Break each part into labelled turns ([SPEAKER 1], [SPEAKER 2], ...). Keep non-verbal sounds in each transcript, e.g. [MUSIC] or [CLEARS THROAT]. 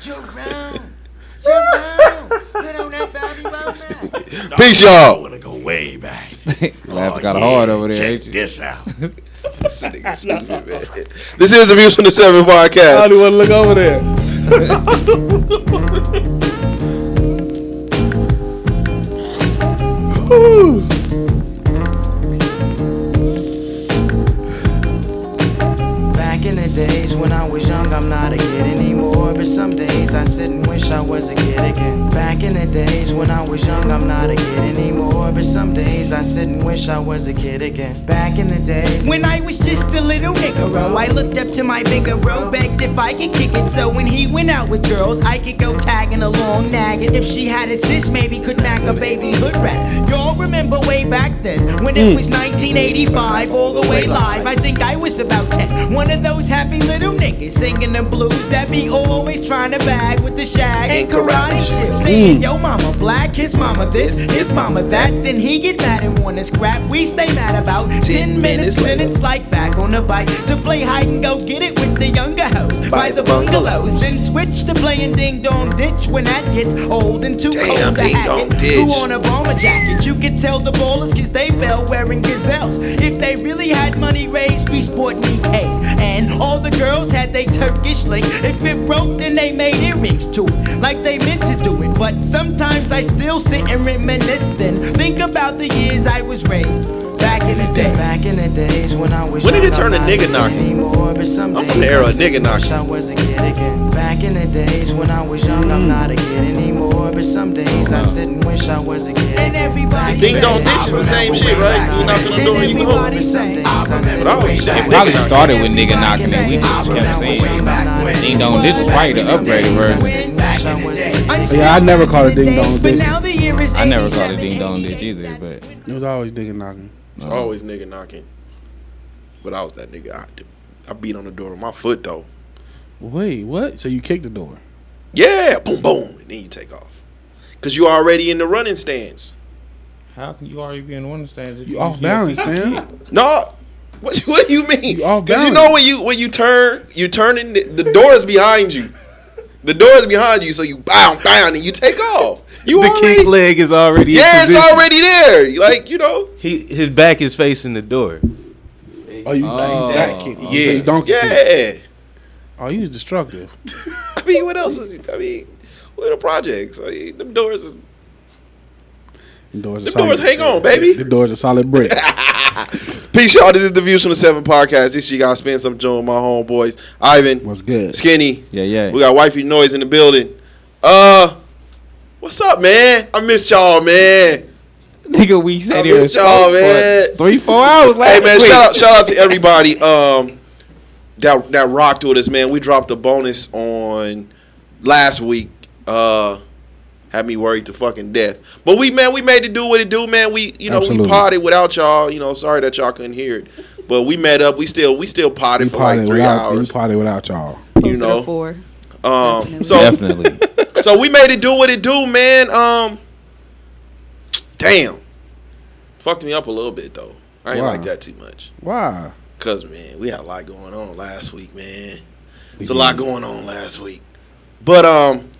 [SPEAKER 1] Jerome, Jerome, get on that Bobby Womack.
[SPEAKER 2] Peace,
[SPEAKER 3] I
[SPEAKER 2] y'all.
[SPEAKER 3] want to go way back.
[SPEAKER 4] Laugh
[SPEAKER 3] Oh,
[SPEAKER 4] got
[SPEAKER 3] yeah,
[SPEAKER 4] hard over there,
[SPEAKER 3] Check
[SPEAKER 4] ain't you? [LAUGHS]
[SPEAKER 3] this out.
[SPEAKER 2] This nigga stupid, man. This is the Views from the Seven
[SPEAKER 4] I
[SPEAKER 2] podcast.
[SPEAKER 4] don't want to look over there.
[SPEAKER 1] Back in the days when I was young, I'm not a kid anymore. But some days I sit and wish I was a kid again. Back in the days when I was young, I'm not a kid anymore. But some days I sit and wish I was a kid again. Back in the days.
[SPEAKER 5] When I was just a little nigga, oh, I looked up to my bigger bro, begged if I could kick it. So when he went out with girls, I could go tagging along, nagging. If she had a sis, maybe could mack a baby hood rat. Y'all remember way back then, when it was 1985, all the way live. I think I was about 10. One of those happy little niggas singing the blues that be always trying to bag with the shag and karate shit. Seeing yo mama black, his mama this, his mama that. Then he get mad and wanna scrap. We stay mad about 10 minutes, minutes like back on the bike to play hide and go get it with the younger hoes by the bungalows. Then switch to playing ding dong ditch when that gets old and too
[SPEAKER 2] Damn,
[SPEAKER 5] cold to
[SPEAKER 2] Ding
[SPEAKER 5] hack
[SPEAKER 2] Dong
[SPEAKER 5] it.
[SPEAKER 2] Ditch.
[SPEAKER 5] Who on a bomber jacket? You could tell the ballers cause they fell wearing gazelles. If they really had money raised, we sport EKs. And all the girls had they Turkish link. If it broke, then they made earrings to it, like they meant to do it. But sometimes I still sit and reminisce then think about the years I was raised back in the day.
[SPEAKER 1] Back in the days when I was
[SPEAKER 2] When did
[SPEAKER 1] young,
[SPEAKER 2] it turn to
[SPEAKER 1] I'm not
[SPEAKER 2] nigga knocking?
[SPEAKER 1] anymore, but some
[SPEAKER 2] I'm
[SPEAKER 1] days
[SPEAKER 2] from the era
[SPEAKER 1] I
[SPEAKER 2] of
[SPEAKER 1] sit
[SPEAKER 2] nigga
[SPEAKER 1] and wish
[SPEAKER 2] knocking.
[SPEAKER 1] I was a kid again. Back in the days when I was young, I'm not a kid anymore. But some days I sit and wish I was a kid.
[SPEAKER 5] And everybody
[SPEAKER 2] Ding
[SPEAKER 5] said,
[SPEAKER 2] dong dicks was the same shit, right? You knock on the door and you go home.
[SPEAKER 5] Everybody say,
[SPEAKER 2] But I always say nigga
[SPEAKER 4] Probably
[SPEAKER 2] knocking.
[SPEAKER 4] started with nigga knocking and we just kept saying. Ding Dong Ditch was probably the upgraded version.
[SPEAKER 5] Yeah,
[SPEAKER 6] I never called it Ding Dong Ditch.
[SPEAKER 4] I never called it Ding Dong Ditch either, but
[SPEAKER 6] It was always nigga knocking.
[SPEAKER 4] no.
[SPEAKER 6] Oh,
[SPEAKER 2] Always nigga knocking. But I was that nigga. I, I beat on the door with my foot though.
[SPEAKER 6] Wait, what? So you kicked the door?
[SPEAKER 2] Yeah, boom, boom, and then you take off. Cause you already in the running stands.
[SPEAKER 4] How can you already be in one stands if
[SPEAKER 6] You off balance, fam.
[SPEAKER 2] No, what [LAUGHS] what do you mean?
[SPEAKER 6] You off
[SPEAKER 2] Cause you
[SPEAKER 6] balance.
[SPEAKER 2] know when you when you turn, you turning the, the door is behind you. The door is behind you, so you bow down and you take off. You
[SPEAKER 7] The
[SPEAKER 2] already,
[SPEAKER 7] kick leg is already. in
[SPEAKER 2] yeah, it's
[SPEAKER 7] position.
[SPEAKER 2] already there. Like you know,
[SPEAKER 7] He his back is facing the door.
[SPEAKER 6] Oh, you
[SPEAKER 4] Oh.
[SPEAKER 6] that kicked.
[SPEAKER 2] yeah,
[SPEAKER 6] Oh, so you don't kick it.
[SPEAKER 2] yeah.
[SPEAKER 6] Oh, you was destructive.
[SPEAKER 2] I mean, what else was? I mean, what are the projects? I mean, them doors is
[SPEAKER 6] The doors,
[SPEAKER 2] Them doors hang on, baby.
[SPEAKER 6] The doors are solid [LAUGHS] brick.
[SPEAKER 2] Peace, y'all. This is the Views from the Seven podcast. This year, y'all spend some joint with my homeboys, Ivan,
[SPEAKER 6] What's good?
[SPEAKER 2] Skinny.
[SPEAKER 4] Yeah, yeah.
[SPEAKER 2] We got wifey noise in the building. Uh, what's up, man? I missed y'all, man.
[SPEAKER 4] Nigga, we
[SPEAKER 2] I
[SPEAKER 4] sat here
[SPEAKER 2] missed y'all, man.
[SPEAKER 4] three, four hours
[SPEAKER 2] Hey,
[SPEAKER 4] last
[SPEAKER 2] man,
[SPEAKER 4] week.
[SPEAKER 2] shout out, shout out to everybody um, that that rocked with us, man. We dropped a bonus on last week. Uh, had me worried to fucking death, but we, man, we made it do what it do, man. We, you know,
[SPEAKER 6] Absolutely.
[SPEAKER 2] we potted without y'all. You know, sorry that y'all couldn't hear it, but we met up. We still, we still potted
[SPEAKER 6] We
[SPEAKER 2] for like
[SPEAKER 6] potted
[SPEAKER 2] three
[SPEAKER 6] without. We
[SPEAKER 2] hours.
[SPEAKER 6] potted without y'all.
[SPEAKER 2] You
[SPEAKER 8] Closer to
[SPEAKER 2] know,
[SPEAKER 8] four.
[SPEAKER 2] um,
[SPEAKER 8] Definitely.
[SPEAKER 2] so
[SPEAKER 7] [LAUGHS]
[SPEAKER 4] Definitely.
[SPEAKER 2] so we made it do what it do, man. Um, damn, fucked me up a little bit though. I ain't
[SPEAKER 6] Wow.
[SPEAKER 2] like that too much.
[SPEAKER 6] Why?
[SPEAKER 2] Cause man, we had a lot going on last week, man. There's a lot going on last week. But um,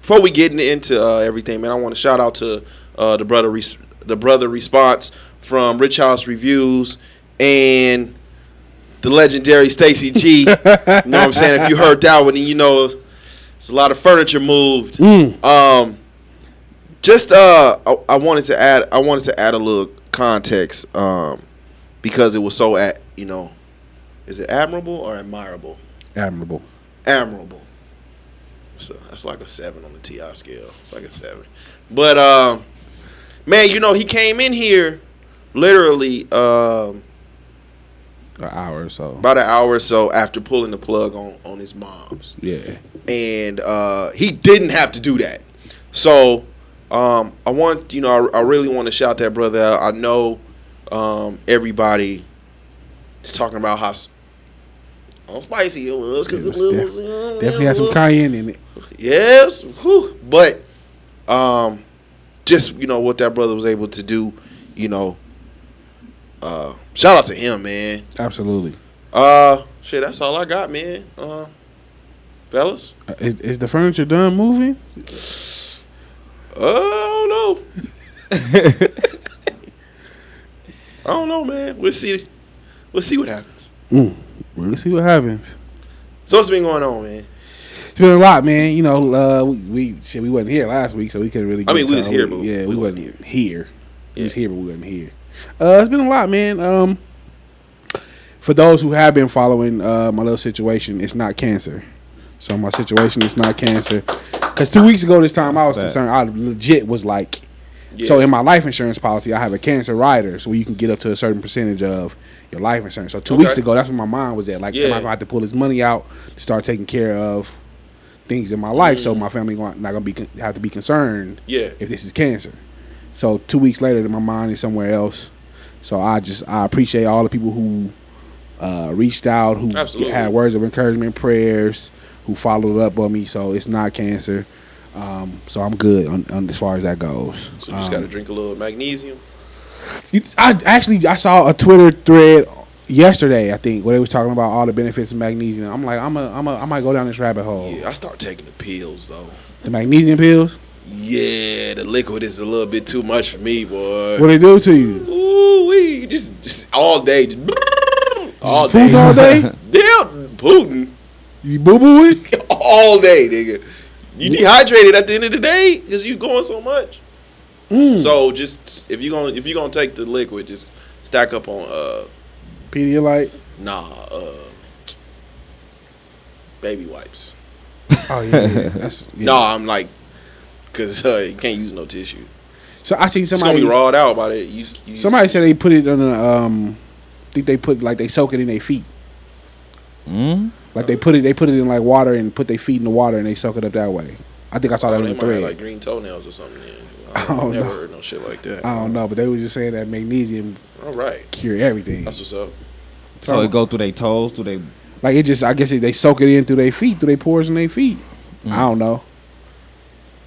[SPEAKER 2] before we get into uh, everything, man, I want to shout out to uh, the brother, res- the brother response from Rich House Reviews and the legendary Stacy G. you know what I'm saying? If you heard that one, then you know it's a lot of furniture moved.
[SPEAKER 4] Mm.
[SPEAKER 2] Um, just uh, I, I wanted to add, I wanted to add a little context. Um, because it was so at you know is it admirable or admirable
[SPEAKER 6] Admirable.
[SPEAKER 2] admirable so that's like a seven on the ti scale it's like a seven but um man you know he came in here literally um
[SPEAKER 6] An hour or so.
[SPEAKER 2] about an hour or so after pulling the plug on on his mom's
[SPEAKER 6] Yeah.
[SPEAKER 2] and uh, he didn't have to do that. So um, I want you know I, I really want to shout that brother out. I know um, everybody is talking about how s- how spicy it was because
[SPEAKER 6] Yeah,
[SPEAKER 2] it
[SPEAKER 6] it's
[SPEAKER 2] was uh,
[SPEAKER 6] Definitely had some cayenne in it.
[SPEAKER 2] yes, whew. but um, just you know what that brother was able to do, you know, uh, Shout out to him, man.
[SPEAKER 6] Absolutely.
[SPEAKER 2] Uh, shit, that's all I got, man. Uh, fellas,
[SPEAKER 6] Uh, Is, is the furniture done moving?
[SPEAKER 2] uh, I don't know. I don't know, man. We'll see. We'll see what happens.
[SPEAKER 6] Mm. We'll see what happens.
[SPEAKER 2] So what's been going on, man?
[SPEAKER 6] It's been a lot, man. You know, uh, we, we shit, we wasn't here last week, so we couldn't really.
[SPEAKER 2] I
[SPEAKER 6] get
[SPEAKER 2] mean, we
[SPEAKER 6] to
[SPEAKER 2] was
[SPEAKER 6] all-
[SPEAKER 2] here, but
[SPEAKER 6] yeah, we,
[SPEAKER 2] we
[SPEAKER 6] wasn't
[SPEAKER 2] wasn't
[SPEAKER 6] here. here. We was
[SPEAKER 2] Yeah.
[SPEAKER 6] here, but we wasn't here. Uh, it's been a lot, man. Um, for those who have been following uh, my little situation, it's not cancer. So my situation is not cancer. Cause two weeks ago this time I was
[SPEAKER 7] that.
[SPEAKER 6] concerned. I legit was like,
[SPEAKER 2] Yeah.
[SPEAKER 6] so in my life insurance policy, I have a cancer rider, so you can get up to a certain percentage of your life insurance. So two
[SPEAKER 2] Okay.
[SPEAKER 6] weeks ago, that's where my mind was at. Like, am I
[SPEAKER 2] Yeah.
[SPEAKER 6] gonna have to pull this money out to start taking care of things in my life,
[SPEAKER 2] Mm.
[SPEAKER 6] so my family gon- not gonna be con- have to be concerned
[SPEAKER 2] Yeah.
[SPEAKER 6] if this is cancer. So two weeks later, my mind is somewhere else. So I just I appreciate all the people who uh, reached out, who
[SPEAKER 2] Absolutely.
[SPEAKER 6] had words of encouragement, prayers, who followed up on me. So it's not cancer. Um, so I'm good on, on as far as that goes.
[SPEAKER 2] So you just
[SPEAKER 6] Um,
[SPEAKER 2] gotta drink a little magnesium.
[SPEAKER 6] you- I actually I saw a Twitter thread yesterday. I think where they was talking about all the benefits of magnesium. I'm like I'm a I'm a I might go down this rabbit hole.
[SPEAKER 2] Yeah, I start taking the pills though.
[SPEAKER 6] The magnesium pills.
[SPEAKER 2] Yeah, the liquid is a little bit too much for me, boy.
[SPEAKER 6] What they do to you?
[SPEAKER 2] Ooh wee, just just all day, just all
[SPEAKER 6] Poop
[SPEAKER 2] day. [LAUGHS]
[SPEAKER 6] all day.
[SPEAKER 2] Damn, Putin [LAUGHS]
[SPEAKER 6] You boo booing.
[SPEAKER 2] all day, nigga. You dehydrated at the end of the day because you going so much.
[SPEAKER 6] Hmm.
[SPEAKER 2] So just if you gonna if you gonna take the liquid, just stack up on uh
[SPEAKER 6] Pedialyte.
[SPEAKER 2] nah uh baby wipes.
[SPEAKER 6] Oh yeah.
[SPEAKER 2] [LAUGHS]
[SPEAKER 6] yeah. That's, yeah.
[SPEAKER 2] No, I'm like because [LAUGHS] uh, you can't use no tissue.
[SPEAKER 6] So I seen
[SPEAKER 2] It's gonna
[SPEAKER 6] somebody.
[SPEAKER 2] be rawed out by that. You, you,
[SPEAKER 6] Somebody said they put it on a. Um, think they put like they soak it in their feet.
[SPEAKER 7] Mm?
[SPEAKER 6] Like they put it, they put it in like water and put their feet in the water and they soak it up that way. I think I saw
[SPEAKER 2] Oh,
[SPEAKER 6] that
[SPEAKER 2] they
[SPEAKER 6] on the
[SPEAKER 2] might have
[SPEAKER 6] thread.
[SPEAKER 2] like green toenails or something. Then. I
[SPEAKER 6] I don't
[SPEAKER 2] never
[SPEAKER 6] know.
[SPEAKER 2] heard no shit like that.
[SPEAKER 6] I don't know, but they were just saying that magnesium
[SPEAKER 2] All right,
[SPEAKER 6] cure everything.
[SPEAKER 2] that's what's up.
[SPEAKER 7] So it go through their toes, through their
[SPEAKER 6] Like it just, I guess it, they soak it in through their feet, through their pores in their feet. I don't know.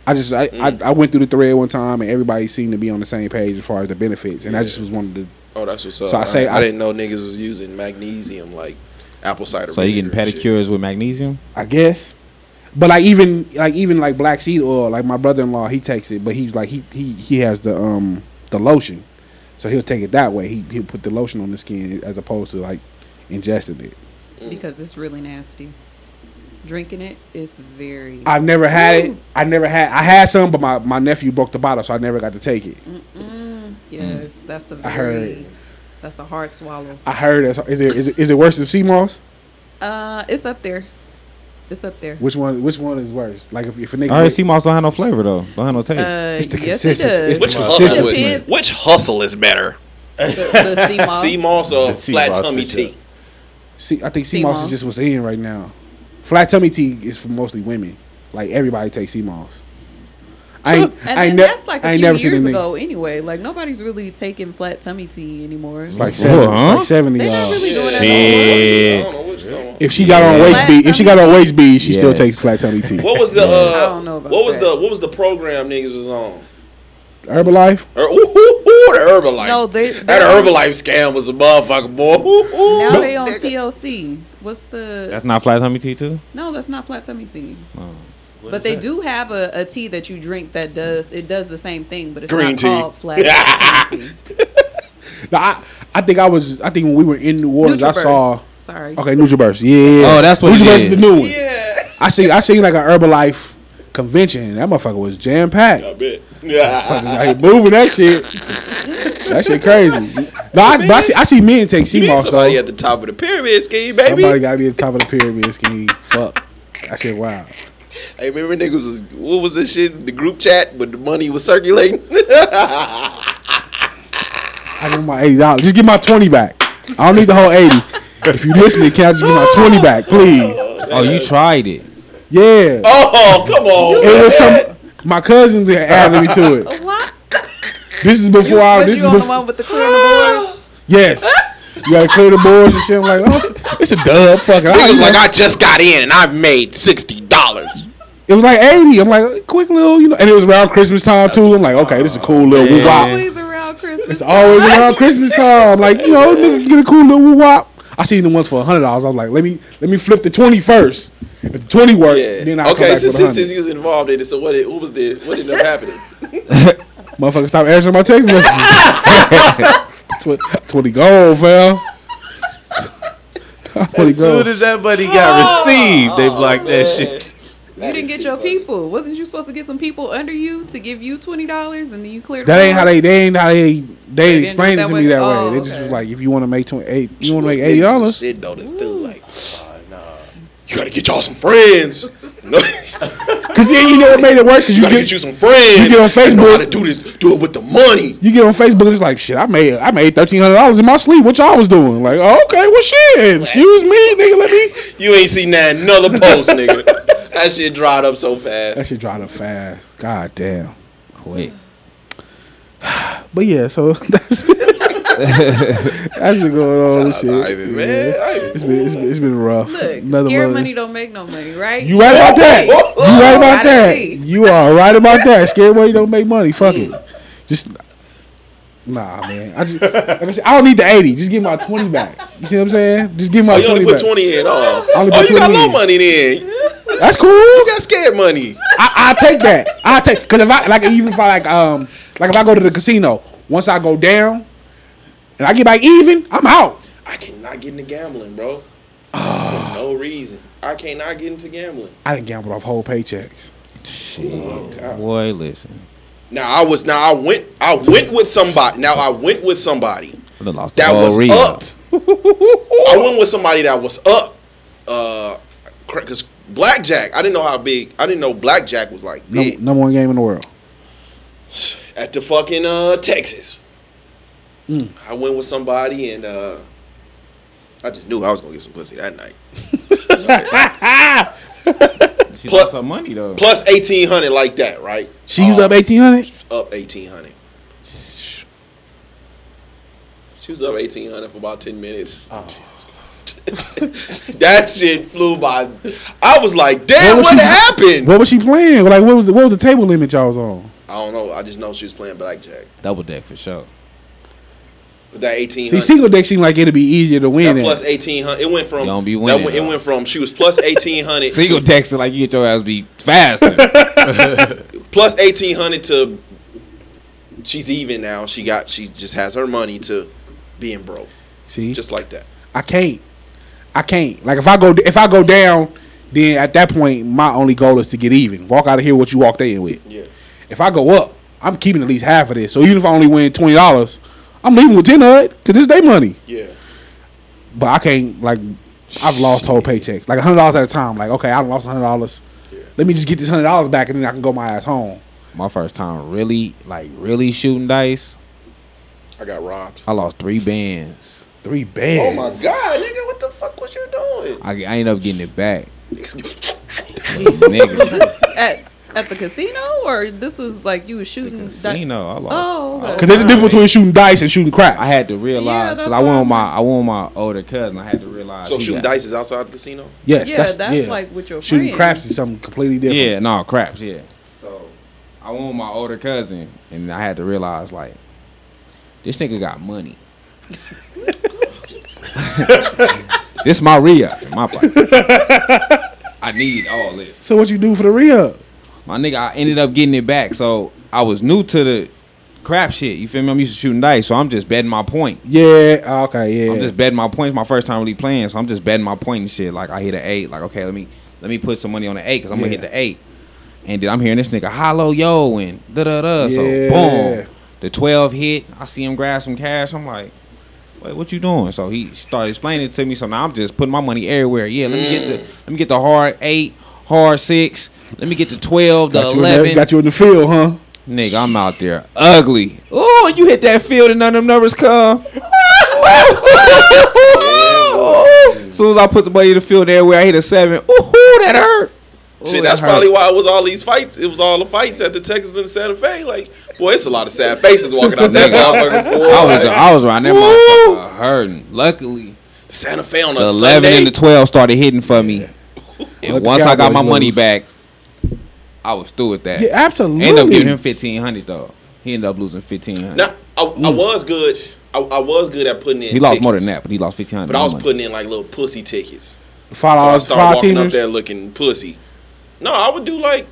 [SPEAKER 6] I just, I,
[SPEAKER 2] Mm.
[SPEAKER 6] I, I went through the thread one time and everybody seemed to be on the same page as far as the benefits, and I just was wanted to.
[SPEAKER 2] Oh, that's what's up.
[SPEAKER 6] So I say-
[SPEAKER 2] I,
[SPEAKER 6] I-
[SPEAKER 2] didn't know niggas was using magnesium like apple cider.
[SPEAKER 7] So you getting
[SPEAKER 2] vinegar and shit.
[SPEAKER 7] pedicures with magnesium?
[SPEAKER 6] I guess. But like even like even like black seed oil, like my brother in law, he takes it, but he's like he he he has the um the lotion, so he'll take it that way. He he'll put the lotion on the skin as opposed to like ingesting it.
[SPEAKER 3] because it's really nasty. Drinking it is very.
[SPEAKER 6] I've never had it. I never had. I had some, but my my nephew broke the bottle, so I never got to take it.
[SPEAKER 3] mm, yes, that's a very.
[SPEAKER 6] Mm. I heard.
[SPEAKER 3] That's a hard swallow.
[SPEAKER 6] I heard. It's, is it is it is it worse than sea moss?
[SPEAKER 3] Uh, it's up there. It's up there.
[SPEAKER 6] Which one which one is worse? Like if, if a nigga
[SPEAKER 7] I heard sea moss don't have no flavor though. Don't have no taste.
[SPEAKER 3] Uh,
[SPEAKER 6] It's the
[SPEAKER 3] yes, it
[SPEAKER 6] consistency.
[SPEAKER 3] does.
[SPEAKER 6] It's
[SPEAKER 2] Which
[SPEAKER 6] Wow.
[SPEAKER 2] hustle,
[SPEAKER 6] It
[SPEAKER 2] is,
[SPEAKER 3] depends.
[SPEAKER 2] which hustle is better?
[SPEAKER 3] the,
[SPEAKER 2] [LAUGHS]
[SPEAKER 3] the sea moss.
[SPEAKER 2] Sea moss or
[SPEAKER 7] The sea
[SPEAKER 2] flat
[SPEAKER 7] moss
[SPEAKER 2] tummy
[SPEAKER 7] for sure.
[SPEAKER 2] tea?
[SPEAKER 6] See, I think sea
[SPEAKER 3] Sea
[SPEAKER 6] moss is
[SPEAKER 3] moss.
[SPEAKER 6] just what's in right now. Flat tummy tea is for mostly women. Like everybody takes sea moss. I ain't,
[SPEAKER 3] And
[SPEAKER 6] I ain't
[SPEAKER 3] then
[SPEAKER 6] ne-
[SPEAKER 3] that's like
[SPEAKER 6] I
[SPEAKER 3] a
[SPEAKER 6] ain't
[SPEAKER 3] few
[SPEAKER 6] never seen
[SPEAKER 3] years
[SPEAKER 6] a nigga-
[SPEAKER 3] ago, anyway. Like nobody's really taking flat tummy tea anymore.
[SPEAKER 6] It's like
[SPEAKER 7] Ooh,
[SPEAKER 6] seven, it's
[SPEAKER 7] huh?
[SPEAKER 6] like seventy.
[SPEAKER 3] They're
[SPEAKER 6] y'all.
[SPEAKER 3] not really doing that.
[SPEAKER 2] I
[SPEAKER 7] Shit.
[SPEAKER 2] don't know what's going on.
[SPEAKER 6] If she got on waist
[SPEAKER 3] Flat
[SPEAKER 6] beads, if she got
[SPEAKER 3] tummy
[SPEAKER 6] on
[SPEAKER 3] tea?
[SPEAKER 6] waist beads, she still
[SPEAKER 7] Yes.
[SPEAKER 6] takes flat tummy tea.
[SPEAKER 2] What
[SPEAKER 6] [LAUGHS]
[SPEAKER 2] was the uh,
[SPEAKER 3] I don't know about
[SPEAKER 2] what was
[SPEAKER 3] that.
[SPEAKER 2] the what was the program niggas was on?
[SPEAKER 6] Herbalife.
[SPEAKER 2] Her, ooh, ooh, ooh, the Herbalife.
[SPEAKER 3] No, they-
[SPEAKER 2] that Herbalife scam was a motherfucker, boy. Ooh, ooh.
[SPEAKER 3] Now they on
[SPEAKER 2] Nigga.
[SPEAKER 3] TLC. What's the?
[SPEAKER 7] That's not flat tummy tea too.
[SPEAKER 3] no, that's not flat tummy tea.
[SPEAKER 6] Oh.
[SPEAKER 3] But they do have a, a tea that you drink that does it does the same thing, but it's
[SPEAKER 2] Green
[SPEAKER 3] not
[SPEAKER 2] tea. [LAUGHS]
[SPEAKER 3] called flat tummy tea.
[SPEAKER 6] No, I, I think I was. I think when we were in New Orleans, I
[SPEAKER 3] Nutriburst.
[SPEAKER 6] saw.
[SPEAKER 3] Sorry.
[SPEAKER 6] Okay, Nutriburst. Yeah, yeah, yeah.
[SPEAKER 7] Oh, that's what it
[SPEAKER 6] Nutriburst
[SPEAKER 7] is.
[SPEAKER 6] the new one.
[SPEAKER 3] Yeah.
[SPEAKER 6] I seen. I seen like a Herbalife convention. and That motherfucker was jam packed.
[SPEAKER 2] I bet. Yeah.
[SPEAKER 6] I ain't moving that shit. That shit crazy. No, I, but I see. I see men take
[SPEAKER 2] You
[SPEAKER 6] sea
[SPEAKER 2] need
[SPEAKER 6] moss though.
[SPEAKER 2] somebody at the top of the pyramid scheme, baby.
[SPEAKER 6] Somebody gotta be at the top of the pyramid scheme. Fuck. That shit wild.
[SPEAKER 2] Hey, remember niggas was what was this shit? The group chat, but the money was circulating. [LAUGHS]
[SPEAKER 6] I need my eighty dollars. Just give my twenty back. I don't need the whole eighty. If you listening, can I just get my twenty back, please?
[SPEAKER 7] Oh, you tried it.
[SPEAKER 6] Yeah.
[SPEAKER 2] oh, come on.
[SPEAKER 6] It was some. My cousins that added me to it.
[SPEAKER 3] What?
[SPEAKER 6] This is before I.
[SPEAKER 3] Was
[SPEAKER 6] This is
[SPEAKER 3] you on the
[SPEAKER 6] before.
[SPEAKER 3] one with the clear on the
[SPEAKER 6] [LAUGHS]
[SPEAKER 3] boards?
[SPEAKER 6] Yes. You gotta clear the boards and shit. I'm like, oh, it's, it's a dub. Fuck it. I
[SPEAKER 2] Niggas
[SPEAKER 6] ain't-
[SPEAKER 2] like I just got in and I made sixty dollars.
[SPEAKER 6] It was like eighty. I'm like, quick little, you know. And it was around Christmas time too. I'm like, okay, this is a cool little. We
[SPEAKER 7] Yeah.
[SPEAKER 6] wild.
[SPEAKER 3] Always around Christmas.
[SPEAKER 6] It's always around Christmas time. Like you know, nigga get a cool little wop. I seen the ones for hundred dollars. I was like, let me let me flip the twenty first. If the twenty work, then I
[SPEAKER 2] okay,
[SPEAKER 6] okay. Come back
[SPEAKER 2] since,
[SPEAKER 6] with
[SPEAKER 2] since,
[SPEAKER 6] 100.
[SPEAKER 2] since you was involved in it, so what, did, what was the what
[SPEAKER 6] [LAUGHS]
[SPEAKER 2] ended up happening?
[SPEAKER 6] Motherfucker, stop answering my text messages.
[SPEAKER 2] [LAUGHS]
[SPEAKER 6] [LAUGHS] Tw- twenty gold, fam. [LAUGHS] Twenty
[SPEAKER 8] As soon
[SPEAKER 6] gold.
[SPEAKER 8] as that money
[SPEAKER 3] Oh.
[SPEAKER 8] got received, they blocked that shit.
[SPEAKER 3] You didn't get your people. Wasn't you supposed to get some people under you to give you twenty dollars and then you cleared?
[SPEAKER 6] That
[SPEAKER 3] them
[SPEAKER 6] ain't how
[SPEAKER 3] out?
[SPEAKER 6] they. They ain't how they. They
[SPEAKER 3] didn't
[SPEAKER 6] ain't explained it
[SPEAKER 3] do
[SPEAKER 6] to
[SPEAKER 3] it that
[SPEAKER 6] me
[SPEAKER 3] way?
[SPEAKER 6] that
[SPEAKER 3] Oh,
[SPEAKER 6] way. They just
[SPEAKER 3] okay.
[SPEAKER 6] was like, if you want to make twenty eight, you want to make
[SPEAKER 2] Niggas
[SPEAKER 6] eighty
[SPEAKER 2] was
[SPEAKER 3] [LAUGHS]
[SPEAKER 6] dollars.
[SPEAKER 2] Shit, though, that's still like, you gotta get y'all some friends. [LAUGHS] No,
[SPEAKER 6] Cause yeah, you know what made it worse. Cause
[SPEAKER 2] you
[SPEAKER 6] you
[SPEAKER 2] gotta
[SPEAKER 6] get
[SPEAKER 2] get you some friends.
[SPEAKER 6] you get on
[SPEAKER 2] that know how
[SPEAKER 6] Facebook.
[SPEAKER 2] to do this. Do it with the money.
[SPEAKER 6] you get on Facebook and it's like, shit, I made I made thirteen hundred dollars in my sleep. What y'all was doing? Like, oh, okay, well, shit. Excuse me, nigga. Let me. [LAUGHS]
[SPEAKER 2] You ain't seen that another post, nigga. That shit dried up so fast.
[SPEAKER 6] That shit dried up fast. God damn.
[SPEAKER 7] Quick.
[SPEAKER 6] [SIGHS] But yeah, so [LAUGHS] that's been, that's been going on. and shit.
[SPEAKER 2] Ivan, man.
[SPEAKER 6] Yeah.
[SPEAKER 2] Ivan.
[SPEAKER 6] It's been it's been it's been rough.
[SPEAKER 3] Look,
[SPEAKER 6] [LAUGHS] Another
[SPEAKER 3] scared
[SPEAKER 6] mother-
[SPEAKER 3] money don't make no money, right?
[SPEAKER 6] You right about that. You right about
[SPEAKER 3] I
[SPEAKER 6] that.
[SPEAKER 3] see.
[SPEAKER 6] You are right about that. Scared money don't make money. Fuck it. Just nah, man. I just like I said, I don't need the eighty. Just give my twenty back. You see what I'm saying? Just give my
[SPEAKER 2] Oh, you
[SPEAKER 6] twenty
[SPEAKER 2] only put
[SPEAKER 6] back.
[SPEAKER 2] 20 in. Oh,
[SPEAKER 6] I only
[SPEAKER 2] oh
[SPEAKER 6] put
[SPEAKER 2] you got
[SPEAKER 6] 20
[SPEAKER 2] low
[SPEAKER 6] in.
[SPEAKER 2] money then. You
[SPEAKER 6] That's cool.
[SPEAKER 2] got scared money.
[SPEAKER 6] I, I take that. I take because if I like even if I like um like if I go to the casino, once I go down and I get back even, I'm out.
[SPEAKER 2] I cannot get into gambling, bro.
[SPEAKER 6] Ah.
[SPEAKER 2] For no reason. I cannot get into gambling.
[SPEAKER 6] I didn't gamble off whole paychecks.
[SPEAKER 7] Shit. Boy, listen.
[SPEAKER 2] Now I was now I went I went with somebody. Now I went with somebody
[SPEAKER 7] I done lost
[SPEAKER 2] that
[SPEAKER 7] the whole
[SPEAKER 2] was
[SPEAKER 7] reel.
[SPEAKER 2] up. I went with somebody that was up. Uh, because blackjack, I didn't know how big. I didn't know blackjack was like
[SPEAKER 6] Num-
[SPEAKER 2] big
[SPEAKER 6] number one game in
[SPEAKER 2] [LAUGHS]
[SPEAKER 6] the world.
[SPEAKER 2] at the fucking uh Texas.
[SPEAKER 6] Mm.
[SPEAKER 2] I went with somebody and uh, I just knew I was gonna get some pussy that
[SPEAKER 6] [LAUGHS]
[SPEAKER 2] night.
[SPEAKER 7] She
[SPEAKER 2] Plus-
[SPEAKER 7] lost her money though.
[SPEAKER 2] Plus eighteen hundred like that, right?
[SPEAKER 6] She was
[SPEAKER 2] Oh.
[SPEAKER 6] up eighteen hundred.
[SPEAKER 2] up eighteen hundred. She was up eighteen hundred for about ten minutes. [LAUGHS] that shit flew by. I was like, damn,
[SPEAKER 6] What was
[SPEAKER 2] what,
[SPEAKER 6] she-
[SPEAKER 2] happened?
[SPEAKER 6] What was she playing? Like what was the, what was the table limit y'all was on?
[SPEAKER 2] I don't know. I just know she was playing blackjack.
[SPEAKER 7] Double deck for sure.
[SPEAKER 2] But that eighteen
[SPEAKER 6] See,
[SPEAKER 2] hundred.
[SPEAKER 6] single deck seemed like it'd be easier to win.
[SPEAKER 2] That
[SPEAKER 6] at.
[SPEAKER 2] plus eighteen hundred. It went from
[SPEAKER 7] Don't be
[SPEAKER 2] that
[SPEAKER 7] winning,
[SPEAKER 2] went- it
[SPEAKER 7] though.
[SPEAKER 2] went from she was plus eighteen hundred
[SPEAKER 7] Single decks are like you get your ass beat faster. [LAUGHS]
[SPEAKER 2] plus eighteen hundred to she's even now. She got she just has her money to being broke.
[SPEAKER 6] See,
[SPEAKER 2] Just like that.
[SPEAKER 6] I can't. I can't. Like if I go if I go down, then at that point my only goal is to get even. Walk out of here what you walked in with.
[SPEAKER 2] Yeah.
[SPEAKER 6] If I go up, I'm keeping at least half of this. So even if I only win twenty dollars, I'm leaving with ten of it because this is their money.
[SPEAKER 2] Yeah.
[SPEAKER 6] But I can't like I've lost whole paychecks, like hundred dollars at a time. Like okay, I done lost hundred dollars. Let me just get this hundred dollars back and then I can go my ass home.
[SPEAKER 7] My first time really, like really shooting dice.
[SPEAKER 2] I got robbed.
[SPEAKER 7] I lost three bands.
[SPEAKER 6] Three
[SPEAKER 2] Oh
[SPEAKER 6] bands.
[SPEAKER 2] my god, nigga, what the fuck was you doing?
[SPEAKER 7] I, I ended up getting it back. These
[SPEAKER 3] [LAUGHS]
[SPEAKER 7] niggas.
[SPEAKER 3] at at the casino, or this was like you was shooting.
[SPEAKER 7] Casino. I lost.
[SPEAKER 3] Oh, okay.
[SPEAKER 6] Cause there's a difference between shooting dice and shooting crap.
[SPEAKER 7] I had to realize
[SPEAKER 3] Yeah,
[SPEAKER 7] because
[SPEAKER 3] that's
[SPEAKER 7] I went with
[SPEAKER 3] what I
[SPEAKER 7] my I went with my older cousin. I had to realize.
[SPEAKER 2] So
[SPEAKER 7] he
[SPEAKER 2] shooting
[SPEAKER 7] got-
[SPEAKER 2] dice is outside the casino?
[SPEAKER 6] yes,
[SPEAKER 3] yeah,
[SPEAKER 6] that's,
[SPEAKER 3] that's,
[SPEAKER 6] yeah.
[SPEAKER 3] like with your
[SPEAKER 6] shooting
[SPEAKER 3] friends.
[SPEAKER 6] craps is something completely different.
[SPEAKER 7] Yeah, no craps. Yeah. So I went with my older cousin, and I had to realize like this nigga got
[SPEAKER 6] [LAUGHS]
[SPEAKER 7] money. this my Rhea, my plan. I need all this.
[SPEAKER 6] So what you do for the re up?
[SPEAKER 7] My nigga, I ended up getting it back. So I was new to the crap shit. You feel me? I'm used to shooting dice, so I'm just betting my point.
[SPEAKER 6] Yeah. ah, Okay. Yeah.
[SPEAKER 7] I'm just betting my points. My first time really playing, so I'm just betting my point and shit. Like I hit an eight. Like okay, let me let me put some money on the eight because I'm gonna
[SPEAKER 6] Yeah.
[SPEAKER 7] hit the eight. And then I'm hearing this nigga hollow yo and da da da. So
[SPEAKER 6] Yeah.
[SPEAKER 7] boom, the twelve hit. I see him grab some cash. I'm like, wait, what you doing? So he started explaining it to me. So now I'm just putting my money everywhere. Yeah, let me get the let me get the hard eight, hard six. Let me get the twelve, the
[SPEAKER 6] got you, in
[SPEAKER 7] eleven.
[SPEAKER 6] the, got you in the field, huh?
[SPEAKER 7] Nigga, I'm out there ugly. Oh, you hit that field and none of them
[SPEAKER 2] [LAUGHS]
[SPEAKER 7] numbers come. As soon as I put the money in the field there where I hit a seven, ooh, that hurt. Ooh,
[SPEAKER 2] See,
[SPEAKER 7] that
[SPEAKER 2] that's
[SPEAKER 7] Oh, hurt.
[SPEAKER 2] probably why it was all these fights. It was all the fights at the Texas and Santa Fe. Like, boy, it's a lot of sad faces walking out that
[SPEAKER 7] Nigga,
[SPEAKER 2] motherfucker. Boy,
[SPEAKER 7] I was I was around that
[SPEAKER 2] Woo!
[SPEAKER 7] motherfucker hurting. Luckily,
[SPEAKER 2] Santa Fe on a
[SPEAKER 7] the eleven
[SPEAKER 2] Sunday.
[SPEAKER 7] and the twelve started hitting for me.
[SPEAKER 6] Let
[SPEAKER 7] And
[SPEAKER 6] the
[SPEAKER 7] once I got
[SPEAKER 6] Cowboys
[SPEAKER 7] my money
[SPEAKER 6] lose.
[SPEAKER 7] back, I was through with that.
[SPEAKER 6] Yeah, absolutely.
[SPEAKER 7] Ended up giving him fifteen hundred though. He ended up losing fifteen hundred.
[SPEAKER 2] now, I, I was good. I, I was good at putting in.
[SPEAKER 7] He lost more
[SPEAKER 2] tickets,
[SPEAKER 7] than that, but he lost fifteen hundred.
[SPEAKER 2] But I was putting in like little pussy tickets.
[SPEAKER 6] Five
[SPEAKER 2] So I
[SPEAKER 6] dollars,
[SPEAKER 2] started
[SPEAKER 6] five
[SPEAKER 2] walking up
[SPEAKER 6] teamers.
[SPEAKER 2] there looking pussy. No, I would do like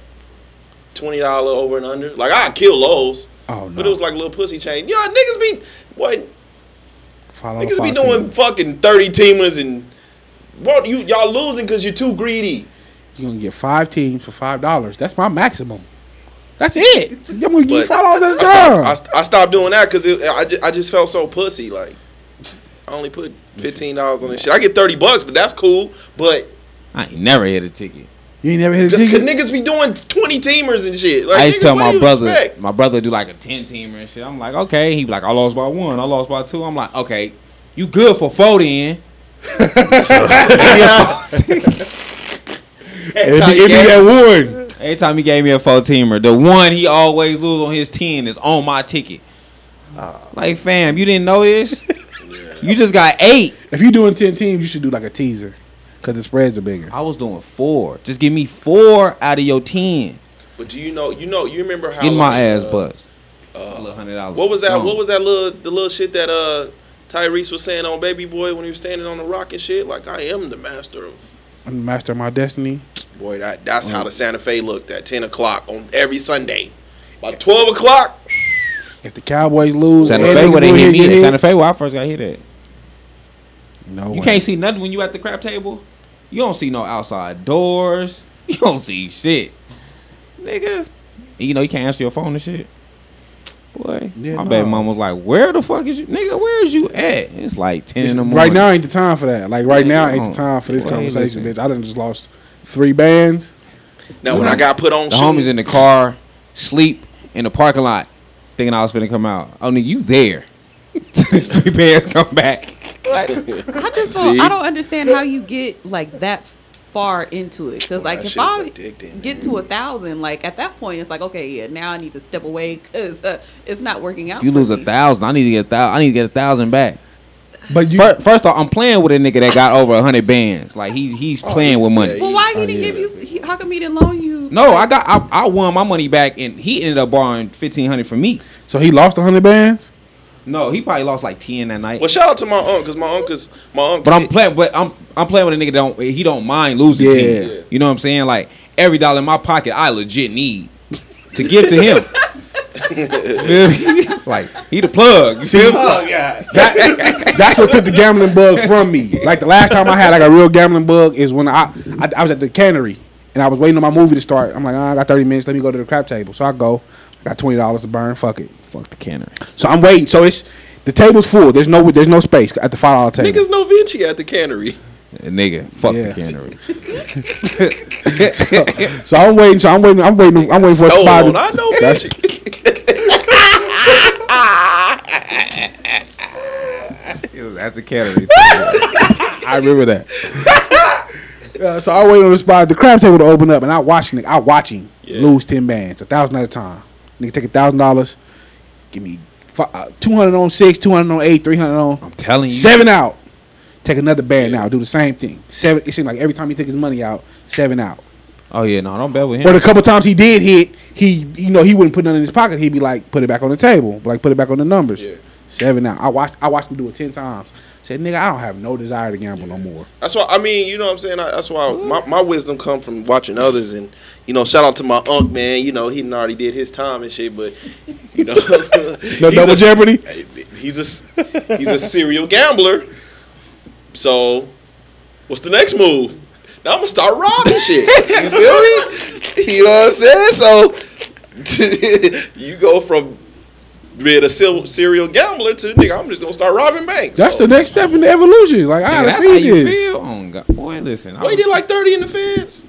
[SPEAKER 2] twenty dollar over and under. Like I kill those,
[SPEAKER 6] Oh no!
[SPEAKER 2] but it was like little pussy chain. Y'all niggas be what?
[SPEAKER 6] five
[SPEAKER 2] Niggas be
[SPEAKER 6] Oh, five
[SPEAKER 2] doing
[SPEAKER 6] teamers.
[SPEAKER 2] fucking thirty teamers and what you y'all losing because you're too greedy.
[SPEAKER 6] You gonna get five teams for five dollars? That's my maximum. That's it. I'm gonna give you
[SPEAKER 2] But
[SPEAKER 6] five dollars
[SPEAKER 2] I
[SPEAKER 6] at a time.
[SPEAKER 2] stopped, I st- I stopped doing that because I, ju- I just felt so pussy. Like I only put fifteen dollars on this shit. I get thirty bucks, but that's cool. But
[SPEAKER 7] I ain't never hit a ticket.
[SPEAKER 6] you ain't never hit a
[SPEAKER 2] just 'cause
[SPEAKER 6] ticket.
[SPEAKER 2] niggas be doing twenty teamers and shit. Like
[SPEAKER 7] I used
[SPEAKER 2] nigga,
[SPEAKER 7] to tell
[SPEAKER 2] what do
[SPEAKER 7] my
[SPEAKER 2] you
[SPEAKER 7] brother,
[SPEAKER 2] expect?
[SPEAKER 7] my brother do like a ten teamer and shit. I'm like, okay. He be like, I lost by one, I lost by two. I'm like, okay, you good for
[SPEAKER 2] [LAUGHS]
[SPEAKER 7] four then. [LAUGHS] every, time he
[SPEAKER 6] It be
[SPEAKER 7] gave,
[SPEAKER 6] at one.
[SPEAKER 7] every time he gave me a four teamer, the one he always lose on his ten is on my ticket.
[SPEAKER 2] Oh.
[SPEAKER 7] Like, fam, you didn't know
[SPEAKER 2] [LAUGHS]
[SPEAKER 7] this? [LAUGHS] You just got eight.
[SPEAKER 6] If you're doing ten teams, you should do like a teaser, cause the spreads are bigger.
[SPEAKER 7] I was doing four. Just give me four out of your ten.
[SPEAKER 2] But do you know? You know? You remember how?
[SPEAKER 7] Get my
[SPEAKER 2] like,
[SPEAKER 7] ass
[SPEAKER 2] uh,
[SPEAKER 7] bust.
[SPEAKER 2] uh,
[SPEAKER 7] Little hundred dollars.
[SPEAKER 2] What was that?
[SPEAKER 7] Gone.
[SPEAKER 2] What was that little the little shit that uh Tyrese was saying on Baby Boy when he was standing on the rock and shit? Like I am the master of
[SPEAKER 6] I'm the master of my destiny.
[SPEAKER 2] boy. That that's
[SPEAKER 7] Mm.
[SPEAKER 2] how the Santa Fe looked at ten o'clock on every Sunday. By twelve o'clock,
[SPEAKER 6] If the Cowboys lose,
[SPEAKER 7] Santa
[SPEAKER 6] and
[SPEAKER 7] Fe where they
[SPEAKER 6] lose here,
[SPEAKER 7] hit me
[SPEAKER 6] get
[SPEAKER 7] at. Santa
[SPEAKER 6] hit,
[SPEAKER 7] Fe where I first got hit at.
[SPEAKER 6] No
[SPEAKER 7] You
[SPEAKER 6] way.
[SPEAKER 7] can't see nothing when you at the crap table. You don't see no outside doors. [LAUGHS] You don't see shit. Nigga. You know you can't answer your phone and shit. Boy,
[SPEAKER 6] Yeah,
[SPEAKER 7] my
[SPEAKER 6] no.
[SPEAKER 7] baby mom was like, "Where the fuck is you, nigga? Where is you at?" It's like ten
[SPEAKER 6] It's-
[SPEAKER 7] in the morning.
[SPEAKER 6] right now ain't the time for that. Like right
[SPEAKER 7] Yeah,
[SPEAKER 6] now
[SPEAKER 7] you
[SPEAKER 6] ain't the
[SPEAKER 7] don't.
[SPEAKER 6] time for this
[SPEAKER 7] Boy,
[SPEAKER 6] conversation,
[SPEAKER 7] listen.
[SPEAKER 6] bitch. I done just lost three bands.
[SPEAKER 2] now when I got put on,
[SPEAKER 7] the
[SPEAKER 2] shooting-
[SPEAKER 7] homies in the car, sleep in the parking lot, thinking I was finna come out. Oh, nigga, you there? [LAUGHS] Three pairs come back.
[SPEAKER 2] [LAUGHS]
[SPEAKER 3] I just don't, I don't understand how you get like that far into it. Because like
[SPEAKER 2] that
[SPEAKER 3] if
[SPEAKER 2] shit's
[SPEAKER 3] I
[SPEAKER 2] addicting,
[SPEAKER 3] get to a thousand, like at that point, it's like okay, yeah, now I need to step away because uh, it's not working out.
[SPEAKER 7] If you
[SPEAKER 3] for
[SPEAKER 7] lose a
[SPEAKER 3] me.
[SPEAKER 7] thousand, I need to get a thousand. I need to get a thousand back.
[SPEAKER 6] But you
[SPEAKER 7] First, first off, I'm playing with a nigga that got over hundred bands. Like he he's playing with money.
[SPEAKER 3] Well, why he
[SPEAKER 2] Oh,
[SPEAKER 3] didn't
[SPEAKER 2] yeah.
[SPEAKER 3] give you? He, how come he didn't loan you?
[SPEAKER 7] No, I got I, I won my money back, and he ended up borrowing fifteen hundred from me.
[SPEAKER 6] so he lost hundred bands?
[SPEAKER 7] No, he probably lost like ten that night.
[SPEAKER 2] Well, shout out to my uncle, cause my uncle's my uncle.
[SPEAKER 7] but I'm playing, but I'm I'm playing with a nigga that don't he don't mind losing
[SPEAKER 6] Yeah.
[SPEAKER 7] ten. You know what I'm saying? Like every dollar in my pocket, I legit need to give to [LAUGHS] him. Feel me? like he the plug. You see
[SPEAKER 2] oh,
[SPEAKER 7] him?
[SPEAKER 6] That- that's what took the gambling bug from me. Like the last time I had like a real gambling bug is when I I, I was at the cannery and I was waiting on my movie to start. I'm like, ah, I got 30 minutes. Let me go to the crap table. So I go. I got twenty dollars to burn. Fuck it.
[SPEAKER 7] Fuck the cannery.
[SPEAKER 6] So I'm waiting. So it's the table's full. There's no there's no space at the five dollar table.
[SPEAKER 2] niggas no Vinci at the cannery.
[SPEAKER 7] Nigga, fuck
[SPEAKER 6] Yeah.
[SPEAKER 7] the [LAUGHS]
[SPEAKER 6] [LAUGHS]
[SPEAKER 7] cannery.
[SPEAKER 6] So I'm waiting. So I'm waiting. I'm waiting. I'm waiting for a
[SPEAKER 2] Hold
[SPEAKER 6] spot.
[SPEAKER 2] on,
[SPEAKER 6] to-
[SPEAKER 2] I know
[SPEAKER 6] That's-
[SPEAKER 2] Vinci.
[SPEAKER 7] It was at the [LAUGHS] cannery.
[SPEAKER 6] I remember that. Uh, so I wait on the spot, the crab table to open up, and I watch nigga. I watch him lose ten bands, a thousand at a time. Nigga take a thousand dollars, give me fi- uh, two hundred on six, two hundred on eight, three hundred on
[SPEAKER 7] I'm telling you,
[SPEAKER 6] seven out. Take another band now, do the same thing. Seven. It seemed like every time he took his money out, seven out.
[SPEAKER 7] Oh yeah, no, don't bet with him.
[SPEAKER 6] But a couple times he did hit, he you know he wouldn't put none in his pocket. He'd be like, put it back on the table, like put it back on the numbers.
[SPEAKER 2] Yeah.
[SPEAKER 6] Seven out. I watched. I watched him do it ten times. Said nigga, I don't have no desire to gamble no more.
[SPEAKER 2] That's why I mean, you know what I'm saying. I, that's why my, my wisdom come from watching others, and you know, shout out to my uncle, man. You know, he done already did his time and shit, but you know,
[SPEAKER 6] [LAUGHS]
[SPEAKER 2] [LAUGHS]
[SPEAKER 6] No double
[SPEAKER 2] a,
[SPEAKER 6] jeopardy.
[SPEAKER 2] He's a s- he's a serial gambler. So, what's the next move? Now I'm gonna start robbing shit. You feel me? You know what I'm saying? So, [LAUGHS] you go from being a sil- serial gambler to nigga, I'm just gonna start robbing banks.
[SPEAKER 6] That's
[SPEAKER 2] So-
[SPEAKER 6] the next step in the evolution. Like I
[SPEAKER 7] Nigga,
[SPEAKER 6] gotta
[SPEAKER 7] that's how
[SPEAKER 6] feed
[SPEAKER 7] you
[SPEAKER 6] this.
[SPEAKER 7] feel. Oh, God. Boy, listen. I
[SPEAKER 2] Well, he
[SPEAKER 7] was-
[SPEAKER 2] did like 30 in the feds.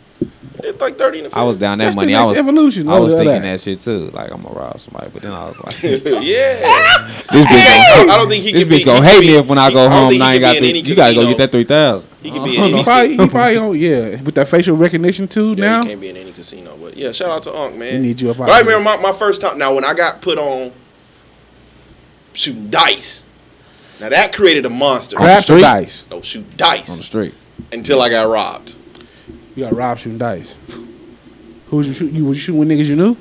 [SPEAKER 2] He did like 30 in the feds.
[SPEAKER 7] I was down that
[SPEAKER 6] That's the
[SPEAKER 7] money. I
[SPEAKER 6] next
[SPEAKER 7] was
[SPEAKER 6] evolution.
[SPEAKER 7] I was
[SPEAKER 6] Look at
[SPEAKER 7] thinking that.
[SPEAKER 6] that.
[SPEAKER 7] shit too. Like I'm gonna rob somebody, but then I was
[SPEAKER 2] [LAUGHS]
[SPEAKER 7] like, this bitch
[SPEAKER 2] yeah.
[SPEAKER 7] gonna,
[SPEAKER 2] I don't think he
[SPEAKER 7] this
[SPEAKER 2] could be-
[SPEAKER 7] bitch gonna
[SPEAKER 2] he
[SPEAKER 7] hate
[SPEAKER 2] could
[SPEAKER 7] me
[SPEAKER 2] be-
[SPEAKER 7] if when I
[SPEAKER 2] he-
[SPEAKER 7] go
[SPEAKER 2] I don't
[SPEAKER 7] home.
[SPEAKER 2] think he
[SPEAKER 7] and I ain't
[SPEAKER 2] could
[SPEAKER 7] got
[SPEAKER 2] be in
[SPEAKER 7] three,
[SPEAKER 2] any
[SPEAKER 7] you gotta go
[SPEAKER 2] casino.
[SPEAKER 7] get that three thousand.
[SPEAKER 2] He could
[SPEAKER 7] [LAUGHS]
[SPEAKER 2] be in any
[SPEAKER 7] I don't know.
[SPEAKER 6] He probably, he probably don't. Yeah, with that facial recognition too.
[SPEAKER 2] Yeah,
[SPEAKER 6] now
[SPEAKER 2] he can't be in any casino. But yeah, shout out to Unc, man.
[SPEAKER 6] We need you up
[SPEAKER 2] But
[SPEAKER 6] out
[SPEAKER 2] I
[SPEAKER 6] here.
[SPEAKER 2] remember my, my first time. Now, when I got put on shooting dice, now that created a monster.
[SPEAKER 6] grab the
[SPEAKER 7] street.
[SPEAKER 6] dice.
[SPEAKER 2] No, shoot
[SPEAKER 7] on the
[SPEAKER 2] dice
[SPEAKER 7] street.
[SPEAKER 2] until I got robbed.
[SPEAKER 6] You got robbed shooting dice. Who was you shooting? You was you shooting with niggas you knew?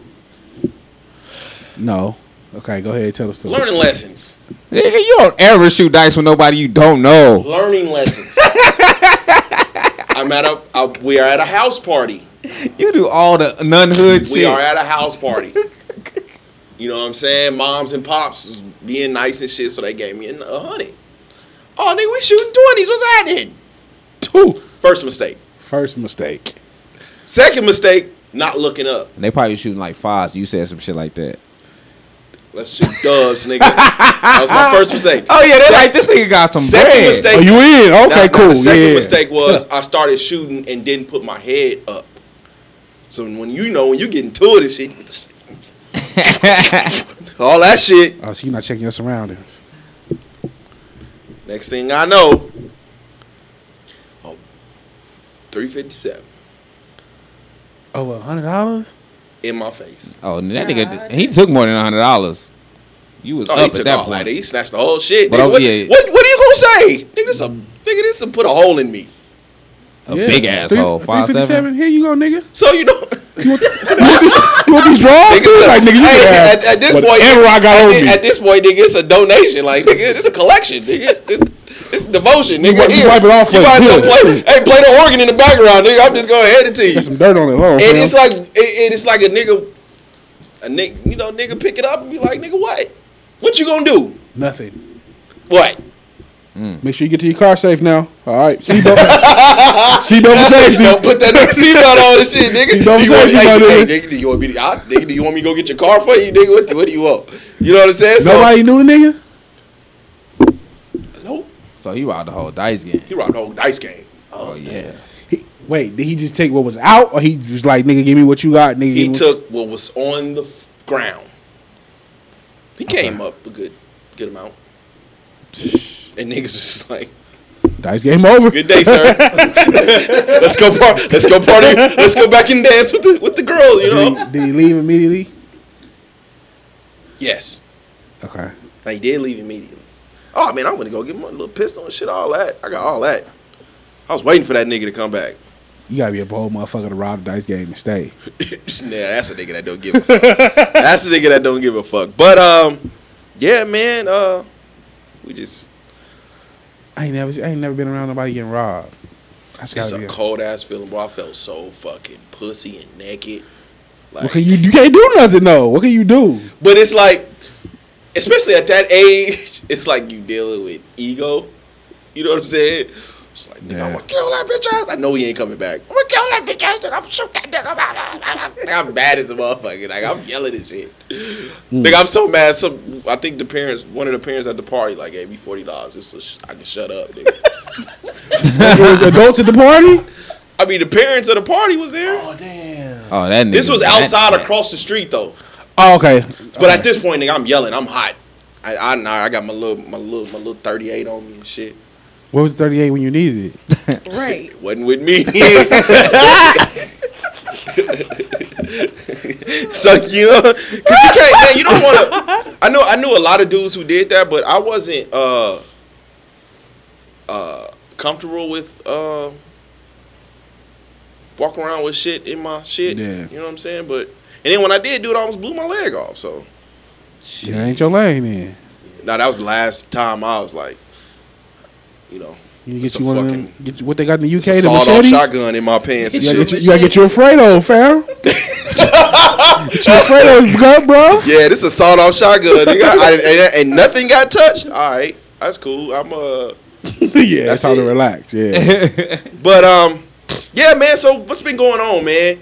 [SPEAKER 6] No. Okay, go ahead. Tell the story.
[SPEAKER 2] Learning lessons.
[SPEAKER 7] Nigga, you don't ever shoot dice with nobody you don't know.
[SPEAKER 2] Learning
[SPEAKER 7] [LAUGHS]
[SPEAKER 2] lessons. I'm at a. I, we are at a house party.
[SPEAKER 7] You do all the nun hood
[SPEAKER 2] We
[SPEAKER 7] shit.
[SPEAKER 2] are at a house party. [LAUGHS] you know what I'm saying? Moms and pops was being nice and shit, so they gave me a hundred. Oh, nigga, we shooting twenties. What's happening?
[SPEAKER 6] Two.
[SPEAKER 2] First mistake.
[SPEAKER 6] First mistake.
[SPEAKER 2] Second mistake. Not looking up.
[SPEAKER 7] And they probably shooting like fives. You said some shit like that.
[SPEAKER 2] Let's shoot dubs, nigga. That was my first
[SPEAKER 6] [LAUGHS]
[SPEAKER 2] mistake.
[SPEAKER 7] Oh yeah, they like this nigga got some
[SPEAKER 2] Second
[SPEAKER 7] bread.
[SPEAKER 2] mistake.
[SPEAKER 6] Oh, you in?
[SPEAKER 2] Now-
[SPEAKER 6] Okay,
[SPEAKER 2] now
[SPEAKER 6] cool.
[SPEAKER 2] the second
[SPEAKER 6] yeah. [LAUGHS]
[SPEAKER 2] mistake was I started shooting and didn't put my head up. So when you know when you get into it and shit, you get
[SPEAKER 6] [LAUGHS]
[SPEAKER 2] the- [LAUGHS] all that shit.
[SPEAKER 6] Oh, so you're not checking your surroundings.
[SPEAKER 2] Next thing I know, oh, 357
[SPEAKER 6] Oh, a hundred dollars?
[SPEAKER 2] in my face.
[SPEAKER 7] Oh, and that nigga, he took more than hundred dollars. You was
[SPEAKER 2] Oh, he
[SPEAKER 7] up at
[SPEAKER 2] took
[SPEAKER 7] that
[SPEAKER 2] all that.
[SPEAKER 7] point.
[SPEAKER 2] He snatched the whole shit.
[SPEAKER 7] But
[SPEAKER 2] Nigga,
[SPEAKER 7] oh,
[SPEAKER 2] what,
[SPEAKER 7] yeah.
[SPEAKER 2] what, what are you gonna say, nigga? This a
[SPEAKER 6] Mm.
[SPEAKER 2] nigga. This will put a hole in me.
[SPEAKER 7] A big asshole. Five seven.
[SPEAKER 6] Here you go, [LAUGHS] nigga.
[SPEAKER 2] So you know.
[SPEAKER 6] You want, you want these- you want these draws?
[SPEAKER 2] Nigga, look,
[SPEAKER 6] like nigga, you
[SPEAKER 2] hey,
[SPEAKER 6] can have
[SPEAKER 2] at, at this point,
[SPEAKER 6] whatever I got
[SPEAKER 2] at
[SPEAKER 6] on
[SPEAKER 2] thi-
[SPEAKER 6] me.
[SPEAKER 2] At this point, nigga, it's a donation. Like, nigga, it's a
[SPEAKER 6] [LAUGHS]
[SPEAKER 2] collection. Nigga, it's, it's devotion. Nigga,
[SPEAKER 6] wipe- you
[SPEAKER 2] Here,
[SPEAKER 6] wipe it off
[SPEAKER 2] You
[SPEAKER 6] for
[SPEAKER 2] might as well
[SPEAKER 6] good.
[SPEAKER 2] play. Hey, play the organ in the background, nigga. I'm just gonna hand it to you.
[SPEAKER 6] Got some dirt on it. Hold on,
[SPEAKER 2] And
[SPEAKER 6] fam.
[SPEAKER 2] it's like, it, it- it's like a nigga, a nigga, you know, nigga, pick it up and be like, nigga, what? What you gonna do?
[SPEAKER 6] nothing.
[SPEAKER 2] What?
[SPEAKER 6] Make sure you get to your car safe now. All right,
[SPEAKER 2] [LAUGHS]
[SPEAKER 6] seatbelt. seatbelt
[SPEAKER 2] You know, [LAUGHS]
[SPEAKER 6] safety.
[SPEAKER 2] put that nigga seatbelt on and [LAUGHS] shit, nigga.
[SPEAKER 6] Seatbelt
[SPEAKER 2] you want,
[SPEAKER 6] safety, my
[SPEAKER 2] hey, hey,
[SPEAKER 6] nigga.
[SPEAKER 2] nigga, do you want me to, I, nigga, do you want me to go get your car for you, nigga? What, the- what do you want? You know what I'm saying? So,
[SPEAKER 6] Nobody knew the nigga.
[SPEAKER 2] nope.
[SPEAKER 7] So he robbed the whole dice game.
[SPEAKER 2] He robbed the whole dice game.
[SPEAKER 7] Oh yeah.
[SPEAKER 6] He, wait, did he just take what was out, or he was like, "Nigga, give me what you got, nigga"? give
[SPEAKER 2] He
[SPEAKER 6] me-
[SPEAKER 2] took what was on the f- ground. He came up a good good [SIGHS] amount. And niggas was just like,
[SPEAKER 6] dice game over.
[SPEAKER 2] "Good day, sir. [LAUGHS] let's go party. Let's go party. Let's go back and dance with the with the girl." You
[SPEAKER 6] Did
[SPEAKER 2] know?
[SPEAKER 6] he, did he leave immediately?
[SPEAKER 2] Yes.
[SPEAKER 6] Okay.
[SPEAKER 2] Now he did leave immediately. Oh man, I went to go get my little pistol and shit, all that. I got all that. I was waiting for that nigga to come back. [LAUGHS]
[SPEAKER 6] You gotta be a bold motherfucker to rob the dice game and stay.
[SPEAKER 2] nah, that's a nigga that don't give a [LAUGHS] fuck. that's a nigga that don't give a fuck. But um, yeah, man. Uh, we just
[SPEAKER 6] I ain't never, I ain't never been around nobody getting robbed. That's
[SPEAKER 2] It's
[SPEAKER 6] gotta
[SPEAKER 2] a
[SPEAKER 6] be. A,
[SPEAKER 2] cold ass feeling, bro. I felt so fucking pussy and naked.
[SPEAKER 6] what
[SPEAKER 2] Like,
[SPEAKER 6] can you, you can't do nothing though. What can you [LAUGHS] do?
[SPEAKER 2] but it's like, especially at that age, [LAUGHS] it's like you dealing with ego. You know what I'm saying? It's like, nigga, I'm
[SPEAKER 6] Yeah.
[SPEAKER 2] gonna kill that bitch ass. I know he ain't coming back. I'm gonna kill that bitch ass. Nigga. I'm gonna shoot that nigga. I'm mad as a motherfucker. Like I'm yelling and shit. Nigga, I'm so mad. Some, I think the parents, one of the parents at the party, like gave me forty dollars just so sh- I can shut up. Nigga.
[SPEAKER 6] Like, there was adults at the party.
[SPEAKER 2] I mean, the parents of the party was there.
[SPEAKER 7] Oh that. Nigga,
[SPEAKER 2] this was
[SPEAKER 7] that-
[SPEAKER 2] outside across the street though.
[SPEAKER 6] Oh, okay.
[SPEAKER 2] But at this point, nigga, I'm yelling. I'm hot. I, I nah, I got my little my little my little 38 on me and shit.
[SPEAKER 6] What was thirty eight when you needed [LAUGHS] it?
[SPEAKER 3] [LAUGHS] Right.
[SPEAKER 2] It wasn't with
[SPEAKER 6] [LAUGHS]
[SPEAKER 2] me. so you know, 'cause you can't, man, you don't want to. I know I knew a lot of dudes who did that, but I wasn't uh uh comfortable with uh walking around with shit in my shit.
[SPEAKER 6] Yeah.
[SPEAKER 2] You know what I'm saying? But and then when I did do it, I almost blew my leg off. So.
[SPEAKER 6] Shit, ain't your lane then.
[SPEAKER 2] No, that was the last time I was like, you know,
[SPEAKER 6] You
[SPEAKER 2] it's a
[SPEAKER 6] get you one of them.
[SPEAKER 2] fucking
[SPEAKER 6] Get you, what they got in the
[SPEAKER 2] it's a
[SPEAKER 6] UK? The
[SPEAKER 2] sawed-off
[SPEAKER 6] machetes.
[SPEAKER 2] shotgun in my pants and
[SPEAKER 6] You gotta,
[SPEAKER 2] shit.
[SPEAKER 6] get you, you gotta get you a
[SPEAKER 2] [LAUGHS]
[SPEAKER 6] Fredo, fam. get you a Fredo gun, bro.
[SPEAKER 2] Yeah, this is a sawed-off shotgun. nigga. I, and, and nothing got touched. All right, that's cool. I'm uh,
[SPEAKER 6] [LAUGHS] yeah,
[SPEAKER 2] That's
[SPEAKER 6] it's time to
[SPEAKER 2] it.
[SPEAKER 6] relax. Yeah.
[SPEAKER 3] [LAUGHS]
[SPEAKER 2] but um, yeah, man. So what's been going on, man?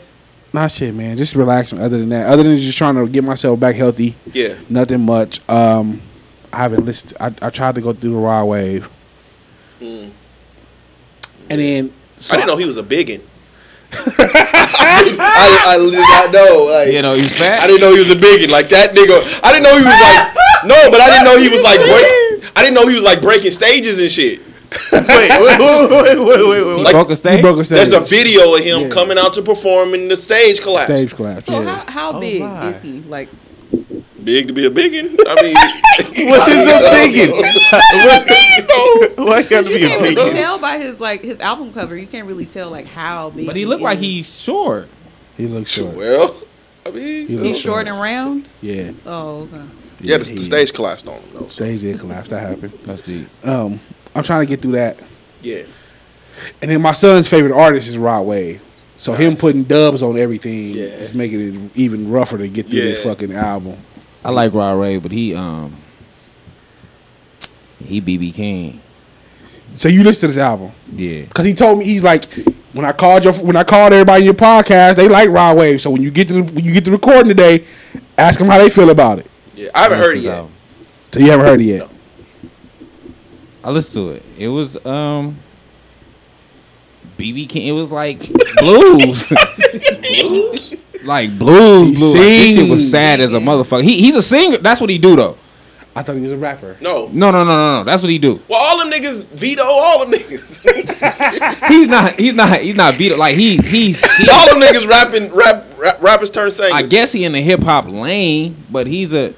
[SPEAKER 6] nah, shit, man. Just relaxing. Other than that, other than just trying to get myself back healthy.
[SPEAKER 2] Yeah,
[SPEAKER 6] Nothing much. Um, I haven't listened. I, I tried to go through the raw wave, and then
[SPEAKER 2] Mm.
[SPEAKER 6] so
[SPEAKER 2] I didn't know he was a biggin. [LAUGHS] I, didn't- I, I did not know. Like,
[SPEAKER 7] You know he's fat.
[SPEAKER 2] I didn't know he was a biggin like that nigga. I didn't know he was like no, but I didn't know he was like break, I didn't know he was like breaking stages and shit.
[SPEAKER 8] [LAUGHS] wait, wait, wait, wait, wait, wait.
[SPEAKER 7] He
[SPEAKER 8] wait.
[SPEAKER 2] like,
[SPEAKER 7] broke a
[SPEAKER 6] he
[SPEAKER 7] stage.
[SPEAKER 6] broke a stage.
[SPEAKER 2] There's a video of him
[SPEAKER 6] Yeah.
[SPEAKER 2] coming out to perform and the stage collapse.
[SPEAKER 6] stage collapse.
[SPEAKER 3] So
[SPEAKER 6] yeah.
[SPEAKER 3] how, how
[SPEAKER 8] Oh,
[SPEAKER 3] big
[SPEAKER 8] my.
[SPEAKER 3] is he? Like
[SPEAKER 2] Big to be a biggin. I mean,
[SPEAKER 8] [LAUGHS] What is a biggin? Why got to
[SPEAKER 3] you
[SPEAKER 8] be a
[SPEAKER 3] can't really
[SPEAKER 8] biggin?
[SPEAKER 3] tell by his like his album cover. You can't really tell like how big.
[SPEAKER 7] But he looked like
[SPEAKER 3] is.
[SPEAKER 7] he's short.
[SPEAKER 6] He looks
[SPEAKER 2] [LAUGHS]
[SPEAKER 6] short.
[SPEAKER 2] Well, I mean,
[SPEAKER 6] He
[SPEAKER 2] so-
[SPEAKER 3] He's
[SPEAKER 6] looks-
[SPEAKER 3] short and round.
[SPEAKER 6] Yeah.
[SPEAKER 3] Oh, okay.
[SPEAKER 2] Yeah, the, the stage collapsed on him though. so,
[SPEAKER 6] Stage did collapse. That happened.
[SPEAKER 7] That's deep.
[SPEAKER 6] Um, I'm trying to get through that.
[SPEAKER 2] Yeah,
[SPEAKER 6] And then my son's favorite artist is Rod Wave. So him putting dubs on everything
[SPEAKER 2] Yeah.
[SPEAKER 6] is making it even rougher to get through this
[SPEAKER 2] Yeah.
[SPEAKER 6] fucking album.
[SPEAKER 7] I like Rod Ray, but he um he BB King.
[SPEAKER 6] So you listen to this album
[SPEAKER 7] Yeah.
[SPEAKER 6] because he told me he's like, when I called your when I called everybody in your podcast, they like Rod Wave. So when you get to the, when you get to recording today, ask them how they feel about it.
[SPEAKER 2] yeah. I haven't
[SPEAKER 7] That's
[SPEAKER 2] heard it
[SPEAKER 7] his
[SPEAKER 2] yet.
[SPEAKER 7] album.
[SPEAKER 6] So you haven't heard it yet.
[SPEAKER 7] I listened to it. It was um BB King. It was like blues. [LAUGHS] Like blues,
[SPEAKER 6] He
[SPEAKER 7] blues. Like, this shit was
[SPEAKER 6] sings.
[SPEAKER 7] sad as a motherfucker. He, he's a singer. That's what he do though.
[SPEAKER 6] I thought he was a rapper.
[SPEAKER 2] No.
[SPEAKER 7] No, no, no, no, no. That's what he do.
[SPEAKER 2] [LAUGHS] Well, all them niggas veto all them niggas. [LAUGHS]
[SPEAKER 7] He's not. He's not. He's not beat. Like he. He's. He,
[SPEAKER 2] all them niggas rapping rap, rap rappers turn singers.
[SPEAKER 7] I guess he in the hip hop lane, but he's a.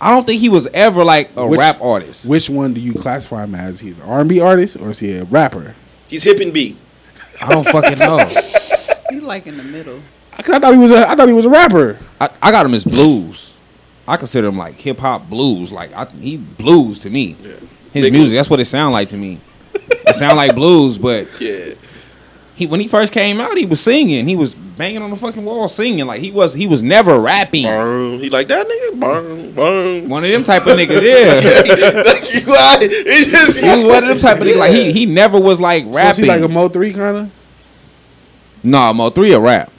[SPEAKER 7] I don't think he was ever like a
[SPEAKER 6] Which-
[SPEAKER 7] rap artist.
[SPEAKER 6] Which one do you classify him as? He's an R&B artist or is he a rapper?
[SPEAKER 2] He's hip and beat.
[SPEAKER 7] I don't fucking know.
[SPEAKER 3] You like in the middle.
[SPEAKER 6] 'Cause I thought he was a I thought he was a rapper.
[SPEAKER 7] [LAUGHS] I, I got him as blues. I consider him like hip hop blues. Like I, he blues to me. His
[SPEAKER 2] Nigga.
[SPEAKER 7] music, that's what it sound like to me. It sound like blues, but
[SPEAKER 2] Yeah.
[SPEAKER 7] he when he first came out, he was singing. He was banging on the fucking wall singing. Like he was he was never rapping.
[SPEAKER 2] Burn. He like that nigga. Burn.
[SPEAKER 7] [LAUGHS]
[SPEAKER 2] Burn. [LAUGHS]
[SPEAKER 7] One of them type of
[SPEAKER 6] [LAUGHS]
[SPEAKER 7] niggas, yeah.
[SPEAKER 2] That's why it just
[SPEAKER 7] He was one of them type of niggas. Like he he never was like
[SPEAKER 6] So is he
[SPEAKER 7] rapping.
[SPEAKER 6] like a Mo three kind of?
[SPEAKER 7] no, Mo three a rap.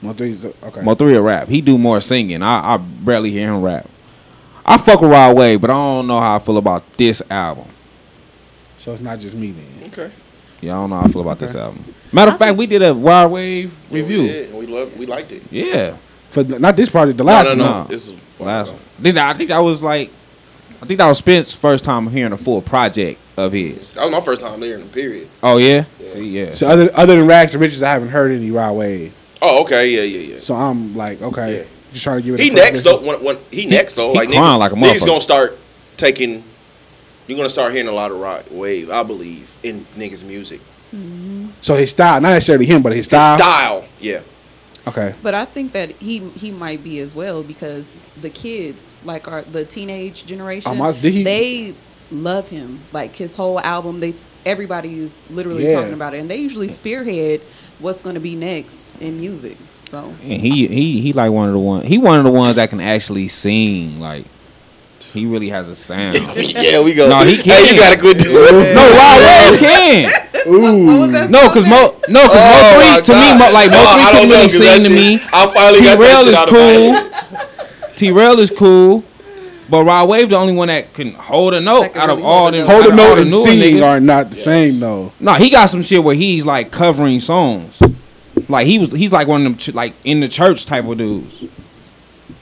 [SPEAKER 6] Mo three's okay.
[SPEAKER 7] Mo three a rap. He do more singing. I, I barely hear him rap. I fuck with Rod Wave, but I don't know how I feel about this album.
[SPEAKER 6] so it's not just me then.
[SPEAKER 2] Okay.
[SPEAKER 7] Yeah, I don't know how I feel about this album. Matter of fact, we did a wide wave
[SPEAKER 2] We,
[SPEAKER 7] review.
[SPEAKER 2] did, and we loved. We liked it.
[SPEAKER 7] Yeah,
[SPEAKER 6] For the, not this project, the
[SPEAKER 2] No,
[SPEAKER 6] last
[SPEAKER 2] no,
[SPEAKER 6] one.
[SPEAKER 2] no.
[SPEAKER 7] no.
[SPEAKER 2] This is
[SPEAKER 7] last one. Then I think that was like, I think that was Spence's first time hearing a full project of his.
[SPEAKER 2] That was my first time there in the period.
[SPEAKER 7] Oh yeah, see, yeah.
[SPEAKER 6] So other other than Rags and Riches, I haven't heard any Rod Wave.
[SPEAKER 2] Oh, okay. Yeah, yeah, yeah.
[SPEAKER 6] So I'm like, okay,
[SPEAKER 2] Yeah.
[SPEAKER 6] just trying to give it.
[SPEAKER 2] He
[SPEAKER 6] a first
[SPEAKER 2] next though.
[SPEAKER 6] listen.
[SPEAKER 2] When, when he next though,
[SPEAKER 7] he
[SPEAKER 2] like
[SPEAKER 7] crying
[SPEAKER 2] niggas,
[SPEAKER 7] like a
[SPEAKER 2] niggas
[SPEAKER 7] motherfucker.
[SPEAKER 2] gonna start taking. You're gonna start hearing a lot of rock wave, I believe, in niggas' music.
[SPEAKER 6] So his style, not necessarily him, but his
[SPEAKER 2] His
[SPEAKER 6] style.
[SPEAKER 2] style, yeah. [LAUGHS]
[SPEAKER 6] Okay,
[SPEAKER 3] But I think that he he might be as well because the kids, like our the teenage generation,
[SPEAKER 6] Um, I- did he-
[SPEAKER 3] they love him. Like his whole album, they everybody is literally
[SPEAKER 6] Yeah.
[SPEAKER 3] talking about it, and they usually spearhead what's going to be next in music. So
[SPEAKER 7] And he he he like one of the one. He one of the ones that can actually sing. Like he really has a sound.
[SPEAKER 2] yeah, we go.
[SPEAKER 7] No, he
[SPEAKER 2] Hey,
[SPEAKER 7] can't.
[SPEAKER 2] you gotta quit doing it.
[SPEAKER 7] no, Rod Wave can.
[SPEAKER 3] what was that?
[SPEAKER 7] No,
[SPEAKER 3] song
[SPEAKER 7] cause
[SPEAKER 3] that-
[SPEAKER 7] Mo no, cause
[SPEAKER 2] Oh, my
[SPEAKER 7] Mo three to me
[SPEAKER 2] God.
[SPEAKER 7] Mo, like Mo
[SPEAKER 2] Oh, I don't
[SPEAKER 7] three can
[SPEAKER 2] know,
[SPEAKER 7] really
[SPEAKER 2] 'cause that
[SPEAKER 7] sing to
[SPEAKER 2] shit-
[SPEAKER 7] me.
[SPEAKER 2] I finally got that
[SPEAKER 7] T-Rail
[SPEAKER 2] shit
[SPEAKER 7] is
[SPEAKER 2] out of my head.
[SPEAKER 7] cool. T-Rail is cool. But Rod Wave the only one that can hold a note
[SPEAKER 3] can
[SPEAKER 7] out of
[SPEAKER 3] really
[SPEAKER 7] all
[SPEAKER 3] hold a
[SPEAKER 7] them.
[SPEAKER 3] note.
[SPEAKER 6] hold
[SPEAKER 7] out
[SPEAKER 6] a
[SPEAKER 7] of all
[SPEAKER 6] note
[SPEAKER 7] the
[SPEAKER 6] and
[SPEAKER 7] newer
[SPEAKER 6] singing
[SPEAKER 7] niggas.
[SPEAKER 6] are not the same though. [LAUGHS]
[SPEAKER 7] No, he got some shit where he's like covering songs. Like he was, he's like one of them ch- like in the church type of dudes.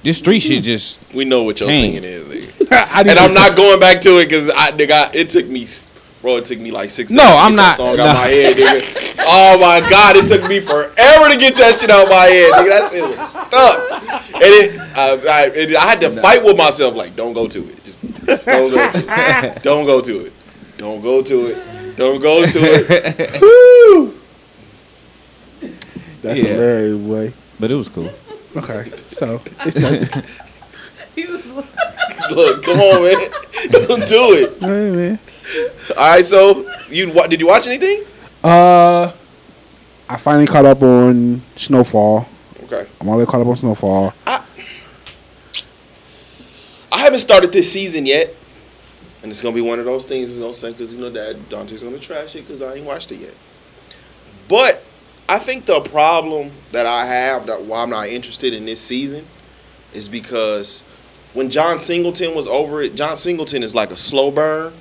[SPEAKER 7] This street shit just
[SPEAKER 2] We know what your
[SPEAKER 7] Dang.
[SPEAKER 2] singing is, nigga.
[SPEAKER 6] I
[SPEAKER 2] and
[SPEAKER 6] didn't-
[SPEAKER 2] I'm not going back to it because I, nigga, I- it took me, s- bro, it took me like six.
[SPEAKER 7] No,
[SPEAKER 2] days to
[SPEAKER 7] I'm
[SPEAKER 2] get that
[SPEAKER 7] not-
[SPEAKER 2] Song
[SPEAKER 7] no.
[SPEAKER 2] out my head, nigga. Oh my god, it took me forever to get that shit out my head, nigga. That shit was stuck, and it, I, I, and I had to fight with myself, like, don't go to it, just don't go to
[SPEAKER 7] [LAUGHS]
[SPEAKER 2] it, don't go to it, don't go to it, don't go to it.
[SPEAKER 6] That's
[SPEAKER 7] Yeah.
[SPEAKER 6] hilarious, boy.
[SPEAKER 7] but it was cool.
[SPEAKER 6] Okay,
[SPEAKER 2] [LAUGHS]
[SPEAKER 6] so it's not,
[SPEAKER 3] He was like-
[SPEAKER 2] Look, come on, man, [LAUGHS] don't do it.
[SPEAKER 6] Hey, man.
[SPEAKER 2] All right, so you wa- did you watch anything?
[SPEAKER 6] Uh, I finally caught up on Snowfall.
[SPEAKER 2] Okay.
[SPEAKER 6] I'm already caught up on Snowfall.
[SPEAKER 2] I haven't started this season yet, and it's gonna be one of those things. It's gonna say because you know that Dante's gonna trash it because I ain't watched it yet. But I think the problem that I have that why I'm not interested in this season is because when John Singleton was over it, John Singleton is like a slow burn.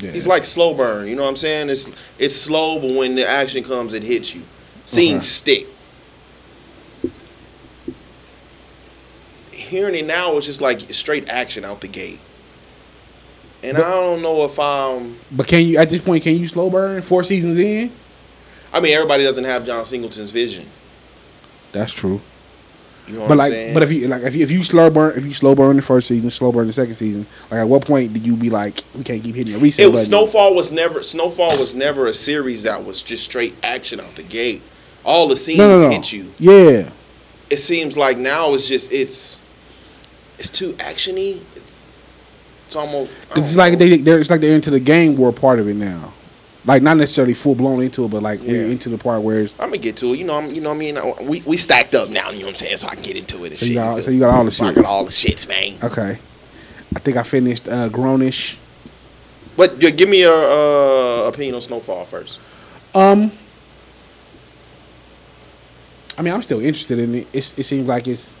[SPEAKER 2] He's like slow burn. You know what I'm saying? It's it's slow, but when the action comes, it hits you. Scenes stick. Hearing it now is just like straight action out the gate. And I don't know if I'm.
[SPEAKER 6] But can you at this point can you slow burn four seasons in?
[SPEAKER 2] I mean, everybody doesn't have John Singleton's vision.
[SPEAKER 6] That's true.
[SPEAKER 2] You know what
[SPEAKER 6] But
[SPEAKER 2] I'm
[SPEAKER 6] like,
[SPEAKER 2] saying?
[SPEAKER 6] but if you like, if you, if you slow burn, if you slow burn the first season, slow burn the second season, like at what point did you be like, we can't keep hitting the reset
[SPEAKER 2] it was
[SPEAKER 6] button?
[SPEAKER 2] Snowfall was never Snowfall was never a series that was just straight action out the gate. All the scenes
[SPEAKER 6] No, no, no.
[SPEAKER 2] hit you.
[SPEAKER 6] Yeah,
[SPEAKER 2] It seems like now it's just it's it's too actiony. It's almost. I don't
[SPEAKER 6] It's like
[SPEAKER 2] know.
[SPEAKER 6] they they're it's like they're into the gang war part of it now. Like not necessarily full blown into it, but like we're
[SPEAKER 2] Yeah.
[SPEAKER 6] into the part where it's
[SPEAKER 2] I'm gonna get to it. You know, I'm, you know what I mean? I- We, we stacked up now, you know what I'm saying? So I can get into it and
[SPEAKER 6] So
[SPEAKER 2] shit.
[SPEAKER 6] you got- so you got all the
[SPEAKER 2] I
[SPEAKER 6] shits. Uh,
[SPEAKER 2] got all the shits, man.
[SPEAKER 6] okay. I think I finished uh Grownish.
[SPEAKER 2] But yeah, give me your uh, opinion on Snowfall first.
[SPEAKER 6] Um I mean I'm still interested in it. It's, it seems like it's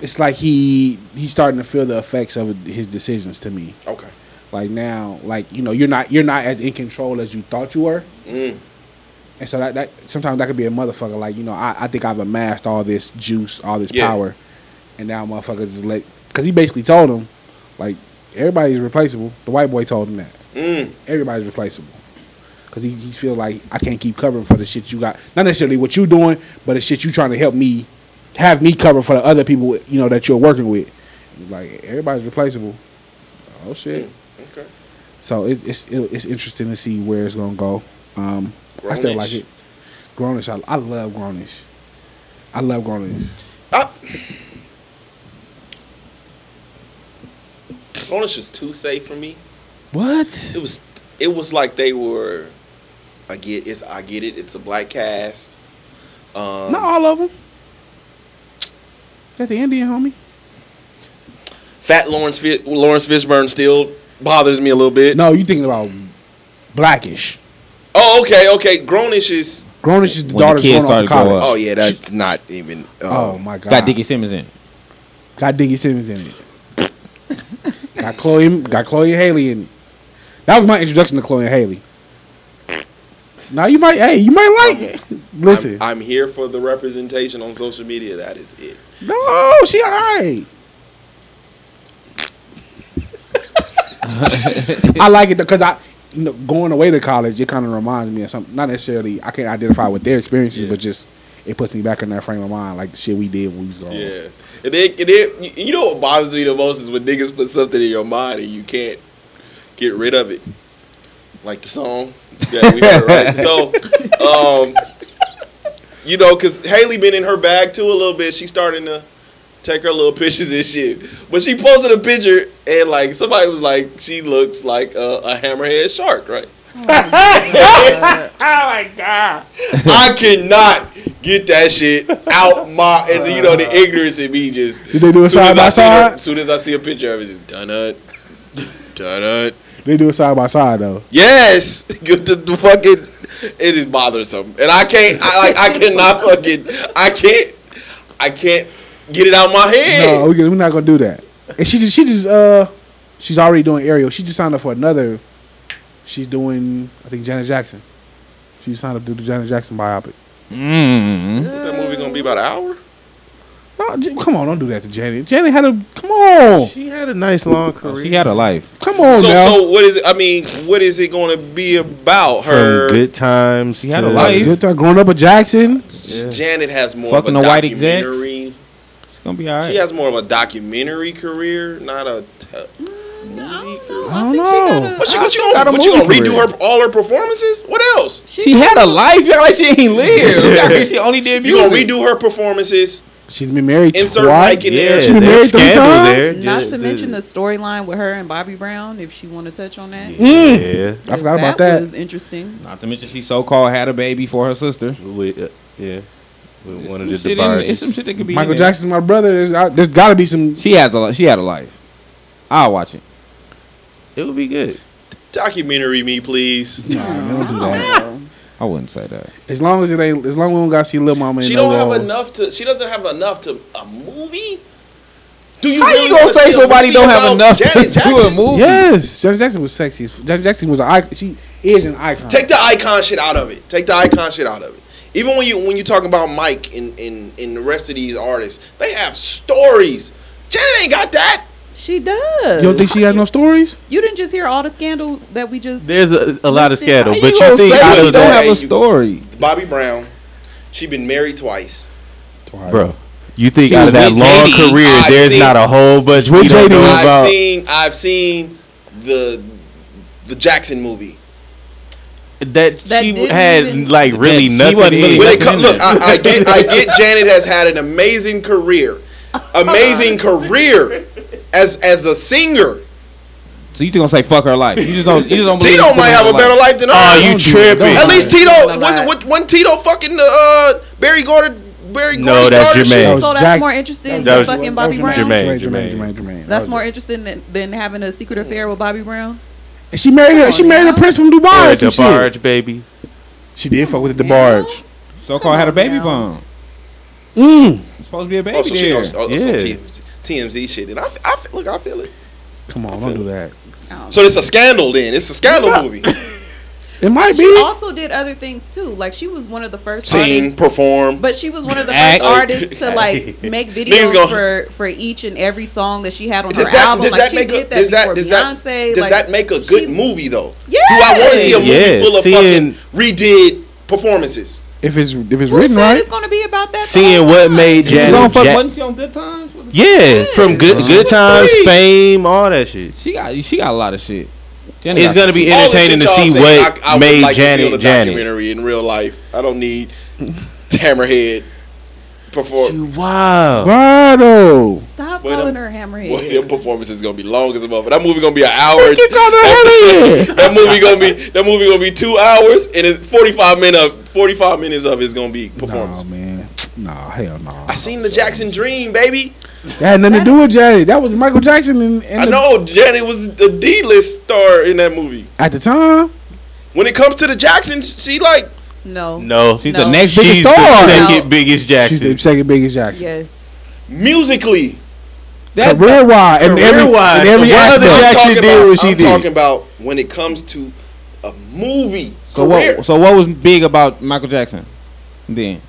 [SPEAKER 6] it's like he he's starting to feel the effects of his decisions to me.
[SPEAKER 2] Okay.
[SPEAKER 6] Like now, like you know, you're not you're not as in control as you thought you were.
[SPEAKER 2] Mm.
[SPEAKER 6] And so that, that sometimes that could be a motherfucker. Like you know, I, I think I've amassed all this juice, all this
[SPEAKER 2] Yeah.
[SPEAKER 6] power, and now motherfuckers is let because he basically told him, like everybody's replaceable. The white boy told him that
[SPEAKER 2] Mm.
[SPEAKER 6] everybody's replaceable because he, he feel like I can't keep covering for the shit you got. Not necessarily what you doing, but the shit you trying to help me have me cover for the other people you know that you're working with. Like everybody's replaceable. Oh
[SPEAKER 2] Mm.
[SPEAKER 6] shit.
[SPEAKER 2] Okay.
[SPEAKER 6] So it, it's it, it's interesting to see where it's gonna go. Um, I still
[SPEAKER 2] Grownish.
[SPEAKER 6] like it. Grownish, I, I love Grownish. I love Grownish.
[SPEAKER 2] Ah. Bonus was too safe for me.
[SPEAKER 6] What?
[SPEAKER 2] It was it was like they were I get it's I get it, it's a black cast. Um
[SPEAKER 6] Not all of them. Got the Indian homie.
[SPEAKER 2] Fat Lawrence Fi- Lawrence Fishburne still bothers me a little bit.
[SPEAKER 6] No, you thinking about Blackish?
[SPEAKER 2] Oh, okay, okay. Grownish is
[SPEAKER 6] Grownish is the
[SPEAKER 7] When the
[SPEAKER 6] daughter's
[SPEAKER 7] kids
[SPEAKER 6] going off to
[SPEAKER 7] started to grow
[SPEAKER 6] college.
[SPEAKER 7] up.
[SPEAKER 2] Oh yeah, that's not even uh,
[SPEAKER 6] Oh my god!
[SPEAKER 7] Got Dickie Simmons in.
[SPEAKER 6] Got Diggy Simmons in it. got Chloe. Got Chloe Haley in it. That was my introduction to Chloe Haley. Now you might, hey, you might like it. Listen,
[SPEAKER 2] I'm, I'm here for the representation on social media. That is it.
[SPEAKER 6] No, she all right. I like it because I, you know, going away to college, it kind of reminds me of something. Not necessarily, I can't identify with their experiences,
[SPEAKER 2] Yeah.
[SPEAKER 6] but just it puts me back in that frame of mind, like the shit we did when we was growing. up.
[SPEAKER 2] Yeah, and then, and then you- you know what bothers me the most is when niggas put something in your mind and you can't get rid of it, like the song that we heard. Right? So, um, you know, because Haley been in her bag too a little bit. She's starting to take her little [LAUGHS] pictures and shit. But she posted a picture and like somebody was like, she looks like a, a hammerhead shark, right? [LAUGHS] I cannot get that shit out my and you know the ignorance in me just.
[SPEAKER 6] Did they do it
[SPEAKER 2] soon as
[SPEAKER 6] side by
[SPEAKER 2] I see her-
[SPEAKER 6] side?
[SPEAKER 2] soon as I see a picture of it, it's just donut, donut.
[SPEAKER 6] They do it side by side though.
[SPEAKER 2] Yes, [LAUGHS] Get the, the fucking it is bothersome, and I can't. I like I cannot fucking. I can't. I can't get it out my head.
[SPEAKER 6] No, we can, we're not gonna do that. And she just, she just, uh, she's already doing Ariel. She just signed up for another. She's doing, I think Janet Jackson. She just signed up to do the Janet Jackson biopic.
[SPEAKER 7] Mm.
[SPEAKER 2] That movie gonna be about an hour.
[SPEAKER 6] No, j- come on, don't do that to Janet. Janet had a come on,
[SPEAKER 4] She had a nice long
[SPEAKER 7] Oh,
[SPEAKER 4] career.
[SPEAKER 7] she had a life.
[SPEAKER 6] come on
[SPEAKER 2] So,
[SPEAKER 6] now.
[SPEAKER 2] so what is it? I mean, what is it gonna be about? Her
[SPEAKER 4] From good times.
[SPEAKER 7] She had
[SPEAKER 4] to-
[SPEAKER 7] a life.
[SPEAKER 6] Good time growing up with Jackson.
[SPEAKER 2] Janet has more
[SPEAKER 7] Fucking
[SPEAKER 2] of
[SPEAKER 7] the
[SPEAKER 2] a
[SPEAKER 7] white execs.
[SPEAKER 2] documentary.
[SPEAKER 7] It's gonna be all right.
[SPEAKER 2] She has more of a documentary career, not a te- movie career.
[SPEAKER 6] I
[SPEAKER 3] I
[SPEAKER 6] don't
[SPEAKER 3] think
[SPEAKER 6] know.
[SPEAKER 3] she got a,
[SPEAKER 2] What she, what you
[SPEAKER 6] got a
[SPEAKER 2] gonna, what you gonna
[SPEAKER 6] movie
[SPEAKER 2] redo
[SPEAKER 6] career.
[SPEAKER 2] her all her performances? What else?
[SPEAKER 7] She had a life. Y'all like she
[SPEAKER 2] [LAUGHS]
[SPEAKER 7] ain't live. Y'all think she only did
[SPEAKER 2] You gonna
[SPEAKER 7] music.
[SPEAKER 2] redo her performances?
[SPEAKER 6] She's been married
[SPEAKER 2] Insert
[SPEAKER 6] twice.
[SPEAKER 2] like in
[SPEAKER 4] Yeah,
[SPEAKER 2] there.
[SPEAKER 6] She been
[SPEAKER 4] there's
[SPEAKER 6] married three
[SPEAKER 4] scandal
[SPEAKER 6] times?
[SPEAKER 4] there.
[SPEAKER 3] Not
[SPEAKER 4] Just-
[SPEAKER 3] to mention the storyline with her and Bobby Brown, if she want to touch on that.
[SPEAKER 4] Yeah.
[SPEAKER 6] I forgot about that.
[SPEAKER 3] was interesting.
[SPEAKER 7] Not to mention she so called had a baby for her sister.
[SPEAKER 4] We, uh, yeah. We wanted
[SPEAKER 7] It's some,
[SPEAKER 4] to
[SPEAKER 7] shit in-
[SPEAKER 4] debar.
[SPEAKER 7] it's some shit that could be.
[SPEAKER 6] Michael
[SPEAKER 7] in there.
[SPEAKER 6] Jackson's my brother. There's, I, there's got to be some.
[SPEAKER 7] She has a li- she had a life. I'll watch it.
[SPEAKER 4] It would be good.
[SPEAKER 2] Documentary me, please.
[SPEAKER 6] Nah, man, don't do that.
[SPEAKER 7] I wouldn't say that.
[SPEAKER 6] As long as it ain't, as long as we don't got to see Lil Mama. in
[SPEAKER 2] She
[SPEAKER 6] no
[SPEAKER 2] don't have
[SPEAKER 6] roles.
[SPEAKER 2] enough to. She doesn't have enough to a movie. Do you?
[SPEAKER 7] How
[SPEAKER 2] really
[SPEAKER 7] you gonna
[SPEAKER 2] wanna see
[SPEAKER 7] say
[SPEAKER 2] a
[SPEAKER 7] somebody
[SPEAKER 2] movie
[SPEAKER 7] don't have
[SPEAKER 2] about
[SPEAKER 7] enough
[SPEAKER 2] Janet
[SPEAKER 7] to do a
[SPEAKER 2] Jackson?
[SPEAKER 7] movie?
[SPEAKER 6] Yes, Janet Jackson was sexy. as f- Janet Jackson was an icon. She is an icon.
[SPEAKER 2] Take the icon shit out of it. Take the icon shit out of it. Even when you when you talk about Mike and and, and the rest of these artists, they have stories. Janet ain't got that.
[SPEAKER 3] She
[SPEAKER 6] you
[SPEAKER 3] does.
[SPEAKER 6] don't think she has no stories?
[SPEAKER 3] you didn't just hear all the scandal that we just.
[SPEAKER 4] There's a, a lot of
[SPEAKER 3] Listen,
[SPEAKER 4] scandal,
[SPEAKER 7] How
[SPEAKER 4] but
[SPEAKER 7] gonna
[SPEAKER 4] you think
[SPEAKER 7] say
[SPEAKER 2] out
[SPEAKER 7] she
[SPEAKER 2] of
[SPEAKER 4] out
[SPEAKER 7] don't
[SPEAKER 2] that-
[SPEAKER 7] have a story?
[SPEAKER 2] Bobby Brown. She been married twice.
[SPEAKER 6] Twice.
[SPEAKER 4] bro? You think
[SPEAKER 7] She
[SPEAKER 4] out
[SPEAKER 7] was
[SPEAKER 4] of that
[SPEAKER 7] with
[SPEAKER 4] long
[SPEAKER 7] JD.
[SPEAKER 4] career,
[SPEAKER 2] I've
[SPEAKER 4] there's
[SPEAKER 2] seen-
[SPEAKER 4] not a whole bunch we
[SPEAKER 6] With
[SPEAKER 4] don't
[SPEAKER 6] JD.
[SPEAKER 4] know
[SPEAKER 2] I've
[SPEAKER 4] about.
[SPEAKER 2] seen I've seen the the Jackson movie.
[SPEAKER 4] that
[SPEAKER 3] That
[SPEAKER 4] she
[SPEAKER 3] didn't
[SPEAKER 4] had
[SPEAKER 3] even-
[SPEAKER 4] like really
[SPEAKER 7] she
[SPEAKER 4] nothing.
[SPEAKER 7] wasn't really
[SPEAKER 4] in.
[SPEAKER 2] When
[SPEAKER 7] nothing.
[SPEAKER 2] it come,
[SPEAKER 7] in
[SPEAKER 2] look,
[SPEAKER 7] there.
[SPEAKER 2] I, I get I get Janet has had an amazing career. amazing career as as a singer.
[SPEAKER 7] So you just gonna say fuck her life? You just don't. You just don't. believe
[SPEAKER 2] Tito
[SPEAKER 7] this
[SPEAKER 2] might
[SPEAKER 7] woman
[SPEAKER 2] have a
[SPEAKER 7] life.
[SPEAKER 2] better life than
[SPEAKER 4] Oh,
[SPEAKER 2] I.
[SPEAKER 4] you
[SPEAKER 2] do.
[SPEAKER 4] tripping?
[SPEAKER 2] At least Tito
[SPEAKER 3] Not
[SPEAKER 2] was
[SPEAKER 3] bad.
[SPEAKER 2] it? What, one Tito fucking uh, Barry Gordy. Barry
[SPEAKER 4] No,
[SPEAKER 2] Gordy
[SPEAKER 4] that's
[SPEAKER 2] daughter
[SPEAKER 4] Jermaine.
[SPEAKER 2] shit?
[SPEAKER 6] That was
[SPEAKER 3] So that's
[SPEAKER 6] Jack-
[SPEAKER 3] more interesting
[SPEAKER 6] that was-
[SPEAKER 3] than
[SPEAKER 6] that was-
[SPEAKER 3] fucking
[SPEAKER 6] that was
[SPEAKER 3] Bobby Brown?
[SPEAKER 6] Jermaine,
[SPEAKER 4] Jermaine,
[SPEAKER 6] Jermaine,
[SPEAKER 4] Jermaine.
[SPEAKER 6] Jermaine, Jermaine.
[SPEAKER 3] That's
[SPEAKER 6] That
[SPEAKER 3] more
[SPEAKER 6] was it.
[SPEAKER 3] interesting than, than having a secret
[SPEAKER 2] Mm.
[SPEAKER 3] affair with Bobby Brown.
[SPEAKER 6] And she married her. She
[SPEAKER 3] Come on
[SPEAKER 6] married a
[SPEAKER 3] now.
[SPEAKER 6] prince from Dubai. or
[SPEAKER 4] Or
[SPEAKER 6] some
[SPEAKER 4] the
[SPEAKER 6] shit.
[SPEAKER 4] barge, baby.
[SPEAKER 6] She did fuck with the
[SPEAKER 3] Yeah.
[SPEAKER 6] barge.
[SPEAKER 7] So called had a baby
[SPEAKER 3] Now.
[SPEAKER 7] bump.
[SPEAKER 6] Mm.
[SPEAKER 7] It's supposed to be a baby
[SPEAKER 2] Oh, so she
[SPEAKER 7] there.
[SPEAKER 2] knows oh, so
[SPEAKER 4] Yeah.
[SPEAKER 2] TMZ, TMZ shit. And I, f- I f- look, I feel it.
[SPEAKER 6] Come on, don't do that.
[SPEAKER 3] I don't
[SPEAKER 2] So it's a scandal. Then it's a scandal
[SPEAKER 3] [LAUGHS]
[SPEAKER 2] movie.
[SPEAKER 6] It might
[SPEAKER 3] She
[SPEAKER 6] be.
[SPEAKER 3] also did other things too. Like she was one of the first
[SPEAKER 2] Sing,
[SPEAKER 3] artists,
[SPEAKER 2] perform.
[SPEAKER 3] but she was one of the
[SPEAKER 7] Act.
[SPEAKER 3] first artists to
[SPEAKER 2] [LAUGHS]
[SPEAKER 3] like make videos
[SPEAKER 2] Niggas gonna-
[SPEAKER 3] for for each and every song that she had on her
[SPEAKER 2] does that,
[SPEAKER 3] album.
[SPEAKER 2] does
[SPEAKER 3] like
[SPEAKER 2] that
[SPEAKER 3] she
[SPEAKER 2] make
[SPEAKER 3] did
[SPEAKER 2] a,
[SPEAKER 3] that
[SPEAKER 2] does that,
[SPEAKER 3] before
[SPEAKER 2] does that,
[SPEAKER 3] Beyonce.
[SPEAKER 2] does
[SPEAKER 3] like,
[SPEAKER 2] that make a good
[SPEAKER 3] she-
[SPEAKER 2] movie though?
[SPEAKER 3] Yeah.
[SPEAKER 2] Do I want to see a movie
[SPEAKER 4] Yeah,
[SPEAKER 2] full of
[SPEAKER 4] seeing-
[SPEAKER 2] fucking redid performances?
[SPEAKER 6] If it's if it's
[SPEAKER 3] Who
[SPEAKER 6] written
[SPEAKER 3] said
[SPEAKER 6] right,
[SPEAKER 3] it's gonna be about that? the
[SPEAKER 4] Seeing
[SPEAKER 3] whole
[SPEAKER 4] what
[SPEAKER 3] time?
[SPEAKER 4] made
[SPEAKER 7] She was on
[SPEAKER 4] Janet.
[SPEAKER 7] fuck,
[SPEAKER 4] Jack-
[SPEAKER 7] wasn't she on Good Times? Was it-
[SPEAKER 4] yeah, from good good times, fame, all that shit.
[SPEAKER 7] She got she got a lot of shit. Janet
[SPEAKER 4] It's
[SPEAKER 7] got
[SPEAKER 4] gonna
[SPEAKER 7] some shit.
[SPEAKER 4] be
[SPEAKER 2] All the shit
[SPEAKER 4] entertaining to
[SPEAKER 2] y'all
[SPEAKER 4] see
[SPEAKER 2] say,
[SPEAKER 4] what
[SPEAKER 2] I, I would
[SPEAKER 4] made
[SPEAKER 2] like to see on
[SPEAKER 4] Janet
[SPEAKER 2] a
[SPEAKER 4] Janet.
[SPEAKER 2] documentary in real life. I don't need
[SPEAKER 4] [LAUGHS]
[SPEAKER 2] Hammerhead perform.
[SPEAKER 4] Wow.
[SPEAKER 6] Rado.
[SPEAKER 3] Stop
[SPEAKER 2] Wait,
[SPEAKER 3] calling
[SPEAKER 2] I'm-
[SPEAKER 3] her hammerhead.
[SPEAKER 2] Boy, their performance is gonna be long as a motherfucker. That movie gonna be an hour.
[SPEAKER 6] You call her hell
[SPEAKER 2] [LAUGHS]
[SPEAKER 6] yeah.
[SPEAKER 2] that movie gonna be that movie gonna be two hours and it's forty five minutes of forty five minutes of it's gonna be performance.
[SPEAKER 6] Nah, man. Nah, hell no. Nah.
[SPEAKER 2] I seen the Jackson Dream, baby.
[SPEAKER 6] That had nothing to do with Janet. That was Michael Jackson and, and
[SPEAKER 2] I know Janet was the D list star in that movie.
[SPEAKER 6] at the time.
[SPEAKER 2] When it comes to the Jacksons, she like
[SPEAKER 3] No.
[SPEAKER 4] No,
[SPEAKER 7] She's
[SPEAKER 3] No.
[SPEAKER 7] the next
[SPEAKER 4] she's
[SPEAKER 7] biggest
[SPEAKER 4] the
[SPEAKER 7] star.
[SPEAKER 4] second
[SPEAKER 3] No.
[SPEAKER 4] biggest
[SPEAKER 6] She's the
[SPEAKER 4] Jackson.
[SPEAKER 6] second biggest Jackson.
[SPEAKER 3] Yes.
[SPEAKER 2] musically.
[SPEAKER 7] That-
[SPEAKER 6] Career wise, and every
[SPEAKER 4] Career-wise,
[SPEAKER 6] and every
[SPEAKER 4] what
[SPEAKER 6] aspect.
[SPEAKER 4] other
[SPEAKER 2] I'm
[SPEAKER 4] Jackson
[SPEAKER 2] talking
[SPEAKER 4] did
[SPEAKER 2] about-
[SPEAKER 4] what she
[SPEAKER 2] I'm
[SPEAKER 4] did.
[SPEAKER 2] talking about when it comes to a movie.
[SPEAKER 7] So
[SPEAKER 2] career.
[SPEAKER 7] what? So what was big about Michael Jackson? Then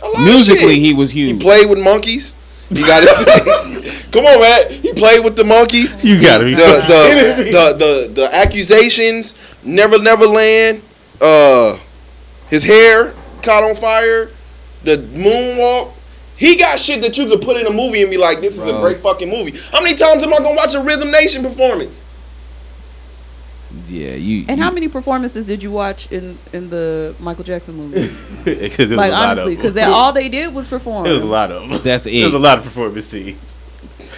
[SPEAKER 2] A lot of
[SPEAKER 7] musically,
[SPEAKER 2] shit.
[SPEAKER 7] he was
[SPEAKER 2] He
[SPEAKER 7] huge.
[SPEAKER 2] played with monkeys. He got his. Come on, man. He played with the monkeys.
[SPEAKER 4] You gotta be
[SPEAKER 2] the the, the the the accusations. Never Never Land. Uh, his hair caught on fire. The moonwalk. He got shit that you could put in a movie and be like, "This is a
[SPEAKER 7] Bro.
[SPEAKER 2] great fucking movie." How many times am I gonna watch a Rhythm Nation performance?
[SPEAKER 7] yeah, you.
[SPEAKER 3] And
[SPEAKER 7] you-
[SPEAKER 3] how many performances did you watch in in the Michael Jackson
[SPEAKER 2] [LAUGHS]
[SPEAKER 3] movie?
[SPEAKER 4] [LAUGHS] 'Cause it was
[SPEAKER 3] like
[SPEAKER 4] a lot
[SPEAKER 3] honestly,
[SPEAKER 4] of 'em.
[SPEAKER 3] because all they did was perform.
[SPEAKER 4] It was a lot of them.
[SPEAKER 7] That's it.
[SPEAKER 4] It was a lot of performances.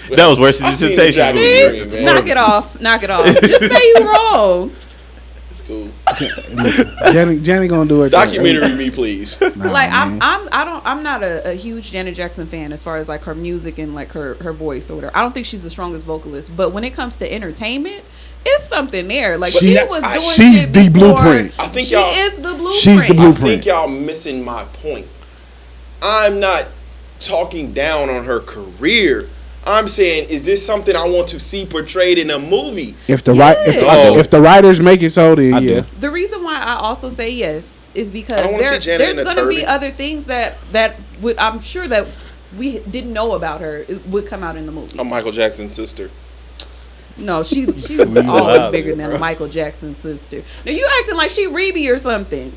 [SPEAKER 4] That was worse than
[SPEAKER 2] I
[SPEAKER 4] the
[SPEAKER 2] seen the
[SPEAKER 4] Temptations.
[SPEAKER 2] Jackson
[SPEAKER 4] movie.
[SPEAKER 2] Three, man.
[SPEAKER 3] Knock it off. Knock
[SPEAKER 2] [LAUGHS]
[SPEAKER 3] it off. Just say you wrong.
[SPEAKER 2] It's cool.
[SPEAKER 6] Janet, Janet gonna do it.
[SPEAKER 2] Documentary me, please.
[SPEAKER 6] Nah,
[SPEAKER 3] like
[SPEAKER 6] man.
[SPEAKER 3] I'm, I'm I don't I'm not a, a huge Janet Jackson fan as far as like her music and like her her voice or whatever. I don't think she's the strongest vocalist, but when it comes to entertainment, it's something there. Like she,
[SPEAKER 2] She-
[SPEAKER 3] was doing
[SPEAKER 2] I-
[SPEAKER 6] she's
[SPEAKER 3] shit
[SPEAKER 6] the
[SPEAKER 3] before-
[SPEAKER 6] blueprint.
[SPEAKER 2] I think
[SPEAKER 3] she
[SPEAKER 2] y'all-
[SPEAKER 3] is the blueprint.
[SPEAKER 6] She's the
[SPEAKER 2] I
[SPEAKER 6] blueprint.
[SPEAKER 2] think y'all missing my point. I'm not talking down on her career. I'm saying, is this something I want to see portrayed in a movie?
[SPEAKER 6] If the
[SPEAKER 3] Yes.
[SPEAKER 6] right, if, the-
[SPEAKER 2] Oh.
[SPEAKER 6] if the writers make it so, then
[SPEAKER 7] I do.
[SPEAKER 6] yeah.
[SPEAKER 3] The reason why I also say yes is
[SPEAKER 2] I
[SPEAKER 3] because
[SPEAKER 2] don't wanna
[SPEAKER 3] there,
[SPEAKER 2] see Janet
[SPEAKER 3] there's
[SPEAKER 2] in a
[SPEAKER 3] going to be
[SPEAKER 2] turban.
[SPEAKER 3] other things that that would I'm sure that we didn't know about her is- would come out in the movie.
[SPEAKER 2] I'm Michael Jackson's sister. [LAUGHS]
[SPEAKER 3] No, she she was
[SPEAKER 4] Leave it
[SPEAKER 3] always
[SPEAKER 4] out,
[SPEAKER 3] bigger
[SPEAKER 4] bro.
[SPEAKER 3] than Michael Jackson's sister. Now you acting like she Reby or something.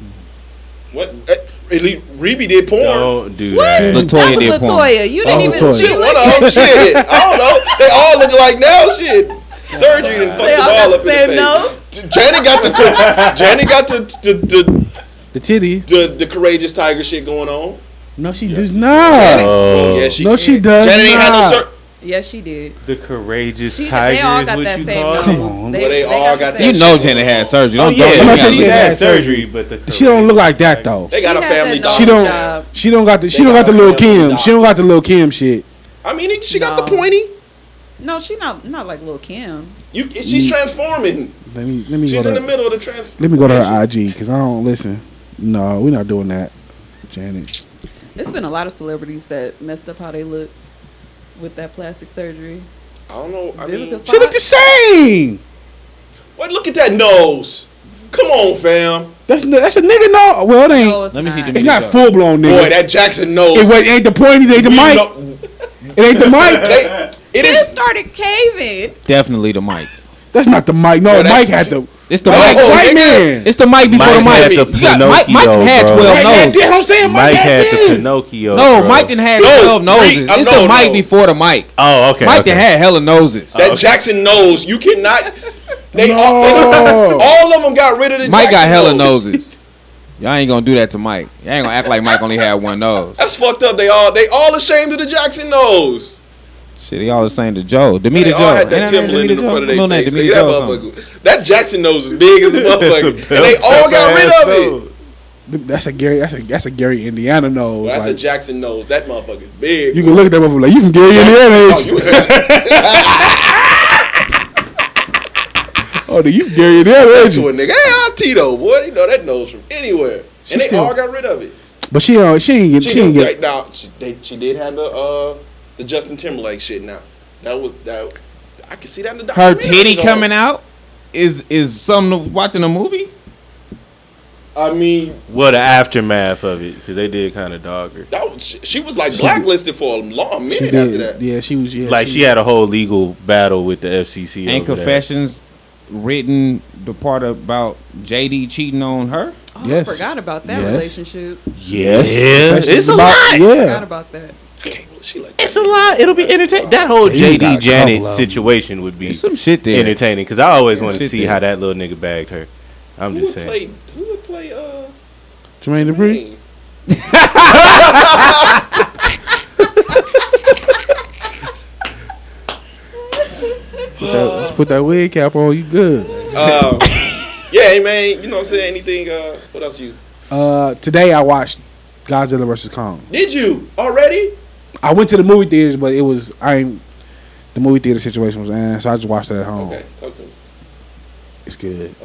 [SPEAKER 2] What? Eh, Really? Reby did porn.
[SPEAKER 4] Don't do
[SPEAKER 3] What?
[SPEAKER 4] that.
[SPEAKER 7] Latoya
[SPEAKER 3] that was
[SPEAKER 7] did porn.
[SPEAKER 3] Latoya. You didn't
[SPEAKER 6] Oh,
[SPEAKER 3] even.
[SPEAKER 6] Latoya.
[SPEAKER 3] She
[SPEAKER 2] Shit, one
[SPEAKER 3] looked-
[SPEAKER 2] of them. Shit. I don't know. They all look alike now. Shit. Surgery didn't fuck
[SPEAKER 3] They
[SPEAKER 2] them
[SPEAKER 3] all got
[SPEAKER 2] all
[SPEAKER 3] the
[SPEAKER 2] up in
[SPEAKER 3] same
[SPEAKER 2] the face.
[SPEAKER 3] nose?
[SPEAKER 2] J- Janet got the Janet got the the, the
[SPEAKER 6] The titty.
[SPEAKER 2] the the courageous tiger shit going on.
[SPEAKER 6] No, she does not.
[SPEAKER 2] Janet,
[SPEAKER 4] Oh.
[SPEAKER 2] yeah, she,
[SPEAKER 6] no, she does
[SPEAKER 2] Janet ain't had no
[SPEAKER 6] not.
[SPEAKER 2] sur-
[SPEAKER 3] Yes, she did.
[SPEAKER 4] The courageous
[SPEAKER 3] She,
[SPEAKER 4] tigers.
[SPEAKER 3] they all got
[SPEAKER 4] what
[SPEAKER 3] that
[SPEAKER 4] you
[SPEAKER 3] same.
[SPEAKER 4] call
[SPEAKER 3] nose.
[SPEAKER 4] it?
[SPEAKER 6] Come on.
[SPEAKER 2] Well, they all
[SPEAKER 3] the
[SPEAKER 2] got that
[SPEAKER 3] same-
[SPEAKER 7] You know Janet had surgery.
[SPEAKER 4] Oh
[SPEAKER 7] Don't
[SPEAKER 4] yeah,
[SPEAKER 7] don't
[SPEAKER 6] I'm
[SPEAKER 7] me
[SPEAKER 6] not
[SPEAKER 4] she
[SPEAKER 6] saying
[SPEAKER 7] out
[SPEAKER 6] she
[SPEAKER 7] of
[SPEAKER 4] had,
[SPEAKER 7] it.
[SPEAKER 6] had
[SPEAKER 4] surgery, but the
[SPEAKER 6] She don't look like that
[SPEAKER 4] courageous
[SPEAKER 6] though.
[SPEAKER 2] They got
[SPEAKER 3] She
[SPEAKER 2] a
[SPEAKER 3] has
[SPEAKER 2] family
[SPEAKER 3] that
[SPEAKER 2] dog.
[SPEAKER 6] She don't.
[SPEAKER 3] job.
[SPEAKER 6] She don't got the. She
[SPEAKER 2] They
[SPEAKER 6] don't got
[SPEAKER 2] got
[SPEAKER 6] the little
[SPEAKER 2] a family
[SPEAKER 6] Kim.
[SPEAKER 2] dog.
[SPEAKER 6] She don't got the little Kim shit.
[SPEAKER 2] I mean, she got the
[SPEAKER 3] No.
[SPEAKER 2] pointy.
[SPEAKER 3] No, she not not like Lil Kim.
[SPEAKER 2] You, she's transforming.
[SPEAKER 6] Mm. Let me. Let me.
[SPEAKER 2] She's
[SPEAKER 6] go
[SPEAKER 2] in
[SPEAKER 6] to,
[SPEAKER 2] the middle of the transformation.
[SPEAKER 6] Let me go to her IG because I don't listen. No, we're not doing that, Janet.
[SPEAKER 3] There's been a lot of celebrities that messed up how they look with that plastic surgery.
[SPEAKER 2] I don't know. I
[SPEAKER 3] Vivica
[SPEAKER 2] mean,
[SPEAKER 3] Fox.
[SPEAKER 6] She look the same.
[SPEAKER 2] what? Look at that nose. Come on, fam.
[SPEAKER 6] That's n- that's a nigga. No, well it ain't.
[SPEAKER 3] No, it's
[SPEAKER 7] Let me see
[SPEAKER 3] not.
[SPEAKER 7] the-
[SPEAKER 6] it's not full blown nigga.
[SPEAKER 2] Boy, that Jackson nose.
[SPEAKER 6] it, wa- it ain't the point. It ain't the
[SPEAKER 2] We
[SPEAKER 6] mic.
[SPEAKER 2] know-
[SPEAKER 6] It ain't the mic.
[SPEAKER 2] [LAUGHS] they- it
[SPEAKER 3] It
[SPEAKER 2] is.
[SPEAKER 3] started caving.
[SPEAKER 7] Definitely the mic.
[SPEAKER 6] That's not the mic. No,
[SPEAKER 2] No,
[SPEAKER 6] the
[SPEAKER 2] that-
[SPEAKER 6] mic had the
[SPEAKER 7] It's the
[SPEAKER 2] Oh,
[SPEAKER 7] mic.
[SPEAKER 2] oh,
[SPEAKER 6] white
[SPEAKER 2] nigga.
[SPEAKER 6] man.
[SPEAKER 7] It's the mic before
[SPEAKER 4] Mike had
[SPEAKER 7] the mic.
[SPEAKER 4] the
[SPEAKER 7] You got- Mike, Mike
[SPEAKER 4] Pinocchio,
[SPEAKER 7] had
[SPEAKER 4] bro.
[SPEAKER 7] twelve
[SPEAKER 4] Right,
[SPEAKER 6] Mike,
[SPEAKER 7] noses.
[SPEAKER 6] that's what I'm saying. Mike,
[SPEAKER 4] Mike had
[SPEAKER 6] this.
[SPEAKER 4] the Pinocchio.
[SPEAKER 7] No,
[SPEAKER 4] bro.
[SPEAKER 7] Mike didn't have
[SPEAKER 2] No,
[SPEAKER 7] twelve
[SPEAKER 2] three-
[SPEAKER 7] noses.
[SPEAKER 2] I'm
[SPEAKER 7] It's
[SPEAKER 2] no,
[SPEAKER 7] the mic
[SPEAKER 2] no.
[SPEAKER 7] before the mic.
[SPEAKER 4] Oh, okay.
[SPEAKER 7] Mike
[SPEAKER 4] okay.
[SPEAKER 7] [LAUGHS] done had hella noses.
[SPEAKER 2] That
[SPEAKER 4] Okay.
[SPEAKER 2] Jackson nose. You cannot. They all.
[SPEAKER 6] No.
[SPEAKER 2] all of them got rid of the.
[SPEAKER 7] Mike got
[SPEAKER 2] Jackson
[SPEAKER 7] hella
[SPEAKER 2] nose.
[SPEAKER 7] noses. Y'all ain't gonna do that to Mike. Y'all ain't gonna act like Mike only had one nose.
[SPEAKER 2] That's fucked up. They all they all ashamed of the Jackson nose.
[SPEAKER 7] Shit, he all the same to Joe. Demita
[SPEAKER 2] They
[SPEAKER 7] Joe.
[SPEAKER 2] all had that
[SPEAKER 7] Ain't her name
[SPEAKER 2] Timberland in
[SPEAKER 7] Demita
[SPEAKER 2] the
[SPEAKER 7] Joe?
[SPEAKER 2] front of
[SPEAKER 7] Come
[SPEAKER 2] their
[SPEAKER 7] on,
[SPEAKER 2] face.
[SPEAKER 7] Demita
[SPEAKER 2] Nigga, that
[SPEAKER 7] Joe something.
[SPEAKER 2] motherfucker. That Jackson nose is big as
[SPEAKER 4] [LAUGHS]
[SPEAKER 2] a motherfucker, and they all got rid of it.
[SPEAKER 6] That's a Gary. That's a that's a Gary Indiana nose.
[SPEAKER 2] That's a
[SPEAKER 6] like,
[SPEAKER 2] Jackson nose. That motherfucker's big.
[SPEAKER 6] you can look at that motherfucker like you from Gary, Indiana.
[SPEAKER 2] Oh,
[SPEAKER 6] ain't you?
[SPEAKER 2] you that
[SPEAKER 6] Oh, dude, you from Gary, Indiana. ain't
[SPEAKER 2] to a
[SPEAKER 6] you?
[SPEAKER 2] nigga. Hey, i Tito, boy. You know that nose from anywhere.
[SPEAKER 6] She
[SPEAKER 2] and they
[SPEAKER 6] still-
[SPEAKER 2] all got rid of it.
[SPEAKER 6] But she uh, she ain't get
[SPEAKER 2] She,
[SPEAKER 6] she ain't
[SPEAKER 2] did,
[SPEAKER 6] get
[SPEAKER 2] right now, she, they, she did have the uh the Justin Timberlake shit. Now that was that. I can see that in the
[SPEAKER 7] Her
[SPEAKER 2] documentary.
[SPEAKER 7] titty coming out is is something to watching a movie.
[SPEAKER 2] I mean,
[SPEAKER 4] Well, the aftermath of it because they did kind of dog her.
[SPEAKER 2] that was, she, she was like blacklisted for a long
[SPEAKER 6] she
[SPEAKER 2] minute after that.
[SPEAKER 6] did. Yeah, she was yeah,
[SPEAKER 4] Like she had a whole legal battle with the FCC.
[SPEAKER 7] and
[SPEAKER 4] over that.
[SPEAKER 7] confessions written the part about JD cheating on her.
[SPEAKER 3] Oh,
[SPEAKER 6] Yes.
[SPEAKER 3] I forgot about that
[SPEAKER 6] Yes.
[SPEAKER 3] relationship.
[SPEAKER 4] Yes,
[SPEAKER 6] That's
[SPEAKER 4] yeah, it's
[SPEAKER 6] just
[SPEAKER 4] a
[SPEAKER 6] about-
[SPEAKER 4] lot.
[SPEAKER 3] Forgot
[SPEAKER 6] Yeah,
[SPEAKER 3] about that.
[SPEAKER 2] I can't believe she like
[SPEAKER 4] It's a lot. It'll be entertaining. That whole
[SPEAKER 6] got a
[SPEAKER 4] JD
[SPEAKER 6] couple
[SPEAKER 4] Janet
[SPEAKER 6] of 'em.
[SPEAKER 4] situation would be
[SPEAKER 7] There's some shit there.
[SPEAKER 4] entertaining because I always want to
[SPEAKER 7] Shit
[SPEAKER 4] see
[SPEAKER 7] there.
[SPEAKER 4] how that little nigga bagged her. I'm
[SPEAKER 2] Who
[SPEAKER 4] just
[SPEAKER 2] would
[SPEAKER 4] saying.
[SPEAKER 2] play? Who would play? Uh,
[SPEAKER 6] Jermaine Dupri.
[SPEAKER 2] Dwayne?
[SPEAKER 6] Put that, just put that wig cap on. You good?
[SPEAKER 2] Um, [LAUGHS] yeah, hey, man. You know what I'm saying? Anything? Uh, what else you?
[SPEAKER 6] Uh, today I watched Godzilla vs Kong.
[SPEAKER 2] Did you already?
[SPEAKER 6] I went to the movie theaters, but it was I. ain't- The movie theater situation was, eh, so I just watched it at home.
[SPEAKER 2] Okay, talk to me.
[SPEAKER 6] It's good.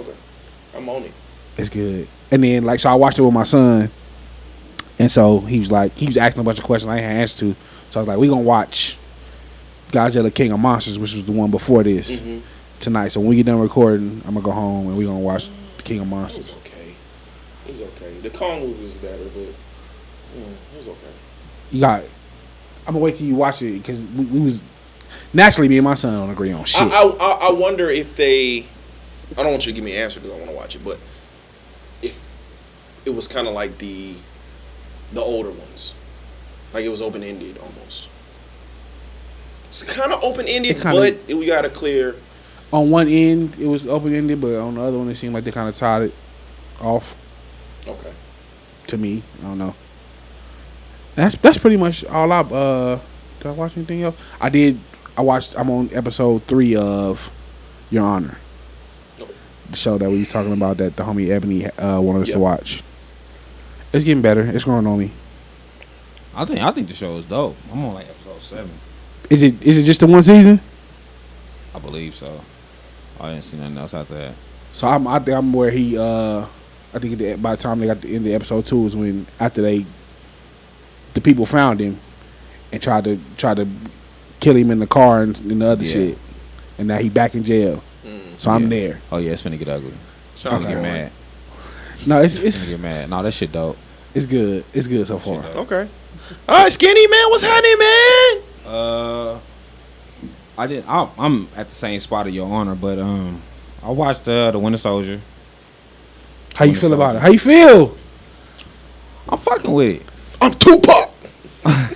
[SPEAKER 2] I'm on it.
[SPEAKER 6] It's good. And then like so I watched it with my son. And so he was like he was asking a bunch of questions I ain't had answers to. So I was like, we gonna watch Godzilla King of Monsters, which was the one before this
[SPEAKER 2] Mhm.
[SPEAKER 6] tonight. So when we get done recording, I'm gonna go home and we gonna watch King of
[SPEAKER 2] It was
[SPEAKER 6] Monsters.
[SPEAKER 2] okay. It was okay. The Kong movie was better, but mm, it was okay.
[SPEAKER 6] You got I'm gonna wait till you watch it because we, we was naturally me and my son don't agree on shit.
[SPEAKER 2] I, I- I I wonder if they. I don't want you to give me an answer because I want to watch it, but if it was kind of like the the older ones, like it was open ended almost. It's kind of open ended,
[SPEAKER 6] It kinda-
[SPEAKER 2] but it, we got a clear.
[SPEAKER 6] on one end it was open ended, but on the other one it seemed like they kinda tied it off
[SPEAKER 2] Okay.
[SPEAKER 6] to me. I don't know. That's that's pretty much all I uh did I watch anything else? I did I watched I'm on episode three of Your Honor. The show that we were talking about that the homie Ebony uh wanted us
[SPEAKER 2] Yeah.
[SPEAKER 6] to watch. It's getting better. It's growing on me.
[SPEAKER 7] I think I think the show is dope. I'm on like episode seven,
[SPEAKER 6] Is it is it just the one season?
[SPEAKER 7] I believe so. I didn't see nothing else out there.
[SPEAKER 6] So I'm I think I'm where he uh I think at the, by the time they got to the end of episode two is when after they the people found him and tried to tried to kill him in the car and, and the other
[SPEAKER 7] Yeah.
[SPEAKER 6] shit. And now he back in jail.
[SPEAKER 2] Mm,
[SPEAKER 6] So I'm
[SPEAKER 7] Yeah.
[SPEAKER 6] there.
[SPEAKER 7] Oh yeah, it's finna get ugly. I'm
[SPEAKER 2] sounds
[SPEAKER 7] gonna
[SPEAKER 2] good.
[SPEAKER 7] get mad.
[SPEAKER 6] No, it's
[SPEAKER 7] I'm gonna
[SPEAKER 6] it's
[SPEAKER 7] get mad. No, that shit dope.
[SPEAKER 6] it's good. It's good so far.
[SPEAKER 2] Okay. All right, skinny man, what's happening, man?
[SPEAKER 7] Uh, I did. I, I'm at the same spot of your honor, but um, I watched uh, the Winter Soldier.
[SPEAKER 6] How you feel about it? How you feel? [LAUGHS]
[SPEAKER 7] I'm fucking with it.
[SPEAKER 2] I'm Tupac.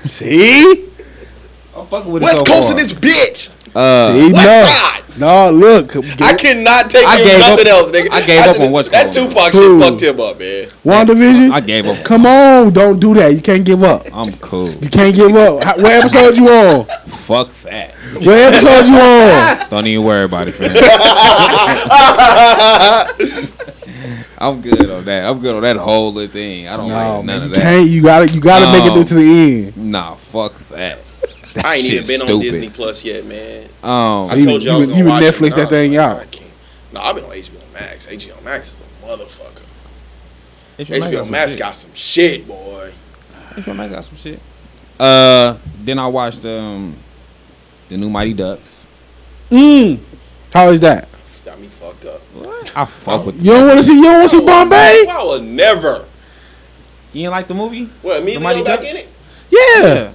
[SPEAKER 6] See?
[SPEAKER 7] I'm fucking with
[SPEAKER 2] West
[SPEAKER 7] it. so
[SPEAKER 2] Coast in
[SPEAKER 7] far.
[SPEAKER 2] this bitch.
[SPEAKER 7] Uh,
[SPEAKER 6] See,
[SPEAKER 2] West
[SPEAKER 6] no.
[SPEAKER 2] Side.
[SPEAKER 6] No, look.
[SPEAKER 2] I cannot take
[SPEAKER 7] I
[SPEAKER 2] you
[SPEAKER 7] gave
[SPEAKER 2] nothing
[SPEAKER 7] up-
[SPEAKER 2] else, nigga.
[SPEAKER 7] I gave up
[SPEAKER 2] did-
[SPEAKER 7] on West
[SPEAKER 2] That
[SPEAKER 7] Coast.
[SPEAKER 2] Tupac
[SPEAKER 6] Dude.
[SPEAKER 2] shit fucked him up, man.
[SPEAKER 6] WandaVision?
[SPEAKER 7] I gave up.
[SPEAKER 6] Come on, don't do that. You can't give up.
[SPEAKER 7] I'm cool.
[SPEAKER 6] You can't give up. How- What episode you on?
[SPEAKER 7] Fuck that.
[SPEAKER 6] What episode
[SPEAKER 2] [LAUGHS]
[SPEAKER 6] you on?
[SPEAKER 7] Don't even worry about it, fam. I'm good on that. I'm good on that whole little thing. I don't
[SPEAKER 6] No,
[SPEAKER 7] like none
[SPEAKER 6] man,
[SPEAKER 7] of
[SPEAKER 6] you
[SPEAKER 7] that.
[SPEAKER 6] can't. You gotta. You gotta make it
[SPEAKER 7] No.
[SPEAKER 6] through to the end.
[SPEAKER 7] Nah, fuck that. That
[SPEAKER 2] I ain't even
[SPEAKER 7] shit's
[SPEAKER 2] been on
[SPEAKER 7] stupid.
[SPEAKER 2] Disney Plus yet, man.
[SPEAKER 7] Um,
[SPEAKER 2] I
[SPEAKER 6] you-
[SPEAKER 2] told you, I
[SPEAKER 6] you-
[SPEAKER 2] was
[SPEAKER 6] you
[SPEAKER 2] gonna watch
[SPEAKER 6] Netflix
[SPEAKER 2] it, and I
[SPEAKER 6] that
[SPEAKER 2] was
[SPEAKER 6] thing
[SPEAKER 2] like,
[SPEAKER 6] out.
[SPEAKER 2] I can't. No, I've been on HBO Max. HBO Max is a motherfucker. HBO Max got some shit, boy.
[SPEAKER 7] HBO Max got some shit. Uh, then I watched um, the new Mighty Ducks.
[SPEAKER 6] Mm. How is that?
[SPEAKER 2] Got me fucked up.
[SPEAKER 7] I fuck with.
[SPEAKER 6] You don't want to see. You don't want to see Bombay.
[SPEAKER 2] I would never.
[SPEAKER 7] You ain't like the movie?
[SPEAKER 2] What,
[SPEAKER 7] The
[SPEAKER 2] Emilio
[SPEAKER 7] Mighty
[SPEAKER 2] back
[SPEAKER 7] Ducks?
[SPEAKER 2] in it?
[SPEAKER 6] Yeah,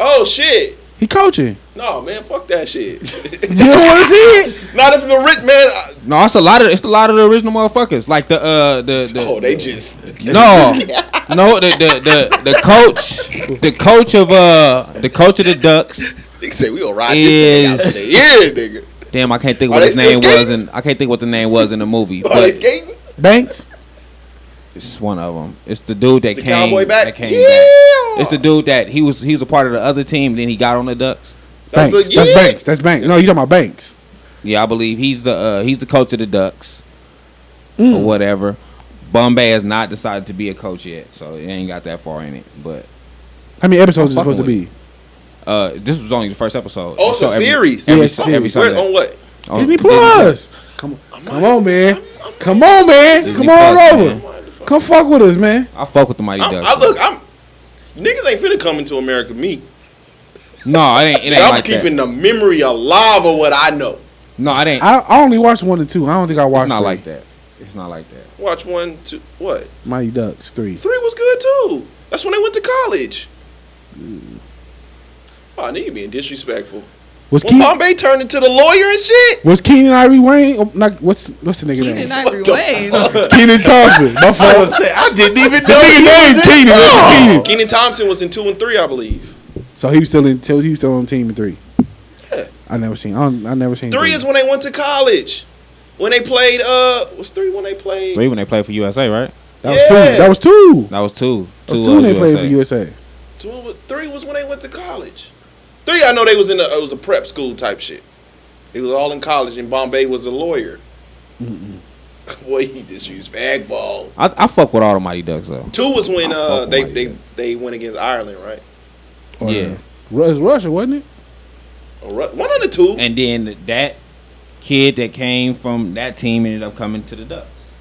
[SPEAKER 2] Oh, shit.
[SPEAKER 6] he coaching.
[SPEAKER 2] No, man, fuck that shit.
[SPEAKER 6] You don't want to see it.
[SPEAKER 2] Not if the rich man. I-
[SPEAKER 7] No, it's a lot of it's a lot of the original motherfuckers. Like the uh the, the
[SPEAKER 2] Oh, they just.
[SPEAKER 7] No, [LAUGHS] no, the, the the the coach, the coach of uh, the coach of the Ducks.
[SPEAKER 2] They say we gonna ride this thing
[SPEAKER 7] Is-
[SPEAKER 2] out today. Yeah, nigga.
[SPEAKER 7] Damn, I can't think
[SPEAKER 2] Are
[SPEAKER 7] what
[SPEAKER 2] they
[SPEAKER 7] his
[SPEAKER 2] still
[SPEAKER 7] name
[SPEAKER 2] skating?
[SPEAKER 7] was, and I can't think what the name was in the movie.
[SPEAKER 2] Are they
[SPEAKER 7] But
[SPEAKER 2] skating?
[SPEAKER 6] Banks.
[SPEAKER 7] It's one of them. It's the dude that
[SPEAKER 2] The
[SPEAKER 7] came.
[SPEAKER 2] cowboy back?
[SPEAKER 7] That came
[SPEAKER 2] Yeah!
[SPEAKER 7] back. It's the dude that he was. He was a part of the other team. Then he got on the Ducks.
[SPEAKER 2] That's
[SPEAKER 6] Banks.
[SPEAKER 2] the-
[SPEAKER 6] That's
[SPEAKER 2] yeah.
[SPEAKER 6] Banks. That's Banks. No, you talking about Banks?
[SPEAKER 7] Yeah, I believe he's the uh, he's the coach of the Ducks
[SPEAKER 2] Hmm.
[SPEAKER 7] or whatever. Bombay has not decided to be a coach yet, so it ain't got that far in it. But
[SPEAKER 6] How many episodes is it
[SPEAKER 7] I'm
[SPEAKER 6] supposed to
[SPEAKER 7] fucking
[SPEAKER 6] be?
[SPEAKER 7] uh, this was only the first episode.
[SPEAKER 2] Oh, it's
[SPEAKER 7] So
[SPEAKER 2] a series.
[SPEAKER 7] Every,
[SPEAKER 6] Yeah,
[SPEAKER 7] every,
[SPEAKER 6] it's a
[SPEAKER 7] Sun- every
[SPEAKER 2] Where's-
[SPEAKER 6] series.
[SPEAKER 7] Sunday.
[SPEAKER 2] on what?
[SPEAKER 7] On
[SPEAKER 6] Disney Plus. Come on, come on, man. Come on, man.
[SPEAKER 7] Disney
[SPEAKER 6] come on
[SPEAKER 7] Plus,
[SPEAKER 6] over.
[SPEAKER 7] man.
[SPEAKER 6] Come fuck with us, man.
[SPEAKER 7] I fuck with the Mighty
[SPEAKER 2] I'm,
[SPEAKER 7] Ducks.
[SPEAKER 2] I look. I'm niggas ain't finna come into America. Me,
[SPEAKER 7] no, it ain't. It ain't
[SPEAKER 2] I'm
[SPEAKER 7] like
[SPEAKER 2] keeping
[SPEAKER 7] that.
[SPEAKER 2] the memory alive of what I know.
[SPEAKER 7] No, it ain't.
[SPEAKER 6] I, I only watched one and two. I don't think I watched.
[SPEAKER 7] it's not
[SPEAKER 6] three.
[SPEAKER 7] like that. It's not like that.
[SPEAKER 2] Watch one, two, what?
[SPEAKER 6] Mighty Ducks three.
[SPEAKER 2] Three was good too. That's when they went to college.
[SPEAKER 7] Hmm.
[SPEAKER 2] Oh, nigga being disrespectful.
[SPEAKER 6] Was
[SPEAKER 2] When
[SPEAKER 6] Keenan
[SPEAKER 2] Bombay turned into the lawyer and shit.
[SPEAKER 6] was Keenan Ivory Wayne? Oh, not, what's what's the nigga
[SPEAKER 3] He did
[SPEAKER 6] name?
[SPEAKER 3] not
[SPEAKER 2] What
[SPEAKER 3] agree
[SPEAKER 2] the
[SPEAKER 3] with Wayne.
[SPEAKER 6] Keenan
[SPEAKER 7] [LAUGHS]
[SPEAKER 6] Thompson. My
[SPEAKER 8] I
[SPEAKER 6] fault.
[SPEAKER 8] was saying, I didn't even
[SPEAKER 6] The
[SPEAKER 8] know.
[SPEAKER 6] nigga name Keenan.
[SPEAKER 2] Oh.
[SPEAKER 6] That's Keenan.
[SPEAKER 2] Keenan Thompson was in two and three, I believe.
[SPEAKER 6] So he was still in. He was still on team three.
[SPEAKER 2] Yeah.
[SPEAKER 6] I never seen. I, don't- I never seen.
[SPEAKER 2] Three is when they went to college. When they played, uh, was three when they played?
[SPEAKER 7] Three when they played for USA, right?
[SPEAKER 6] That was
[SPEAKER 2] Yeah.
[SPEAKER 6] two. That was two.
[SPEAKER 7] That was two.
[SPEAKER 6] That
[SPEAKER 7] Two,
[SPEAKER 6] was two. when
[SPEAKER 7] was
[SPEAKER 6] they
[SPEAKER 7] USA.
[SPEAKER 6] played for USA.
[SPEAKER 2] Two, was- three was when they went to college. Three, I know they was in a it was a prep school type shit. It was all in college, and Bombay was a lawyer. [LAUGHS] Boy, he disrespectful.
[SPEAKER 7] I, I fuck with all the Mighty Ducks though.
[SPEAKER 2] Two was when
[SPEAKER 7] I
[SPEAKER 2] uh
[SPEAKER 7] fuck
[SPEAKER 2] they
[SPEAKER 7] with
[SPEAKER 2] they
[SPEAKER 7] Mighty
[SPEAKER 2] they went against Ireland, right?
[SPEAKER 6] Or-
[SPEAKER 7] Yeah.
[SPEAKER 6] Ru- It was Russia, wasn't it?
[SPEAKER 2] Or Ru- One of the two.
[SPEAKER 7] And then that kid that came from that team ended up coming to the Ducks.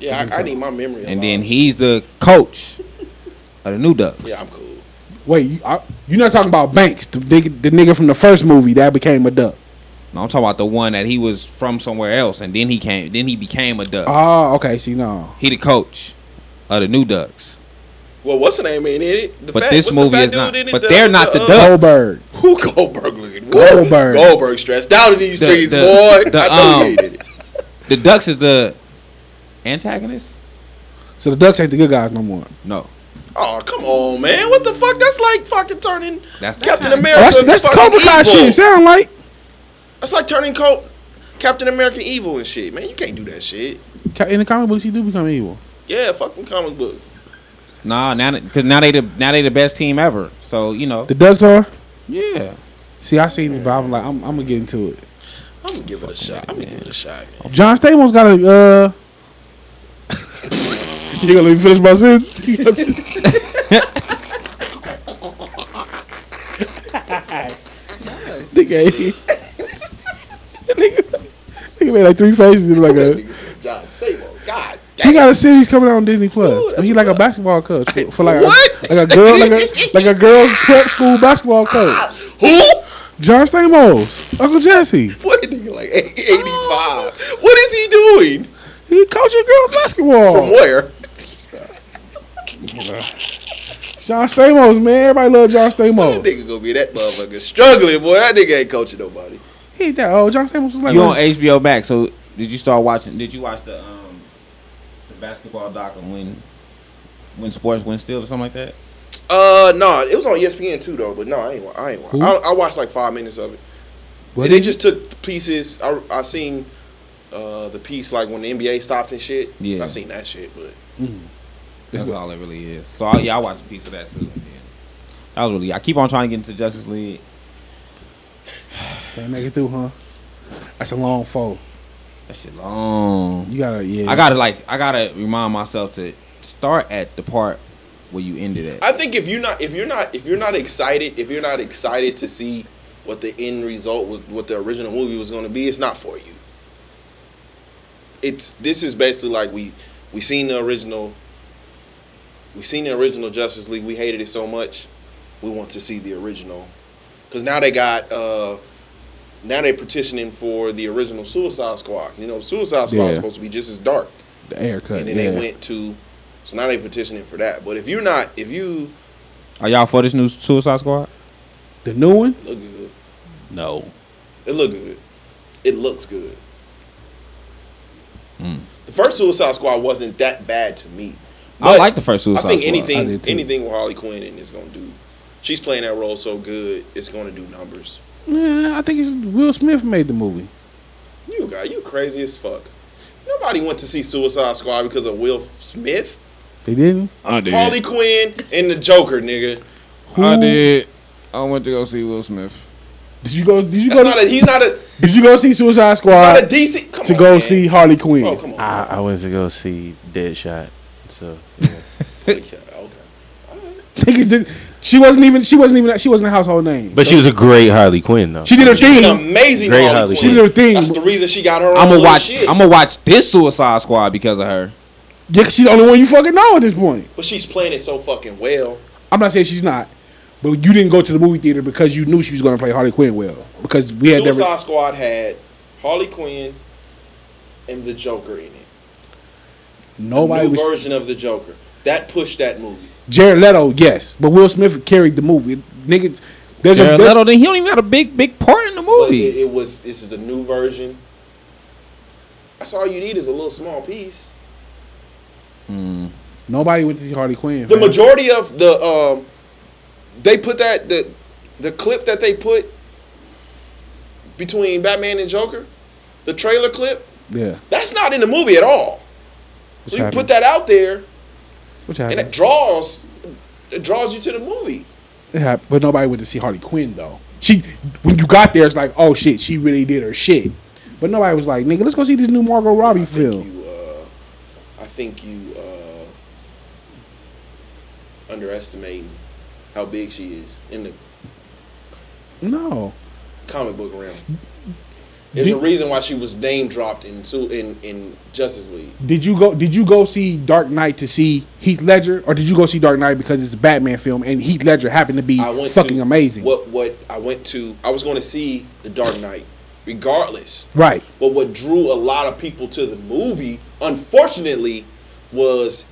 [SPEAKER 2] yeah, I, I need my memory.
[SPEAKER 7] And
[SPEAKER 2] alive.
[SPEAKER 7] then he's the coach of the new Ducks.
[SPEAKER 2] Yeah, I'm cool.
[SPEAKER 6] Wait, you, I, you're not talking about Banks, the nigga, the nigga from the first movie that became a duck.
[SPEAKER 7] No, I'm talking about the one that he was from somewhere else, and then he came, then he became a Duck.
[SPEAKER 6] Oh, okay. See, no.
[SPEAKER 7] he the coach of the new Ducks.
[SPEAKER 2] Well, what's the name in it? The
[SPEAKER 7] But
[SPEAKER 2] fat-
[SPEAKER 7] this
[SPEAKER 2] what's
[SPEAKER 7] movie
[SPEAKER 2] fat
[SPEAKER 7] is
[SPEAKER 2] dude
[SPEAKER 7] not-
[SPEAKER 2] in it?
[SPEAKER 7] but they're not the Ducks.
[SPEAKER 6] Goldberg.
[SPEAKER 2] Who Goldberg looking? Woo!
[SPEAKER 6] Goldberg.
[SPEAKER 2] Goldberg stressed out of these
[SPEAKER 7] The-
[SPEAKER 2] things,
[SPEAKER 7] the-
[SPEAKER 2] boy.
[SPEAKER 7] the,
[SPEAKER 2] I know
[SPEAKER 7] um,
[SPEAKER 2] he hated it.
[SPEAKER 7] The Ducks is the antagonist.
[SPEAKER 6] So the ducks ain't the good guys no more.
[SPEAKER 7] No,
[SPEAKER 2] Oh, come on, man. What the fuck? That's like fucking turning
[SPEAKER 7] That's not
[SPEAKER 2] Captain
[SPEAKER 7] shit.
[SPEAKER 2] America.
[SPEAKER 6] Oh, that's that's the
[SPEAKER 2] fucking
[SPEAKER 6] Cobra Kai
[SPEAKER 2] evil.
[SPEAKER 6] shit. Sound like
[SPEAKER 2] That's like turning Col- Captain America evil and shit, man. You can't do that shit.
[SPEAKER 6] Ca- in the comic books he do become evil.
[SPEAKER 2] Yeah, fucking comic books.
[SPEAKER 7] nah, now because now they the now they the best team ever. So you know,
[SPEAKER 6] The ducks are.
[SPEAKER 7] yeah.
[SPEAKER 6] See, I seen it, but I'm like, I'm, I'm gonna get into it.
[SPEAKER 2] I'm gonna give it a shot. I'm gonna give it a shot, man.
[SPEAKER 6] John Stamos got a. uh [LAUGHS] You gonna let me finish
[SPEAKER 2] [LAUGHS]
[SPEAKER 6] my sentence? Nigga, nigga, nigga made like three faces and like a.
[SPEAKER 2] Nigga said John Stamos. God
[SPEAKER 6] He
[SPEAKER 2] damn.
[SPEAKER 6] got a series coming out on Disney Plus.
[SPEAKER 2] Ooh,
[SPEAKER 6] and he
[SPEAKER 2] that's
[SPEAKER 6] like a
[SPEAKER 2] what's up.
[SPEAKER 6] basketball coach for, for like
[SPEAKER 2] What?
[SPEAKER 6] a like a girl
[SPEAKER 2] [LAUGHS]
[SPEAKER 6] like a like a girls prep school basketball coach.
[SPEAKER 2] Who?
[SPEAKER 6] John Stamos, Uncle Jesse,
[SPEAKER 2] What a nigga like eight- 85. What is he doing?
[SPEAKER 6] he coaching girls basketball.
[SPEAKER 2] From where?
[SPEAKER 6] John Stamos, man, everybody love John
[SPEAKER 2] That
[SPEAKER 6] Stamos.
[SPEAKER 2] nigga gonna be that motherfucker struggling, boy. That nigga ain't coaching nobody.
[SPEAKER 6] He ain't that old. John Stamos was like
[SPEAKER 7] You on HBO Max? So did you start watching? Did you watch the um the basketball doc on when when sports win still or something like that?
[SPEAKER 2] Uh, no, it was on ESPN too though. But no, I ain't. wa- I ain't. wa-
[SPEAKER 6] Who?
[SPEAKER 2] I, I watched like five minutes of it.
[SPEAKER 6] What
[SPEAKER 2] And they
[SPEAKER 6] did-
[SPEAKER 2] just took pieces. I I seen uh the piece like when the NBA stopped and shit.
[SPEAKER 7] Yeah.
[SPEAKER 2] I seen that shit. But
[SPEAKER 7] That's all it really is. So I, yeah, I watched a piece of that too. Yeah. That was really. I keep on trying to get into Justice League.
[SPEAKER 6] Can't make it through, huh? That's a long foe.
[SPEAKER 7] That shit long.
[SPEAKER 6] You gotta, yeah.
[SPEAKER 7] I gotta like I gotta remind myself to start at the part where you ended at.
[SPEAKER 2] I think if you're not if you're not if you're not excited if you're not excited to see what the end result was what the original movie was going to be, it's not for you. It's this is basically like we we seen the original we seen the original Justice League. We hated it so much. We want to see the original because now they got uh now they petitioning for the original Suicide Squad. You know, Suicide Squad
[SPEAKER 6] Yeah.
[SPEAKER 2] is supposed to be just as dark
[SPEAKER 6] the air cut.
[SPEAKER 2] and then
[SPEAKER 6] yeah.
[SPEAKER 2] they went to so now they petitioning for that but if you're not if you
[SPEAKER 7] Are y'all for this new Suicide Squad?
[SPEAKER 6] the new one.
[SPEAKER 2] look good
[SPEAKER 7] No.
[SPEAKER 2] it look good it looks good
[SPEAKER 6] Hmm.
[SPEAKER 2] the first suicide squad wasn't that bad to me
[SPEAKER 7] I
[SPEAKER 2] But
[SPEAKER 7] like the first
[SPEAKER 2] i
[SPEAKER 7] Suicide
[SPEAKER 2] think
[SPEAKER 7] Squad.
[SPEAKER 6] I
[SPEAKER 2] anything
[SPEAKER 6] did too.
[SPEAKER 2] anything with harley quinn in is gonna do she's playing that role so good it's gonna do numbers
[SPEAKER 6] Yeah, I think it's Will Smith made the movie.
[SPEAKER 2] you guy you crazy as fuck Nobody went to see Suicide Squad because of Will Smith,
[SPEAKER 6] They didn't.
[SPEAKER 7] I did.
[SPEAKER 2] Harley Quinn, and the Joker, nigga.
[SPEAKER 7] I did. I went to go see Will Smith.
[SPEAKER 6] Did you go? Did you
[SPEAKER 2] That's
[SPEAKER 6] go?
[SPEAKER 2] not a,
[SPEAKER 6] To,
[SPEAKER 2] he's not a
[SPEAKER 6] did you go see Suicide
[SPEAKER 2] not a
[SPEAKER 6] Squad
[SPEAKER 2] DC come
[SPEAKER 6] Uh, to
[SPEAKER 2] on,
[SPEAKER 6] go
[SPEAKER 2] man.
[SPEAKER 6] see Harley Ah. Quinn?
[SPEAKER 2] Bro, come on.
[SPEAKER 4] I, I went to go see Deadshot. So yeah.
[SPEAKER 2] Okay, okay.
[SPEAKER 6] [LAUGHS] Niggas did. She wasn't even. She wasn't even. She wasn't a household name.
[SPEAKER 4] But she was a great Harley Quinn though.
[SPEAKER 6] she did her
[SPEAKER 2] She's an
[SPEAKER 6] thing.
[SPEAKER 2] amazing
[SPEAKER 4] Great Harley
[SPEAKER 2] Harley Quinn.
[SPEAKER 6] Quinn. She did her thing.
[SPEAKER 2] That's the reason she got her.
[SPEAKER 7] I'm
[SPEAKER 2] own
[SPEAKER 7] gonna watch.
[SPEAKER 2] Shit.
[SPEAKER 7] I'm gonna watch this Suicide Squad because of her.
[SPEAKER 6] Yeah, 'cause she's the only one you fucking know at this point.
[SPEAKER 2] but she's playing it so fucking well.
[SPEAKER 6] I'm not saying she's not, but you didn't go to the movie theater because you knew she was going to play Harley Quinn well. Because we had
[SPEAKER 2] Suicide
[SPEAKER 6] never.
[SPEAKER 2] Squad had Harley Quinn and the Joker in it.
[SPEAKER 6] Nobody
[SPEAKER 2] New
[SPEAKER 6] Oh, was.
[SPEAKER 2] version of the Joker that pushed that movie.
[SPEAKER 6] Jared Leto, yes, but Will Smith carried the movie. Niggas, there's a
[SPEAKER 7] Jared
[SPEAKER 6] there-
[SPEAKER 7] Leto, then he don't even got a big, big part in the
[SPEAKER 2] But it,
[SPEAKER 7] movie.
[SPEAKER 2] it was this is a new version. That's all you need is a little small piece.
[SPEAKER 6] Nobody went to see Harley Quinn.
[SPEAKER 2] The
[SPEAKER 6] fam.
[SPEAKER 2] majority of the um, they put that the the clip that they put between Batman and Joker, the trailer clip.
[SPEAKER 6] yeah,
[SPEAKER 2] That's not in the movie at all. So you put
[SPEAKER 6] happened?
[SPEAKER 2] that out there,
[SPEAKER 6] which
[SPEAKER 2] and it
[SPEAKER 6] happened.
[SPEAKER 2] draws it draws you to the movie.
[SPEAKER 6] It happened, but nobody went to see Harley Quinn though. She, when you got there, it's like, oh shit, she really did her shit. But nobody was like, nigga, let's go see this new Margot Robbie film.
[SPEAKER 2] You, uh, I think you uh, underestimating how big she is in the
[SPEAKER 6] No,
[SPEAKER 2] comic book realm. There's a
[SPEAKER 6] Did-
[SPEAKER 2] reason why she was name dropped in two in in Justice League.
[SPEAKER 6] did you go? Did you go see Dark Knight to see Heath Ledger, or did you go see Dark Knight because it's a Batman film and Heath Ledger happened to be
[SPEAKER 2] I went
[SPEAKER 6] fucking
[SPEAKER 2] to,
[SPEAKER 6] amazing?
[SPEAKER 2] What what I went to I was going to see The Dark Knight regardless.
[SPEAKER 6] Right.
[SPEAKER 2] But what drew a lot of people to the movie, unfortunately, was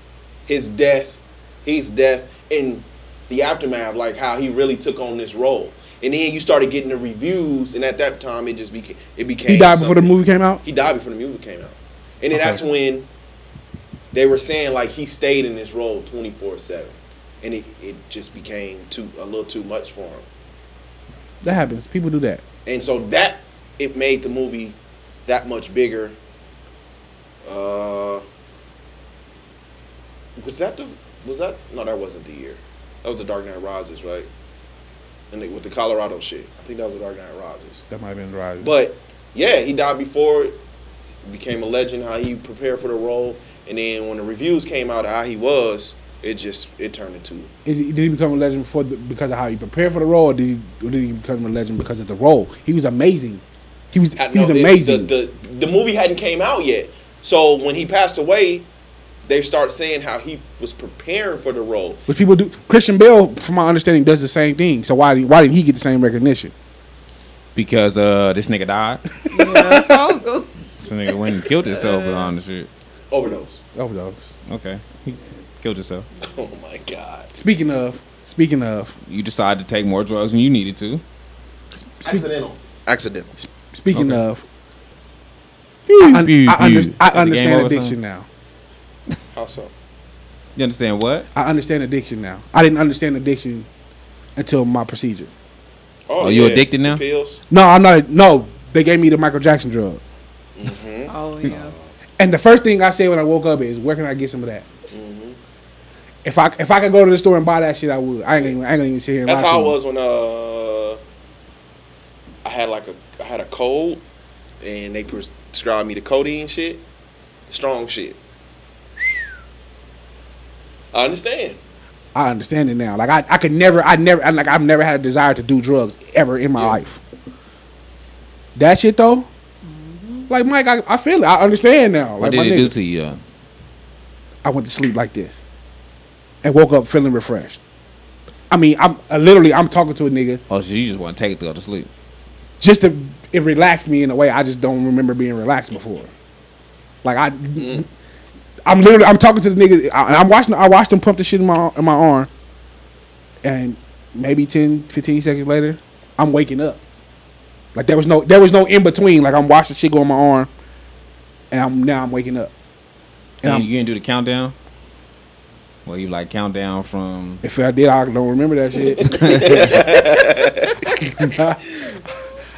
[SPEAKER 2] his death, Heath's death, and the aftermath, like how he really took on this role. And then you started getting the reviews, and at that time, it just became it became.
[SPEAKER 6] He died before the
[SPEAKER 2] something.
[SPEAKER 6] movie came out.
[SPEAKER 2] He died before the movie came out, and then that's when they were saying like he stayed in this role twenty four seven, and it, it just became too a little too much for him.
[SPEAKER 6] That happens. People do that.
[SPEAKER 2] And so that it made the movie that much bigger. Uh, was that the was that no that wasn't the year. That was the Dark Knight Rises, right? And they, with the Colorado shit. I think that was the Dark Knight Rises.
[SPEAKER 6] That might have been right.
[SPEAKER 2] But yeah, he died before it became a legend how he prepared for the role and then when the reviews came out of how he was, it just it turned into
[SPEAKER 6] Is he, did he become a legend before the, because of how he prepared for the role, or did he, or did he become a legend because of the role? He was amazing. He was
[SPEAKER 2] I-
[SPEAKER 6] he was
[SPEAKER 2] no, the-
[SPEAKER 6] amazing.
[SPEAKER 2] The, the, the movie hadn't came out yet, so when he passed away, they start saying how he was preparing for the role.
[SPEAKER 6] Which people do. Christian Bale, from my understanding, does the same thing. So why did- why didn't he get the same recognition?
[SPEAKER 7] Because uh, [LAUGHS] this nigga died.
[SPEAKER 3] Yeah, that's what I was gonna say.
[SPEAKER 7] this nigga went and killed himself on the shit.
[SPEAKER 2] Overdose. [LAUGHS]
[SPEAKER 6] Overdose.
[SPEAKER 7] Okay, he killed himself.
[SPEAKER 2] Oh my god.
[SPEAKER 6] Speaking of, speaking of,
[SPEAKER 7] You decided to take more drugs than you needed to.
[SPEAKER 2] Accidental. Accidental.
[SPEAKER 6] speaking of, I,
[SPEAKER 7] Pew, pew,
[SPEAKER 6] I, under-
[SPEAKER 7] pew.
[SPEAKER 6] I
[SPEAKER 7] Is the game
[SPEAKER 6] understand
[SPEAKER 7] over, son?
[SPEAKER 6] addiction now.
[SPEAKER 2] How so?
[SPEAKER 7] You understand what?
[SPEAKER 6] I understand addiction now. I didn't understand addiction until my procedure.
[SPEAKER 7] Oh, you addicted now?
[SPEAKER 2] The Pills.
[SPEAKER 6] No, I'm not. No, they gave me the Michael Jackson drug.
[SPEAKER 3] Oh
[SPEAKER 2] [LAUGHS]
[SPEAKER 3] yeah.
[SPEAKER 6] And the first thing I said when I woke up is, "Where can I get some of that?"
[SPEAKER 2] Mm-hmm.
[SPEAKER 6] If I if I could go to the store and buy that shit, I would. I ain't gonna, I ain't gonna even sit here. And
[SPEAKER 2] That's
[SPEAKER 6] lie to
[SPEAKER 2] how I
[SPEAKER 6] you.
[SPEAKER 2] was when uh I had like a I had a cold, and they prescribed me the codeine shit, strong shit. I understand.
[SPEAKER 6] I understand it now. Like I, I could never. I never. I, like I've never had a desire to do drugs ever in my
[SPEAKER 2] Yeah.
[SPEAKER 6] life. That shit though.
[SPEAKER 2] Mm-hmm.
[SPEAKER 6] Like Mike, I, I feel it. I understand now.
[SPEAKER 7] What
[SPEAKER 6] Like
[SPEAKER 7] did
[SPEAKER 6] my
[SPEAKER 7] it do
[SPEAKER 6] nigga,
[SPEAKER 7] to you? uh?
[SPEAKER 6] I went to sleep like this, and woke up feeling refreshed. I mean, I'm uh, literally I'm talking to a nigga
[SPEAKER 7] Oh, so you just want to take it to go to sleep?
[SPEAKER 6] just to it relaxed me in a way I just don't remember being relaxed before. Like I, I'm literally I'm talking to the nigga. I, and I'm watching. I watched him pump the shit in my in my arm, and maybe 10, 15 seconds later, I'm waking up. Like there was no there was no in between. Like I'm watching shit go in my arm, and I'm now I'm waking up. And
[SPEAKER 7] And
[SPEAKER 6] I'm,
[SPEAKER 7] you didn't do the countdown. Well, you like countdown from
[SPEAKER 6] if I did, I don't remember that shit.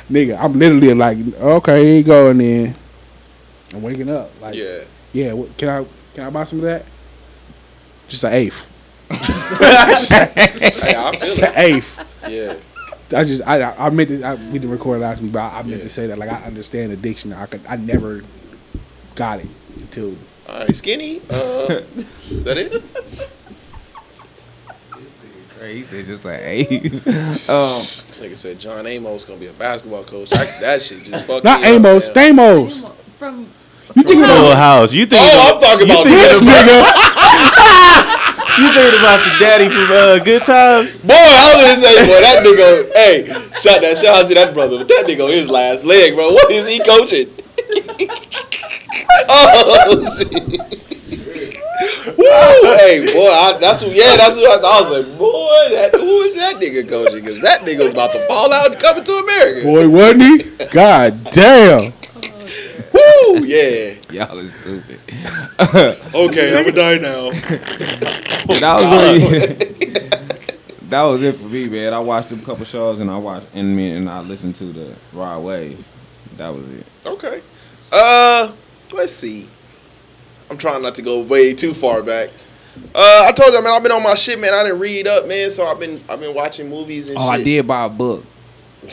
[SPEAKER 6] Nigga, I'm literally like, okay, here you go, and then I'm waking up. Like, yeah,
[SPEAKER 7] [LAUGHS]
[SPEAKER 2] Yeah.
[SPEAKER 6] what, can I can I buy some of that? Just an eighth.
[SPEAKER 2] Hey, I
[SPEAKER 6] Just
[SPEAKER 2] feel it.
[SPEAKER 6] an eighth.
[SPEAKER 2] Yeah.
[SPEAKER 6] I just I I I meant to, I, we didn't record last week, but I, I meant
[SPEAKER 2] Yeah.
[SPEAKER 6] to say that like I understand addiction. I could I never got it until
[SPEAKER 2] All right, skinny.
[SPEAKER 6] [LAUGHS]
[SPEAKER 2] Uh, that it?
[SPEAKER 7] Crazy, just [LAUGHS] like hey, um,
[SPEAKER 2] This nigga said John Amos gonna be a basketball coach. I, that shit just fucked
[SPEAKER 6] not
[SPEAKER 2] me up,
[SPEAKER 6] Amos,
[SPEAKER 2] man.
[SPEAKER 6] Stamos.
[SPEAKER 3] From
[SPEAKER 6] You think
[SPEAKER 4] Full
[SPEAKER 6] about
[SPEAKER 4] house. You think?
[SPEAKER 2] Oh, I'm talking about this. [LAUGHS]
[SPEAKER 6] this nigga?
[SPEAKER 4] You thinking about the daddy from uh, Good Times?
[SPEAKER 2] Boy, I was gonna say, boy, that nigga, hey, shout that shout out to that brother, but that nigga on his last leg, bro. What is he coaching? [LAUGHS] oh shit. Woo! Hey, boy, I, that's who. Yeah, that's who I, I was like. Boy, that who is that nigga coaching? Because that nigga was about to fall out and coming to America.
[SPEAKER 6] Boy, wasn't he? God damn.
[SPEAKER 2] Woo! Yeah.
[SPEAKER 7] y'all is stupid. [LAUGHS]
[SPEAKER 2] Okay, I'm gonna die now.
[SPEAKER 7] that was really, [LAUGHS] that was it for me, man. I watched them couple shows and I watched and me and I listened to the Raw Wave. That was it.
[SPEAKER 2] Okay. Uh, let's see. I'm trying not to go way too far back. Uh, I told you, man, I've been on my shit, man. I didn't read up, man. So I've been, I've been watching movies and
[SPEAKER 7] Oh, I
[SPEAKER 2] shit.
[SPEAKER 7] did buy a book,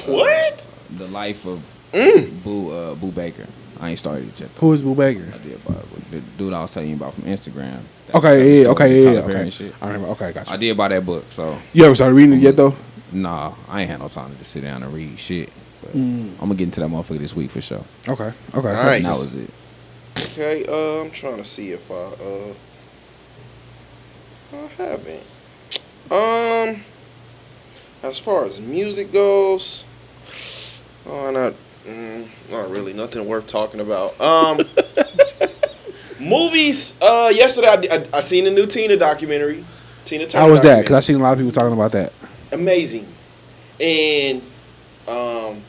[SPEAKER 2] What?
[SPEAKER 7] The Life of
[SPEAKER 2] Mm.
[SPEAKER 7] Boo uh, Boo Baker. I ain't started it yet. though.
[SPEAKER 6] Who is Boo Baker?
[SPEAKER 7] I did buy a book. The dude I was telling you about from Instagram. That type of
[SPEAKER 6] Okay, yeah,
[SPEAKER 7] story,
[SPEAKER 6] okay, yeah,
[SPEAKER 7] Tyler
[SPEAKER 6] yeah,
[SPEAKER 7] Perry
[SPEAKER 6] okay.
[SPEAKER 7] and shit.
[SPEAKER 6] I remember. Okay, gotcha.
[SPEAKER 7] I did buy that book, so
[SPEAKER 6] You haven't started reading it yet though?
[SPEAKER 7] nah, I ain't had no time to just sit down and read shit. But I'm gonna get into that motherfucker this week for sure.
[SPEAKER 6] Okay, okay.
[SPEAKER 2] Nice.
[SPEAKER 7] And that was it.
[SPEAKER 2] Okay. Uh, I'm trying to see if I, uh, I haven't. Um, as far as music goes, [SIGHS] oh, not, mm, not really. Nothing worth talking about. Um, movies. Uh, yesterday I, di- I, I seen the new Tina documentary. Tina Turner.
[SPEAKER 6] How was that? Because I
[SPEAKER 2] documentary.
[SPEAKER 6] seen a lot of people talking about that.
[SPEAKER 2] amazing, and um,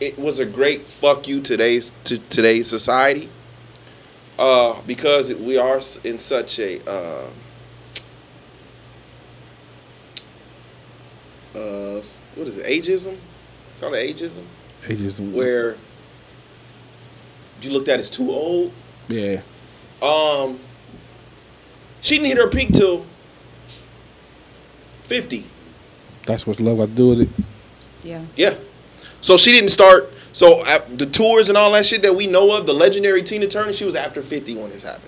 [SPEAKER 2] it was a great fuck you today's to today's society. Uh, because we are s- in such a uh, uh, s- what is it? Ageism? Call it ageism,
[SPEAKER 6] It just
[SPEAKER 2] where you looked at as too old.
[SPEAKER 6] Yeah.
[SPEAKER 2] Um, she didn't hit her peak till fifty.
[SPEAKER 6] That's what's love got to do with it.
[SPEAKER 3] yeah,
[SPEAKER 2] Yeah. So she didn't start. So uh, the tours and all that shit that we know of, the legendary Tina Turner, she was after fifty when this happened.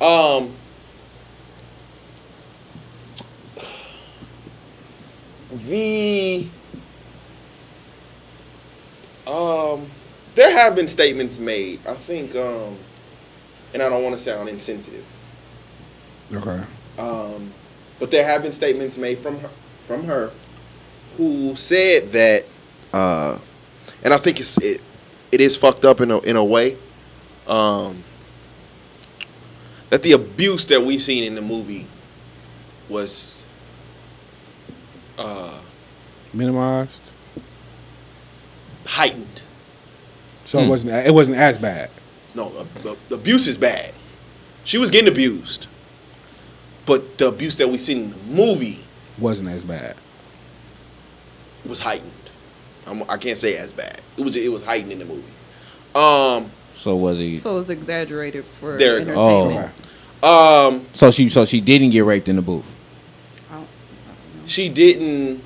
[SPEAKER 2] Um. The um, there have been statements made. I think um, and I don't want to sound insensitive.
[SPEAKER 6] Okay.
[SPEAKER 2] Um, but there have been statements made from her, from her who said that, uh, and I think it's it, it is fucked up in a in a way, um, that the abuse that we seen in the movie was uh,
[SPEAKER 6] Minimized.
[SPEAKER 2] heightened.
[SPEAKER 6] So it wasn't. It wasn't as bad.
[SPEAKER 2] No, a- a- abuse is bad. She was getting abused, but the abuse that we seen in the movie
[SPEAKER 6] Wasn't as bad.
[SPEAKER 2] was heightened. I'm, I can't say as bad. It was it was heightened in the movie. Um,
[SPEAKER 7] So was he?
[SPEAKER 3] so it was exaggerated for
[SPEAKER 2] There it goes.
[SPEAKER 7] Oh.
[SPEAKER 3] entertainment.
[SPEAKER 2] um,
[SPEAKER 7] So she so she didn't get raped in the booth.
[SPEAKER 3] Oh.
[SPEAKER 2] she didn't.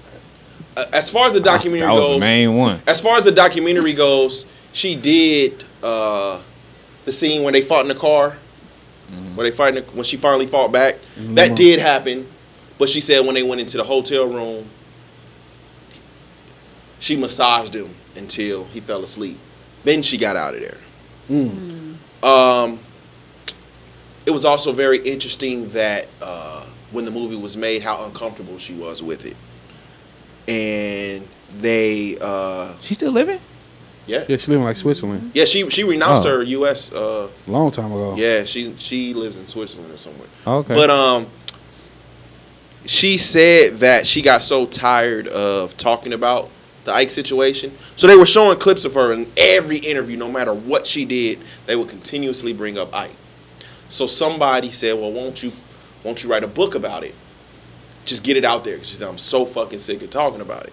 [SPEAKER 2] Uh, as far as the documentary
[SPEAKER 7] that was the
[SPEAKER 2] goes,
[SPEAKER 7] main one.
[SPEAKER 2] as far as the documentary goes, she did uh, the scene when they fought in the car,
[SPEAKER 7] Mm-hmm.
[SPEAKER 2] where they fighting when she finally fought back. That did happen, but she said when they went into the hotel room, she massaged him until he fell asleep. Then she got out of there. Hmm. Um, it was also very interesting that uh, when the movie was made, how uncomfortable she was with it, and they uh,
[SPEAKER 7] She still living?
[SPEAKER 2] yeah.
[SPEAKER 6] Yeah, she living like Switzerland.
[SPEAKER 2] Yeah, she she renounced
[SPEAKER 7] Oh.
[SPEAKER 2] her U.S. Uh,
[SPEAKER 6] Long time ago.
[SPEAKER 2] yeah, she she lives in Switzerland or somewhere.
[SPEAKER 7] Okay.
[SPEAKER 2] But um, she said that she got so tired of talking about the Ike situation. So they were showing clips of her in every interview, no matter what she did, they would continuously bring up Ike. So somebody said, "Well, won't you won't you write a book about it? Just get it out there." 'Cause She said, "I'm so fucking sick of talking about it."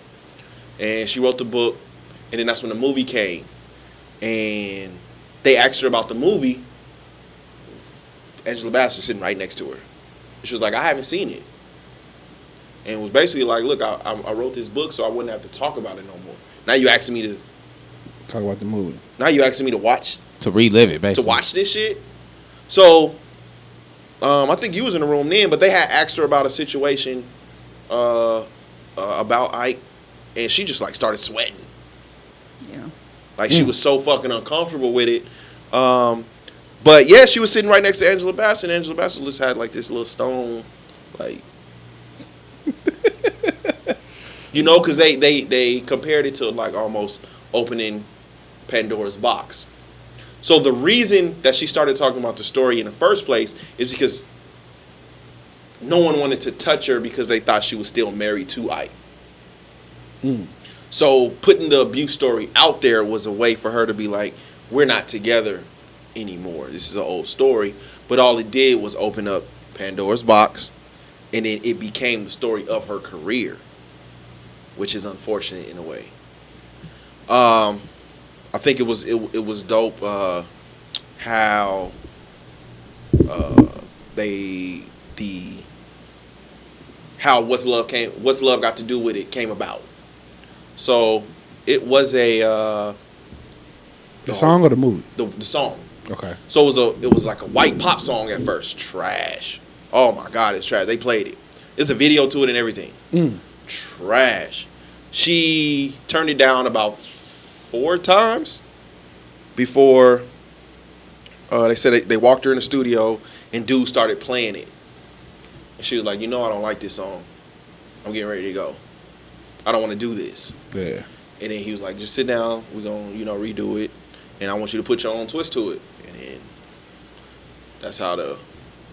[SPEAKER 2] And she wrote the book, and then that's when the movie came, and they asked her about the movie. Angela Bassett was sitting right next to her. She was like, I haven't seen it. And was basically like, look, I, I, I wrote this book so I wouldn't have to talk about it no more. Now you asking me to
[SPEAKER 6] Talk about the movie.
[SPEAKER 2] now you asking me to watch
[SPEAKER 7] to relive
[SPEAKER 2] uh,
[SPEAKER 7] it,
[SPEAKER 2] to
[SPEAKER 7] basically.
[SPEAKER 2] watch this shit. So, um, I think you was in the room then, but they had asked her about a situation uh, uh, about Ike, and she just like started sweating,
[SPEAKER 3] Yeah.
[SPEAKER 2] like she was so fucking uncomfortable with it. Um, but yeah, she was sitting right next to Angela Bassett. and Angela Bassett just had like this little stone, like. You know, because they, they, they compared it to like almost opening Pandora's box. So the reason that she started talking about the story in the first place is because no one wanted to touch her because they thought she was still married to Ike. So putting the abuse story out there was a way for her to be like, we're not together anymore. This is an old story. But all it did was open up Pandora's box and then it became the story of her career, which is unfortunate in a way. Um I think it was it, it was dope uh, how uh, they the how what's love came what's love got to do with it came about. So it was a uh, Oh.
[SPEAKER 6] The song or the movie?
[SPEAKER 2] the, the song
[SPEAKER 6] Okay.
[SPEAKER 2] so it was a it was like a white pop song at first. Trash. Oh my god, it's trash. They played it. There's a video to it and everything. Trash. She turned it down about four times before uh, they said they, they walked her in the studio and dude started playing it. And she was like, you know, I don't like this song. I'm getting ready to go. I don't want to do this.
[SPEAKER 6] Yeah.
[SPEAKER 2] And then he was like, just sit down. We're going to, you know, redo it. And I want you to put your own twist to it. And then that's how the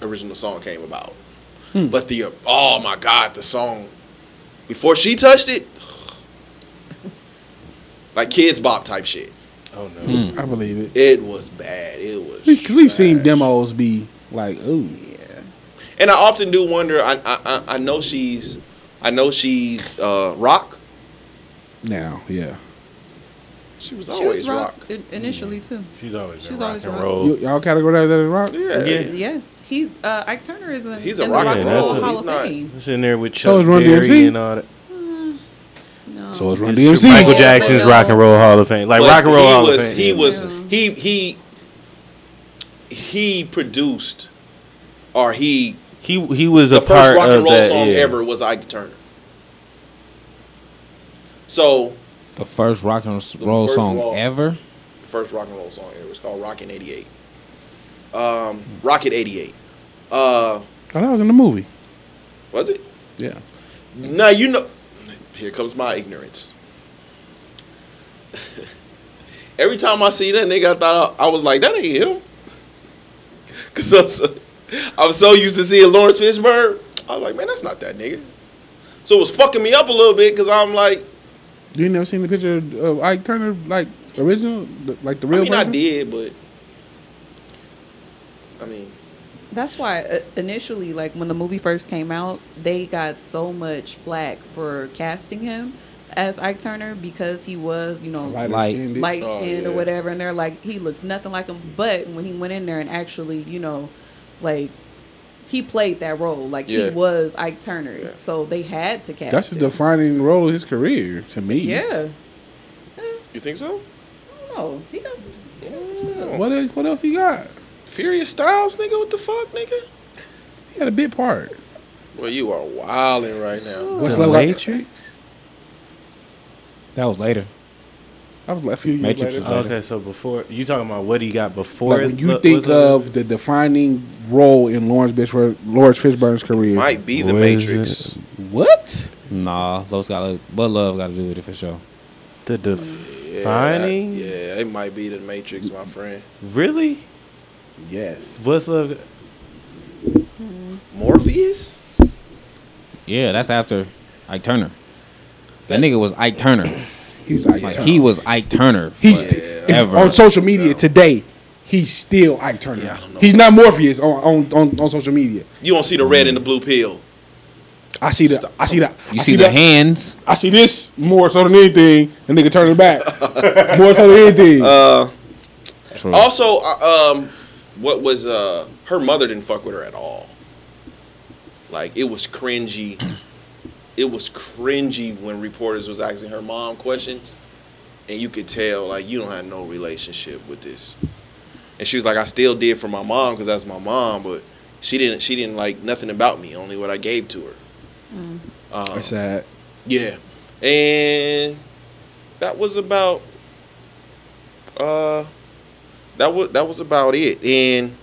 [SPEAKER 2] original song came about.
[SPEAKER 6] Hmm.
[SPEAKER 2] But the, oh my God, the song, before she touched it, [SIGHS] like kids bop type shit.
[SPEAKER 4] Oh no.
[SPEAKER 6] I believe it.
[SPEAKER 2] It was bad. It was.
[SPEAKER 6] Because we've seen
[SPEAKER 2] Hmm. trash.
[SPEAKER 6] demos be like, ooh.
[SPEAKER 3] Yeah.
[SPEAKER 2] And I often do wonder, I, I, I- I know she's, I know she's uh, rock.
[SPEAKER 6] Now, yeah.
[SPEAKER 2] She was
[SPEAKER 3] She was
[SPEAKER 2] always
[SPEAKER 3] rock
[SPEAKER 2] rock.
[SPEAKER 3] in- initially too.
[SPEAKER 4] She's always
[SPEAKER 3] She's
[SPEAKER 4] been rock
[SPEAKER 3] always
[SPEAKER 4] and
[SPEAKER 3] rock.
[SPEAKER 4] roll.
[SPEAKER 6] You, y'all categorize that as rock?
[SPEAKER 2] Oh. Yeah.
[SPEAKER 4] Yeah.
[SPEAKER 3] Yes, he uh, Ike Turner is in,
[SPEAKER 2] He's a
[SPEAKER 3] in
[SPEAKER 2] rock
[SPEAKER 3] the Rock
[SPEAKER 4] and
[SPEAKER 3] and
[SPEAKER 4] roll.
[SPEAKER 3] Roll
[SPEAKER 4] He's
[SPEAKER 3] Hall of
[SPEAKER 2] not-
[SPEAKER 3] Fame. Uh,
[SPEAKER 4] It's in there with Chuck
[SPEAKER 6] So is Run
[SPEAKER 4] Berry
[SPEAKER 6] DMC.
[SPEAKER 4] and all that.
[SPEAKER 3] No.
[SPEAKER 6] So it's Run
[SPEAKER 4] It's
[SPEAKER 6] DMC.
[SPEAKER 4] Michael
[SPEAKER 3] Yeah,
[SPEAKER 4] Jackson's
[SPEAKER 3] but, uh,
[SPEAKER 4] Rock and Roll Hall of Fame, like
[SPEAKER 2] But
[SPEAKER 4] Rock and Roll
[SPEAKER 2] he
[SPEAKER 4] Hall
[SPEAKER 2] was,
[SPEAKER 4] of Fame.
[SPEAKER 2] He was
[SPEAKER 3] Yeah.
[SPEAKER 2] he he he produced or he
[SPEAKER 4] he he was
[SPEAKER 2] the
[SPEAKER 4] a part
[SPEAKER 2] first rock
[SPEAKER 4] of
[SPEAKER 2] and roll
[SPEAKER 4] that.
[SPEAKER 2] song
[SPEAKER 4] yeah.
[SPEAKER 2] ever was Ike Turner. So
[SPEAKER 7] The first rock and
[SPEAKER 2] The
[SPEAKER 7] roll
[SPEAKER 2] first
[SPEAKER 7] song
[SPEAKER 2] rock.
[SPEAKER 7] ever.
[SPEAKER 2] the first rock and roll song ever it's called Rockin' eighty eight. Um Rocket eighty eight. Uh
[SPEAKER 6] Oh, that was in the movie.
[SPEAKER 2] was it?
[SPEAKER 6] Yeah.
[SPEAKER 2] Now you know. Here comes my ignorance. [LAUGHS] Every time I see that nigga, I thought I, I was like, that ain't him. [LAUGHS] Cause I was, I was so used to seeing Lawrence Fishburne, I was like, man, that's not that nigga. So it was fucking me up a little bit because I'm like,
[SPEAKER 6] You ain't never seen the picture of Ike Turner, like, original? The- Like, the real
[SPEAKER 2] I mean, I
[SPEAKER 6] version?
[SPEAKER 2] did, but I mean,
[SPEAKER 3] That's why uh, initially, like when the movie first came out, they got so much flack for casting him as Ike Turner because he was, you know,
[SPEAKER 6] Lighter
[SPEAKER 7] Like-
[SPEAKER 6] skinned.
[SPEAKER 3] light
[SPEAKER 2] Oh,
[SPEAKER 3] skinned
[SPEAKER 2] yeah.
[SPEAKER 3] or whatever, and they're like, he looks nothing like him. But when he went in there and actually, you know, like he played that role, like
[SPEAKER 2] Yeah.
[SPEAKER 3] he was Ike Turner,
[SPEAKER 2] Yeah.
[SPEAKER 3] so they had to cast.
[SPEAKER 6] That's the
[SPEAKER 3] him.
[SPEAKER 6] defining role of his career to me.
[SPEAKER 3] Yeah.
[SPEAKER 2] you think so?
[SPEAKER 3] Oh, he got some. He got some stuff.
[SPEAKER 6] What else, what else he got?
[SPEAKER 2] Furious Styles, nigga, what the fuck, nigga?
[SPEAKER 6] He had a bit part.
[SPEAKER 2] Well, you are wilding right now.
[SPEAKER 6] What's
[SPEAKER 7] The
[SPEAKER 6] Love Like-
[SPEAKER 7] Matrix. That was later.
[SPEAKER 6] I was like a few years
[SPEAKER 7] Matrix
[SPEAKER 6] later.
[SPEAKER 7] was
[SPEAKER 4] Okay, so before you talking about what he got before
[SPEAKER 6] Like, when you
[SPEAKER 4] Lo-
[SPEAKER 6] think
[SPEAKER 4] Lo- Lo-
[SPEAKER 6] of the defining role in Lawrence Fishburne, Lawrence Fishburne's career,
[SPEAKER 2] Might be the
[SPEAKER 4] What is
[SPEAKER 2] Matrix.
[SPEAKER 4] it?
[SPEAKER 6] what?
[SPEAKER 7] Nah, Love's got but Love got to do with it for sure.
[SPEAKER 4] the
[SPEAKER 2] Yeah, that-
[SPEAKER 4] defining,
[SPEAKER 2] yeah, it might be the Matrix, my friend.
[SPEAKER 4] really,
[SPEAKER 6] Yes.
[SPEAKER 4] what's love?
[SPEAKER 2] Morpheus?
[SPEAKER 7] Yeah, that's after Ike Turner. That nigga was Ike Turner.
[SPEAKER 6] He's like,
[SPEAKER 7] Like he was Ike Turner.
[SPEAKER 6] he's
[SPEAKER 7] forever.
[SPEAKER 6] if- on social media today. He's still Ike Turner.
[SPEAKER 2] Yeah, I don't know.
[SPEAKER 6] he's not Morpheus on, on, on, on social media.
[SPEAKER 2] You don't see the red and the blue pill.
[SPEAKER 6] I see the
[SPEAKER 2] Stop.
[SPEAKER 6] I see that
[SPEAKER 7] You
[SPEAKER 6] I
[SPEAKER 7] see,
[SPEAKER 6] see
[SPEAKER 7] the
[SPEAKER 6] that
[SPEAKER 7] hands.
[SPEAKER 6] I
[SPEAKER 2] [LAUGHS]
[SPEAKER 6] see this more so than anything. The nigga turning back more so than anything.
[SPEAKER 2] Uh,
[SPEAKER 7] True.
[SPEAKER 2] Also, uh, um, what was uh, her mother didn't fuck with her at all. Like it was cringy. [CLEARS THROAT] It was cringy when reporters was asking her mom questions, and you could tell like you don't have no relationship with this. And she was like, I still did for my mom because that's my mom, but she didn't. She didn't like nothing about me. Only what I gave to her. Um,
[SPEAKER 6] That's sad.
[SPEAKER 2] yeah, and that was about uh that was that was about it. And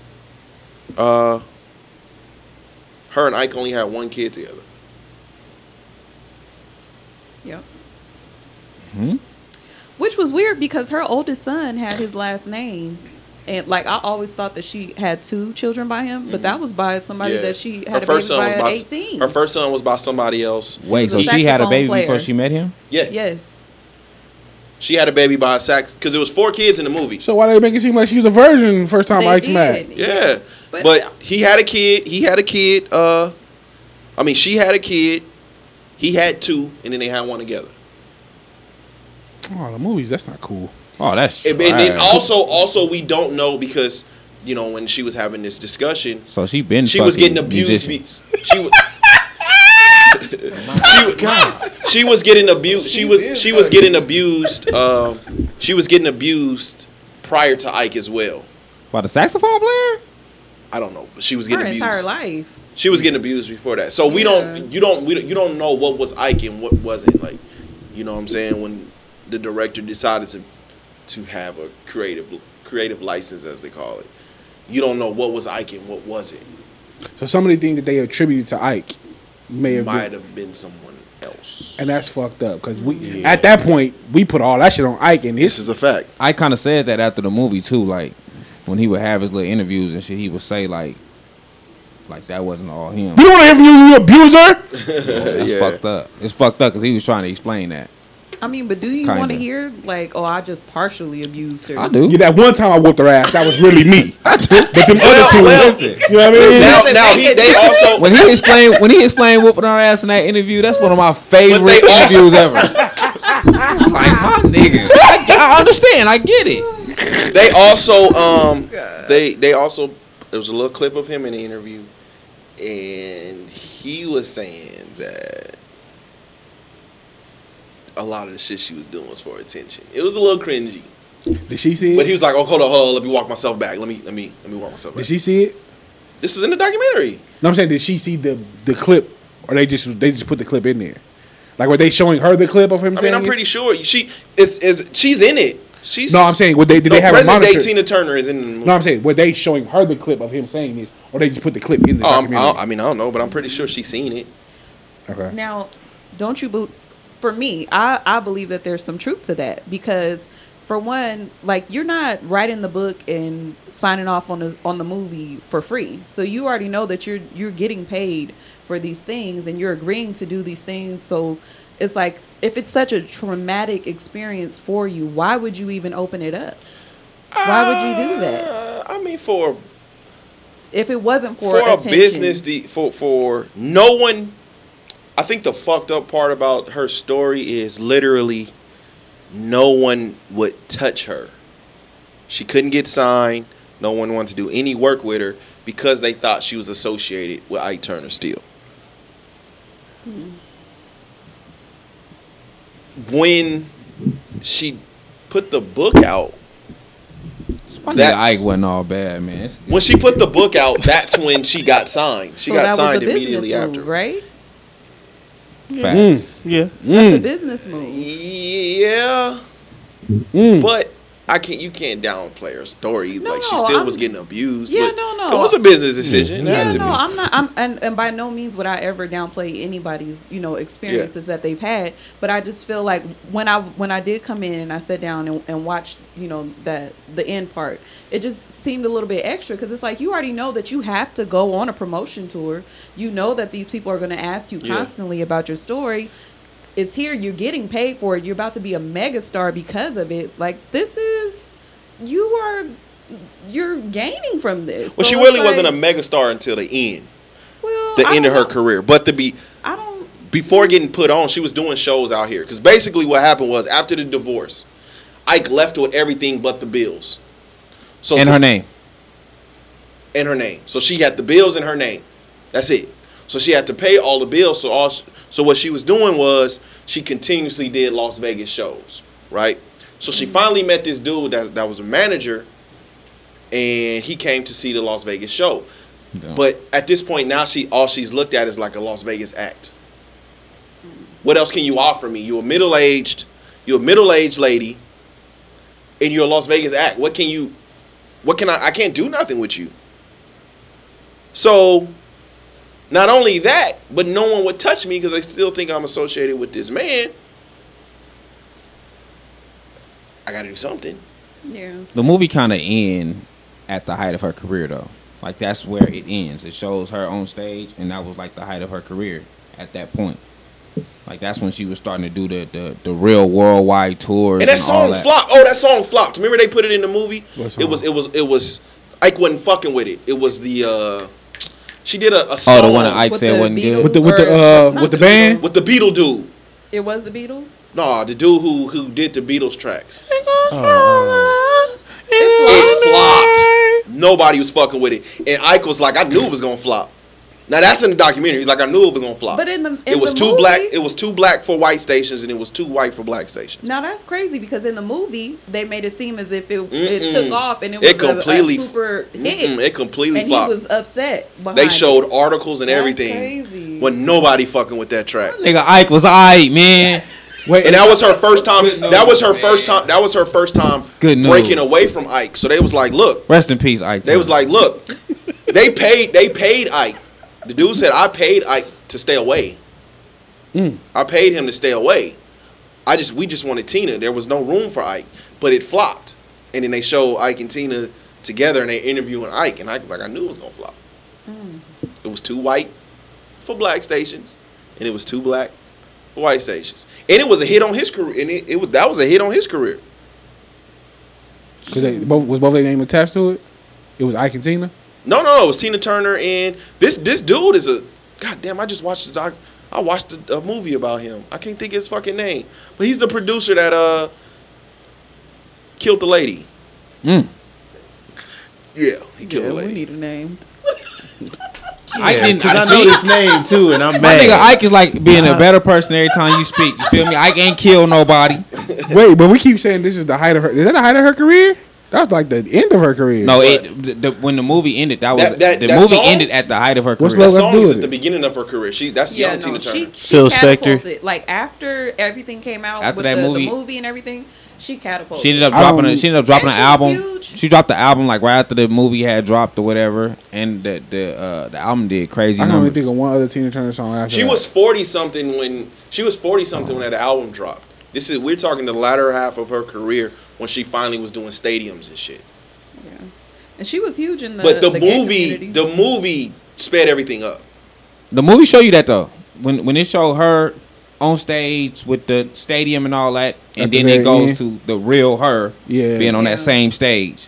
[SPEAKER 2] uh, her and Ike only had one kid together.
[SPEAKER 3] Yep.
[SPEAKER 7] Hmm?
[SPEAKER 3] Which was weird because her oldest son had his last name. And like I always thought that she had two children by him, but that was by somebody
[SPEAKER 2] Mm-hmm. Yeah.
[SPEAKER 3] that she had a baby by, at
[SPEAKER 2] s-
[SPEAKER 3] eighteen.
[SPEAKER 2] her first son was by somebody else.
[SPEAKER 7] Wait,
[SPEAKER 3] He's
[SPEAKER 7] so
[SPEAKER 3] a
[SPEAKER 7] she had a
[SPEAKER 3] saxophone
[SPEAKER 7] baby
[SPEAKER 3] player.
[SPEAKER 7] before she met him?
[SPEAKER 2] Yeah,
[SPEAKER 3] yes,
[SPEAKER 2] she had a baby by a sax because it was four kids in the movie.
[SPEAKER 6] So why they make it seem like she was a virgin first time
[SPEAKER 3] They
[SPEAKER 6] Ike's
[SPEAKER 3] did.
[SPEAKER 6] met?
[SPEAKER 2] Yeah. But,
[SPEAKER 3] But-
[SPEAKER 2] he had a kid. He had a kid. Uh, I mean, she had a kid. He had two, and then they had one together.
[SPEAKER 6] Oh, the movies. That's not cool.
[SPEAKER 7] Oh, that's
[SPEAKER 2] And, and then
[SPEAKER 7] trash.
[SPEAKER 2] also, also we don't know because you know when she was having this discussion,
[SPEAKER 7] So she been
[SPEAKER 2] she was
[SPEAKER 7] fucking
[SPEAKER 2] getting abused. be-
[SPEAKER 7] musicians.
[SPEAKER 2] She was. she, wa- she was getting abused. She was she was getting abused. Um, she was getting abused prior to Ike as well.
[SPEAKER 7] By the saxophone player?
[SPEAKER 2] I don't know, but she was
[SPEAKER 3] her
[SPEAKER 2] getting abused.
[SPEAKER 3] entire life.
[SPEAKER 2] She was getting abused before that. So we
[SPEAKER 3] Yeah.
[SPEAKER 2] don't, you don't, we don't, you don't know what was Ike and what wasn't. Like, you know what I'm saying? When the director decided to to have a creative creative license, as they call it, you don't know what was Ike and what wasn't.
[SPEAKER 6] So some of the things that they attributed to Ike may have
[SPEAKER 2] Might
[SPEAKER 6] been,
[SPEAKER 2] have been someone else.
[SPEAKER 6] and that's fucked up because we at that point we put all that shit on Ike and
[SPEAKER 2] This
[SPEAKER 6] his
[SPEAKER 2] is a fact.
[SPEAKER 7] I kind of said that after the movie too. Like when he would have his little interviews and shit, he would say like, like that wasn't all him.
[SPEAKER 6] We don't want to hear from you, you abuser.
[SPEAKER 7] That's
[SPEAKER 2] Yeah.
[SPEAKER 7] fucked up. It's fucked up because he was trying to explain that.
[SPEAKER 3] I mean, but do you
[SPEAKER 7] Kinda.
[SPEAKER 3] want to hear like, oh, I just partially abused her?
[SPEAKER 7] I do.
[SPEAKER 6] yeah, that one time I whooped her ass, that was
[SPEAKER 2] [LAUGHS]
[SPEAKER 6] really me.
[SPEAKER 7] I do.
[SPEAKER 6] But them
[SPEAKER 2] Well,
[SPEAKER 6] other two,
[SPEAKER 2] well,
[SPEAKER 6] you know what I mean?
[SPEAKER 2] Now, now he, they also,
[SPEAKER 7] When he explained when he explained whooping our ass in that interview, that's one of my favorite
[SPEAKER 2] But they also-
[SPEAKER 7] interviews ever. It's like my nigga, I, I understand, I get it.
[SPEAKER 2] they also,
[SPEAKER 6] Oh
[SPEAKER 2] um, they they also. There was a little clip of him in the interview, and he was saying that a lot of the shit she was doing was for attention. It was a little cringy,
[SPEAKER 6] Did she see
[SPEAKER 2] but he
[SPEAKER 6] it?
[SPEAKER 2] was like, "Oh, hold on, hold on, let me walk myself back. Let me, let me, let me walk myself back."
[SPEAKER 6] Did she see it?
[SPEAKER 2] this is in the documentary.
[SPEAKER 6] No, I'm saying did she see the the clip, or they just they just put the clip in there? Like were they showing her the clip of him?
[SPEAKER 2] I mean,
[SPEAKER 6] saying
[SPEAKER 2] I'm
[SPEAKER 6] this?
[SPEAKER 2] pretty sure she is. Is she's in it? She's
[SPEAKER 6] No, I'm saying would they did
[SPEAKER 2] no,
[SPEAKER 6] they have a
[SPEAKER 2] present day
[SPEAKER 6] monitor?
[SPEAKER 2] Tina Turner is in. The movie.
[SPEAKER 6] no, I'm saying were they showing her the clip of him saying this, or they just put the clip in the
[SPEAKER 2] Oh, I'm,
[SPEAKER 6] documentary?
[SPEAKER 2] I, I mean, I don't know, but I'm pretty sure she's seen it.
[SPEAKER 6] okay.
[SPEAKER 3] Now, don't you believe? For me, I I believe that there's some truth to that because, for one, like you're not writing the book and signing off on the on the movie for free, so you already know that you're you're getting paid for these things and you're agreeing to do these things. So it's like if it's such a traumatic experience for you, why would you even open it up? Why would you do that
[SPEAKER 2] Uh, I mean, for
[SPEAKER 3] if it wasn't for,
[SPEAKER 2] for, a
[SPEAKER 3] attention?
[SPEAKER 2] business de- for for no one I think the fucked up part about her story is literally no one would touch her. She couldn't get signed. No one wanted to do any work with her because they thought she was associated with Ike Turner Steel. When she put the book out,
[SPEAKER 7] My
[SPEAKER 2] That's-
[SPEAKER 7] nigga Ike wasn't all bad, man. It's-
[SPEAKER 2] when she put the book out, that's when she got signed. She
[SPEAKER 3] so
[SPEAKER 2] got
[SPEAKER 3] that
[SPEAKER 2] signed
[SPEAKER 3] was a business
[SPEAKER 2] immediately
[SPEAKER 3] move,
[SPEAKER 2] after.
[SPEAKER 3] right?
[SPEAKER 2] Mm.
[SPEAKER 7] Facts.
[SPEAKER 4] Yeah.
[SPEAKER 3] That's a business move.
[SPEAKER 2] Yeah,
[SPEAKER 6] Mm.
[SPEAKER 2] but I can't. You can't downplay her story. like she
[SPEAKER 3] No,
[SPEAKER 2] still
[SPEAKER 3] I'm-
[SPEAKER 2] was getting abused.
[SPEAKER 3] Yeah,
[SPEAKER 2] but
[SPEAKER 3] no, no.
[SPEAKER 2] It was a business decision. It
[SPEAKER 3] Yeah,
[SPEAKER 2] had to
[SPEAKER 3] no,
[SPEAKER 2] be.
[SPEAKER 3] I'm not. I'm and, and by no means would I ever downplay anybody's you know experiences that they've had. But I just feel like when I when I did come in and I sat down and, and watched you know that the end part, it just seemed a little bit extra because it's like you already know that you have to go on a promotion tour. You know that these people are going to ask you
[SPEAKER 2] Yeah.
[SPEAKER 3] constantly about your story. It's here. You're getting paid for it. You're about to be a megastar because of it. Like this is you are. You're gaining from this.
[SPEAKER 2] well,
[SPEAKER 3] So
[SPEAKER 2] she
[SPEAKER 3] it's
[SPEAKER 2] really
[SPEAKER 3] like-
[SPEAKER 2] wasn't a megastar until the end,
[SPEAKER 3] well,
[SPEAKER 2] the
[SPEAKER 3] I
[SPEAKER 2] end of
[SPEAKER 3] don't
[SPEAKER 2] her
[SPEAKER 3] know.
[SPEAKER 2] career. But to be
[SPEAKER 3] I don't.
[SPEAKER 2] before getting put on, she was doing shows out here. Because basically, what happened was after the divorce, Ike left with everything but the bills. So
[SPEAKER 7] and
[SPEAKER 2] to-
[SPEAKER 7] her name.
[SPEAKER 2] in her name. So she had the bills in her name. That's it. So she had to pay all the bills. So all sh- so what she was doing was she continuously did Las Vegas shows, right? So she finally met this dude that that was a manager, and he came to see the Las Vegas show. But at this point now, she all she's looked at is like a Las Vegas act. What else can you offer me? You're a middle aged, you're a middle aged lady, and you're a Las Vegas act. What can you? What can I? I can't do nothing with you. So, not only that, but no one would touch me because they still think I'm associated with this man. I got to do something.
[SPEAKER 3] Yeah.
[SPEAKER 7] The movie kind of end at the height of her career though. Like that's where it ends. It shows her on stage, and that was like the height of her career at that point. Like that's when she was starting to do the the, the real worldwide tours.
[SPEAKER 2] And that
[SPEAKER 7] all
[SPEAKER 2] song flopped. Oh, that song flopped. Remember they put it in the movie?
[SPEAKER 6] What
[SPEAKER 2] It was
[SPEAKER 6] song?
[SPEAKER 2] it was it was Ike wasn't fucking with it. It was the uh she did a, a song
[SPEAKER 7] Oh, the one that Ike
[SPEAKER 3] With
[SPEAKER 7] said
[SPEAKER 3] the
[SPEAKER 7] wasn't
[SPEAKER 3] Beatles
[SPEAKER 7] good.
[SPEAKER 6] With the- with the,
[SPEAKER 3] or-
[SPEAKER 6] uh,
[SPEAKER 3] not
[SPEAKER 6] with the band?
[SPEAKER 3] Beatles.
[SPEAKER 2] with the Beatle dude.
[SPEAKER 3] It was the Beatles.
[SPEAKER 2] Nah, the dude who who did the Beatles tracks.
[SPEAKER 4] Oh.
[SPEAKER 3] It
[SPEAKER 2] It flopped. Nobody was fucking with it. And Ike was like, I knew it was gonna flop. Now that's in the documentary. He's like, I knew it was gonna flop.
[SPEAKER 3] But in the- in
[SPEAKER 2] it was
[SPEAKER 3] the
[SPEAKER 2] too
[SPEAKER 3] movie-
[SPEAKER 2] black. It was too black for white stations, and it was too white for black stations.
[SPEAKER 3] Now that's crazy because in the movie they made it seem as if it,
[SPEAKER 2] Mm-mm.
[SPEAKER 3] it took off and it was
[SPEAKER 2] It
[SPEAKER 3] a-
[SPEAKER 2] completely-
[SPEAKER 3] a, super hit.
[SPEAKER 2] Mm-mm, it completely
[SPEAKER 3] and
[SPEAKER 2] flopped.
[SPEAKER 3] he was upset. behind
[SPEAKER 2] they
[SPEAKER 3] it.
[SPEAKER 2] showed articles and
[SPEAKER 3] That's
[SPEAKER 2] everything.
[SPEAKER 3] crazy.
[SPEAKER 2] When nobody fucking with that track.
[SPEAKER 7] Nigga, Ike was alright, man.
[SPEAKER 6] Wait,
[SPEAKER 2] And that was her first time.
[SPEAKER 7] Good
[SPEAKER 2] that was her
[SPEAKER 7] news,
[SPEAKER 2] first
[SPEAKER 7] man.
[SPEAKER 2] time. That was her first time
[SPEAKER 7] Good news.
[SPEAKER 2] breaking away from Ike. So they was like, look.
[SPEAKER 7] Rest in peace, Ike.
[SPEAKER 2] They was like, look. they paid. They paid Ike. The dude said, I paid Ike to stay away. I paid him to stay away. I just we just wanted Tina. There was no room for Ike, but it flopped. And then they show Ike and Tina together, and they interviewing Ike, and Ike was like, I knew it was gonna flop. It was too white for black stations, and it was too black for white stations, and it was a hit on his career, and it, it was that was a hit on his career.
[SPEAKER 6] Cause they, both, was both their name attached to it? It was Ike
[SPEAKER 2] [LAUGHS]
[SPEAKER 6] and Tina.
[SPEAKER 2] No, no, no, it was Tina Turner, and this this dude is a goddamn. I just watched the doc. I watched a, a movie about him. I can't think of his fucking name, but he's the producer that uh killed the lady.
[SPEAKER 7] Mm.
[SPEAKER 2] Yeah, he killed
[SPEAKER 3] Yeah,
[SPEAKER 2] the
[SPEAKER 3] we
[SPEAKER 2] lady.
[SPEAKER 3] need a name.
[SPEAKER 7] Ike didn't. I
[SPEAKER 8] I
[SPEAKER 7] see-
[SPEAKER 8] know his name too, and I'm
[SPEAKER 7] My
[SPEAKER 8] mad.
[SPEAKER 7] nigga Ike is like being a better person every time you speak. You feel me? Ike ain't kill nobody.
[SPEAKER 6] Wait, but we keep saying this is the height of her. Is that the height of her career? That was like the end of her career.
[SPEAKER 7] No, it the, the, when the movie ended, that was
[SPEAKER 2] That- that-
[SPEAKER 7] the
[SPEAKER 2] that
[SPEAKER 7] movie
[SPEAKER 2] song?
[SPEAKER 7] ended at the height of her
[SPEAKER 6] What's
[SPEAKER 7] career.
[SPEAKER 6] Let's
[SPEAKER 2] That song
[SPEAKER 6] do
[SPEAKER 2] is
[SPEAKER 6] it.
[SPEAKER 2] at the beginning of her career. She that's
[SPEAKER 3] Yeah,
[SPEAKER 2] young Tina
[SPEAKER 3] no, she,
[SPEAKER 2] Turner.
[SPEAKER 3] she
[SPEAKER 8] Phil
[SPEAKER 3] catapulted. Like after everything came out
[SPEAKER 7] After
[SPEAKER 3] with
[SPEAKER 7] that
[SPEAKER 3] the,
[SPEAKER 7] movie-
[SPEAKER 3] the movie and everything, she catapulted.
[SPEAKER 7] She ended up
[SPEAKER 6] I
[SPEAKER 7] dropping.
[SPEAKER 6] don't-
[SPEAKER 7] A, she ended up dropping an
[SPEAKER 3] And she
[SPEAKER 7] album.
[SPEAKER 3] was huge.
[SPEAKER 7] She dropped the album like right after the movie had dropped or whatever, and the the uh, the album did crazy
[SPEAKER 6] I can only
[SPEAKER 7] numbers.
[SPEAKER 6] think of one other Tina Turner song after.
[SPEAKER 2] She
[SPEAKER 6] that.
[SPEAKER 2] was forty something when she was forty something when that album dropped. This is we're talking the latter half of her career when she finally was doing stadiums and shit.
[SPEAKER 3] yeah. and she was huge in the.
[SPEAKER 2] But the,
[SPEAKER 3] gay
[SPEAKER 2] movie,
[SPEAKER 3] community.
[SPEAKER 2] the movie sped everything up.
[SPEAKER 7] the movie show you that though. When when it showed her on stage with the stadium and all that, and
[SPEAKER 6] At the
[SPEAKER 7] then it
[SPEAKER 6] very
[SPEAKER 7] goes
[SPEAKER 6] end.
[SPEAKER 7] to the real her
[SPEAKER 6] Yeah.
[SPEAKER 7] being on
[SPEAKER 3] Yeah.
[SPEAKER 7] that same stage,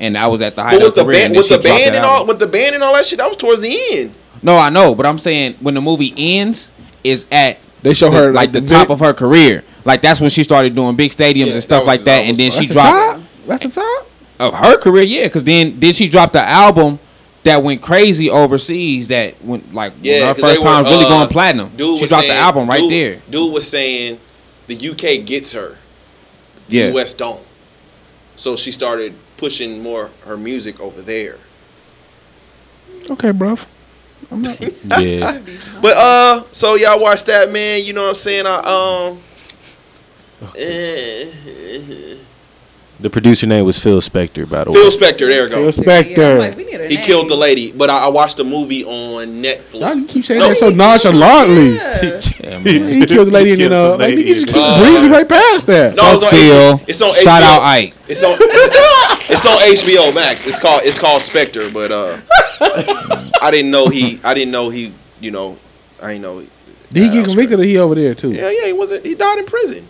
[SPEAKER 7] and I was at the height
[SPEAKER 2] But
[SPEAKER 7] of
[SPEAKER 2] with the
[SPEAKER 7] career.
[SPEAKER 2] band,
[SPEAKER 7] then
[SPEAKER 2] with
[SPEAKER 7] she
[SPEAKER 2] the
[SPEAKER 7] dropped
[SPEAKER 2] band
[SPEAKER 7] that
[SPEAKER 2] and
[SPEAKER 7] album.
[SPEAKER 2] all, with the band and all that shit, that was towards the end.
[SPEAKER 7] No, I know, but I'm saying when the movie ends is at
[SPEAKER 6] They show
[SPEAKER 7] the-
[SPEAKER 6] her, like,
[SPEAKER 7] like the,
[SPEAKER 6] the
[SPEAKER 7] top
[SPEAKER 6] vi-
[SPEAKER 7] of her career. Like that's when she started doing big stadiums
[SPEAKER 2] Yeah,
[SPEAKER 7] and stuff
[SPEAKER 2] that
[SPEAKER 7] like
[SPEAKER 2] was-
[SPEAKER 7] that,
[SPEAKER 2] that
[SPEAKER 7] and
[SPEAKER 2] was-
[SPEAKER 6] [LAUGHS]
[SPEAKER 7] then she
[SPEAKER 6] That's the
[SPEAKER 7] dropped
[SPEAKER 6] top? That's the top.
[SPEAKER 7] of her career, yeah, because then then she dropped the album that went crazy overseas. That went like when
[SPEAKER 2] Yeah,
[SPEAKER 7] her
[SPEAKER 2] 'cause
[SPEAKER 7] first
[SPEAKER 2] they were,
[SPEAKER 7] time really
[SPEAKER 2] uh,
[SPEAKER 7] going platinum.
[SPEAKER 2] dude
[SPEAKER 7] She
[SPEAKER 2] was
[SPEAKER 7] dropped the
[SPEAKER 2] saying-
[SPEAKER 7] album right
[SPEAKER 2] dude-
[SPEAKER 7] there.
[SPEAKER 2] Dude was saying the UK gets her. The
[SPEAKER 7] Yeah,
[SPEAKER 6] [LAUGHS]
[SPEAKER 2] US don't. So she started pushing more her music over there.
[SPEAKER 6] Okay, bruv.
[SPEAKER 7] yeah.
[SPEAKER 6] Uh-huh.
[SPEAKER 2] But uh, so y'all watch that man. You know what I'm saying? I
[SPEAKER 7] [LAUGHS]
[SPEAKER 2] um. eh,
[SPEAKER 8] The producer name was Phil Spector, by the way.
[SPEAKER 2] Phil Spector, there you go.
[SPEAKER 6] Phil Spector.
[SPEAKER 3] Yeah, I'm like, we need a
[SPEAKER 2] He
[SPEAKER 3] name.
[SPEAKER 2] killed the lady, but I, I watched the movie on
[SPEAKER 6] Y'all just
[SPEAKER 2] Netflix.
[SPEAKER 6] keep saying
[SPEAKER 2] No.
[SPEAKER 6] that so nonchalantly.
[SPEAKER 3] Yeah.
[SPEAKER 2] [LAUGHS]
[SPEAKER 6] He killed the lady, and then uh,
[SPEAKER 8] Killed the
[SPEAKER 6] like,
[SPEAKER 8] lady
[SPEAKER 6] you just
[SPEAKER 8] in
[SPEAKER 6] keep
[SPEAKER 2] the-
[SPEAKER 6] breezing right past that.
[SPEAKER 2] No, it's on
[SPEAKER 7] Phil.
[SPEAKER 2] HBO. It's on
[SPEAKER 7] Shout
[SPEAKER 2] HBO.
[SPEAKER 7] out Ike.
[SPEAKER 2] It's on it's on HBO Max. It's called it's called Spectre, but uh, I didn't know he I didn't know he you know I didn't know.
[SPEAKER 6] Did he
[SPEAKER 2] that
[SPEAKER 6] get
[SPEAKER 2] was
[SPEAKER 6] convicted or he over there too?
[SPEAKER 2] Yeah, yeah, he wasn't. He died in prison.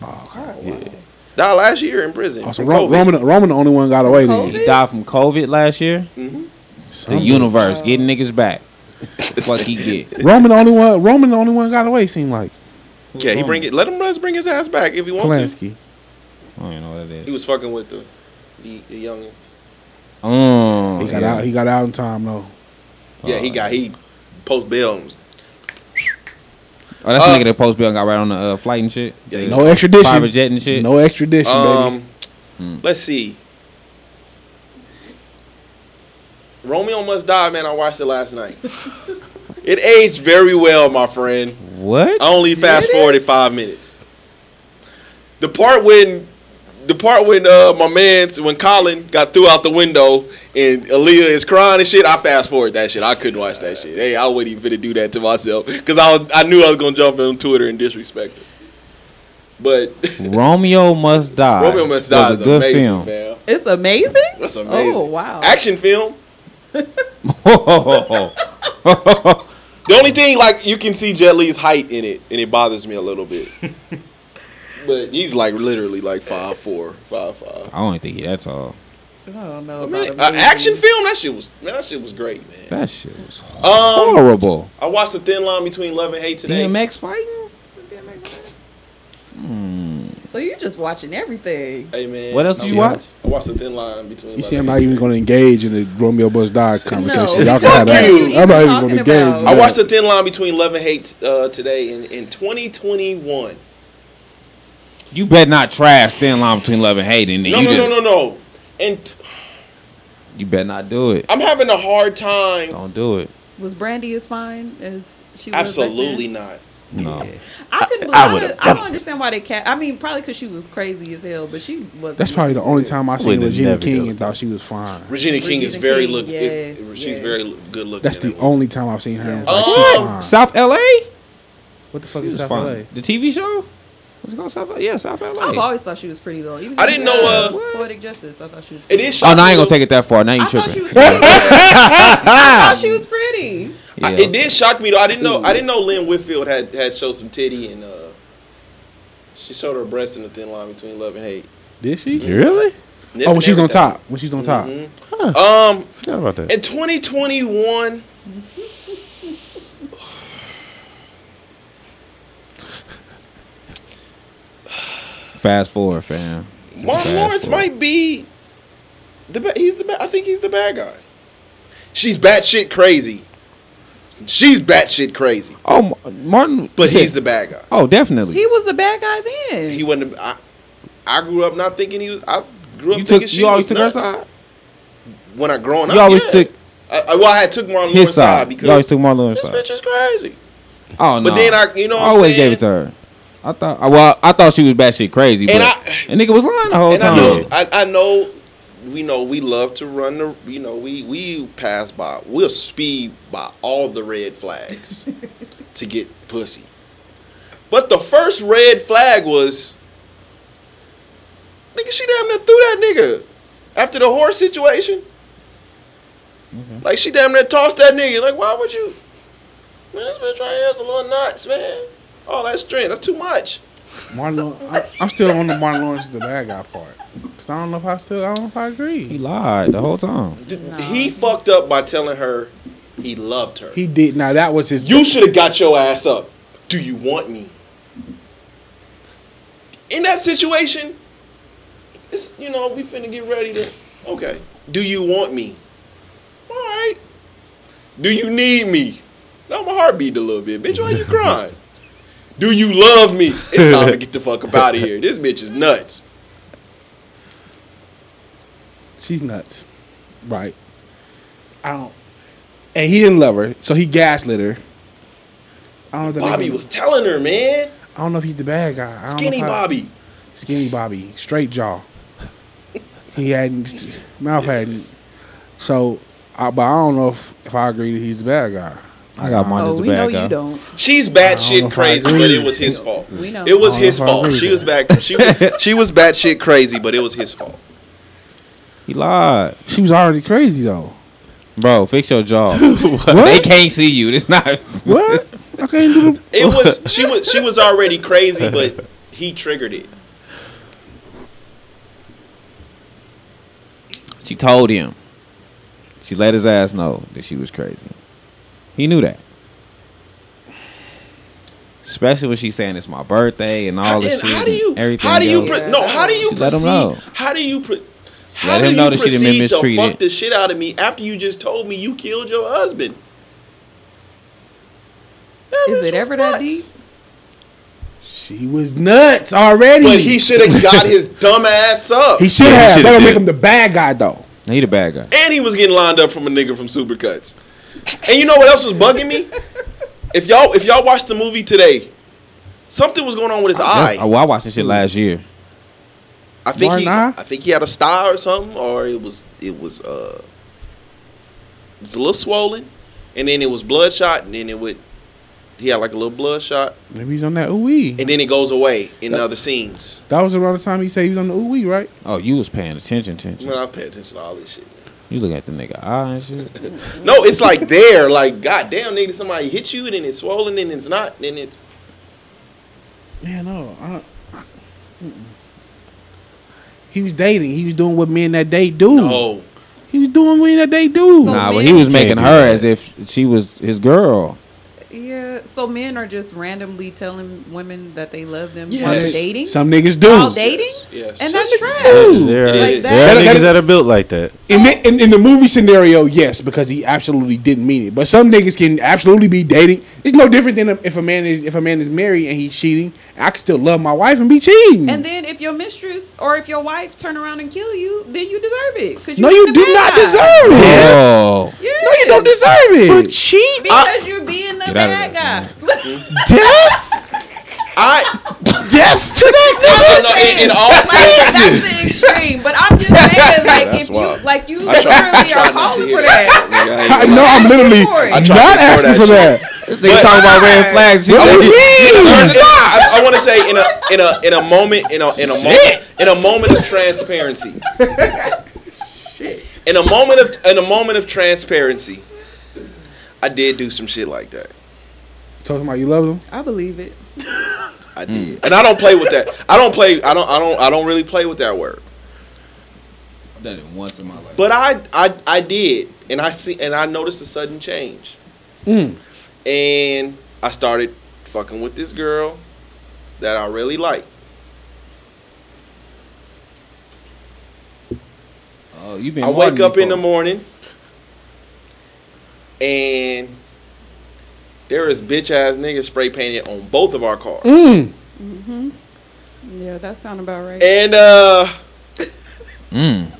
[SPEAKER 6] yeah.
[SPEAKER 2] Died last year in prison.
[SPEAKER 6] Also,
[SPEAKER 2] from
[SPEAKER 6] Oh, Ro-
[SPEAKER 2] COVID.
[SPEAKER 6] Roman, Roman, the only one got away. Then.
[SPEAKER 3] COVID?
[SPEAKER 7] He died from COVID last year.
[SPEAKER 2] Mm-hmm.
[SPEAKER 7] The universe getting
[SPEAKER 2] [LAUGHS]
[SPEAKER 7] niggas back. Fuck he get.
[SPEAKER 6] Roman, the only one. Roman, the only one got away. Seemed like
[SPEAKER 2] Yeah, he bring it. Let him let's bring his ass back if he wants to.
[SPEAKER 6] Polanski.
[SPEAKER 7] I don't even know what that
[SPEAKER 2] He
[SPEAKER 7] is.
[SPEAKER 2] was fucking with the The, the young.
[SPEAKER 7] Um,
[SPEAKER 6] He got
[SPEAKER 7] yeah.
[SPEAKER 6] out. He got out in time though. Oh,
[SPEAKER 2] Yeah, he got he post bail. and was-
[SPEAKER 7] Oh, that's
[SPEAKER 2] Uh,
[SPEAKER 7] the nigga that post bill got right on the uh, flight and shit.
[SPEAKER 2] Yeah, he
[SPEAKER 6] No extradition.
[SPEAKER 7] private jet and shit.
[SPEAKER 6] No extradition,
[SPEAKER 2] Um,
[SPEAKER 7] Hmm.
[SPEAKER 2] let's see. Romeo Must Die, man. I watched it last night. it aged very well, my friend.
[SPEAKER 7] What?
[SPEAKER 2] I only fast forwarded five minutes. The part when, the part when uh, my man's when Colin got threw out the window and Aaliyah is crying and shit, I fast forward that shit. I couldn't watch that shit. Hey, I wouldn't even finna do that to myself because I was, I knew I was gonna jump on Twitter and disrespect her. But [LAUGHS]
[SPEAKER 7] Romeo Must Die.
[SPEAKER 2] Romeo Must Die
[SPEAKER 7] was
[SPEAKER 2] is
[SPEAKER 7] a good
[SPEAKER 2] amazing,
[SPEAKER 7] film.
[SPEAKER 2] fam.
[SPEAKER 3] It's amazing.
[SPEAKER 2] That's amazing.
[SPEAKER 3] Oh wow.
[SPEAKER 2] Action film.
[SPEAKER 7] oh,
[SPEAKER 2] The only thing like you can see Jet Li's height in it, and it bothers me a little
[SPEAKER 6] [LAUGHS]
[SPEAKER 2] bit. but he's like literally like five four, five five.
[SPEAKER 7] [LAUGHS] I don't think he that's all.
[SPEAKER 3] I don't know
[SPEAKER 2] I
[SPEAKER 3] about
[SPEAKER 2] mean, an
[SPEAKER 3] amazing.
[SPEAKER 2] action film. That shit was man. That shit was great, man.
[SPEAKER 7] That shit was
[SPEAKER 2] Um,
[SPEAKER 7] horrible.
[SPEAKER 2] I watched the Thin Line Between Love and Hate today.
[SPEAKER 7] DMX fighting?
[SPEAKER 3] So you just watching everything.
[SPEAKER 2] Hey man,
[SPEAKER 7] What else
[SPEAKER 2] I
[SPEAKER 7] did you
[SPEAKER 2] watched-
[SPEAKER 7] watch?
[SPEAKER 2] I watched the Thin Line Between.
[SPEAKER 6] You
[SPEAKER 2] Love
[SPEAKER 6] see, I'm
[SPEAKER 2] and
[SPEAKER 6] not
[SPEAKER 2] Hate
[SPEAKER 6] even
[SPEAKER 2] today.
[SPEAKER 6] going to engage in the Romeo Bust Die conversation. Y'all can
[SPEAKER 2] Fuck
[SPEAKER 6] have that.
[SPEAKER 2] you.
[SPEAKER 6] I'm not even going
[SPEAKER 3] Talking
[SPEAKER 6] to engage.
[SPEAKER 3] about-
[SPEAKER 6] in
[SPEAKER 2] I
[SPEAKER 6] that.
[SPEAKER 2] watched the Thin Line Between Love and Hate uh, today in in 2021.
[SPEAKER 7] You better not trash thin line between love and hate, and
[SPEAKER 2] No,
[SPEAKER 7] you
[SPEAKER 2] no,
[SPEAKER 7] just
[SPEAKER 2] no, no, no. And t-
[SPEAKER 7] you better not do it.
[SPEAKER 2] I'm having a hard time.
[SPEAKER 7] Don't do it.
[SPEAKER 3] Was Brandy as fine as she was? back then?
[SPEAKER 2] Absolutely not.
[SPEAKER 7] No.
[SPEAKER 3] I couldn't.
[SPEAKER 8] I
[SPEAKER 3] I,
[SPEAKER 8] would've-
[SPEAKER 3] I don't understand why they cat. I mean, probably because she was crazy as hell, but she was.
[SPEAKER 6] That's probably the only time I seen
[SPEAKER 8] Would've
[SPEAKER 6] Regina
[SPEAKER 8] never
[SPEAKER 6] King
[SPEAKER 8] done
[SPEAKER 6] and thought she was fine.
[SPEAKER 2] Regina King is
[SPEAKER 3] Regina
[SPEAKER 2] very
[SPEAKER 3] King,
[SPEAKER 2] look.
[SPEAKER 3] yes,
[SPEAKER 2] it- she's
[SPEAKER 3] yes.
[SPEAKER 2] very look- good looking.
[SPEAKER 6] That's
[SPEAKER 2] in
[SPEAKER 6] the
[SPEAKER 2] that movie.
[SPEAKER 6] only time I've seen her. and was Like,
[SPEAKER 2] Oh!
[SPEAKER 6] she's fine.
[SPEAKER 7] South LA?
[SPEAKER 9] What the fuck
[SPEAKER 7] She
[SPEAKER 9] is
[SPEAKER 7] was
[SPEAKER 9] South
[SPEAKER 7] fine. The TV show? What's it called? South LA? Yeah, South
[SPEAKER 3] I've
[SPEAKER 7] LA.
[SPEAKER 3] always thought she was pretty though. Even
[SPEAKER 2] I didn't
[SPEAKER 3] though,
[SPEAKER 2] know,
[SPEAKER 7] uh,
[SPEAKER 3] poetic justice. I thought she was.
[SPEAKER 2] It
[SPEAKER 3] Pretty.
[SPEAKER 2] is.
[SPEAKER 7] Oh,
[SPEAKER 2] shock
[SPEAKER 7] now I ain't
[SPEAKER 2] me a
[SPEAKER 7] gonna take it that far. Now you
[SPEAKER 3] I thought she
[SPEAKER 7] tripping.
[SPEAKER 3] was
[SPEAKER 6] [LAUGHS]
[SPEAKER 3] pretty. I thought she was pretty.
[SPEAKER 2] little- I-
[SPEAKER 7] Yeah.
[SPEAKER 2] It did shock me though. I didn't know. I didn't know Lynn Whitfield had had showed some titty and uh, she showed her breast in the thin line between love and hate.
[SPEAKER 6] Did she?
[SPEAKER 8] Really?
[SPEAKER 2] Nip
[SPEAKER 6] Oh, when
[SPEAKER 2] and
[SPEAKER 6] she's on
[SPEAKER 2] everything.
[SPEAKER 6] top. When she's on top.
[SPEAKER 2] Mhm. Um,
[SPEAKER 8] Forgot about that.
[SPEAKER 2] in 2021,
[SPEAKER 7] Fast forward, fam.
[SPEAKER 2] Martin
[SPEAKER 7] Fast
[SPEAKER 2] Lawrence
[SPEAKER 7] forward.
[SPEAKER 2] might be the ba- he's the ba- I think he's the bad guy. She's batshit crazy. She's batshit crazy,
[SPEAKER 7] Oh, Ma- Martin.
[SPEAKER 2] but
[SPEAKER 7] yeah.
[SPEAKER 2] he's the bad guy.
[SPEAKER 7] Oh, definitely.
[SPEAKER 3] He was the bad guy then.
[SPEAKER 2] He wasn't. I, I grew up not thinking he was. I grew up
[SPEAKER 7] you
[SPEAKER 2] thinking
[SPEAKER 7] took.
[SPEAKER 2] she
[SPEAKER 7] You always
[SPEAKER 2] was
[SPEAKER 7] took
[SPEAKER 2] nuts.
[SPEAKER 7] her side.
[SPEAKER 2] when I growing up.
[SPEAKER 7] You always
[SPEAKER 2] yeah.
[SPEAKER 7] took
[SPEAKER 2] I, I- well, I had took Martin Lawrence's
[SPEAKER 7] his
[SPEAKER 2] side,
[SPEAKER 7] side.
[SPEAKER 2] because
[SPEAKER 7] You always took Martin Lawrence's
[SPEAKER 2] this
[SPEAKER 7] side.
[SPEAKER 2] bitch is crazy.
[SPEAKER 7] Oh no.
[SPEAKER 2] But then I, you know,
[SPEAKER 7] I
[SPEAKER 2] what I'm saying?
[SPEAKER 7] always gave it to her. I thought. I- Well, I thought she was batshit crazy,
[SPEAKER 2] And
[SPEAKER 7] but
[SPEAKER 2] I-
[SPEAKER 7] and nigga was lying the whole
[SPEAKER 2] And I
[SPEAKER 7] time.
[SPEAKER 2] know, I, I know, we know we love to run the, you know, we we pass by, we'll speed by all the red flags to get pussy. But the first red flag was, nigga, she damn near threw that nigga after the horse situation.
[SPEAKER 7] Mm-hmm.
[SPEAKER 2] Like she damn near tossed that nigga. Like why would you? Man, this bitch right here is a little nuts, man. All that strength, that's too much.
[SPEAKER 6] Martin, Law- I, I'm still on the Martin Lawrence is the bad guy part. Cause I don't know if I still. I don't know if I
[SPEAKER 7] He
[SPEAKER 6] agree.
[SPEAKER 7] lied the whole time.
[SPEAKER 2] Th- He fucked up by telling her he loved her.
[SPEAKER 6] He did. Now that was his.
[SPEAKER 2] you should have got your ass up. Do you want me? In that situation, it's you know we finna get ready to. Okay. Do you want me? All right. Do you need me? Now my heart beat a little bit, bitch. Why you crying? Do you love me? It's time to get the fuck up out of here. This bitch is
[SPEAKER 6] [LAUGHS]
[SPEAKER 2] nuts.
[SPEAKER 6] She's nuts. Right. I don't. And he didn't love her, so he gaslit her. I don't know. if that
[SPEAKER 2] Bobby
[SPEAKER 6] nigga-
[SPEAKER 2] was telling her, man.
[SPEAKER 6] I don't know if he's the bad guy. I don't know
[SPEAKER 2] Skinny
[SPEAKER 6] if I-
[SPEAKER 2] Bobby.
[SPEAKER 6] Skinny Bobby, straight jaw. He hadn't mouth hadn't. So, I, but I don't know if, if I agree that he's the bad guy.
[SPEAKER 7] I got mine
[SPEAKER 3] oh,
[SPEAKER 7] as the
[SPEAKER 3] we
[SPEAKER 7] bad
[SPEAKER 3] know
[SPEAKER 7] guy.
[SPEAKER 3] you don't.
[SPEAKER 2] She's
[SPEAKER 6] know
[SPEAKER 2] batshit
[SPEAKER 6] if I
[SPEAKER 2] crazy,
[SPEAKER 6] agree.
[SPEAKER 2] but it was his fault.
[SPEAKER 3] We know.
[SPEAKER 2] It was
[SPEAKER 6] I don't
[SPEAKER 2] his
[SPEAKER 6] know if I
[SPEAKER 2] fault.
[SPEAKER 6] agree
[SPEAKER 2] She
[SPEAKER 6] with
[SPEAKER 2] was back. She
[SPEAKER 7] [LAUGHS]
[SPEAKER 2] was, she was batshit crazy, but it was his fault.
[SPEAKER 7] He lied,
[SPEAKER 6] She was already crazy [LAUGHS] though.
[SPEAKER 7] bro. Fix
[SPEAKER 2] [LAUGHS]
[SPEAKER 7] your jaw. [LAUGHS] They
[SPEAKER 6] What?
[SPEAKER 7] can't see you. It's not.
[SPEAKER 6] What? I can't do the.
[SPEAKER 2] It was she was she was already crazy, but he triggered it.
[SPEAKER 7] [LAUGHS] She told him. She let his ass know that she was crazy. He knew that. Especially when she's saying it's my birthday and all
[SPEAKER 2] How-
[SPEAKER 7] this
[SPEAKER 2] and
[SPEAKER 7] shit.
[SPEAKER 2] how do you
[SPEAKER 7] and everything
[SPEAKER 2] how do you
[SPEAKER 7] else.
[SPEAKER 2] pre- no how do you
[SPEAKER 7] She let him
[SPEAKER 2] proceed?
[SPEAKER 7] know.
[SPEAKER 2] How do you pre- How
[SPEAKER 7] Let him
[SPEAKER 2] do
[SPEAKER 7] know
[SPEAKER 2] you
[SPEAKER 7] that she done been
[SPEAKER 2] proceed to
[SPEAKER 7] mistreated.
[SPEAKER 2] fuck the shit out of me after you just told me you killed your husband? That
[SPEAKER 3] Is
[SPEAKER 2] bitch
[SPEAKER 3] it
[SPEAKER 2] was
[SPEAKER 3] ever that
[SPEAKER 2] nuts.
[SPEAKER 3] deep?
[SPEAKER 6] She was nuts already.
[SPEAKER 2] But he should have got his dumb ass up.
[SPEAKER 6] He should
[SPEAKER 8] Yeah, he
[SPEAKER 6] have.
[SPEAKER 8] should've
[SPEAKER 6] That'll make
[SPEAKER 8] did.
[SPEAKER 6] him the bad guy though.
[SPEAKER 7] He the bad guy.
[SPEAKER 2] and he was getting lined up from a nigga from Supercuts. And you know what else was bugging me? If y'all if y'all watched the movie today, something was going on with his eye.
[SPEAKER 7] Oh, I watched this shit last year.
[SPEAKER 2] I think he,
[SPEAKER 6] Warna?
[SPEAKER 2] I think he had a star or something, or it was it was uh, it was a little swollen, and then it was bloodshot, and then it would he had like a little bloodshot,
[SPEAKER 6] Maybe he's on that ooh
[SPEAKER 7] Mm-hmm.
[SPEAKER 2] and then it goes away in other scenes.
[SPEAKER 6] That was around the time he said he was on the ooh right?
[SPEAKER 7] Oh, you was paying attention, attention.
[SPEAKER 2] Man, I pay attention to all this shit.
[SPEAKER 7] You look at the nigga eye and shit.
[SPEAKER 2] No, it's like there, like goddamn nigga, somebody hit you, and then it's swollen, and it's not, and it's
[SPEAKER 6] Yeah, no. I, mm-mm. he was dating. He was doing what men that they do.
[SPEAKER 2] no.
[SPEAKER 6] He was doing what men that they do.
[SPEAKER 3] So-
[SPEAKER 7] Nah, but
[SPEAKER 3] man,
[SPEAKER 7] he was
[SPEAKER 8] you can't
[SPEAKER 7] making
[SPEAKER 8] do
[SPEAKER 7] her
[SPEAKER 8] that.
[SPEAKER 7] as if she was his girl.
[SPEAKER 3] Yeah. So men are just randomly telling women that they love them
[SPEAKER 2] Yes.
[SPEAKER 3] while they're
[SPEAKER 2] Some-
[SPEAKER 3] dating.
[SPEAKER 6] Some niggas
[SPEAKER 3] while
[SPEAKER 6] do.
[SPEAKER 3] dating,
[SPEAKER 2] Yes.
[SPEAKER 3] and
[SPEAKER 2] Some
[SPEAKER 3] that's trash.
[SPEAKER 6] do.
[SPEAKER 8] There are,
[SPEAKER 2] Like that?
[SPEAKER 8] there are
[SPEAKER 6] That- that-
[SPEAKER 8] niggas that are built like that.
[SPEAKER 6] In the, in, in the movie scenario, yes, because he absolutely didn't mean it. But some niggas can absolutely be dating. It's no different than if a man is if a man is married and he's cheating. I can still love my wife and be cheating.
[SPEAKER 3] And then if your mistress or if your wife turn around and kill you, then you deserve it. 'cause
[SPEAKER 6] no,
[SPEAKER 3] been
[SPEAKER 6] you
[SPEAKER 3] the
[SPEAKER 6] do
[SPEAKER 3] bad
[SPEAKER 6] not
[SPEAKER 3] guy.
[SPEAKER 6] deserve it.
[SPEAKER 7] Oh,
[SPEAKER 3] Yeah.
[SPEAKER 6] No, you don't deserve it. But cheat
[SPEAKER 3] Because you're being the
[SPEAKER 7] Get out of
[SPEAKER 3] bad guy.
[SPEAKER 2] Mm-hmm.
[SPEAKER 3] [LAUGHS]
[SPEAKER 6] death,
[SPEAKER 2] I
[SPEAKER 6] death to that
[SPEAKER 2] no, no, in, in all
[SPEAKER 3] Like, that's the extreme, but I'm
[SPEAKER 6] [LAUGHS]
[SPEAKER 3] just saying, like
[SPEAKER 2] That's
[SPEAKER 3] if
[SPEAKER 2] wild.
[SPEAKER 3] you like you
[SPEAKER 2] I tried- I
[SPEAKER 3] literally
[SPEAKER 2] tried
[SPEAKER 3] are
[SPEAKER 2] not to
[SPEAKER 3] calling
[SPEAKER 2] hear
[SPEAKER 3] for
[SPEAKER 2] that.
[SPEAKER 3] that.
[SPEAKER 2] Nigga, I ain't
[SPEAKER 6] I
[SPEAKER 2] gonna
[SPEAKER 6] know
[SPEAKER 2] lie.
[SPEAKER 6] I'm literally
[SPEAKER 3] I
[SPEAKER 2] tried to
[SPEAKER 6] not
[SPEAKER 2] ignore
[SPEAKER 6] asking
[SPEAKER 2] that
[SPEAKER 6] for
[SPEAKER 2] shit.
[SPEAKER 6] that.
[SPEAKER 7] they talking about red flags. He-
[SPEAKER 6] Oh,
[SPEAKER 2] Nah,
[SPEAKER 6] yeah.
[SPEAKER 2] I, I want to say in a in a in a moment in a in a moment in a moment of transparency. [LAUGHS] In a moment of in a moment of transparency, I did do some shit like that.
[SPEAKER 6] Tell him how you love him.
[SPEAKER 3] I believe it.
[SPEAKER 2] I
[SPEAKER 7] Hmm.
[SPEAKER 2] did, and I don't play with that. I don't play. I don't. I don't. I don't really play with that word.
[SPEAKER 7] Done it once in my life.
[SPEAKER 2] But I I I did, and I see, and I noticed a sudden change,
[SPEAKER 6] Mm.
[SPEAKER 2] and I started fucking with this girl that I really like.
[SPEAKER 7] oh, you been.
[SPEAKER 2] I wake up in the morning and there is bitch ass niggas spray painted on both of our cars.
[SPEAKER 6] Mm.
[SPEAKER 3] Yeah, that sound about right.
[SPEAKER 2] And uh
[SPEAKER 7] morning.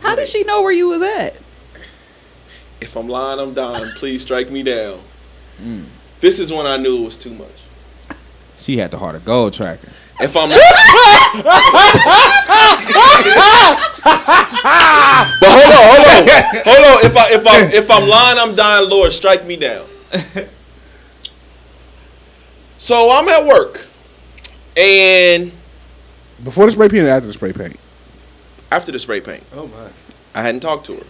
[SPEAKER 3] How did she know where you was at?
[SPEAKER 2] if I'm lying, I'm dying. Please strike me down.
[SPEAKER 7] Mm.
[SPEAKER 2] This is when I knew it was too much.
[SPEAKER 7] She had the heart of gold tracker.
[SPEAKER 2] If I'm But hold on, hold on. Hold on. If I if I if I'm lying, I'm dying, Lord, strike me down. So I'm at work and
[SPEAKER 6] Before the spray paint, or after the spray paint.
[SPEAKER 2] after the spray paint.
[SPEAKER 8] Oh my.
[SPEAKER 2] I hadn't talked to her.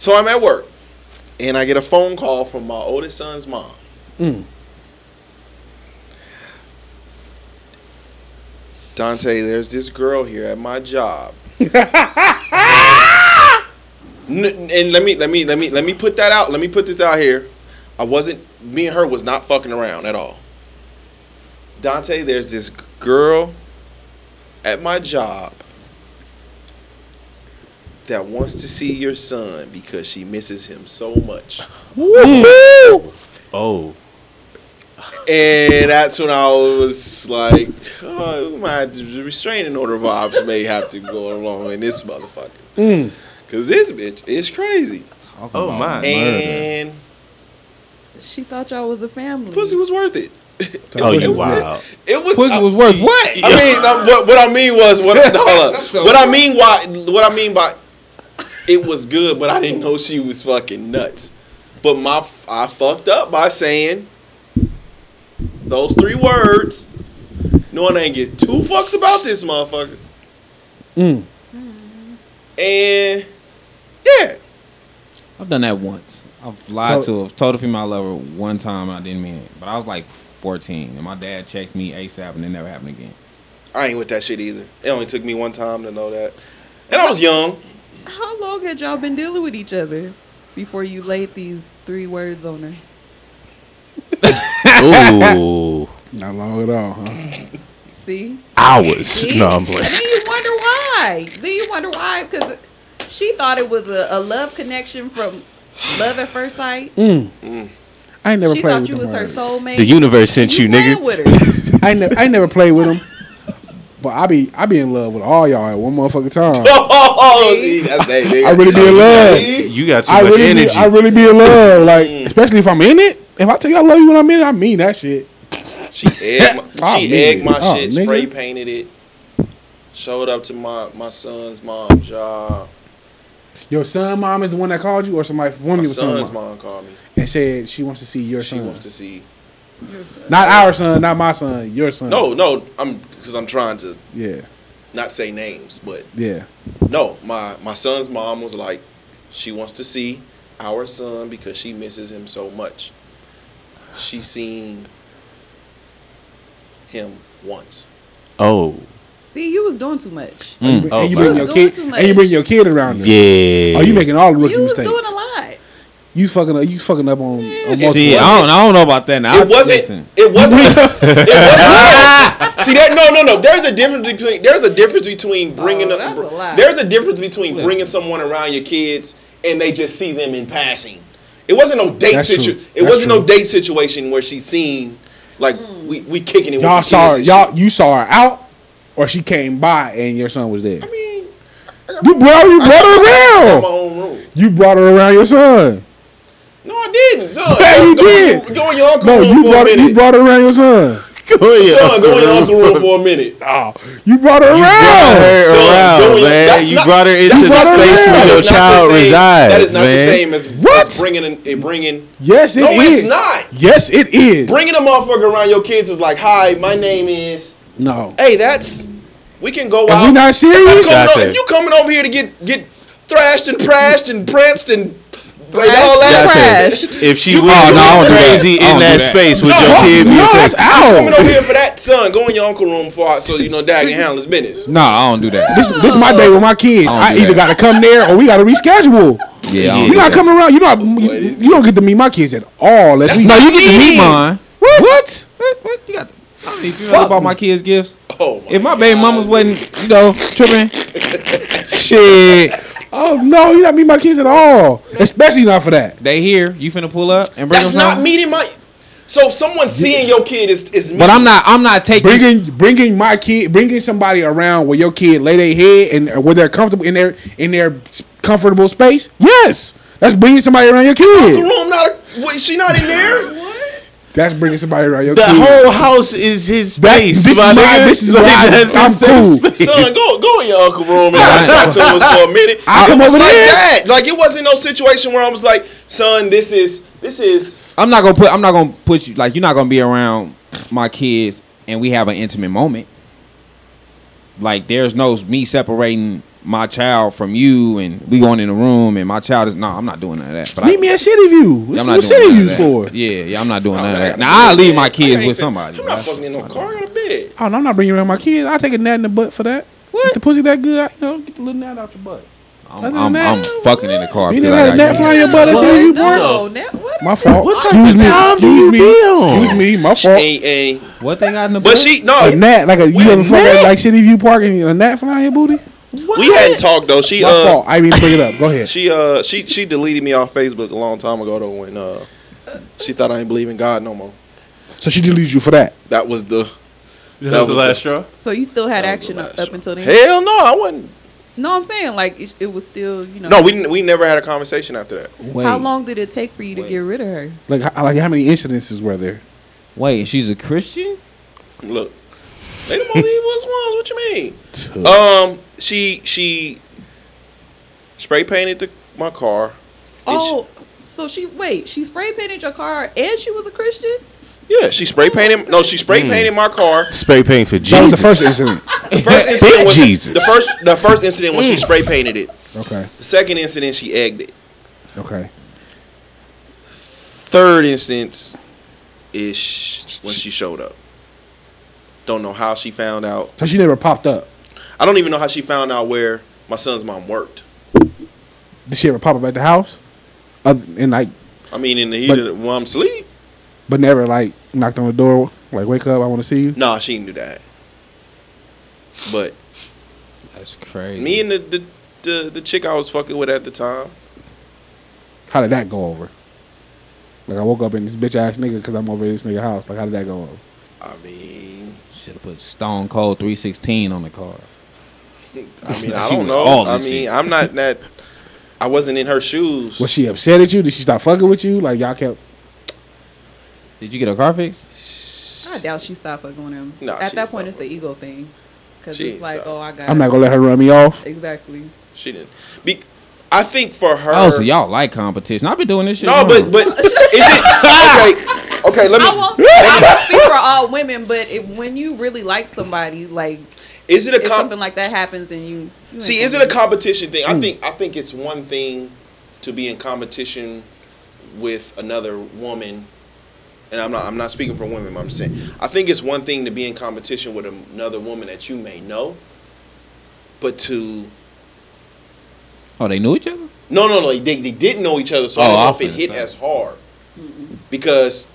[SPEAKER 2] So I'm at work and I get a phone call from my oldest son's mom.
[SPEAKER 6] Mm.
[SPEAKER 2] Dante, there's this girl here at my
[SPEAKER 8] [LAUGHS]
[SPEAKER 2] job. N- and let me let me let me let me put that out. Let me put this out here. I wasn't me and her was not fucking around at all. Dante, there's this g- girl at my job that wants to see your son because she misses him so
[SPEAKER 7] [LAUGHS]
[SPEAKER 2] much.
[SPEAKER 8] [LAUGHS] Oh.
[SPEAKER 2] And that's when I was like, oh, my restraining order vibes may have to go along in this motherfucker.
[SPEAKER 6] Mm.
[SPEAKER 2] Cause this bitch is crazy.
[SPEAKER 7] Talking
[SPEAKER 8] Oh,
[SPEAKER 7] about
[SPEAKER 8] my.
[SPEAKER 2] And
[SPEAKER 3] She thought y'all was a family.
[SPEAKER 2] pussy was worth it. It
[SPEAKER 8] Oh,
[SPEAKER 2] was- [LAUGHS]
[SPEAKER 8] you
[SPEAKER 2] it was-
[SPEAKER 8] wild.
[SPEAKER 2] It was
[SPEAKER 7] Pussy
[SPEAKER 2] I-
[SPEAKER 7] was worth what?
[SPEAKER 2] I mean, uh, what, what I mean was what. Hold up. What I mean why? What I mean by it was good, but I didn't know she was fucking nuts. But my I fucked up by saying those three words, knowing I ain't get two fucks about this motherfucker.
[SPEAKER 6] Mm.
[SPEAKER 2] And yeah,
[SPEAKER 7] I've done that once. I've lied
[SPEAKER 6] So-
[SPEAKER 7] to a total female lover one time. And I didn't mean it, but I was like 14, and my dad checked me ASAP, and it never happened again.
[SPEAKER 2] I ain't with that shit either. It only took me one time to know that, and I was young. [LAUGHS]
[SPEAKER 3] How long had y'all been dealing with each other before you laid these three words on her?
[SPEAKER 8] Ooh.
[SPEAKER 6] Not long at all, huh?
[SPEAKER 3] See?
[SPEAKER 8] Hours.
[SPEAKER 3] See?
[SPEAKER 8] No, I'm playing.
[SPEAKER 3] Then you wonder why. Then you wonder why because she thought it was a, a love connection from love at first sight.
[SPEAKER 6] I ain't Mm, never
[SPEAKER 3] She
[SPEAKER 6] played
[SPEAKER 3] thought
[SPEAKER 6] with
[SPEAKER 3] you
[SPEAKER 6] them.
[SPEAKER 3] was her
[SPEAKER 6] hoes.
[SPEAKER 3] soulmate.
[SPEAKER 8] The universe sent you,
[SPEAKER 3] playing
[SPEAKER 8] nigga.
[SPEAKER 3] With her.
[SPEAKER 6] I ain't never, I ain't never played with them. But I be I be in love with all y'all at one motherfucking time.
[SPEAKER 2] Oh, see, that's that. nigga.
[SPEAKER 6] I really be in love.
[SPEAKER 8] You got too
[SPEAKER 6] I
[SPEAKER 8] much
[SPEAKER 6] really
[SPEAKER 8] energy.
[SPEAKER 6] Be, I really be in love, like especially if I'm in it. If I tell you I love you when I'm in it, I mean that shit.
[SPEAKER 2] She egged my,
[SPEAKER 6] Oh,
[SPEAKER 2] she
[SPEAKER 6] nigga.
[SPEAKER 2] egged my
[SPEAKER 6] Oh,
[SPEAKER 2] shit,
[SPEAKER 6] nigga.
[SPEAKER 2] spray painted it. Showed up to my, my son's mom's job.
[SPEAKER 6] Your son mom is the one that called you, or somebody one
[SPEAKER 2] My
[SPEAKER 6] of your son's
[SPEAKER 2] son's
[SPEAKER 6] mom,
[SPEAKER 2] mom called me.
[SPEAKER 6] and said she wants to see your
[SPEAKER 2] She
[SPEAKER 6] son.
[SPEAKER 2] wants to see.
[SPEAKER 6] not our son, not my son, your son.
[SPEAKER 2] No, no, I'm because I'm trying to
[SPEAKER 6] Yeah,
[SPEAKER 2] not say names, but
[SPEAKER 6] yeah.
[SPEAKER 2] no, my my son's mom was like, she wants to see our son because she misses him so much. She seen him once.
[SPEAKER 8] oh.
[SPEAKER 3] See, you was doing too much.
[SPEAKER 6] And you bring-
[SPEAKER 8] Oh,
[SPEAKER 6] and you
[SPEAKER 8] my
[SPEAKER 6] bring
[SPEAKER 3] God.
[SPEAKER 6] your
[SPEAKER 3] Doing
[SPEAKER 6] kid,
[SPEAKER 3] too much.
[SPEAKER 6] and you bring your kid around. them.
[SPEAKER 8] Yeah.
[SPEAKER 6] Oh,
[SPEAKER 8] [LAUGHS]
[SPEAKER 6] you making all the rookie
[SPEAKER 3] You was
[SPEAKER 6] mistakes.
[SPEAKER 3] doing a lot.
[SPEAKER 6] You fucking up. You fucking up on. on multiple
[SPEAKER 7] See, I don't, I don't know about that. Now. I-
[SPEAKER 2] It wasn't.
[SPEAKER 7] listen.
[SPEAKER 6] [LAUGHS]
[SPEAKER 2] It wasn't. it wasn't. See that? No, no, no. There's a difference between. There's a difference between bringing.
[SPEAKER 3] Oh,
[SPEAKER 2] up-
[SPEAKER 3] that's a lie.
[SPEAKER 2] There's a difference between bringing someone around your kids and they just see them in passing. It wasn't no date
[SPEAKER 6] That's
[SPEAKER 2] situ.
[SPEAKER 6] true.
[SPEAKER 2] It
[SPEAKER 6] That's
[SPEAKER 2] wasn't no
[SPEAKER 6] true.
[SPEAKER 2] date situation where she seen like we we kicking it. with
[SPEAKER 6] Y'all
[SPEAKER 2] the
[SPEAKER 6] saw her.
[SPEAKER 2] kids and
[SPEAKER 6] Y'all
[SPEAKER 2] shit.
[SPEAKER 6] you saw her out, or she came by and your son was there.
[SPEAKER 2] I mean,
[SPEAKER 6] you brought you brought
[SPEAKER 2] I
[SPEAKER 6] her
[SPEAKER 2] got my
[SPEAKER 6] around.
[SPEAKER 2] own room.
[SPEAKER 6] You brought her around your son.
[SPEAKER 2] No, I didn't. Son,
[SPEAKER 6] Yeah,
[SPEAKER 2] go-
[SPEAKER 6] you
[SPEAKER 2] go,
[SPEAKER 6] did.
[SPEAKER 2] Go in your uncle
[SPEAKER 6] No,
[SPEAKER 2] room
[SPEAKER 6] you
[SPEAKER 2] for a
[SPEAKER 6] brought
[SPEAKER 2] minute.
[SPEAKER 6] you brought her around your son.
[SPEAKER 2] son, go in your uncle room for a minute.
[SPEAKER 6] Oh, you brought her around.
[SPEAKER 8] brought her
[SPEAKER 2] Son,
[SPEAKER 8] around,
[SPEAKER 2] go in- that's
[SPEAKER 8] man. You
[SPEAKER 2] not-
[SPEAKER 8] brought her
[SPEAKER 2] that's
[SPEAKER 8] into the
[SPEAKER 6] brought her
[SPEAKER 8] space
[SPEAKER 6] around.
[SPEAKER 8] where your
[SPEAKER 2] That is not
[SPEAKER 8] child
[SPEAKER 2] the same-
[SPEAKER 8] resides.
[SPEAKER 2] That is not
[SPEAKER 8] man.
[SPEAKER 2] the same as,
[SPEAKER 6] What?
[SPEAKER 2] as bringing an, eh, bringing.
[SPEAKER 6] Yes, it is.
[SPEAKER 2] no, it's not.
[SPEAKER 6] Yes, it is.
[SPEAKER 2] Bringing a motherfucker around your kids is like, hi, my name is.
[SPEAKER 6] no.
[SPEAKER 2] Hey, that's. We can go
[SPEAKER 6] Are
[SPEAKER 2] out.
[SPEAKER 6] we not
[SPEAKER 2] If,
[SPEAKER 6] serious?
[SPEAKER 2] I'm coming
[SPEAKER 8] Gotcha.
[SPEAKER 2] o- if you coming over here to get get thrashed and prashed and pranced and like all that,
[SPEAKER 8] Gotcha.
[SPEAKER 3] Crashed.
[SPEAKER 8] If she
[SPEAKER 2] You-
[SPEAKER 8] was
[SPEAKER 2] Oh, no, I don't do that.
[SPEAKER 8] crazy
[SPEAKER 7] I don't
[SPEAKER 8] in
[SPEAKER 7] do
[SPEAKER 8] that
[SPEAKER 7] that.
[SPEAKER 8] space with
[SPEAKER 2] No,
[SPEAKER 8] your
[SPEAKER 2] I-
[SPEAKER 8] kid,
[SPEAKER 6] no,
[SPEAKER 8] being crazy.
[SPEAKER 6] that's out.
[SPEAKER 2] coming over here for that, son, go in your uncle room for so you know dad can handle his
[SPEAKER 7] [LAUGHS]
[SPEAKER 2] business.
[SPEAKER 7] No, I don't do that.
[SPEAKER 6] This, this is my day with my kids.
[SPEAKER 7] I don't
[SPEAKER 6] I,
[SPEAKER 7] do
[SPEAKER 6] either got
[SPEAKER 7] that.
[SPEAKER 6] to come there or we got to reschedule.
[SPEAKER 7] Oh, yeah, I don't
[SPEAKER 8] You're
[SPEAKER 6] You're
[SPEAKER 7] do
[SPEAKER 6] not
[SPEAKER 7] that.
[SPEAKER 6] coming around. You not. You, you don't get to meet my kids at all. That's
[SPEAKER 7] No, you get to meet mine.
[SPEAKER 6] What? what?
[SPEAKER 7] What? What? You got? I don't even know about my kids' gifts.
[SPEAKER 2] Oh my
[SPEAKER 7] If my baby
[SPEAKER 2] God.
[SPEAKER 7] mamas wasn't, you know, tripping, shit,
[SPEAKER 6] Oh no, you not meet my kids at all. Especially not for that.
[SPEAKER 7] they here. You finna pull up and bring
[SPEAKER 2] That's
[SPEAKER 7] them
[SPEAKER 2] not
[SPEAKER 7] something?
[SPEAKER 2] meeting my. So someone seeing your kid is is.
[SPEAKER 7] But I'm
[SPEAKER 2] meeting-
[SPEAKER 7] not. I'm not taking.
[SPEAKER 6] Bringing bringing my kid, bringing somebody around where your kid lay their head and uh, where they're comfortable in their in their s- comfortable space. Yes, that's bringing somebody around your
[SPEAKER 2] The
[SPEAKER 6] kid.
[SPEAKER 2] room not. A, wait, she not in there.
[SPEAKER 6] That's bringing somebody around your
[SPEAKER 8] The
[SPEAKER 6] kid.
[SPEAKER 8] whole house is his
[SPEAKER 6] That-
[SPEAKER 8] space.
[SPEAKER 6] this
[SPEAKER 8] my
[SPEAKER 6] is my-
[SPEAKER 8] nigga.
[SPEAKER 6] this
[SPEAKER 8] [LAUGHS]
[SPEAKER 6] is
[SPEAKER 8] Like,
[SPEAKER 6] my-
[SPEAKER 8] that's
[SPEAKER 6] I'm
[SPEAKER 8] his
[SPEAKER 2] [LAUGHS]
[SPEAKER 8] safe
[SPEAKER 6] cool.
[SPEAKER 8] space.
[SPEAKER 2] Son, go go in your uncle room and I talk to him for a minute.
[SPEAKER 6] I
[SPEAKER 2] It
[SPEAKER 6] come
[SPEAKER 2] was
[SPEAKER 6] over
[SPEAKER 2] like
[SPEAKER 6] there.
[SPEAKER 2] that. Like it wasn't no situation where I was like, son, this is this is
[SPEAKER 7] I'm not gonna put. I'm not gonna push you. Like you're not gonna be around my kids, and we have an intimate moment. Like there's no me separating my child from you, and we going in the room, and my child is no. I'm not doing none of that. But I,
[SPEAKER 6] Meet me at City View.
[SPEAKER 7] I'm
[SPEAKER 6] What
[SPEAKER 7] not
[SPEAKER 6] what City
[SPEAKER 7] doing none
[SPEAKER 6] View
[SPEAKER 7] of that.
[SPEAKER 6] for?
[SPEAKER 7] Yeah, yeah. I'm not doing
[SPEAKER 2] Oh,
[SPEAKER 7] none of
[SPEAKER 2] man,
[SPEAKER 7] that. Now I leave my
[SPEAKER 2] I
[SPEAKER 7] kids with
[SPEAKER 2] ain't-
[SPEAKER 7] somebody.
[SPEAKER 2] I'm
[SPEAKER 7] bro.
[SPEAKER 2] not fucking in no car. I got a bed.
[SPEAKER 6] Oh no, I'm not bringing around my kids. I take a nat in the butt for that. What? If the pussy that good, I, you know, get the little nat out your butt.
[SPEAKER 7] I'm, I'm, I'm fucking in the car.
[SPEAKER 6] You
[SPEAKER 7] feel
[SPEAKER 6] didn't let
[SPEAKER 7] like
[SPEAKER 6] a
[SPEAKER 7] I
[SPEAKER 6] nat
[SPEAKER 7] got-
[SPEAKER 6] fly in your butt. That's
[SPEAKER 2] What?
[SPEAKER 6] how you
[SPEAKER 2] No.
[SPEAKER 6] work.
[SPEAKER 3] Oh, now, what?
[SPEAKER 6] My fault.
[SPEAKER 8] What type of time do you
[SPEAKER 6] excuse
[SPEAKER 8] be
[SPEAKER 6] me,
[SPEAKER 8] on?
[SPEAKER 6] excuse me, my fault.
[SPEAKER 2] Ain't ain't.
[SPEAKER 7] What they got in the
[SPEAKER 2] But
[SPEAKER 7] book?
[SPEAKER 2] she no.
[SPEAKER 6] A gnat, like a you ever fuck
[SPEAKER 8] gnat?
[SPEAKER 6] at, like City View Park and a gnat flying your booty?
[SPEAKER 2] We hadn't talked though. She
[SPEAKER 6] My fault.
[SPEAKER 2] uh
[SPEAKER 6] I didn't even bring it up. Go ahead.
[SPEAKER 2] she uh she she deleted me off Facebook a long time ago though when uh she thought I ain't believe in God no more.
[SPEAKER 6] So she deleted you for that.
[SPEAKER 2] That was the
[SPEAKER 8] That was the
[SPEAKER 2] was
[SPEAKER 8] last
[SPEAKER 2] the-
[SPEAKER 8] straw.
[SPEAKER 3] So you still had
[SPEAKER 2] That was the
[SPEAKER 3] action
[SPEAKER 2] last
[SPEAKER 3] up,
[SPEAKER 2] straw.
[SPEAKER 3] until then.
[SPEAKER 2] hell no. I wasn't.
[SPEAKER 3] No, I'm saying like it, it was still you know.
[SPEAKER 2] No, we didn't- we never had a conversation after that.
[SPEAKER 7] wait,
[SPEAKER 3] How long did it take for you to get rid of her?
[SPEAKER 6] Like, how, like how many incidences were there?
[SPEAKER 7] Wait, she's a Christian.
[SPEAKER 2] Look, they the most evil ones. What you mean? Um, she she spray painted the, my car. Then she-
[SPEAKER 3] Oh, so she wait, she spray painted your car and she was a Christian.
[SPEAKER 2] yeah, she spray painted. No, she spray painted my car.
[SPEAKER 8] Spray paint for
[SPEAKER 6] That was the
[SPEAKER 8] Jesus.
[SPEAKER 6] first incident.
[SPEAKER 2] The first incident was
[SPEAKER 8] Jesus.
[SPEAKER 2] the first the first incident when she spray painted it.
[SPEAKER 6] Okay.
[SPEAKER 2] The second incident she egged it.
[SPEAKER 6] Okay.
[SPEAKER 2] Third instance is sh- when she showed up. Don't know how she found out.
[SPEAKER 6] So she never popped up.
[SPEAKER 2] I don't even know how she found out where my son's mom worked.
[SPEAKER 6] Did she ever pop up at the house? Other, and like,
[SPEAKER 2] I mean, in the heat
[SPEAKER 6] But-
[SPEAKER 2] of the, while I'm asleep.
[SPEAKER 6] but never like knocked on the door. Like, wake up, I want to see you.
[SPEAKER 2] Nah, she didn't do that. But
[SPEAKER 7] That's crazy.
[SPEAKER 2] me and the, the the the chick I was fucking with at the time,
[SPEAKER 6] How did that go over? Like I woke up in this bitch ass nigga because I'm over this nigga house. Like how did that go over?
[SPEAKER 2] I mean,
[SPEAKER 7] should have put Stone Cold 316 on the card.
[SPEAKER 2] I
[SPEAKER 7] [LAUGHS]
[SPEAKER 2] mean, I
[SPEAKER 7] She
[SPEAKER 2] don't
[SPEAKER 7] with
[SPEAKER 2] know.
[SPEAKER 7] all
[SPEAKER 2] I
[SPEAKER 7] this
[SPEAKER 2] mean,
[SPEAKER 7] shit.
[SPEAKER 2] I'm
[SPEAKER 7] [LAUGHS]
[SPEAKER 2] not that. I wasn't in her shoes.
[SPEAKER 6] Was she upset at you? Did she stop fucking with you? Like y'all kept
[SPEAKER 7] Did you get a car fix?
[SPEAKER 3] I doubt she stopped fucking with him.
[SPEAKER 2] Nah,
[SPEAKER 3] At
[SPEAKER 2] she
[SPEAKER 3] that
[SPEAKER 2] ain't
[SPEAKER 3] point,
[SPEAKER 2] stop
[SPEAKER 3] it's an ego thing. Because
[SPEAKER 2] She
[SPEAKER 3] it's
[SPEAKER 2] ain't
[SPEAKER 3] like,
[SPEAKER 2] stop.
[SPEAKER 3] oh, I got
[SPEAKER 6] I'm not gonna let her run me off.
[SPEAKER 3] Exactly.
[SPEAKER 2] She didn't. Be, I think for her.
[SPEAKER 7] Oh, so y'all like competition? I've been doing this shit.
[SPEAKER 2] No,
[SPEAKER 7] wrong.
[SPEAKER 2] but but is
[SPEAKER 7] [LAUGHS]
[SPEAKER 2] it okay? Okay, let
[SPEAKER 3] I
[SPEAKER 2] me.
[SPEAKER 3] won't, say, I won't speak for all women, but if, when you really like somebody, like
[SPEAKER 2] Is it a
[SPEAKER 3] if
[SPEAKER 2] com-
[SPEAKER 3] something like that happens, then you, you ain't
[SPEAKER 2] See, is it
[SPEAKER 3] gonna
[SPEAKER 2] a competition thing?
[SPEAKER 7] Mm.
[SPEAKER 2] I think I think it's one thing to be in competition with another woman, and I'm not I'm not speaking for women. But I'm saying I think it's one thing to be in competition with another woman that you may know, but to
[SPEAKER 7] oh, they knew each other.
[SPEAKER 2] no no no they, they didn't know each other, so
[SPEAKER 7] Oh,
[SPEAKER 2] I don't
[SPEAKER 7] I
[SPEAKER 2] know if it
[SPEAKER 7] feel
[SPEAKER 2] hit
[SPEAKER 7] the same.
[SPEAKER 2] as hard because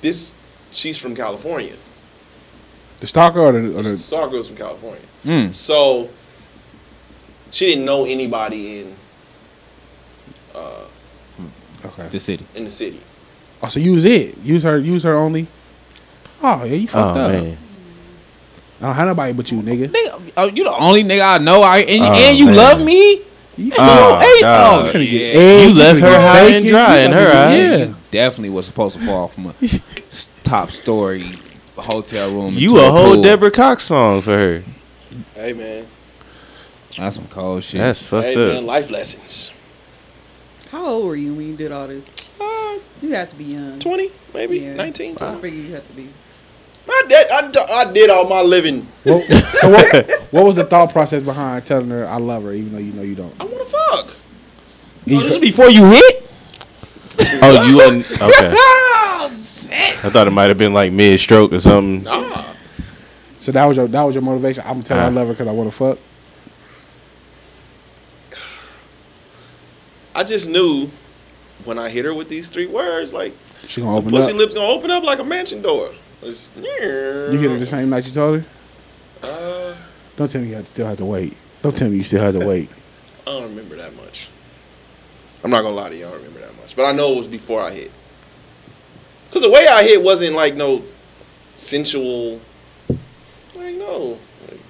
[SPEAKER 2] this she's from California.
[SPEAKER 6] The stalker or the, or
[SPEAKER 2] This
[SPEAKER 6] the
[SPEAKER 2] star girl's from California.
[SPEAKER 7] Mm.
[SPEAKER 2] So she didn't know anybody in uh,
[SPEAKER 6] okay.
[SPEAKER 7] The city.
[SPEAKER 2] in the city.
[SPEAKER 6] Oh, so use it. Use her. Use her only. Oh yeah, you fucked up. I don't have nobody but you, nigga.
[SPEAKER 7] Nigga, oh, you the only nigga I know. I and,
[SPEAKER 8] Oh,
[SPEAKER 7] and you
[SPEAKER 8] man.
[SPEAKER 7] love me.
[SPEAKER 6] You
[SPEAKER 8] Oh,
[SPEAKER 7] hey,
[SPEAKER 8] dog.
[SPEAKER 7] oh,
[SPEAKER 6] finna get
[SPEAKER 7] yeah.
[SPEAKER 6] eggs,
[SPEAKER 8] You left
[SPEAKER 6] finna
[SPEAKER 8] her
[SPEAKER 6] get
[SPEAKER 8] high and
[SPEAKER 6] bacon,
[SPEAKER 8] dry
[SPEAKER 6] you
[SPEAKER 8] in
[SPEAKER 6] finna
[SPEAKER 8] her
[SPEAKER 6] get-
[SPEAKER 8] eyes.
[SPEAKER 6] Yeah.
[SPEAKER 7] Definitely was supposed to fall from a s- top story hotel room.
[SPEAKER 8] You
[SPEAKER 7] into
[SPEAKER 8] a whole
[SPEAKER 7] pool.
[SPEAKER 8] Deborah Cox song for her.
[SPEAKER 2] Hey man,
[SPEAKER 7] That's some cold shit.
[SPEAKER 8] That's fucked
[SPEAKER 2] hey man,
[SPEAKER 8] up.
[SPEAKER 2] life lessons.
[SPEAKER 3] do- How old were you when you did all this?
[SPEAKER 2] Uh,
[SPEAKER 3] You had to be young.
[SPEAKER 2] Twenty, maybe
[SPEAKER 3] Yeah.
[SPEAKER 2] nineteen.
[SPEAKER 3] I figure you had to be.
[SPEAKER 2] I did. I, d- I did all my living.
[SPEAKER 6] [LAUGHS] Well, so what,
[SPEAKER 8] [LAUGHS]
[SPEAKER 6] what was the thought process behind telling her I love her, even though you know you don't?
[SPEAKER 2] I want to fuck.
[SPEAKER 7] Oh, this is before you hit.
[SPEAKER 8] Oh,
[SPEAKER 2] [LAUGHS]
[SPEAKER 8] you un- okay? I thought it might have been like mid stroke or something.
[SPEAKER 2] Oh, Nah,
[SPEAKER 6] So that was your that was your motivation. I'm telling
[SPEAKER 8] Uh-huh.
[SPEAKER 6] her I love her because I want to fuck.
[SPEAKER 2] I just knew when I hit her with these three words, like
[SPEAKER 6] She gonna open
[SPEAKER 2] pussy
[SPEAKER 6] up.
[SPEAKER 2] lips gonna open up like a mansion door. It's,
[SPEAKER 6] You hit her the same night you told her.
[SPEAKER 2] Uh,
[SPEAKER 6] Don't tell me you had- still had to wait. Don't tell me you still had
[SPEAKER 2] [LAUGHS]
[SPEAKER 6] to wait.
[SPEAKER 2] I don't remember that much. I'm not gonna lie to you, I don't remember that much. But I know it was before I hit. Cause the way I hit wasn't like no sensual like no. Like,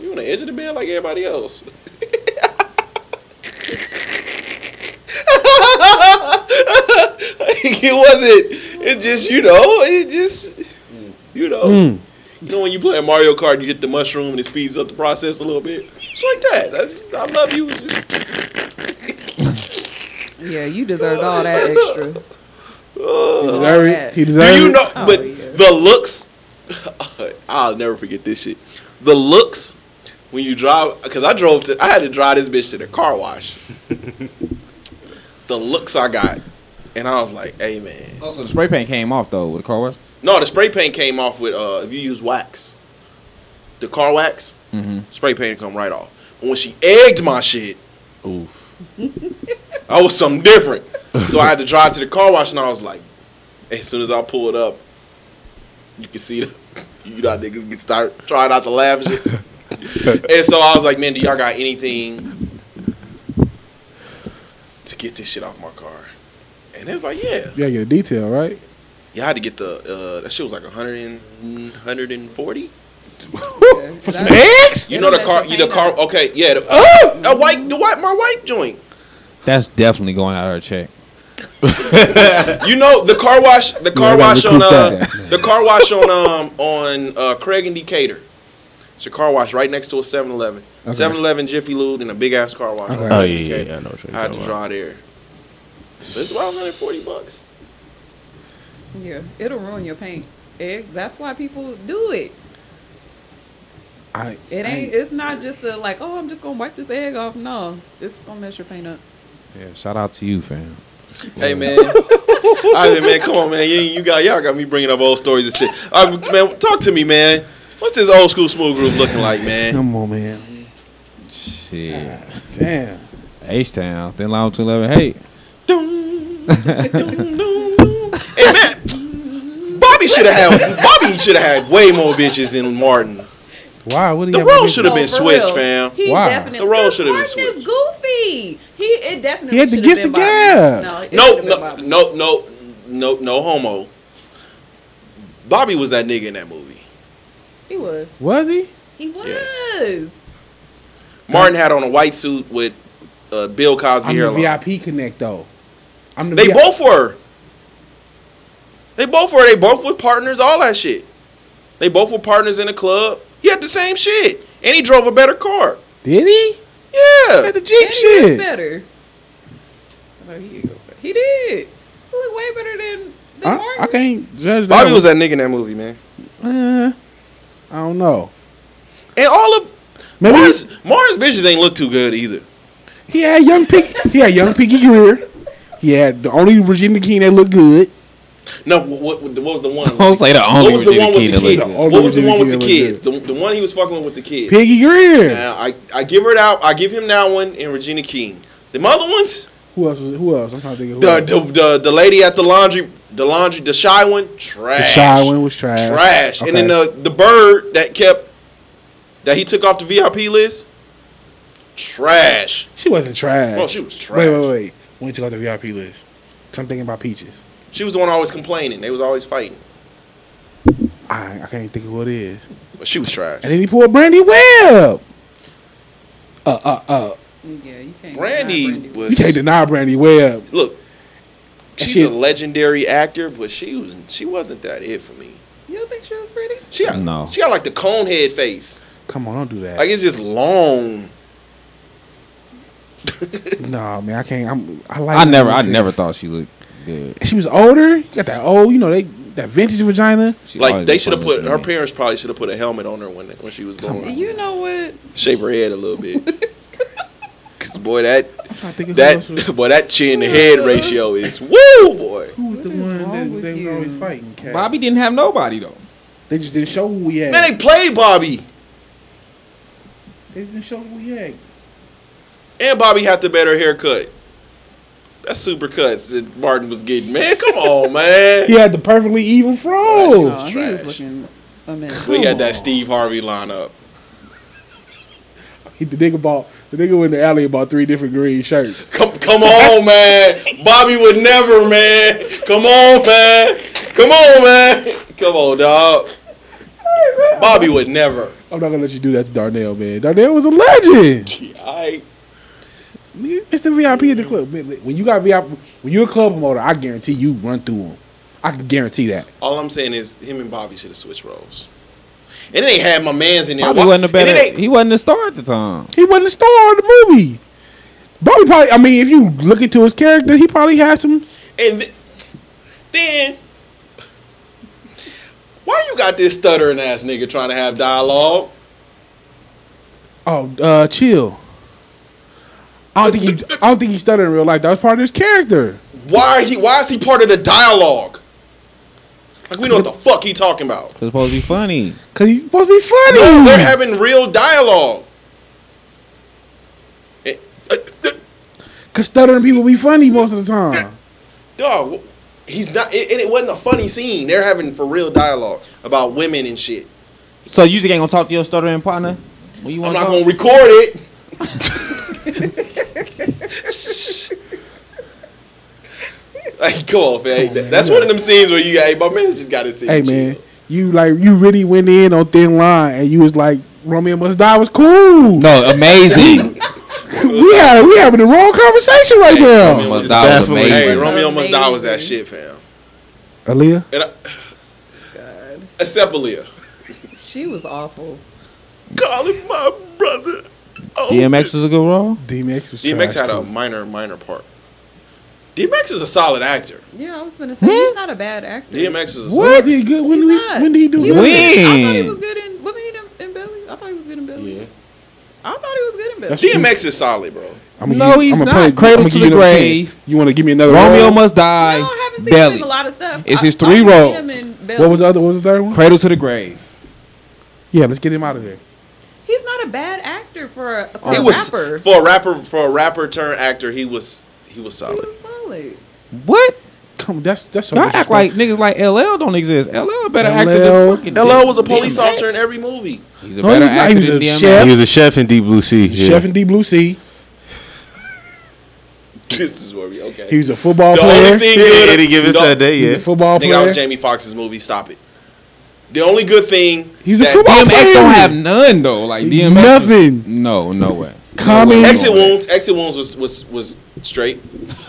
[SPEAKER 2] you on the edge of the bed like everybody else. [LAUGHS] it wasn't it just you know, it just you know you know when you play Mario Kart and you hit the mushroom and it speeds up the process a little bit? It's like that. I, just, I love you. It's just
[SPEAKER 3] Yeah, you deserved all that extra.
[SPEAKER 6] He
[SPEAKER 2] uh,
[SPEAKER 6] deserve it.
[SPEAKER 3] that.
[SPEAKER 6] He deserve
[SPEAKER 2] Do you
[SPEAKER 6] it.
[SPEAKER 2] know?
[SPEAKER 3] Oh,
[SPEAKER 2] but
[SPEAKER 3] yeah.
[SPEAKER 2] the looks, [LAUGHS] I'll never forget this shit. The looks when you drive, because I drove to, I had to drive this bitch to the car wash. the looks I got, and I was like, "Hey man,
[SPEAKER 7] Also, Oh, the spray paint came off though with the car wash.
[SPEAKER 2] no." The spray paint came off with uh, if you use wax, the car wax, spray paint will come right off. But when she egged my shit,
[SPEAKER 8] Oof.
[SPEAKER 2] [LAUGHS] I was something different. So I had to drive to the car wash, and I was like, as soon as I pulled up, you can see the [LAUGHS] you know how niggas get start trying not to laugh and shit. and so I was like, man, do y'all got anything to get this shit off my car? And it was like, yeah.
[SPEAKER 6] You gotta get a detail, right?
[SPEAKER 2] [LAUGHS] Y'all had to get the uh, that shit was like 100 and 140.
[SPEAKER 3] Yeah.
[SPEAKER 6] For some
[SPEAKER 3] That-
[SPEAKER 6] eggs?
[SPEAKER 2] You
[SPEAKER 3] They
[SPEAKER 2] know
[SPEAKER 3] don't
[SPEAKER 2] the
[SPEAKER 3] let
[SPEAKER 2] car,
[SPEAKER 3] you
[SPEAKER 2] you the
[SPEAKER 3] paint
[SPEAKER 2] car.
[SPEAKER 3] up.
[SPEAKER 2] Okay, yeah, the,
[SPEAKER 6] Oh!
[SPEAKER 2] the white, the white, my white joint.
[SPEAKER 7] That's definitely going out of her check.
[SPEAKER 2] You know the car wash, the car
[SPEAKER 6] I gotta
[SPEAKER 2] wash on
[SPEAKER 6] recoup
[SPEAKER 2] uh,
[SPEAKER 6] that.
[SPEAKER 2] the car wash on um on uh, Craig and Decatur. It's a car wash right next to a 7-Eleven.
[SPEAKER 6] Okay.
[SPEAKER 2] 7-Eleven Jiffy Lube and a big ass car wash. on
[SPEAKER 6] Okay.
[SPEAKER 2] Craig
[SPEAKER 8] Oh yeah,
[SPEAKER 2] and
[SPEAKER 8] yeah,
[SPEAKER 2] Decatur.
[SPEAKER 8] yeah. I know what you're
[SPEAKER 2] I had to
[SPEAKER 8] talking about.
[SPEAKER 2] draw there. This is why 140 bucks.
[SPEAKER 3] Yeah, it'll ruin your paint. Egg. That's why people do it.
[SPEAKER 6] I,
[SPEAKER 3] It ain't. It's not just a like. Oh, I'm just gonna wipe this egg off. No, it's gonna mess your paint up.
[SPEAKER 7] Yeah, shout out to you, fam.
[SPEAKER 2] Hey man, [LAUGHS] Ivan man, come on man, you, you got y'all got me bringing up old stories and shit. I, man, talk to me man. What's this old school smooth groove looking like, man?
[SPEAKER 6] Come on, man.
[SPEAKER 7] Shit,
[SPEAKER 6] Damn.
[SPEAKER 7] H Town, Thin Line Two Eleven. Hey,
[SPEAKER 2] Dun, dun, dun, dun. Hey man, Bobby should have had Bobby should have had way more bitches than Martin.
[SPEAKER 6] Why? What do you
[SPEAKER 2] The
[SPEAKER 6] have to
[SPEAKER 2] world
[SPEAKER 6] do?
[SPEAKER 2] should have been
[SPEAKER 3] for
[SPEAKER 2] switched, fam.
[SPEAKER 3] He
[SPEAKER 6] Why?
[SPEAKER 3] definitely
[SPEAKER 2] The role
[SPEAKER 3] because
[SPEAKER 2] should have been
[SPEAKER 3] Martin is
[SPEAKER 2] switched.
[SPEAKER 3] goofy. He it definitely
[SPEAKER 6] He had to
[SPEAKER 3] should
[SPEAKER 6] give
[SPEAKER 3] have been
[SPEAKER 6] the gab.
[SPEAKER 3] Bobby. No, it
[SPEAKER 2] No,
[SPEAKER 3] should have been
[SPEAKER 2] no,
[SPEAKER 3] Bobby.
[SPEAKER 2] no, no, no, no homo. Bobby was that nigga in that movie.
[SPEAKER 3] He was.
[SPEAKER 6] Was he?
[SPEAKER 3] He was.
[SPEAKER 2] Martin had on a white suit with uh, Bill Cosby
[SPEAKER 6] I'm the
[SPEAKER 2] hairline.
[SPEAKER 6] VIP connect though. I'm the
[SPEAKER 2] They
[SPEAKER 6] VIP.
[SPEAKER 2] both were. They both were. They both were partners. All that shit. They both were partners in the club. He had the same shit, and he drove a better car.
[SPEAKER 6] did he?
[SPEAKER 2] Yeah,
[SPEAKER 6] At the
[SPEAKER 3] And
[SPEAKER 6] Jeep
[SPEAKER 3] he did
[SPEAKER 6] shit.
[SPEAKER 3] better. Oh, he, he did. He looked way better than than
[SPEAKER 6] I,
[SPEAKER 3] Martin.
[SPEAKER 6] I can't judge that.
[SPEAKER 2] Bobby
[SPEAKER 6] one.
[SPEAKER 2] was that nigga in that movie, man.
[SPEAKER 6] Uh, I don't know.
[SPEAKER 2] And all of
[SPEAKER 6] Maybe
[SPEAKER 2] Martin's, Martin's bitches ain't look too good either.
[SPEAKER 6] he had young pig. he had young Piggy Greer. He had the only Regina King that looked good.
[SPEAKER 2] No, what, what, what was the one?
[SPEAKER 7] [LAUGHS] Don't say the
[SPEAKER 2] what
[SPEAKER 7] only
[SPEAKER 2] was the
[SPEAKER 7] Regina
[SPEAKER 2] one with
[SPEAKER 7] King
[SPEAKER 2] the
[SPEAKER 7] that
[SPEAKER 2] kids?
[SPEAKER 7] looked
[SPEAKER 6] good.
[SPEAKER 2] What was the
[SPEAKER 6] Only
[SPEAKER 2] one with the
[SPEAKER 6] Regina King
[SPEAKER 2] kids?
[SPEAKER 6] that
[SPEAKER 2] The, the one he was fucking with the kids.
[SPEAKER 6] Piggy Greer.
[SPEAKER 2] Now, I I give her that. I give him that one and Regina King. The other ones,
[SPEAKER 6] Who else was? Who else? I'm trying to think. Of who
[SPEAKER 2] the
[SPEAKER 6] else.
[SPEAKER 2] the, the the lady at the laundry, the laundry, the shy one, trash.
[SPEAKER 6] The shy one was trash.
[SPEAKER 2] trash. And then
[SPEAKER 6] Okay.
[SPEAKER 2] the the bird that kept that he took off the VIP list, trash.
[SPEAKER 6] she wasn't trash.
[SPEAKER 2] Oh, she was trash.
[SPEAKER 6] Wait, wait, wait. When you took out the VIP list, so I'm thinking about Peaches.
[SPEAKER 2] She was the one always complaining. They was always fighting,
[SPEAKER 6] I I can't think of who it is.
[SPEAKER 2] but she was trash.
[SPEAKER 6] And then he pulled Brandy Webb. Uh, uh, uh.
[SPEAKER 3] Yeah, you can't.
[SPEAKER 2] Brandy
[SPEAKER 3] was.
[SPEAKER 6] You
[SPEAKER 2] was
[SPEAKER 6] can't deny Brandy Webb.
[SPEAKER 2] look.
[SPEAKER 6] And
[SPEAKER 2] She's
[SPEAKER 6] she-
[SPEAKER 2] a legendary actor, but she was she wasn't that it for me.
[SPEAKER 3] You don't think she was pretty?
[SPEAKER 2] She got,
[SPEAKER 7] No.
[SPEAKER 2] she got like the cone head face.
[SPEAKER 6] Come on, don't do that.
[SPEAKER 2] Like it's just long.
[SPEAKER 6] Nah, man, I can't. I'm. I like.
[SPEAKER 7] I never, I never thought she looked good.
[SPEAKER 6] She was older. Got that old. You know they that vintage vagina.
[SPEAKER 7] She
[SPEAKER 2] like
[SPEAKER 7] always
[SPEAKER 2] they
[SPEAKER 7] looked
[SPEAKER 2] should have
[SPEAKER 7] older
[SPEAKER 2] put
[SPEAKER 7] than
[SPEAKER 2] her
[SPEAKER 7] me.
[SPEAKER 2] parents probably should have put a helmet on her when when she was born.
[SPEAKER 3] You know what?
[SPEAKER 2] Shape her head a little bit. Cause boy, that
[SPEAKER 6] I'm trying to think of who else
[SPEAKER 2] [LAUGHS]
[SPEAKER 6] was,
[SPEAKER 2] that boy, that chin to head ratio is woo boy.
[SPEAKER 6] who was the
[SPEAKER 3] What is
[SPEAKER 6] one
[SPEAKER 3] wrong
[SPEAKER 6] that
[SPEAKER 3] with
[SPEAKER 6] they
[SPEAKER 3] you?
[SPEAKER 6] were always fighting. Cat?
[SPEAKER 7] Bobby didn't have nobody though.
[SPEAKER 6] They just didn't show who we had.
[SPEAKER 2] Man, they played Bobby,
[SPEAKER 6] they didn't show who we had.
[SPEAKER 2] and Bobby had the better haircut. That's super cuts that Martin was getting. Man, come on, man.
[SPEAKER 6] He had the perfectly evil
[SPEAKER 2] Oh,
[SPEAKER 6] fro.
[SPEAKER 2] That's
[SPEAKER 3] Aw,
[SPEAKER 2] she was
[SPEAKER 3] he was
[SPEAKER 2] trash.
[SPEAKER 3] looking a mess.
[SPEAKER 2] We had that
[SPEAKER 3] Come
[SPEAKER 2] Steve Harvey lineup.
[SPEAKER 6] He the nigga bought the nigga in the alley bought three different green shirts.
[SPEAKER 2] Come, come on, man. Bobby would never, man. Come on, man. Come on, man. Come on, dog. Bobby would never.
[SPEAKER 6] I'm not gonna let you do that to Darnell, man. Darnell was a legend.
[SPEAKER 2] I
[SPEAKER 6] It's the VIP at the club. Man, When you got VIP, when you're a club promoter, I guarantee you run through him. I can guarantee that.
[SPEAKER 2] all I'm saying is him and Bobby should have switched roles. And they had my man's in there.
[SPEAKER 7] Bobby
[SPEAKER 2] Why-
[SPEAKER 7] wasn't a
[SPEAKER 2] and then
[SPEAKER 7] better.
[SPEAKER 2] they-
[SPEAKER 7] He wasn't a star at the time.
[SPEAKER 6] He wasn't a star in the movie. Bobby probably. I mean, if you look into his character, he probably had some.
[SPEAKER 2] and th- then why you got this stuttering ass nigga trying to have dialogue?
[SPEAKER 6] Oh, uh, chill. I don't think he. I don't think he stuttered in real life. That was part of his character.
[SPEAKER 2] Why he? Why is he part of the dialogue? Like we know what the fuck he talking about.
[SPEAKER 7] It's supposed to be funny.
[SPEAKER 6] Cause he's supposed to be funny.
[SPEAKER 2] No, they're having real dialogue. Eh, uh, uh,
[SPEAKER 6] Cause stuttering people be funny most of
[SPEAKER 2] [LAUGHS]
[SPEAKER 6] the time.
[SPEAKER 2] Dog, wh- he's not, it- and it wasn't a funny scene. They're having for real dialogue about women and shit.
[SPEAKER 7] So you just ain't gonna talk to your stuttering partner when you
[SPEAKER 2] I'm
[SPEAKER 7] want
[SPEAKER 2] not
[SPEAKER 7] to
[SPEAKER 2] gonna record it. [LAUGHS] like, come on, man. That's one of them scenes where you, hey, my man just got to see.
[SPEAKER 6] hey man, you like you really went in on thin line, and you was like Romeo Must Die was cool.
[SPEAKER 7] No, amazing. [LAUGHS]
[SPEAKER 6] we had we having the wrong conversation right
[SPEAKER 2] Romeo
[SPEAKER 6] now.
[SPEAKER 2] Must
[SPEAKER 7] That was
[SPEAKER 2] Die was
[SPEAKER 8] Definitely.
[SPEAKER 2] Hey,
[SPEAKER 7] amazing.
[SPEAKER 2] Romeo Must Die was
[SPEAKER 3] Amazing.
[SPEAKER 2] that shit, fam.
[SPEAKER 6] Aaliyah,
[SPEAKER 2] And I, Except Aaliyah.
[SPEAKER 3] on. Oh, She was awful.
[SPEAKER 2] Calling my brother. Oh,
[SPEAKER 7] DMX was a good role.
[SPEAKER 6] DMX was
[SPEAKER 2] DMX
[SPEAKER 6] trash
[SPEAKER 2] had a
[SPEAKER 6] too.
[SPEAKER 2] minor, minor part. DMX is a solid actor.
[SPEAKER 3] Yeah, I was gonna
[SPEAKER 7] Hmm?
[SPEAKER 3] say he's not a bad actor.
[SPEAKER 2] DMX is a
[SPEAKER 6] What? Was he good? When
[SPEAKER 3] He's
[SPEAKER 6] did he,
[SPEAKER 3] not.
[SPEAKER 6] when did he do?
[SPEAKER 3] He
[SPEAKER 6] good?
[SPEAKER 3] was good. I thought he
[SPEAKER 7] When?
[SPEAKER 3] was good in. Wasn't he in, in Belly? I thought he was good in Belly.
[SPEAKER 2] Yeah.
[SPEAKER 3] I thought he was good in Belly.
[SPEAKER 6] That's-
[SPEAKER 2] DMX is solid, bro.
[SPEAKER 6] I'ma
[SPEAKER 7] No,
[SPEAKER 6] give-
[SPEAKER 7] he's
[SPEAKER 6] I'ma
[SPEAKER 7] not.
[SPEAKER 6] play-
[SPEAKER 7] Cradle
[SPEAKER 6] I'ma give
[SPEAKER 7] to
[SPEAKER 6] you
[SPEAKER 7] the
[SPEAKER 6] another chance.
[SPEAKER 7] grave.
[SPEAKER 6] You want to give me another
[SPEAKER 7] Romeo
[SPEAKER 6] role?
[SPEAKER 7] must
[SPEAKER 3] No,
[SPEAKER 7] die.
[SPEAKER 3] I haven't seen him
[SPEAKER 7] Belly.
[SPEAKER 3] in a lot of stuff.
[SPEAKER 7] It's
[SPEAKER 3] I-
[SPEAKER 7] his
[SPEAKER 3] I
[SPEAKER 7] three
[SPEAKER 3] only seen
[SPEAKER 7] role.
[SPEAKER 3] him in Belly.
[SPEAKER 6] What was the other? What was the third one?
[SPEAKER 7] Cradle to the grave.
[SPEAKER 6] Yeah, let's get him out of there.
[SPEAKER 3] He's not a bad actor for a, for
[SPEAKER 2] He
[SPEAKER 3] a
[SPEAKER 2] was
[SPEAKER 3] rapper.
[SPEAKER 2] for a rapper for a rapper turned actor. He was he was
[SPEAKER 3] he
[SPEAKER 2] solid.
[SPEAKER 3] was solid.
[SPEAKER 7] What?
[SPEAKER 6] Come, that's that's so
[SPEAKER 7] Y'all act like niggas like LL don't exist. LL better actor
[SPEAKER 6] LL
[SPEAKER 7] than fucking
[SPEAKER 2] LL was a police
[SPEAKER 7] DMX.
[SPEAKER 2] officer in every movie.
[SPEAKER 7] He's a
[SPEAKER 6] No, he
[SPEAKER 7] better
[SPEAKER 6] was not. He
[SPEAKER 7] actor
[SPEAKER 6] was
[SPEAKER 7] than
[SPEAKER 6] a
[SPEAKER 7] DMX.
[SPEAKER 6] chef.
[SPEAKER 8] He was a chef in Deep Blue Sea. yeah.
[SPEAKER 6] Chef in Deep Blue Sea.
[SPEAKER 2] [LAUGHS] This is where we okay.
[SPEAKER 6] He was a football
[SPEAKER 2] the
[SPEAKER 6] player.
[SPEAKER 2] only thing
[SPEAKER 8] Yeah,
[SPEAKER 2] good
[SPEAKER 8] any given
[SPEAKER 2] the-
[SPEAKER 8] Sunday,
[SPEAKER 6] He's
[SPEAKER 8] yeah.
[SPEAKER 6] a football
[SPEAKER 2] Nigga, that was
[SPEAKER 6] player.
[SPEAKER 2] Jamie Foxx's movie. Stop it. The only good thing
[SPEAKER 6] He's a
[SPEAKER 2] that
[SPEAKER 6] football
[SPEAKER 7] DMX don't have none though. Like
[SPEAKER 6] He's
[SPEAKER 7] DMX,
[SPEAKER 6] nothing.
[SPEAKER 7] No, no way. [LAUGHS]
[SPEAKER 6] Common-
[SPEAKER 2] Exit wounds. Exit wounds was was was straight.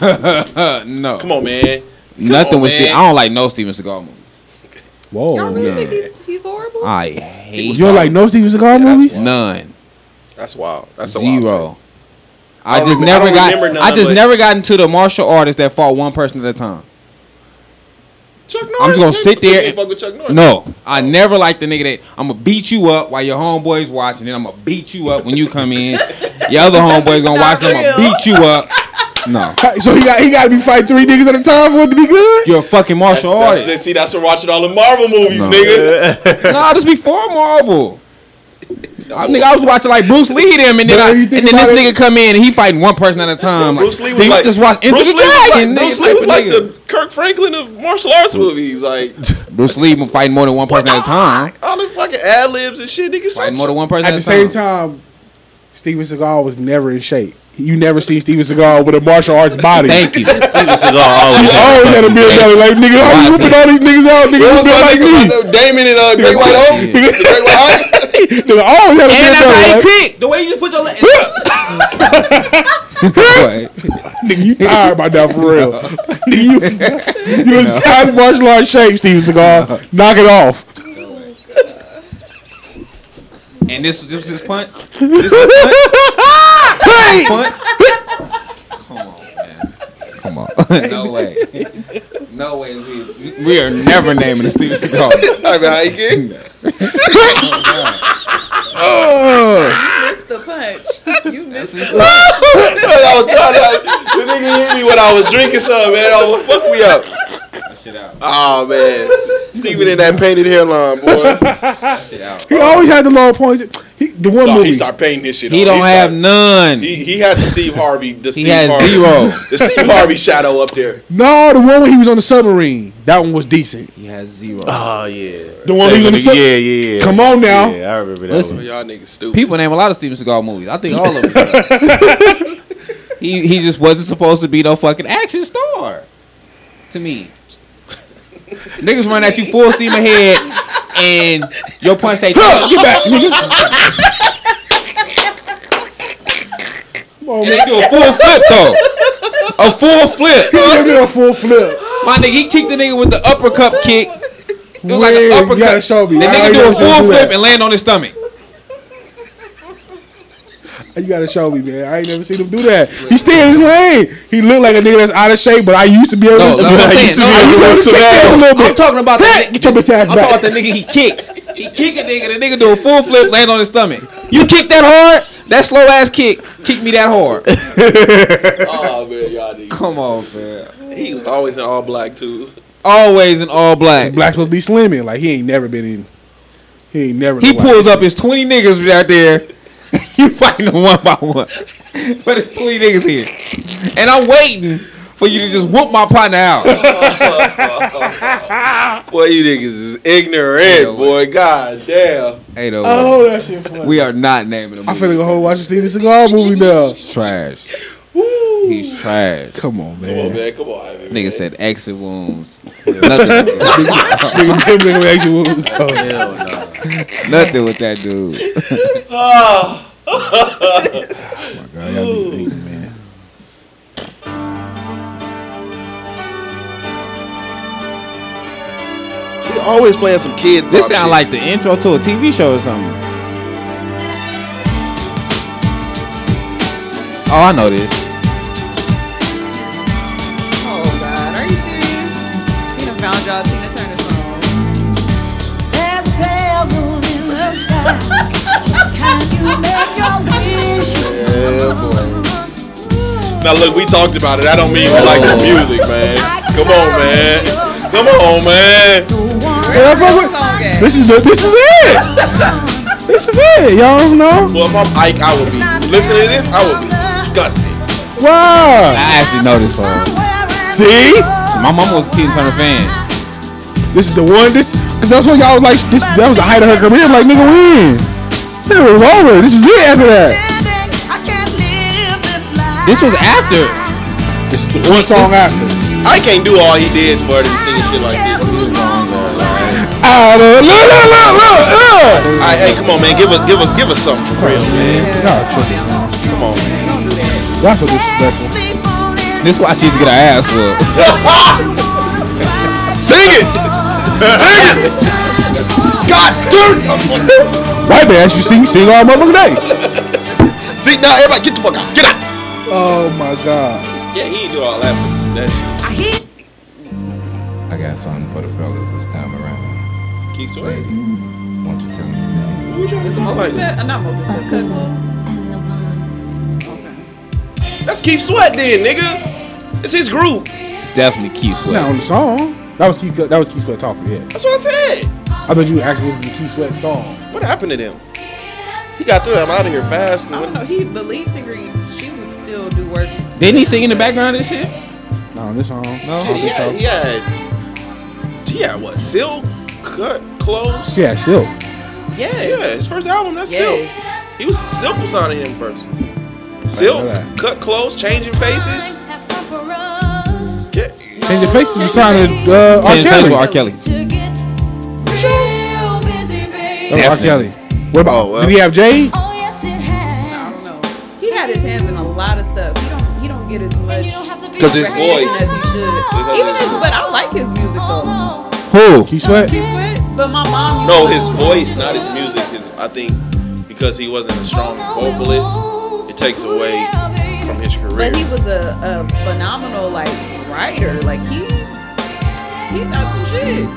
[SPEAKER 7] no,
[SPEAKER 2] Come on, man. Come
[SPEAKER 7] nothing
[SPEAKER 2] on,
[SPEAKER 7] was.
[SPEAKER 2] man.
[SPEAKER 7] Ste- I don't like no Steven Seagal movies.
[SPEAKER 3] Y'all
[SPEAKER 6] Whoa.
[SPEAKER 3] really think he's, he's horrible?
[SPEAKER 7] I hate
[SPEAKER 6] You don't like no Steven Seagal
[SPEAKER 2] Yeah, that's
[SPEAKER 6] movies?
[SPEAKER 2] wild.
[SPEAKER 7] none.
[SPEAKER 2] That's wild. That's a wild take.
[SPEAKER 7] Zero. I,
[SPEAKER 2] don't
[SPEAKER 7] just
[SPEAKER 2] remem- I
[SPEAKER 7] never
[SPEAKER 2] don't
[SPEAKER 7] got.
[SPEAKER 2] remember none,
[SPEAKER 7] I just
[SPEAKER 2] but-
[SPEAKER 7] never got into the martial artists that fought one person at a time.
[SPEAKER 2] Chuck Norris.
[SPEAKER 7] I'm just gonna
[SPEAKER 2] nigga.
[SPEAKER 7] sit
[SPEAKER 2] So you
[SPEAKER 7] there
[SPEAKER 2] ain't
[SPEAKER 7] and-
[SPEAKER 2] fuck with Chuck Norris.
[SPEAKER 7] [LAUGHS] No, I never like the nigga that I'm gonna beat you up while your homeboy's watching, and I'm gonna beat you up when you come in. Your other homeboy's gonna watch, and I'm gonna beat you up. No,
[SPEAKER 6] So he got he got to be fighting three niggas at a time for it to be good.
[SPEAKER 7] you're a fucking
[SPEAKER 2] That's,
[SPEAKER 7] martial
[SPEAKER 2] that's,
[SPEAKER 7] artist.
[SPEAKER 2] see, that's from watching all the Marvel movies, nigga.
[SPEAKER 8] [LAUGHS]
[SPEAKER 7] Nah, this before Marvel. I, nigga, I was watching like Bruce Lee them, and then
[SPEAKER 6] But
[SPEAKER 7] I,
[SPEAKER 6] if you
[SPEAKER 7] and
[SPEAKER 6] think
[SPEAKER 7] then this
[SPEAKER 6] about
[SPEAKER 7] nigga come in and he fighting one person at a time.
[SPEAKER 2] Bruce Lee was
[SPEAKER 7] Um, Steve
[SPEAKER 2] like
[SPEAKER 7] just watch Enter
[SPEAKER 2] Bruce
[SPEAKER 7] the
[SPEAKER 2] Lee was like-
[SPEAKER 7] Dragon. nigga,
[SPEAKER 2] Bruce Lee was
[SPEAKER 7] type
[SPEAKER 2] like
[SPEAKER 7] of
[SPEAKER 2] the Kirk Franklin of martial arts movies. Like
[SPEAKER 7] nigga. Bruce Lee been fighting more than one person at a time.
[SPEAKER 2] all the fucking ad libs and shit, nigga.
[SPEAKER 7] Fighting more than one person
[SPEAKER 6] At
[SPEAKER 7] at,
[SPEAKER 6] the
[SPEAKER 7] a
[SPEAKER 6] same
[SPEAKER 7] time.
[SPEAKER 6] time, Steven Seagal was never in shape. You never see Steven Seagal with a martial arts body.
[SPEAKER 7] Thank
[SPEAKER 6] [LAUGHS]
[SPEAKER 7] you.
[SPEAKER 8] Steven Seagal always had
[SPEAKER 6] Oh,
[SPEAKER 8] a
[SPEAKER 6] you gotta
[SPEAKER 8] fucking
[SPEAKER 6] be
[SPEAKER 8] thing.
[SPEAKER 6] another like nigga. How you
[SPEAKER 7] Why
[SPEAKER 6] whooping
[SPEAKER 7] is
[SPEAKER 6] all these niggas out? Nigga,
[SPEAKER 2] What
[SPEAKER 6] who's
[SPEAKER 2] was
[SPEAKER 6] built
[SPEAKER 2] my
[SPEAKER 6] like
[SPEAKER 2] nigga
[SPEAKER 6] me?
[SPEAKER 2] about the Damon and uh, Great White Oak? [LAUGHS] Great White Oak?
[SPEAKER 7] [LAUGHS]
[SPEAKER 6] Nigga, Oh, you gotta
[SPEAKER 7] And that's
[SPEAKER 6] be
[SPEAKER 7] how he
[SPEAKER 6] another
[SPEAKER 7] kick. The way you just put [LAUGHS] your leg.
[SPEAKER 6] like nigga. You tired by now for real? Nigga, [LAUGHS] you was- you was out of martial arts shape, Steven Seagal. Knock it off.
[SPEAKER 7] And this this is punch. [LAUGHS] This is punch.
[SPEAKER 6] Hey,
[SPEAKER 7] punch. Come on, man. Come on. no way. No way. We, we are never naming the Steven Seagal.
[SPEAKER 2] I mean, how you kick?
[SPEAKER 3] missed the punch.
[SPEAKER 6] [LAUGHS]
[SPEAKER 3] You missed the
[SPEAKER 2] [LAUGHS] I was trying to. the nigga hit me when I was drinking some, man. Oh, well, fuck me up.
[SPEAKER 7] That shit out.
[SPEAKER 2] Oh man, Steven in that painted hairline,
[SPEAKER 7] [LAUGHS]
[SPEAKER 2] boy.
[SPEAKER 7] Shit out.
[SPEAKER 6] he always had the long points. He, the one
[SPEAKER 2] Oh, he
[SPEAKER 6] movie.
[SPEAKER 2] started painting this shit.
[SPEAKER 7] He
[SPEAKER 2] on.
[SPEAKER 7] don't have
[SPEAKER 2] started-
[SPEAKER 7] none.
[SPEAKER 2] He, he had the Steve Harvey. The Steve
[SPEAKER 7] has
[SPEAKER 2] Harvey,
[SPEAKER 7] zero.
[SPEAKER 2] The Steve Harvey shadow up
[SPEAKER 7] [LAUGHS]
[SPEAKER 2] there.
[SPEAKER 6] No, the one when he was on the submarine. That one was decent.
[SPEAKER 7] He has zero.
[SPEAKER 8] Oh yeah.
[SPEAKER 6] The one he was on the
[SPEAKER 8] yeah,
[SPEAKER 6] sub-
[SPEAKER 8] yeah, yeah.
[SPEAKER 6] Come on now.
[SPEAKER 8] Yeah, I remember that.
[SPEAKER 7] Listen.
[SPEAKER 8] one.
[SPEAKER 2] Y'all niggas stupid.
[SPEAKER 7] People name a lot of Steven Seagal movies. I think all of them. he he just wasn't supposed to be no fucking action star. To me, niggas run at you full steam ahead, and your punch say,
[SPEAKER 6] Get back, nigga. Come on,
[SPEAKER 7] And
[SPEAKER 6] man.
[SPEAKER 7] they do a full flip though. A full flip.
[SPEAKER 6] He gave me a full flip.
[SPEAKER 7] My nigga, he kicked the nigga with the uppercut kick. It was like
[SPEAKER 6] Wait,
[SPEAKER 7] an
[SPEAKER 6] you
[SPEAKER 7] uppercut.
[SPEAKER 6] gotta show me.
[SPEAKER 7] The
[SPEAKER 6] I
[SPEAKER 7] nigga
[SPEAKER 6] already know
[SPEAKER 7] do a
[SPEAKER 6] what you
[SPEAKER 7] full
[SPEAKER 6] do
[SPEAKER 7] flip
[SPEAKER 6] that.
[SPEAKER 7] and land on his stomach.
[SPEAKER 6] You gotta show me, man. I ain't never seen him do that. He stay in his lane. He look like a nigga that's out of shape, but I used to be able
[SPEAKER 7] No,
[SPEAKER 6] to.
[SPEAKER 7] that's what I'm
[SPEAKER 6] I
[SPEAKER 7] saying.
[SPEAKER 6] used to
[SPEAKER 7] No,
[SPEAKER 6] be
[SPEAKER 7] I
[SPEAKER 6] able to kick it
[SPEAKER 7] remember
[SPEAKER 6] a little
[SPEAKER 7] I'm
[SPEAKER 6] bit.
[SPEAKER 7] talking about
[SPEAKER 6] Hey,
[SPEAKER 7] that.
[SPEAKER 6] Get your bitch ass
[SPEAKER 7] I'm talking
[SPEAKER 6] back.
[SPEAKER 7] about the nigga he kicks. He kick a nigga, the nigga do a full flip, land on his stomach. You kick that hard? That slow ass kick, kick me
[SPEAKER 6] [LAUGHS]
[SPEAKER 7] that hard.
[SPEAKER 2] Oh man, y'all niggas.
[SPEAKER 7] Come on, man.
[SPEAKER 2] He was always in all black too. [LAUGHS]
[SPEAKER 7] Always in all black.
[SPEAKER 6] Black supposed to be slimming. Like he ain't never been in. He ain't never.
[SPEAKER 7] He
[SPEAKER 6] looked like
[SPEAKER 7] pulls
[SPEAKER 6] this.
[SPEAKER 7] up his 20 niggas out there. [LAUGHS] you fighting them one by one. [LAUGHS] But it's 20 niggas here. And I'm waiting for you to just whoop my partner [LAUGHS] out.
[SPEAKER 2] Boy, you niggas is
[SPEAKER 7] Yeah,
[SPEAKER 2] ignorant, boy. God damn.
[SPEAKER 7] hey, though,
[SPEAKER 6] Oh, that shit funny.
[SPEAKER 7] we are not naming him.
[SPEAKER 6] I'm finna go home and watch a Steven Seagal movie now.
[SPEAKER 7] Trash. He's trash.
[SPEAKER 6] Come on,
[SPEAKER 2] Come on,
[SPEAKER 6] man.
[SPEAKER 2] Oh, man. Come on, Ivy, man.
[SPEAKER 7] [LAUGHS] Nigga said exit wounds. [LAUGHS] Nothing.
[SPEAKER 6] Nigga, them nigga actually was- oh,
[SPEAKER 7] [LAUGHS] Nothing with that dude.
[SPEAKER 6] God, y'all be hating, man.
[SPEAKER 2] He always playing some kid.
[SPEAKER 7] This
[SPEAKER 2] pop
[SPEAKER 7] sound
[SPEAKER 2] shit.
[SPEAKER 7] like the intro to a TV show or something. Oh, I know this.
[SPEAKER 3] Oh God, are you serious? We done found y'all Tina Turner song.
[SPEAKER 9] There's a pale moon in the sky. Can you make your wish?
[SPEAKER 2] Yeah, boy. Now look, we talked about it. I don't mean we like the music, man. Come on, man. Come on, man.
[SPEAKER 6] Yeah, I fuck with-
[SPEAKER 3] Song game.
[SPEAKER 6] This is it. This is it. This is it. Y'all don't know?
[SPEAKER 2] Well, if I'm Ike, I would be listening to this. I would be disgusted.
[SPEAKER 6] Wow.
[SPEAKER 7] I actually know this song.
[SPEAKER 6] See?
[SPEAKER 7] My mom was a Tina Turner fan.
[SPEAKER 6] This is the one. This because that's when y'all was like, this that was the height of her career. Like nigga, when? That was over. This is it after that.
[SPEAKER 7] This was after.
[SPEAKER 6] This is the one song after.
[SPEAKER 2] I can't do all he did for her to be singing shit like this. [LAUGHS]
[SPEAKER 6] Out of la la la la.
[SPEAKER 2] All right, hey, come on, man. Give us, give us, give us something for real, man. [LAUGHS]
[SPEAKER 6] Nah, tripping.
[SPEAKER 2] Come on. Man.
[SPEAKER 6] Y'all so disrespectful.
[SPEAKER 7] This why she used to get her ass whooped.
[SPEAKER 2] Sing it. Sing it. God damn it.
[SPEAKER 6] White man, as you sing, sing all motherfucking day.
[SPEAKER 2] See, now everybody get the fuck out. Get out.
[SPEAKER 6] Oh my god.
[SPEAKER 2] Yeah, he ain't do all that. That
[SPEAKER 4] I got something for the fellas this time around.
[SPEAKER 2] keep sweating.
[SPEAKER 4] Ladies, won't you tell me now?
[SPEAKER 2] That's a
[SPEAKER 3] What was
[SPEAKER 2] lady.
[SPEAKER 3] that? Uh, not what was that? Cut gloves.
[SPEAKER 2] That's Keep Sweat then, nigga. It's his group.
[SPEAKER 7] Definitely keep sweating.
[SPEAKER 6] Not on the song. That was Keith. That was Keith Sweat talking. Yeah.
[SPEAKER 2] That's what I said.
[SPEAKER 6] I bet you actually this is the Keith Sweat song.
[SPEAKER 2] What happened to them? He got through. I'm out of here fast.
[SPEAKER 3] I don't know. He the lead singer. She would still do work.
[SPEAKER 7] Didn't he sing in the background and shit?
[SPEAKER 6] No, this song.
[SPEAKER 7] No.
[SPEAKER 2] Shit, he had, he had, he had what? Silk, cut, clothes.
[SPEAKER 6] Yeah, still.
[SPEAKER 3] Yes.
[SPEAKER 2] Yeah, his first album. That's Silk.
[SPEAKER 3] Yes.
[SPEAKER 2] He was Silk was signing him first.
[SPEAKER 6] I
[SPEAKER 2] Silk,
[SPEAKER 6] know that.
[SPEAKER 2] cut clothes, changing faces. Yeah,
[SPEAKER 6] And the faces you signed to uh, R.
[SPEAKER 7] Change the
[SPEAKER 6] Kelly.
[SPEAKER 7] for R. Kelly.
[SPEAKER 6] That was Oh, R. Kelly. What about?
[SPEAKER 2] Oh, well.
[SPEAKER 6] Did he have Jade?
[SPEAKER 2] Oh,
[SPEAKER 3] I don't know. He got his hands in a lot of stuff. He don't. He don't get as much.
[SPEAKER 2] Because his
[SPEAKER 3] recognition
[SPEAKER 2] voice.
[SPEAKER 3] as he should. Even his, but I like his music though.
[SPEAKER 6] Who? Keith Sweat.
[SPEAKER 3] Keith Sweat, But my mom.
[SPEAKER 2] No, his voice, not his music. His, I think because he wasn't a strong vocalist, it takes away from his career.
[SPEAKER 3] But he was a, a phenomenal like writer. Like he he got some shit.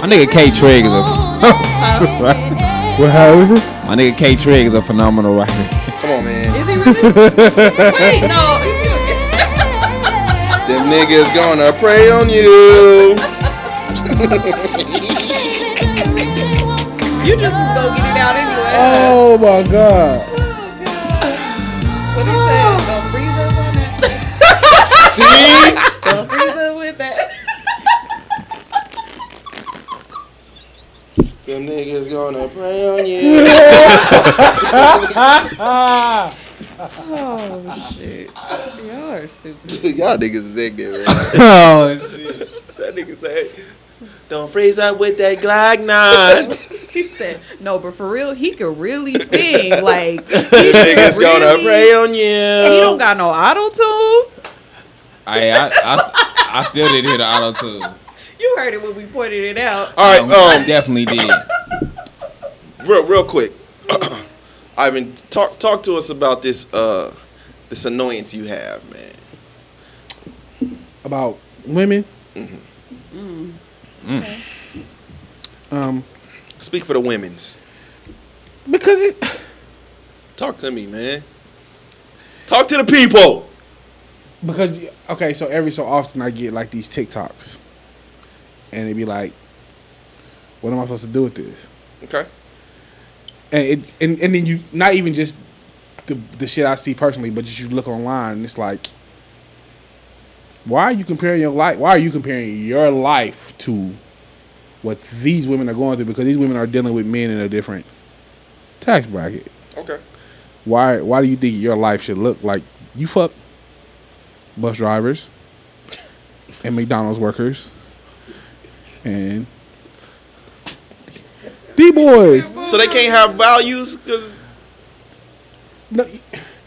[SPEAKER 7] My nigga K Trigg
[SPEAKER 2] [LAUGHS]
[SPEAKER 7] is a [LAUGHS]
[SPEAKER 3] Uh,
[SPEAKER 6] What? How is it?
[SPEAKER 7] my nigga K Trigg is a phenomenal writer.
[SPEAKER 2] Come on, man.
[SPEAKER 3] is he really?
[SPEAKER 6] [LAUGHS]
[SPEAKER 3] Wait, no. [LAUGHS]
[SPEAKER 2] Them niggas gonna prey on you.
[SPEAKER 3] You just was gonna get it out
[SPEAKER 6] [LAUGHS]
[SPEAKER 3] anyway.
[SPEAKER 6] Oh my god.
[SPEAKER 3] What he said? Don't freeze up on that. [LAUGHS]
[SPEAKER 2] See?
[SPEAKER 3] Don't freeze up with that.
[SPEAKER 2] Them niggas gonna prey on you. [LAUGHS]
[SPEAKER 3] Oh shit. Y'all are stupid.
[SPEAKER 2] Y'all niggas is ignorant. Right that nigga said, "Don't freeze up with that
[SPEAKER 3] [LAUGHS]
[SPEAKER 2] Glock 9
[SPEAKER 3] He said, no, but for real, he could really sing. Like he
[SPEAKER 2] Niggas gonna
[SPEAKER 3] really-
[SPEAKER 2] prey on
[SPEAKER 3] He don't
[SPEAKER 2] you.
[SPEAKER 3] got no auto tune.
[SPEAKER 7] I, I, I, I still didn't hear the auto tune.
[SPEAKER 6] Um,
[SPEAKER 3] You heard it when we pointed it out.
[SPEAKER 2] All
[SPEAKER 7] Um, I
[SPEAKER 2] right,
[SPEAKER 7] definitely did.
[SPEAKER 2] um, real, real quick, [CLEARS THROAT] Ivan, talk talk to us about this uh this annoyance you have, man.
[SPEAKER 6] About women.
[SPEAKER 2] Mm-hmm.
[SPEAKER 6] Um,
[SPEAKER 2] Speak for the women's.
[SPEAKER 6] because it,
[SPEAKER 2] Talk to me, man. Talk to the people.
[SPEAKER 6] because okay, so every so often I get like these TikToks, and it be like, what am I supposed to do with this?
[SPEAKER 2] Okay.
[SPEAKER 6] and it and, and then you not even just the the shit I see personally, but just you look online and it's like, why are you comparing your life? Why are you comparing your life to what these women are going through? Because these women are dealing with men in a different tax bracket.
[SPEAKER 2] Okay.
[SPEAKER 6] Why why do you think your life should look like you fuck bus drivers and McDonald's workers and D boy?
[SPEAKER 2] So they can't have values because
[SPEAKER 6] no,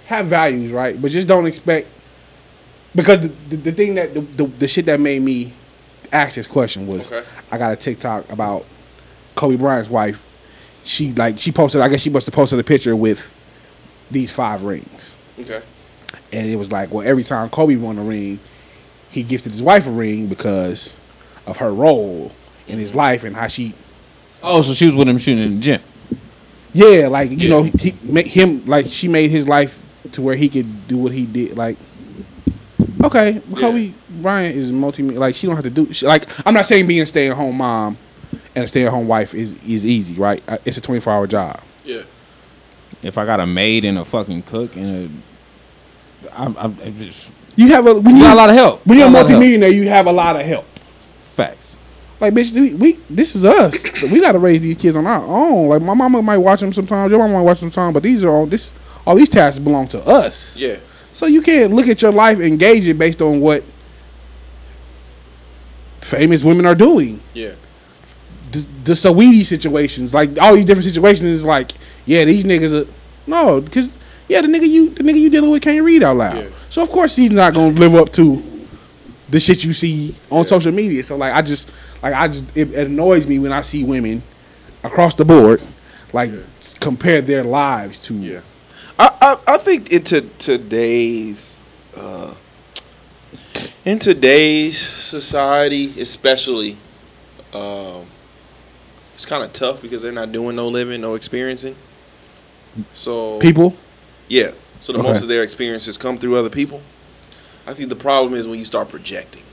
[SPEAKER 6] have values, right? But just don't expect because the, the, the thing that the, the, the shit that made me ask this question was
[SPEAKER 2] Okay.
[SPEAKER 6] I got a TikTok about Kobe Bryant's wife. She like she posted I guess she must have posted a picture with these five rings.
[SPEAKER 2] okay.
[SPEAKER 6] And it was like, well, every time Kobe won a ring, he gifted his wife a ring because of her role in his life and how she
[SPEAKER 7] Oh, so she was with him shooting in the gym.
[SPEAKER 6] Yeah, like you
[SPEAKER 2] Yeah.
[SPEAKER 6] know, he, he make him like she made his life to where he could do what he did. Like, okay, Kobe Bryant is multi. Like, she don't have to do. She, like, I'm not saying being a stay at home mom and a stay at home wife is is easy, right? Uh, It's a 24 hour job.
[SPEAKER 2] Yeah.
[SPEAKER 7] If I got a maid and a fucking cook and a, I'm, I'm, I'm just
[SPEAKER 6] You have a when
[SPEAKER 7] You
[SPEAKER 6] you
[SPEAKER 7] got a lot of help.
[SPEAKER 6] When you're a
[SPEAKER 7] Got a lot of
[SPEAKER 6] multimillionaire, you have a lot of help.
[SPEAKER 7] Facts.
[SPEAKER 6] Like bitch, we, we this is us. we got to raise these kids on our own. Like my mama might watch them sometimes. Your mama might watch them sometimes. But these are all this. All these tasks belong to us.
[SPEAKER 2] Yeah.
[SPEAKER 6] So you can't look at your life and gauge it based on what famous women are doing.
[SPEAKER 2] Yeah.
[SPEAKER 6] The, the Saweetie situations, like all these different situations, is like, yeah, these niggas are no, because yeah, the nigga you the nigga you dealing with can't read out loud.
[SPEAKER 2] Yeah.
[SPEAKER 6] So of course he's not gonna live up to the shit you see on social media. So like I just like I just it annoys me when I see women across the board like s- compare their lives to
[SPEAKER 2] Yeah. I, I, I think into today's uh, in today's society, especially, um, it's kind of tough because they're not doing no living, no experiencing. So
[SPEAKER 6] people.
[SPEAKER 2] yeah, so the
[SPEAKER 6] Okay.
[SPEAKER 2] most of their experiences come through other people. I think the problem is when you start projecting.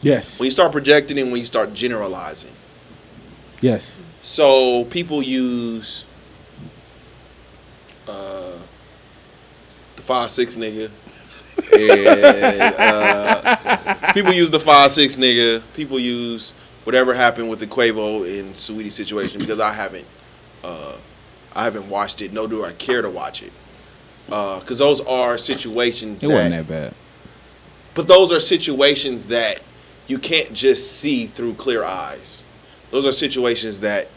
[SPEAKER 6] Yes.
[SPEAKER 2] When you start projecting and when you start generalizing.
[SPEAKER 6] Yes.
[SPEAKER 2] So people use uh, the five six nigga. and, uh, people use the five six nigga. People use whatever happened with the Quavo and Sweetie situation because I haven't, uh, I haven't watched it. No, do I care to watch it? Because those are situations.
[SPEAKER 7] It wasn't that bad.
[SPEAKER 2] But those are situations that you can't just see through clear eyes. Those are situations that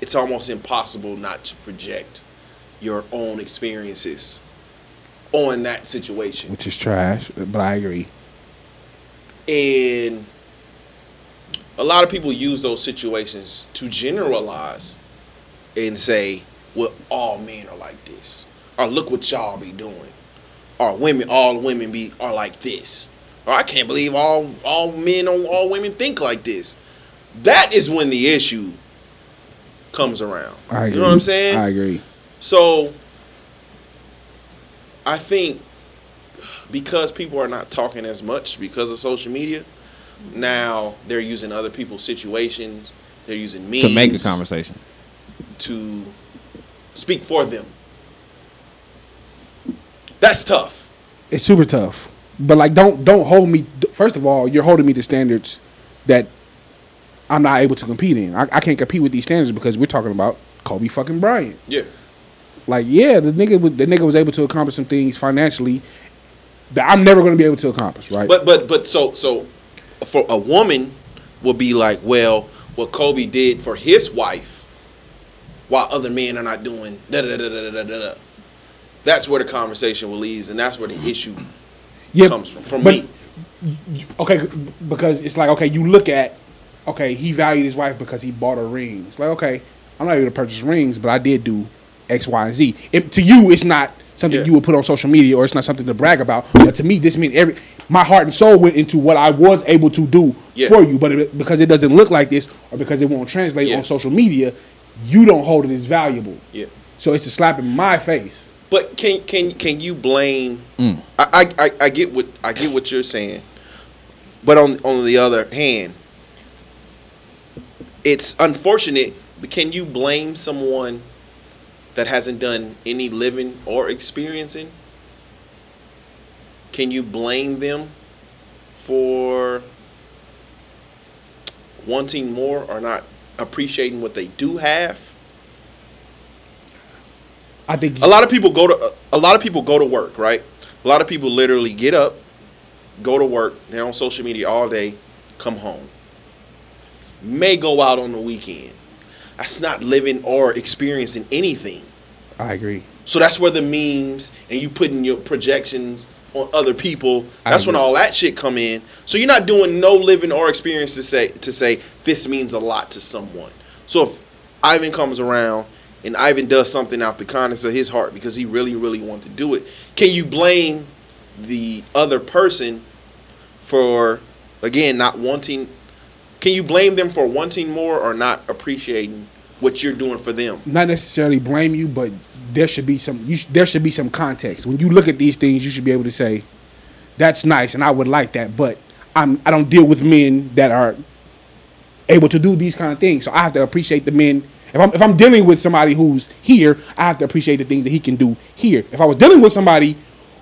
[SPEAKER 2] it's almost impossible not to project your own experiences on that situation.
[SPEAKER 6] Which is trash, but I agree.
[SPEAKER 2] And a lot of people use those situations to generalize and say, well, all men are like this. Or look what y'all be doing. Or women, all women be are like this. Or I can't believe all all men or all women think like this. That is when the issue comes around.
[SPEAKER 6] I agree.
[SPEAKER 2] You know what I'm saying?
[SPEAKER 6] I agree.
[SPEAKER 2] So I think because people are not talking as much because of social media, now they're using other people's situations. They're using memes
[SPEAKER 7] To make a conversation.
[SPEAKER 2] to speak for them. That's tough.
[SPEAKER 6] It's super tough. But like don't don't hold me first of all, you're holding me to standards that I'm not able to compete in. I, I can't compete with these standards because we're talking about Kobe fucking Bryant.
[SPEAKER 2] Yeah.
[SPEAKER 6] Like, yeah, the nigga was the nigga was able to accomplish some things financially that I'm never gonna be able to accomplish, right?
[SPEAKER 2] But but but so so for a woman would be like, well, what Kobe did for his wife, while other men are not doing da da da da da da da. That's where the conversation will lead, and that's where the issue
[SPEAKER 6] yeah,
[SPEAKER 2] comes from. From
[SPEAKER 6] but-
[SPEAKER 2] me,
[SPEAKER 6] okay, c- because it's like okay, you look at okay, he valued his wife because he bought her rings. Like okay, I'm not able to purchase rings, but I did do X, Y, and Z. It, to you, it's not something
[SPEAKER 2] Yeah.
[SPEAKER 6] you would put on social media, or it's not something to brag about. But to me, this means every my heart and soul went into what I was able to do
[SPEAKER 2] Yeah.
[SPEAKER 6] for you. But it, because it doesn't look like this, or because it won't translate
[SPEAKER 2] Yeah.
[SPEAKER 6] on social media, you don't hold it as valuable.
[SPEAKER 2] Yeah.
[SPEAKER 6] So it's a slap in my face.
[SPEAKER 2] But can can can you blame? I, I, I I get what I get what you're saying, but on on the other hand, it's unfortunate. But can you blame someone that hasn't done any living or experiencing? Can you blame them for wanting more or not appreciating what they do have?
[SPEAKER 6] I think
[SPEAKER 2] a lot of people go to a lot of people go to work right a lot of people literally get up go to work they're on social media all day come home may go out on the weekend that's not living or experiencing anything
[SPEAKER 6] I agree.
[SPEAKER 2] so that's where the memes and you putting your projections on other people
[SPEAKER 7] I
[SPEAKER 2] that's when
[SPEAKER 7] agree.
[SPEAKER 2] all that shit come in so you're not doing no living or experience to say to say this means a lot to someone so if ivan comes around and ivan does something out the kindness of his heart because he really really wanted to do it can you blame the other person for again not wanting can you blame them for wanting more or not appreciating what you're doing for them
[SPEAKER 6] not necessarily blame you, but there should be some you sh- there should be some context. When you look at these things, you should be able to say, "That's nice, and I would like that," but I'm I don't deal with men that are able to do these kind of things, so I have to appreciate the men. If I'm if I'm dealing with somebody who's here, I have to appreciate the things that he can do here. If I was dealing with somebody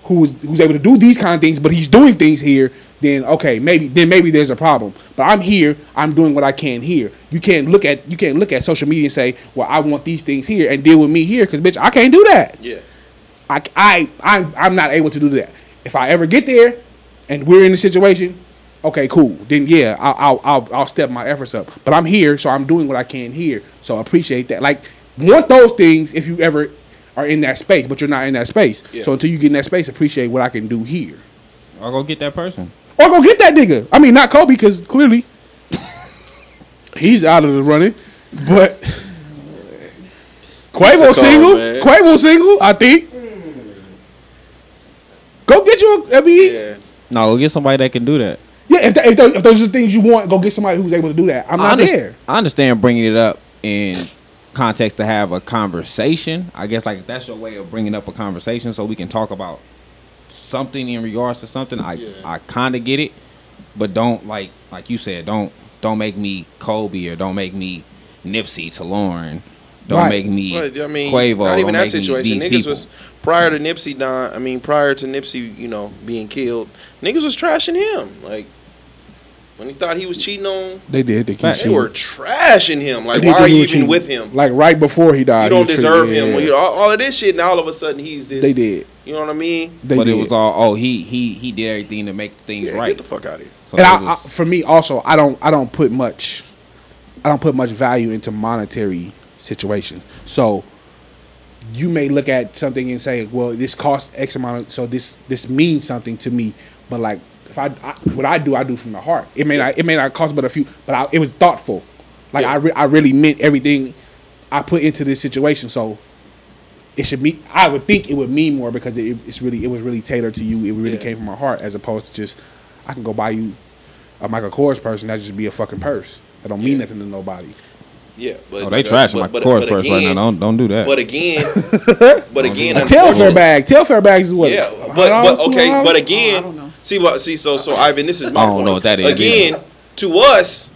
[SPEAKER 6] who is who's able to do these kind of things, but he's doing things here, then okay, maybe then maybe there's a problem. But I'm here, I'm doing what I can here. You can't look at you can't look at social media and say, well, I want these things here and deal with me here, because bitch, I can't do that.
[SPEAKER 2] Yeah.
[SPEAKER 6] I, I, I, I'm not able to do that. If I ever get there, and we're in a situation, okay, cool. Then yeah, I'll, I'll, I'll, I'll step my efforts up. But I'm here, so I'm doing what I can here. So I appreciate that. Like, want those things if you ever are in that space, but you're not in that space.
[SPEAKER 2] Yeah.
[SPEAKER 6] So until you get in that space, appreciate what I can do here.
[SPEAKER 7] I'll go get that person.
[SPEAKER 6] Or go get that nigga. I mean, not Kobe because clearly [LAUGHS] he's out of the running, but. Quavo
[SPEAKER 2] That's a call,
[SPEAKER 6] single,
[SPEAKER 2] man.
[SPEAKER 6] Quavo single, I think. Go get you. A, I mean,
[SPEAKER 2] Yeah.
[SPEAKER 7] No, go get somebody that can do that.
[SPEAKER 6] yeah. If, that, if, those, if those are the things you want, go get somebody who's able to do that. I'm
[SPEAKER 7] I
[SPEAKER 6] not
[SPEAKER 7] underst-
[SPEAKER 6] there.
[SPEAKER 7] I understand bringing it up in context to have a conversation. I guess like if that's your way of bringing up a conversation, so we can talk about something in regards to something. I I kind of get it, but don't like like you said. Don't don't make me Kobe or don't make me Nipsey to Lauren. Don't
[SPEAKER 6] Right.
[SPEAKER 7] make me
[SPEAKER 2] But, I mean,
[SPEAKER 7] Quavo.
[SPEAKER 2] not even
[SPEAKER 7] don't
[SPEAKER 2] that
[SPEAKER 7] make me
[SPEAKER 2] situation.
[SPEAKER 7] these
[SPEAKER 2] Niggas
[SPEAKER 7] people.
[SPEAKER 2] was prior to Nipsey Don. I mean, prior to Nipsey, you know, being killed, niggas was trashing him. Like when he thought he was cheating on,
[SPEAKER 6] They did. They,
[SPEAKER 7] Fact.
[SPEAKER 2] they were trashing him. Like, why are you even with him?
[SPEAKER 6] Like right before he
[SPEAKER 2] You
[SPEAKER 6] died, he
[SPEAKER 2] don't
[SPEAKER 6] was
[SPEAKER 2] deserve
[SPEAKER 6] treated-
[SPEAKER 2] him.
[SPEAKER 6] yeah.
[SPEAKER 2] Well, you all, all of this shit, and all of a sudden he's this.
[SPEAKER 6] they did.
[SPEAKER 2] You know what I mean?
[SPEAKER 6] They
[SPEAKER 7] but
[SPEAKER 6] did.
[SPEAKER 7] it was all oh he he he did everything to make things
[SPEAKER 2] Yeah,
[SPEAKER 7] right.
[SPEAKER 2] Get the fuck out of here.
[SPEAKER 7] So
[SPEAKER 6] and
[SPEAKER 7] it
[SPEAKER 6] I, I,
[SPEAKER 7] was-
[SPEAKER 6] for me also i don't i don't put much i don't put much value into monetary situations so you may look at something and say well this costs x amount of, so this this means something to me but like if I, I what i do i do from the heart it may not it may not cost but a few but I, it was thoughtful like I, re- I really meant everything i put into this situation so it should mean I would think it would mean more because it, it's really it was really tailored to you. It really
[SPEAKER 2] Yeah.
[SPEAKER 6] came from my heart as opposed to just I can go buy you a Michael Kors person that just be a fucking purse that don't mean nothing to nobody.
[SPEAKER 2] Yeah, but
[SPEAKER 7] oh, they trashing my chorus first right now. Don't don't do that.
[SPEAKER 2] But again, but again,
[SPEAKER 6] A Telfair
[SPEAKER 2] unfortunately-
[SPEAKER 6] bag, Telfair bags is what.
[SPEAKER 2] Yeah, but
[SPEAKER 6] $100,
[SPEAKER 2] but okay,
[SPEAKER 6] $200?
[SPEAKER 2] but
[SPEAKER 3] Oh, I don't know.
[SPEAKER 2] again, see what see so so Ivan, this is my
[SPEAKER 7] I don't
[SPEAKER 2] point.
[SPEAKER 7] know what that is
[SPEAKER 2] Again,
[SPEAKER 7] either.
[SPEAKER 2] to us,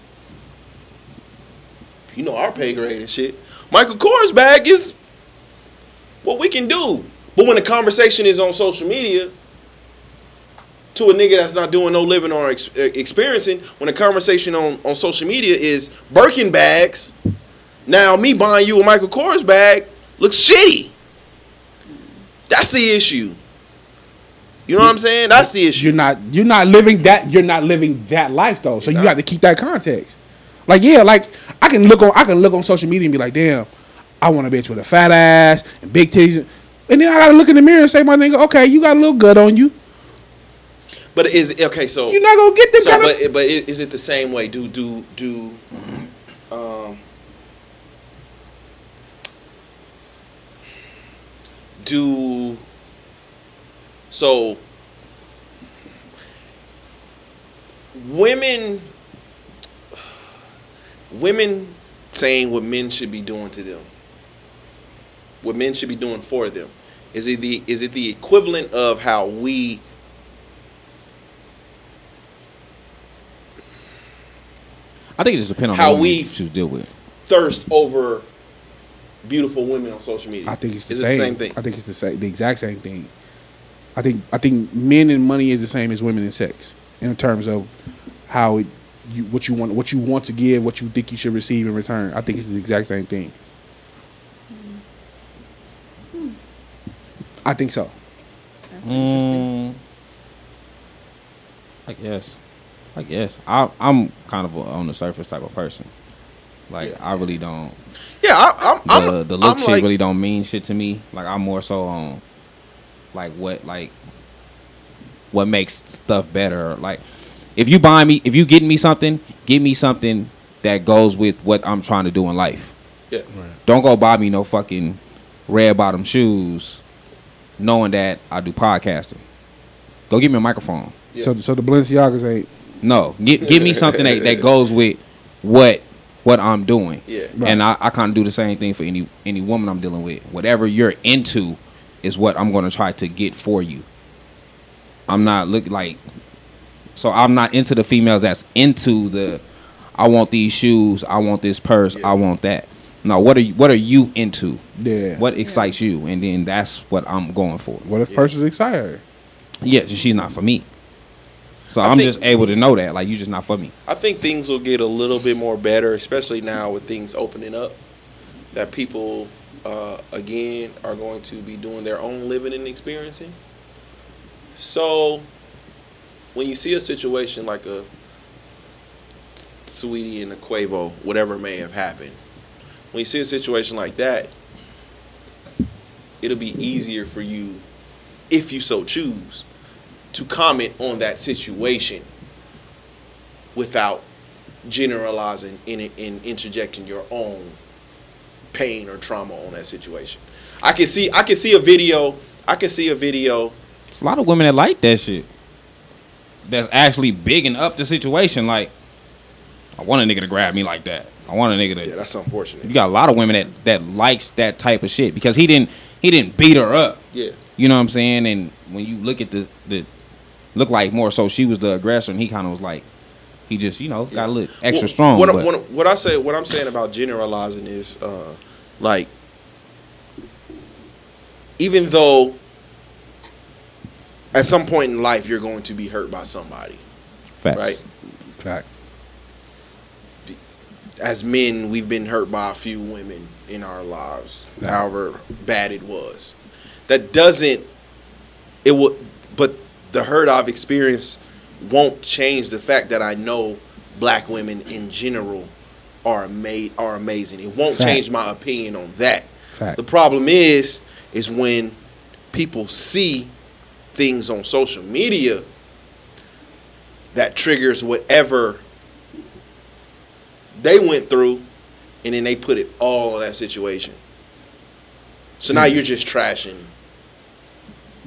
[SPEAKER 2] you know our pay grade and shit. Michael Kors bag is what we can do, but when the conversation is on social media. To a nigga that's not doing no living or ex- eh, experiencing, when the conversation on, on social media is Birkin bags, now me buying you a Michael Kors bag looks shitty. That's the issue. You know what I'm saying? That's the issue.
[SPEAKER 6] you're not you're not living that you're not living that life though. So you
[SPEAKER 2] not.
[SPEAKER 6] have to keep that context. Like yeah, like I can look on I can look on social media and be like, damn, I want a bitch with a fat ass and big titties, and then I gotta look in the mirror and say, my nigga, okay, you got a little gut on you.
[SPEAKER 2] But is okay. So,
[SPEAKER 6] You're not gonna get them
[SPEAKER 2] so
[SPEAKER 6] kind
[SPEAKER 2] but
[SPEAKER 6] of.
[SPEAKER 2] but i- is it the same way? Do do do. Um, do. So. Women. Women saying what men should be doing to them. What men should be doing for them. Is it the is it the equivalent of how we
[SPEAKER 7] I think it just depends on
[SPEAKER 2] How
[SPEAKER 7] how we
[SPEAKER 2] we-
[SPEAKER 7] choose to deal with.
[SPEAKER 2] thirst over beautiful women on social media.
[SPEAKER 6] I think it's the,
[SPEAKER 2] Is it
[SPEAKER 6] same.
[SPEAKER 2] thing.
[SPEAKER 6] I think it's the same, the exact same thing. I think I think men and money is the same as women and sex in terms of how it, you what you want what you want to give, what you think you should receive in return. I think it's the exact same thing. I think so.
[SPEAKER 3] That's interesting.
[SPEAKER 7] Mm, I guess. I guess. I, I'm kind of a on the surface type of person. Like I really don't.
[SPEAKER 2] yeah, I,
[SPEAKER 7] The,
[SPEAKER 2] I'm. I'm
[SPEAKER 7] the look
[SPEAKER 2] I'm
[SPEAKER 7] shit
[SPEAKER 2] like,
[SPEAKER 7] really don't mean shit to me. Like I'm more so on, like what like, what makes stuff better. Like if you buy me, if you getting me something, give me something that goes with what I'm trying to do in life.
[SPEAKER 2] Yeah.
[SPEAKER 7] Don't go buy me no fucking red bottom shoes, knowing that I do podcasting. Go get me a microphone.
[SPEAKER 2] Yeah.
[SPEAKER 6] So so the Balenciagas ain't
[SPEAKER 7] No, get, give me something that, that goes with what what I'm doing.
[SPEAKER 2] Yeah.
[SPEAKER 7] And I, I kind of do the same thing for any any woman I'm dealing with. Whatever you're into is what I'm gonna try to get for you. I'm not look like so I'm not into the females that's into the I want these shoes, I want this purse, I want that. No, what are you what are you into?
[SPEAKER 6] yeah.
[SPEAKER 7] What excites you? And then that's what I'm going for.
[SPEAKER 6] What if purses expire?
[SPEAKER 7] Yeah, she's not for me. So
[SPEAKER 2] I
[SPEAKER 7] I'm
[SPEAKER 2] think-
[SPEAKER 7] just able to know that. Like you just not for me.
[SPEAKER 2] I think things will get a little bit more better, especially now with things opening up. That people uh, again are going to be doing their own living and experiencing. So when you see a situation like a Sweetie and a Quavo, whatever may have happened, when you see a situation like that, it'll be easier for you, if you so choose, to comment on that situation without generalizing and, and interjecting your own pain or trauma on that situation. I can see I can see a video I can see a video
[SPEAKER 7] It's a lot of women that like that shit. That's actually bigging up the situation. Like, I want a nigga to grab me like that. I want a nigga to.
[SPEAKER 2] yeah that's unfortunate.
[SPEAKER 7] You got a lot of women that that likes that type of shit because he didn't he didn't beat her up.
[SPEAKER 2] yeah.
[SPEAKER 7] You know what I'm saying? And when you look at the the look like more so she was the aggressor and he kind of was like he just you know got a little extra
[SPEAKER 2] Well,
[SPEAKER 7] strong.
[SPEAKER 2] What, I-
[SPEAKER 7] but
[SPEAKER 2] what, I- what I say, what I'm saying about generalizing is, uh, like, even though at some point in life you're going to be hurt by somebody,
[SPEAKER 7] facts.
[SPEAKER 2] right?
[SPEAKER 6] Fact.
[SPEAKER 2] As men, we've been hurt by a few women in our lives, however bad it was. That doesn't it will, but the hurt I've experienced won't change the fact that I know black women in general are ama- are amazing. It won't
[SPEAKER 6] Fact.
[SPEAKER 2] change my opinion on that.
[SPEAKER 6] Fact.
[SPEAKER 2] The problem is is when people see things on social media that triggers whatever they went through and then they put it all on that situation. So
[SPEAKER 6] Hmm.
[SPEAKER 2] now you're just trashing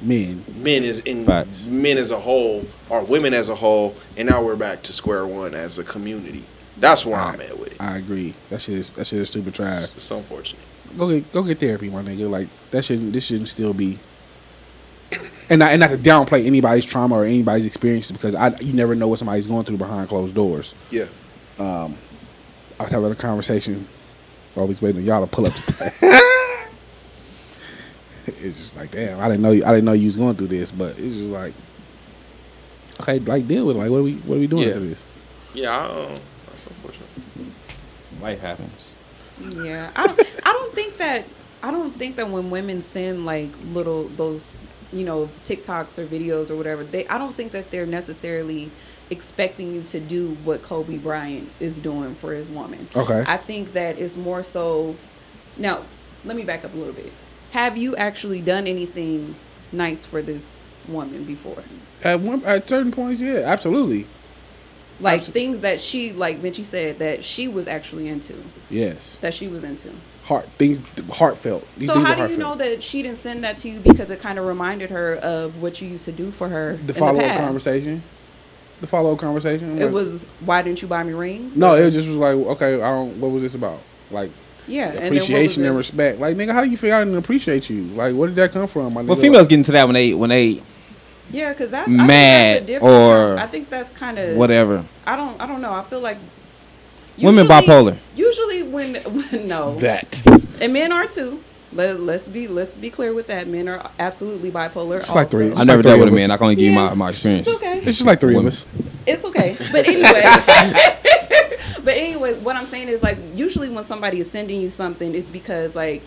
[SPEAKER 6] Men.
[SPEAKER 2] men is in
[SPEAKER 7] Facts.
[SPEAKER 2] men as a whole or women as a whole, and now we're back to square one as a community. That's where I'm at with it.
[SPEAKER 6] I agree. That shit is that shit is stupid trash.
[SPEAKER 2] It's unfortunate.
[SPEAKER 6] Go get go get therapy, my nigga. Like that shouldn't this shouldn't still be and not, and not to downplay anybody's trauma or anybody's experiences because I you never know what somebody's going through behind closed doors.
[SPEAKER 2] Yeah.
[SPEAKER 6] I was having a conversation. Always waiting on y'all to pull up. [LAUGHS] it's just like, damn, I didn't know you. I didn't know you was going through this, but it's just like, okay, like deal with it. Like, what are we, what are we doing
[SPEAKER 2] Yeah.
[SPEAKER 6] after this?
[SPEAKER 2] Yeah, I, um, that's unfortunate.
[SPEAKER 7] Life happens.
[SPEAKER 3] Yeah, I don't, I don't think that I don't think that when women send like little those you know TikToks or videos or whatever, they I don't think that they're necessarily expecting you to do what Kobe Bryant is doing for his woman.
[SPEAKER 6] Okay.
[SPEAKER 3] I think that it's more so. Now, let me back up a little bit. Have you actually done anything nice for this woman before?
[SPEAKER 6] At one, at certain points, yeah, absolutely,
[SPEAKER 3] Like things that she, like Vinci said, that she was actually into,
[SPEAKER 6] yes.
[SPEAKER 3] that she was into.
[SPEAKER 6] Heart things, heartfelt. These
[SPEAKER 3] So
[SPEAKER 6] things
[SPEAKER 3] how
[SPEAKER 6] are
[SPEAKER 3] do you
[SPEAKER 6] heartfelt.
[SPEAKER 3] know that she didn't send that to you because it kind of reminded her of what you used to do for her? in
[SPEAKER 6] the follow up
[SPEAKER 3] past?
[SPEAKER 6] conversation? The follow up conversation.
[SPEAKER 3] It
[SPEAKER 6] Like-
[SPEAKER 3] was why didn't you buy me rings?
[SPEAKER 6] no.
[SPEAKER 3] Or-
[SPEAKER 6] It just was like, okay, I don't. What was this about? Like
[SPEAKER 3] yeah, and then what was
[SPEAKER 6] appreciation
[SPEAKER 3] it?
[SPEAKER 6] and, respect. Like, nigga, how do you figure out and appreciate you? Like, where did that come from? My
[SPEAKER 7] Well,
[SPEAKER 6] nigga?
[SPEAKER 7] females get into that when they when they
[SPEAKER 3] Yeah, because that's I
[SPEAKER 7] Mad
[SPEAKER 3] think that's the
[SPEAKER 7] or
[SPEAKER 3] difference. I think that's kind of
[SPEAKER 7] whatever.
[SPEAKER 3] I don't. I don't know. I feel like
[SPEAKER 7] Women bipolar.
[SPEAKER 3] Usually, when, [LAUGHS] when no
[SPEAKER 6] that.
[SPEAKER 3] and men are too. Let, let's be let's be clear with that. Men are absolutely bipolar.
[SPEAKER 6] It's like three-
[SPEAKER 3] also.
[SPEAKER 7] I never
[SPEAKER 6] three
[SPEAKER 7] dealt with a
[SPEAKER 6] of
[SPEAKER 7] man.
[SPEAKER 6] us.
[SPEAKER 7] I can only give you
[SPEAKER 3] Yeah.
[SPEAKER 7] my, my experience.
[SPEAKER 3] It's okay.
[SPEAKER 6] It's just like three of
[SPEAKER 7] Women.
[SPEAKER 6] us.
[SPEAKER 3] It's okay. But anyway. [LAUGHS] but anyway, what I'm saying is like usually when somebody is sending you something, it's because like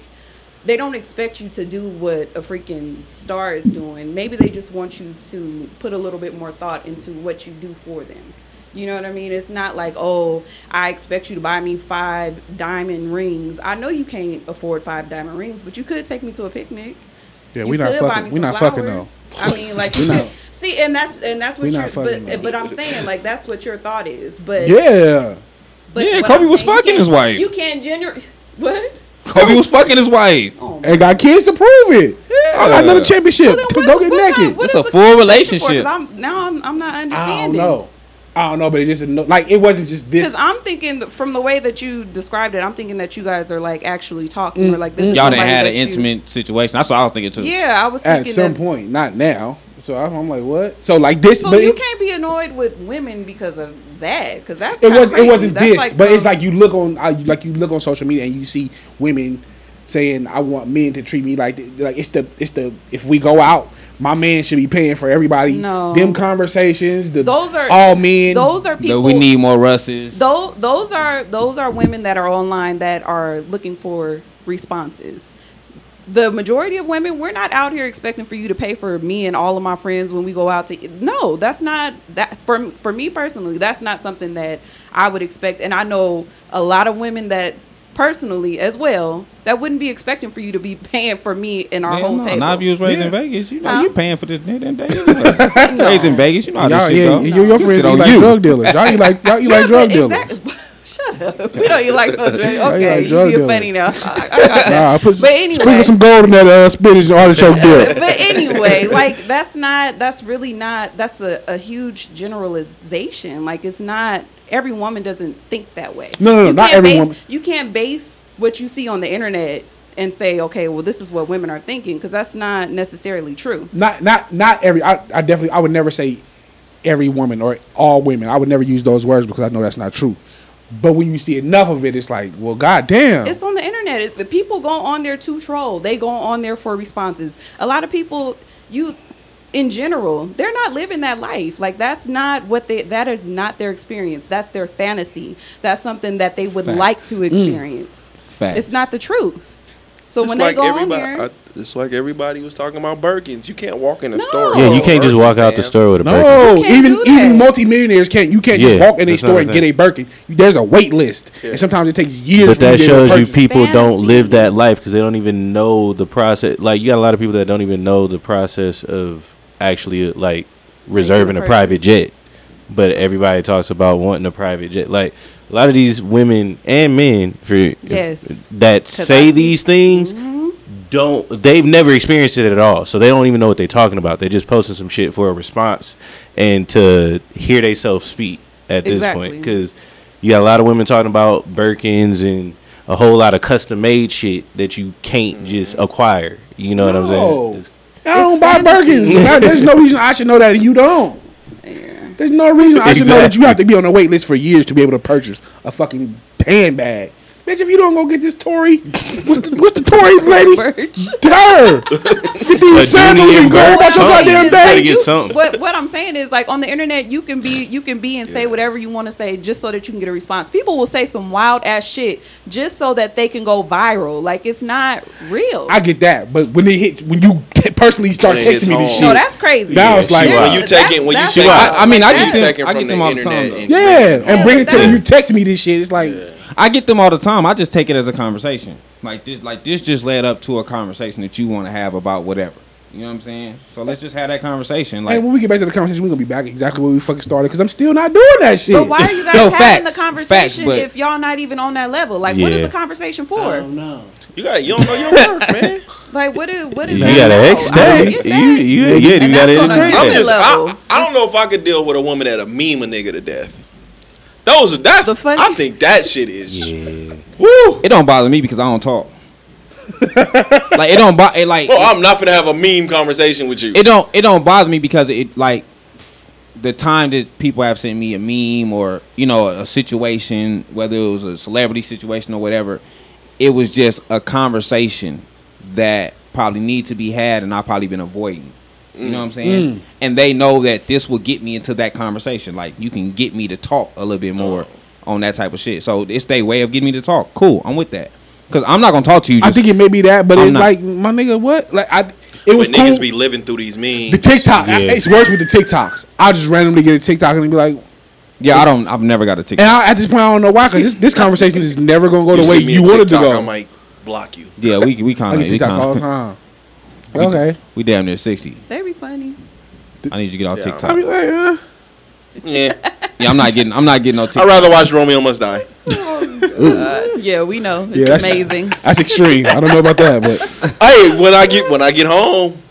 [SPEAKER 3] they don't expect you to do what a freaking star is doing. Maybe they just want you to put a little bit more thought into what you do for them. You know what I mean? It's not like, oh, I expect you to buy me five diamond rings. I know you can't afford five diamond rings, but you could take me to a picnic.
[SPEAKER 6] Yeah,
[SPEAKER 3] You
[SPEAKER 6] we not
[SPEAKER 3] could buy
[SPEAKER 6] fucking.
[SPEAKER 3] me
[SPEAKER 6] We
[SPEAKER 3] some
[SPEAKER 6] not fucking
[SPEAKER 3] flowers.
[SPEAKER 6] though.
[SPEAKER 3] I mean, like, [LAUGHS] you
[SPEAKER 6] We not-
[SPEAKER 3] could- see, and that's and that's
[SPEAKER 6] We
[SPEAKER 3] what you're.
[SPEAKER 6] not fucking,
[SPEAKER 3] But,
[SPEAKER 6] though.
[SPEAKER 3] but I'm saying, like, that's what your thought is. But
[SPEAKER 6] Yeah.
[SPEAKER 3] but
[SPEAKER 7] Yeah,
[SPEAKER 3] what
[SPEAKER 7] Kobe
[SPEAKER 3] I'm
[SPEAKER 7] was
[SPEAKER 3] saying, you
[SPEAKER 7] fucking
[SPEAKER 3] can't-
[SPEAKER 7] his wife.
[SPEAKER 3] You can't gender. [LAUGHS] What?
[SPEAKER 7] Kobe was fucking his wife.
[SPEAKER 3] Oh my.
[SPEAKER 6] And got kids to prove it. I got another championship.
[SPEAKER 3] Well, then
[SPEAKER 6] to
[SPEAKER 3] what-
[SPEAKER 6] go get
[SPEAKER 3] what kind-
[SPEAKER 6] naked.
[SPEAKER 3] what
[SPEAKER 7] It's
[SPEAKER 3] is
[SPEAKER 7] a
[SPEAKER 3] the
[SPEAKER 7] full
[SPEAKER 3] conversation for? 'Cause
[SPEAKER 7] relationship.
[SPEAKER 3] I'm, now I'm, I'm not
[SPEAKER 6] I don't
[SPEAKER 3] understanding.
[SPEAKER 6] know. I don't know, but it just no- like it wasn't just this.
[SPEAKER 3] Because I'm thinking that from the way that you described it, I'm thinking that you guys are like actually talking or like
[SPEAKER 6] Mm-hmm.
[SPEAKER 3] this. is
[SPEAKER 7] Y'all done
[SPEAKER 3] somebody
[SPEAKER 7] had
[SPEAKER 3] that
[SPEAKER 7] an
[SPEAKER 3] you-
[SPEAKER 7] intimate situation. That's what I was thinking too.
[SPEAKER 3] Yeah, I was
[SPEAKER 6] At
[SPEAKER 3] thinking
[SPEAKER 6] some
[SPEAKER 3] that,
[SPEAKER 6] point, not now. So I'm, I'm like, what? So like this,
[SPEAKER 3] So
[SPEAKER 6] but
[SPEAKER 3] you
[SPEAKER 6] it,
[SPEAKER 3] can't be annoyed with women because of that. Because that's
[SPEAKER 6] it
[SPEAKER 3] kinda
[SPEAKER 6] was it
[SPEAKER 3] crazy.
[SPEAKER 6] wasn't
[SPEAKER 3] That's
[SPEAKER 6] this, but it's
[SPEAKER 3] some-
[SPEAKER 6] like you look on uh, like you look on social media and you see women saying, "I want men to treat me like th- like it's the it's the if we go out." my man should be paying for everybody.
[SPEAKER 10] No.
[SPEAKER 6] Them conversations, the
[SPEAKER 3] Those are
[SPEAKER 6] all men.
[SPEAKER 3] Those are people.
[SPEAKER 7] Though we need more Russes.
[SPEAKER 3] Those those are those are women that are online that are looking for responses. The majority of women, we're not out here expecting for you to pay for me and all of my friends when we go out to. e-, No, that's not that for for me personally. That's not something that I would expect, and I know a lot of women that personally as well that wouldn't be expecting for you to be [LAUGHS] paying for me and our
[SPEAKER 7] Hell
[SPEAKER 3] whole
[SPEAKER 7] no.
[SPEAKER 3] table.
[SPEAKER 7] Nah, if you was raised in
[SPEAKER 6] Yeah.
[SPEAKER 7] Vegas, you know
[SPEAKER 3] Huh?
[SPEAKER 7] you paying for this day and day. anyway.
[SPEAKER 3] [LAUGHS]
[SPEAKER 7] Raised in Vegas, you know how
[SPEAKER 6] y'all,
[SPEAKER 7] this shit
[SPEAKER 6] yeah,
[SPEAKER 7] go.
[SPEAKER 6] you and your
[SPEAKER 7] This
[SPEAKER 6] friends
[SPEAKER 7] shit
[SPEAKER 6] eat
[SPEAKER 7] on
[SPEAKER 6] like
[SPEAKER 7] you.
[SPEAKER 6] drug dealers. Y'all eat like y'all eat like drug
[SPEAKER 3] Yeah,
[SPEAKER 6] dealers.
[SPEAKER 3] but exact- [LAUGHS] Shut up. We don't eat like no drug.
[SPEAKER 6] like
[SPEAKER 3] Okay,
[SPEAKER 6] drug dealers.
[SPEAKER 3] you're
[SPEAKER 6] [LAUGHS]
[SPEAKER 3] funny now. I- I got that.
[SPEAKER 6] Nah, I put
[SPEAKER 3] But
[SPEAKER 6] sprinkle
[SPEAKER 3] anyway,
[SPEAKER 6] some gold in that uh, spinach and
[SPEAKER 3] [LAUGHS]
[SPEAKER 6] artichoke dip.
[SPEAKER 3] but anyway, like that's not. That's really not. That's a, a huge generalization. Like it's not. Every woman doesn't think that way.
[SPEAKER 6] No, no, no,
[SPEAKER 3] You
[SPEAKER 6] not
[SPEAKER 3] can't
[SPEAKER 6] every
[SPEAKER 3] base-
[SPEAKER 6] woman.
[SPEAKER 3] You can't base what you see on the internet and say, okay, well, this is what women are thinking, because that's not necessarily true.
[SPEAKER 6] Not not not every. I, I definitely I would never say every woman or all women. I would never use those words because I know that's not true. But when you see enough of it, it's like, well, goddamn.
[SPEAKER 3] It's on the internet. It, but people go on there to troll. They go on there for responses. A lot of people, you, in general, they're not living that life. Like that's not what they. That is not their experience. That's their fantasy. That's something that they would like
[SPEAKER 7] Facts. Mm.
[SPEAKER 3] to experience.
[SPEAKER 7] Facts.
[SPEAKER 3] It's not the truth. So
[SPEAKER 2] it's
[SPEAKER 3] when
[SPEAKER 2] like
[SPEAKER 3] they go on
[SPEAKER 2] everybody,
[SPEAKER 3] there,
[SPEAKER 2] I- it's like everybody was talking about Birkins. You can't walk in a
[SPEAKER 3] No.
[SPEAKER 2] store.
[SPEAKER 8] Yeah, you
[SPEAKER 2] with a
[SPEAKER 8] can't just
[SPEAKER 2] Birkin,
[SPEAKER 8] walk out the
[SPEAKER 2] man.
[SPEAKER 8] store with a Birkin.
[SPEAKER 6] No,
[SPEAKER 3] You can't
[SPEAKER 6] even
[SPEAKER 3] do that.
[SPEAKER 6] even multimillionaires can't. You can't just
[SPEAKER 8] Yeah,
[SPEAKER 6] walk in a
[SPEAKER 8] that's
[SPEAKER 6] store
[SPEAKER 8] not
[SPEAKER 6] and
[SPEAKER 8] a
[SPEAKER 6] get
[SPEAKER 8] thing.
[SPEAKER 6] a Birkin. You, there's a wait list, and sometimes it takes years.
[SPEAKER 8] But
[SPEAKER 6] for you
[SPEAKER 8] that
[SPEAKER 6] to get a
[SPEAKER 8] shows you
[SPEAKER 6] Birkin.
[SPEAKER 8] people don't
[SPEAKER 3] Fantasy.
[SPEAKER 8] live that life because they don't even know the process. Like you got a lot of people that don't even know the process of actually uh, like reserving a
[SPEAKER 3] purchase.
[SPEAKER 8] private jet. But everybody talks about wanting a private jet. Like a lot of these women and men, for
[SPEAKER 3] Yes.
[SPEAKER 8] that
[SPEAKER 3] 'Cause I
[SPEAKER 8] say
[SPEAKER 3] see- Mm-hmm.
[SPEAKER 8] these things, don't they've never experienced it at all. So they don't even know what they're talking about. They're just posting some shit for a response and to hear themselves speak at this
[SPEAKER 3] Exactly.
[SPEAKER 8] point because you got a lot of women talking about Birkins and a whole lot of custom made shit that you can't
[SPEAKER 3] Mm-hmm.
[SPEAKER 8] just acquire. You know what I'm
[SPEAKER 6] No.
[SPEAKER 8] saying? It's-
[SPEAKER 6] I don't
[SPEAKER 3] It's
[SPEAKER 6] buy
[SPEAKER 3] fantasy.
[SPEAKER 6] Birkins. Not- There's no reason I should know that, and you don't. There's no reason I should know that you have to be on a wait list for years to be able to purchase a fucking handbag. Bitch, if you don't go get this Tory, what's the, what's the Tory's lady?
[SPEAKER 3] Birch.
[SPEAKER 6] Her. Get these sandals
[SPEAKER 8] Union
[SPEAKER 6] and go
[SPEAKER 8] Birch.
[SPEAKER 6] about your
[SPEAKER 8] Something.
[SPEAKER 6] goddamn
[SPEAKER 8] Gotta
[SPEAKER 6] day.
[SPEAKER 8] get
[SPEAKER 3] You-
[SPEAKER 8] something.
[SPEAKER 3] What what I'm saying is like on the internet you can be you can be and say whatever you want to say just so that you can get a response. People will say some wild ass shit just so that they can go viral. Like it's not real.
[SPEAKER 6] I get that, but when it hits, when you [LAUGHS] t- personally start
[SPEAKER 2] When it hits
[SPEAKER 6] texting me this
[SPEAKER 2] home.
[SPEAKER 6] shit,
[SPEAKER 3] no, Oh, that's crazy.
[SPEAKER 6] Now it's
[SPEAKER 8] she
[SPEAKER 6] like-
[SPEAKER 8] wild.
[SPEAKER 2] When you take it, when you
[SPEAKER 3] That's-
[SPEAKER 2] take
[SPEAKER 3] that's-
[SPEAKER 7] I, I mean, I
[SPEAKER 3] That's-
[SPEAKER 7] get
[SPEAKER 2] you
[SPEAKER 7] them.
[SPEAKER 2] take it
[SPEAKER 7] I
[SPEAKER 2] from
[SPEAKER 7] get
[SPEAKER 2] the
[SPEAKER 7] them all the time.
[SPEAKER 2] internet
[SPEAKER 7] though.
[SPEAKER 2] and
[SPEAKER 6] yeah, and bring it to
[SPEAKER 3] that's-
[SPEAKER 6] you. Text me this shit. It's like.
[SPEAKER 7] I get them all the time. I just take it as a conversation. Like this, like this just led up to a conversation that you want to have about whatever. You know what I'm saying? So let's just have that conversation. Like,
[SPEAKER 6] and when we get back to the conversation, we're gonna be back exactly where we fucking started because I'm still not doing that shit.
[SPEAKER 3] But why are you guys
[SPEAKER 7] No,
[SPEAKER 3] having
[SPEAKER 7] facts.
[SPEAKER 3] the conversation
[SPEAKER 7] Facts, but-
[SPEAKER 3] if y'all not even on that level? Like, what is
[SPEAKER 8] Yeah.
[SPEAKER 3] the conversation for?
[SPEAKER 2] You got you don't know
[SPEAKER 3] [LAUGHS]
[SPEAKER 2] your worth, man.
[SPEAKER 3] Like, what is what is
[SPEAKER 8] You
[SPEAKER 3] that
[SPEAKER 8] gotta
[SPEAKER 3] about? I
[SPEAKER 8] X
[SPEAKER 3] don't
[SPEAKER 8] that.
[SPEAKER 3] get
[SPEAKER 8] You, you, yeah, you
[SPEAKER 3] And
[SPEAKER 8] gotta
[SPEAKER 3] that's on a
[SPEAKER 8] entertain
[SPEAKER 2] I'm
[SPEAKER 3] different
[SPEAKER 8] that.
[SPEAKER 2] just I,
[SPEAKER 3] level.
[SPEAKER 2] I don't know if I could deal with a woman that'll meme a nigga to death. Those that's
[SPEAKER 3] The funny-
[SPEAKER 2] I think that shit is
[SPEAKER 8] Yeah.
[SPEAKER 2] woo.
[SPEAKER 7] it don't bother me because I don't talk. [LAUGHS] like it don't bother. Like
[SPEAKER 2] Bro, I'm not gonna have a meme conversation with you.
[SPEAKER 7] it don't it don't bother me because it like the time that people have sent me a meme or you know a situation whether it was a celebrity situation or whatever it was just a conversation that probably need to be had and i've probably been avoiding you
[SPEAKER 6] Mm.
[SPEAKER 7] know what i'm saying and they know that this will get me into that conversation like you can get me to talk a little bit more
[SPEAKER 6] Oh.
[SPEAKER 7] on that type of shit so it's their way of getting me to talk cool i'm with that because i'm not gonna talk to you just,
[SPEAKER 6] I think it may be that, but
[SPEAKER 7] I'm
[SPEAKER 6] it's
[SPEAKER 7] not-
[SPEAKER 6] like my nigga, what? Like I, it was
[SPEAKER 2] But niggas
[SPEAKER 6] cool.
[SPEAKER 2] be living through these memes.
[SPEAKER 6] the TikTok. I-
[SPEAKER 8] Yeah.
[SPEAKER 6] it's worse with the TikToks. I just randomly get a TikTok and be like,
[SPEAKER 7] yeah i don't i've never got a ticket
[SPEAKER 6] and I, at this point I don't know why because this, this conversation is never gonna go the way
[SPEAKER 2] see me
[SPEAKER 6] you
[SPEAKER 2] in
[SPEAKER 6] wanted to
[SPEAKER 2] TikTok,
[SPEAKER 6] go.
[SPEAKER 2] I might block you.
[SPEAKER 7] yeah we, we
[SPEAKER 6] I
[SPEAKER 7] kind
[SPEAKER 6] get
[SPEAKER 7] of we,
[SPEAKER 6] TikTok all the
[SPEAKER 7] kinda-
[SPEAKER 6] [LAUGHS] time. Okay,
[SPEAKER 7] we damn near 60
[SPEAKER 3] They be funny.
[SPEAKER 7] I need you to get off
[SPEAKER 2] Yeah.
[SPEAKER 7] TikTok.
[SPEAKER 6] I be like, eh.
[SPEAKER 2] [LAUGHS] Yeah,
[SPEAKER 7] yeah, I'm not getting. I'm not getting no
[SPEAKER 2] I'd
[SPEAKER 7] TikTok.
[SPEAKER 2] rather watch Romeo Must Die.
[SPEAKER 8] Oh,
[SPEAKER 3] [LAUGHS] Yeah, we know. It's
[SPEAKER 6] Yeah, that's-
[SPEAKER 3] amazing.
[SPEAKER 6] that's extreme. I don't know about that, but
[SPEAKER 2] Hey, when I get when I get home,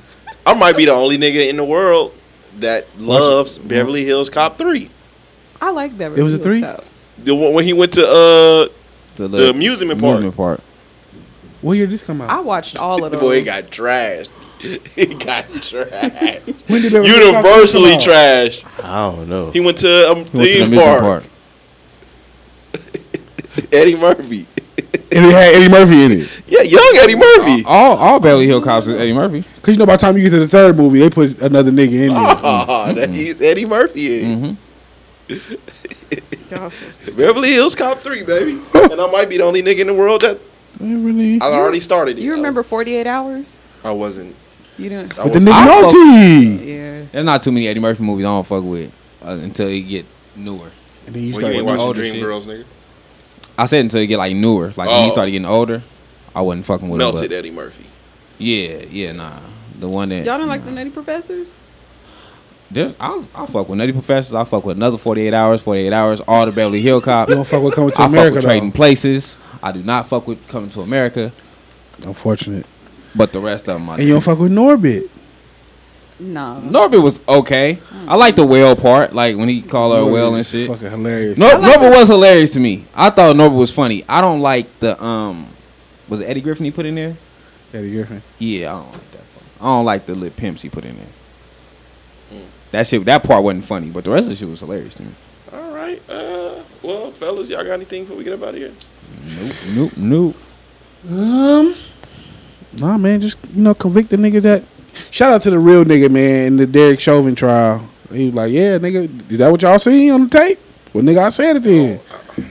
[SPEAKER 2] I might be the only nigga in the world that loves Beverly Hills Cop Three.
[SPEAKER 3] I like Beverly.
[SPEAKER 6] It was a
[SPEAKER 3] Hills
[SPEAKER 6] three?
[SPEAKER 3] Cop.
[SPEAKER 2] The one when he went to uh
[SPEAKER 7] The,
[SPEAKER 2] the amusement park.
[SPEAKER 7] part.
[SPEAKER 6] what year did this come out?
[SPEAKER 3] I watched all of
[SPEAKER 2] The
[SPEAKER 3] those.
[SPEAKER 2] [LAUGHS] boy got trashed. [LAUGHS] He got trashed.
[SPEAKER 6] When did Beverly Hills Cop
[SPEAKER 2] Universally
[SPEAKER 6] come out?
[SPEAKER 2] trashed.
[SPEAKER 8] I don't know.
[SPEAKER 2] He went to um, [LAUGHS]
[SPEAKER 7] He went to the
[SPEAKER 2] theme
[SPEAKER 7] amusement
[SPEAKER 2] park.
[SPEAKER 7] park.
[SPEAKER 2] Eddie Murphy.
[SPEAKER 6] and it had Eddie Murphy in it.
[SPEAKER 2] Yeah, young Eddie Murphy.
[SPEAKER 7] All all Beverly Hill cops is Eddie Murphy.
[SPEAKER 6] Cause you know, by the time you get to the third movie, they put another nigga in there.
[SPEAKER 2] [LAUGHS] Ah, that he's Eddie Murphy in it.
[SPEAKER 4] Y'all so sick.
[SPEAKER 2] Beverly Hills Cop 3, baby. and I might be the only nigga in the world that
[SPEAKER 6] Really?
[SPEAKER 2] I already started it.
[SPEAKER 3] You remember 48 hours?
[SPEAKER 2] I wasn't.
[SPEAKER 3] You didn't.
[SPEAKER 2] I
[SPEAKER 6] But the
[SPEAKER 2] was,
[SPEAKER 6] nigga
[SPEAKER 7] I fuck-
[SPEAKER 6] OT.
[SPEAKER 4] Yeah.
[SPEAKER 7] There's not too many Eddie Murphy movies I don't fuck with uh, until you get newer.
[SPEAKER 6] And then you
[SPEAKER 2] well, you ain't
[SPEAKER 6] start. "Oh,
[SPEAKER 2] watching
[SPEAKER 7] older
[SPEAKER 2] Dream
[SPEAKER 7] shit.
[SPEAKER 2] Girls, nigga.
[SPEAKER 7] I said until you get like newer. Like when
[SPEAKER 2] Oh.
[SPEAKER 7] you started getting older, I wasn't fucking with
[SPEAKER 2] Melted
[SPEAKER 7] it.
[SPEAKER 2] Eddie Murphy.
[SPEAKER 7] Yeah, yeah, nah. The one that
[SPEAKER 3] Y'all don't like the Nutty Professors?
[SPEAKER 7] There's, I'll, I'll fuck with Nutty Professors. I'll fuck with another 48 Hours, 48 Hours, all the Beverly Hill Cops.
[SPEAKER 6] You don't fuck with coming to
[SPEAKER 7] I fuck
[SPEAKER 6] America.
[SPEAKER 7] with
[SPEAKER 6] though.
[SPEAKER 7] Trading Places. I do not fuck with Coming to America,
[SPEAKER 6] Unfortunate.
[SPEAKER 7] but the rest of them. I
[SPEAKER 6] And you don't fuck with Norbit.
[SPEAKER 3] No.
[SPEAKER 7] Norbit was okay. I like the whale part, like when he called her a whale Oh, and
[SPEAKER 6] It's
[SPEAKER 7] shit.
[SPEAKER 6] Fucking hilarious.
[SPEAKER 7] Nor- Norbit was hilarious to me. I thought Norbit was funny. I don't like the um, was it Eddie Griffin he put in there?
[SPEAKER 6] Eddie Griffin.
[SPEAKER 7] Yeah, I don't like that. Part. I don't like the lip pimps he put in there. That shit, that part wasn't funny, but the rest of the shit was hilarious to me.
[SPEAKER 2] All right. Uh, well, fellas, y'all got anything before we get up out of here?
[SPEAKER 7] Nope, nope, nope.
[SPEAKER 6] Um, nah, man, just you know, convict the nigga that. Shout out to the real nigga, man, in the Derek Chauvin trial. He was like, "Yeah, nigga, is that what y'all seen on the tape?" Well, nigga, I said it then.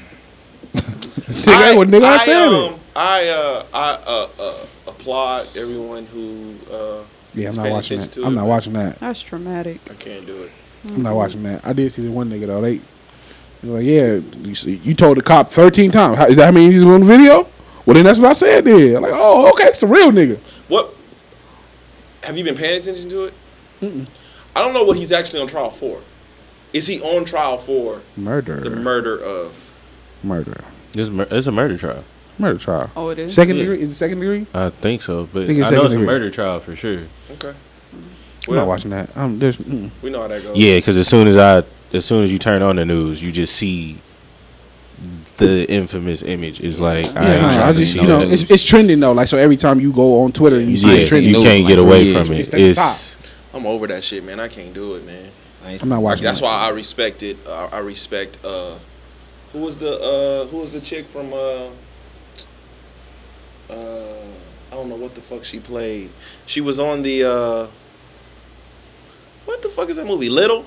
[SPEAKER 6] [LAUGHS] nigga, well, nigga, I, said
[SPEAKER 2] um,
[SPEAKER 6] it.
[SPEAKER 2] I, uh, I uh, uh, applaud everyone who. Uh,
[SPEAKER 6] Yeah, I'm
[SPEAKER 2] is
[SPEAKER 6] not
[SPEAKER 2] paying
[SPEAKER 6] watching
[SPEAKER 2] attention
[SPEAKER 6] that.
[SPEAKER 2] to
[SPEAKER 6] I'm
[SPEAKER 2] it,
[SPEAKER 6] not
[SPEAKER 2] but
[SPEAKER 6] watching that.
[SPEAKER 3] That's traumatic.
[SPEAKER 2] I can't do it.
[SPEAKER 6] I'm not watching that. I did see the one nigga though. They, they like, yeah, you, see- you told the cop 13 times. How, is that how many he's on the video? Well, then that's what I said. Then like, oh, okay, it's a real nigga.
[SPEAKER 2] What? Have you been paying attention to it? I don't know what he's actually on trial for. Is he on trial for
[SPEAKER 6] Murder,
[SPEAKER 2] the murder of?
[SPEAKER 6] murder,
[SPEAKER 8] It's, mur- it's a murder trial.
[SPEAKER 6] murder trial.
[SPEAKER 3] Oh, it is.
[SPEAKER 6] Second
[SPEAKER 8] Yeah.
[SPEAKER 6] degree? Is it second degree?
[SPEAKER 8] I think so, but
[SPEAKER 6] Think it's
[SPEAKER 8] I know
[SPEAKER 6] second
[SPEAKER 8] it's a
[SPEAKER 6] degree.
[SPEAKER 8] murder trial for sure.
[SPEAKER 2] Okay.
[SPEAKER 6] I'm
[SPEAKER 2] Well,
[SPEAKER 6] not watching that. Um, there's mm.
[SPEAKER 2] we know how that goes.
[SPEAKER 8] Yeah, because as soon as I, as soon as you turn on the news, you just see the infamous image. It's like I
[SPEAKER 6] yeah,
[SPEAKER 8] ain't
[SPEAKER 6] I,
[SPEAKER 8] trying to
[SPEAKER 6] just
[SPEAKER 8] see
[SPEAKER 6] you know
[SPEAKER 8] that.
[SPEAKER 6] it's, it's trending though. Like so, every time you go on Twitter, you see
[SPEAKER 8] yeah,
[SPEAKER 6] it trending.
[SPEAKER 8] you
[SPEAKER 7] news,
[SPEAKER 8] can't
[SPEAKER 7] like,
[SPEAKER 8] get away
[SPEAKER 7] yeah,
[SPEAKER 8] from
[SPEAKER 6] it's
[SPEAKER 8] it.
[SPEAKER 6] at the
[SPEAKER 8] It's
[SPEAKER 2] I'm over that shit, man. I can't do it, man.
[SPEAKER 6] I'm not watching.
[SPEAKER 2] That's
[SPEAKER 6] that.
[SPEAKER 2] why I respect it. Uh, I respect. Uh, who was the uh, Who was the chick from? Uh, uh, I don't know what the fuck she played. She was on the. Uh, what the fuck is that movie? Little,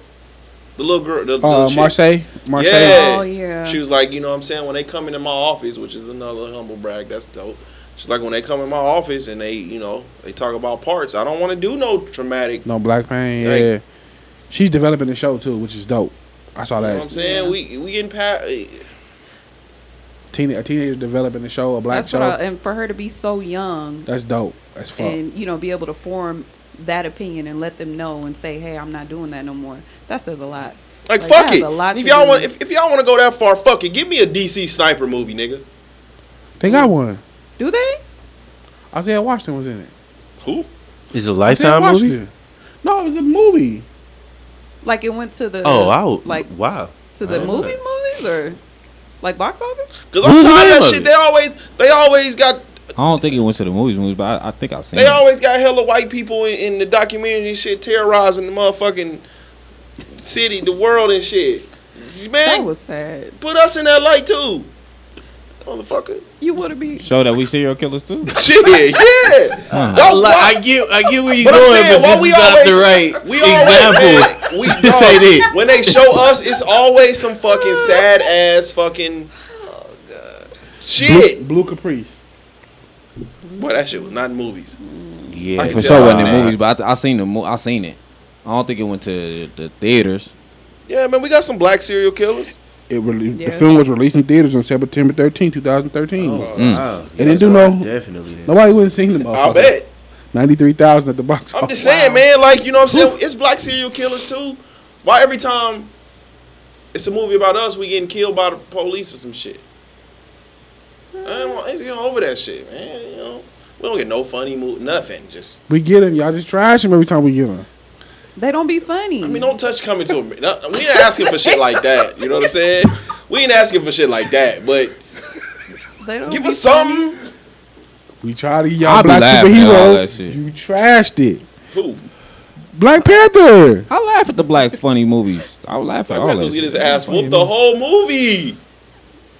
[SPEAKER 2] the little girl. The, the
[SPEAKER 6] Uh,
[SPEAKER 2] chick.
[SPEAKER 6] Marseille, Marseille.
[SPEAKER 2] Yeah.
[SPEAKER 3] Oh, yeah.
[SPEAKER 2] She was like, you know what I'm saying? When they come into my office, which is another humble brag, that's dope. She's like, when they come in my office and they, you know, they talk about parts, I don't want to do no traumatic.
[SPEAKER 6] No black pain. Yeah,
[SPEAKER 2] Like-
[SPEAKER 6] she's developing the show too, which is dope. I saw
[SPEAKER 2] You
[SPEAKER 6] that.
[SPEAKER 2] know what I'm saying? We we getting past.
[SPEAKER 6] Teen- a teenager developing the show, a black
[SPEAKER 3] That's
[SPEAKER 6] show.
[SPEAKER 3] what I, and for her to be so young
[SPEAKER 6] that's dope. That's fuck.
[SPEAKER 3] and, you know, be able to form that opinion and let them know and say, hey, I'm not doing that no more. That says a lot.
[SPEAKER 2] Like,
[SPEAKER 3] Like, that
[SPEAKER 2] fuck
[SPEAKER 3] has
[SPEAKER 2] it.
[SPEAKER 3] a lot
[SPEAKER 2] If
[SPEAKER 3] to
[SPEAKER 2] y'all
[SPEAKER 3] do
[SPEAKER 2] want,
[SPEAKER 3] with-
[SPEAKER 2] if, if y'all want to go that far, fuck it. Give me a DC sniper movie, nigga.
[SPEAKER 6] they got one.
[SPEAKER 3] Do they?
[SPEAKER 6] Isaiah Washington was in it.
[SPEAKER 2] Who?
[SPEAKER 8] it's a
[SPEAKER 6] Isaiah
[SPEAKER 8] lifetime movie.
[SPEAKER 6] Washington. No, it was a movie.
[SPEAKER 3] Like it went to the
[SPEAKER 8] Oh, wow!
[SPEAKER 3] like
[SPEAKER 8] Like wow.
[SPEAKER 3] to
[SPEAKER 8] I
[SPEAKER 3] the
[SPEAKER 8] didn't know
[SPEAKER 3] movies, movies or like box office.
[SPEAKER 2] Because I'm
[SPEAKER 8] Who's the
[SPEAKER 2] tired of that
[SPEAKER 8] name of
[SPEAKER 2] shit.
[SPEAKER 8] it?
[SPEAKER 2] They always, they always got,
[SPEAKER 7] I don't think it went to the movies, movies, but I, I think I seen.
[SPEAKER 2] they
[SPEAKER 8] Mm.
[SPEAKER 7] it.
[SPEAKER 2] always got hella white people in, in the documentary and shit terrorizing the motherfucking city, the world and shit.
[SPEAKER 3] That
[SPEAKER 2] Man,
[SPEAKER 3] was sad.
[SPEAKER 2] put us in that light too, motherfucker.
[SPEAKER 3] You would have been.
[SPEAKER 7] Show that we serial killers too.
[SPEAKER 2] Shit,
[SPEAKER 8] [LAUGHS]
[SPEAKER 2] yeah.
[SPEAKER 8] I,
[SPEAKER 2] Why-
[SPEAKER 8] li-
[SPEAKER 2] why-
[SPEAKER 8] I get, I get where you're
[SPEAKER 2] but I'm
[SPEAKER 8] going,
[SPEAKER 2] saying,
[SPEAKER 8] but
[SPEAKER 2] why
[SPEAKER 8] this
[SPEAKER 2] we
[SPEAKER 8] is not
[SPEAKER 2] always
[SPEAKER 8] the right
[SPEAKER 2] we
[SPEAKER 8] example.
[SPEAKER 2] Always, we
[SPEAKER 8] to say
[SPEAKER 2] dog,
[SPEAKER 8] that.
[SPEAKER 2] when they show us, it's always some fucking sad ass fucking oh, shit.
[SPEAKER 6] Blue, Blue Caprice.
[SPEAKER 2] Boy, that shit was not in movies.
[SPEAKER 8] Yeah,
[SPEAKER 2] I
[SPEAKER 7] For
[SPEAKER 2] can
[SPEAKER 7] sure,
[SPEAKER 2] tell.
[SPEAKER 7] wasn't in
[SPEAKER 2] Uh,
[SPEAKER 7] movies, but I, th- I seen the mo- I seen it. I don't think it went to the theaters.
[SPEAKER 2] Yeah, man, we got some black serial killers.
[SPEAKER 6] It really, the
[SPEAKER 3] Yeah.
[SPEAKER 6] film was released in theaters on September 13, 2013.
[SPEAKER 8] Wow.
[SPEAKER 6] Mm. It didn't do
[SPEAKER 8] That's
[SPEAKER 6] no-
[SPEAKER 8] why Definitely. didn't.
[SPEAKER 6] Nobody wouldn't seen the motherfucker.
[SPEAKER 2] Oh. I bet.
[SPEAKER 6] 93,000 at the box
[SPEAKER 2] I'm
[SPEAKER 6] office.
[SPEAKER 2] just saying, man, like, you know what I'm saying? It's black serial killers too. Why every time it's a movie about us, we getting killed by the police or some shit? I ain't want- you know, over that shit, man. You know, we don't get no funny move, nothing. Just
[SPEAKER 6] We get him. Y'all just trash him every time we get him.
[SPEAKER 3] They don't be funny.
[SPEAKER 2] I mean, don't touch coming to America. We ain't asking for shit like that. You know what I'm saying? We ain't asking for shit like that, but
[SPEAKER 3] they don't
[SPEAKER 2] give
[SPEAKER 3] be
[SPEAKER 2] us something.
[SPEAKER 6] We try to y'all
[SPEAKER 7] I be
[SPEAKER 6] black
[SPEAKER 7] laughing at all that
[SPEAKER 6] superhero.
[SPEAKER 7] shit.
[SPEAKER 6] You trashed it.
[SPEAKER 2] Who?
[SPEAKER 6] Black Panther.
[SPEAKER 7] I laugh at the black funny movies. I laugh at
[SPEAKER 2] Black
[SPEAKER 7] all
[SPEAKER 2] Panther was
[SPEAKER 7] that.
[SPEAKER 2] getting his
[SPEAKER 7] shit.
[SPEAKER 2] ass
[SPEAKER 7] Funny
[SPEAKER 2] whooped the
[SPEAKER 7] movies.
[SPEAKER 2] whole movie.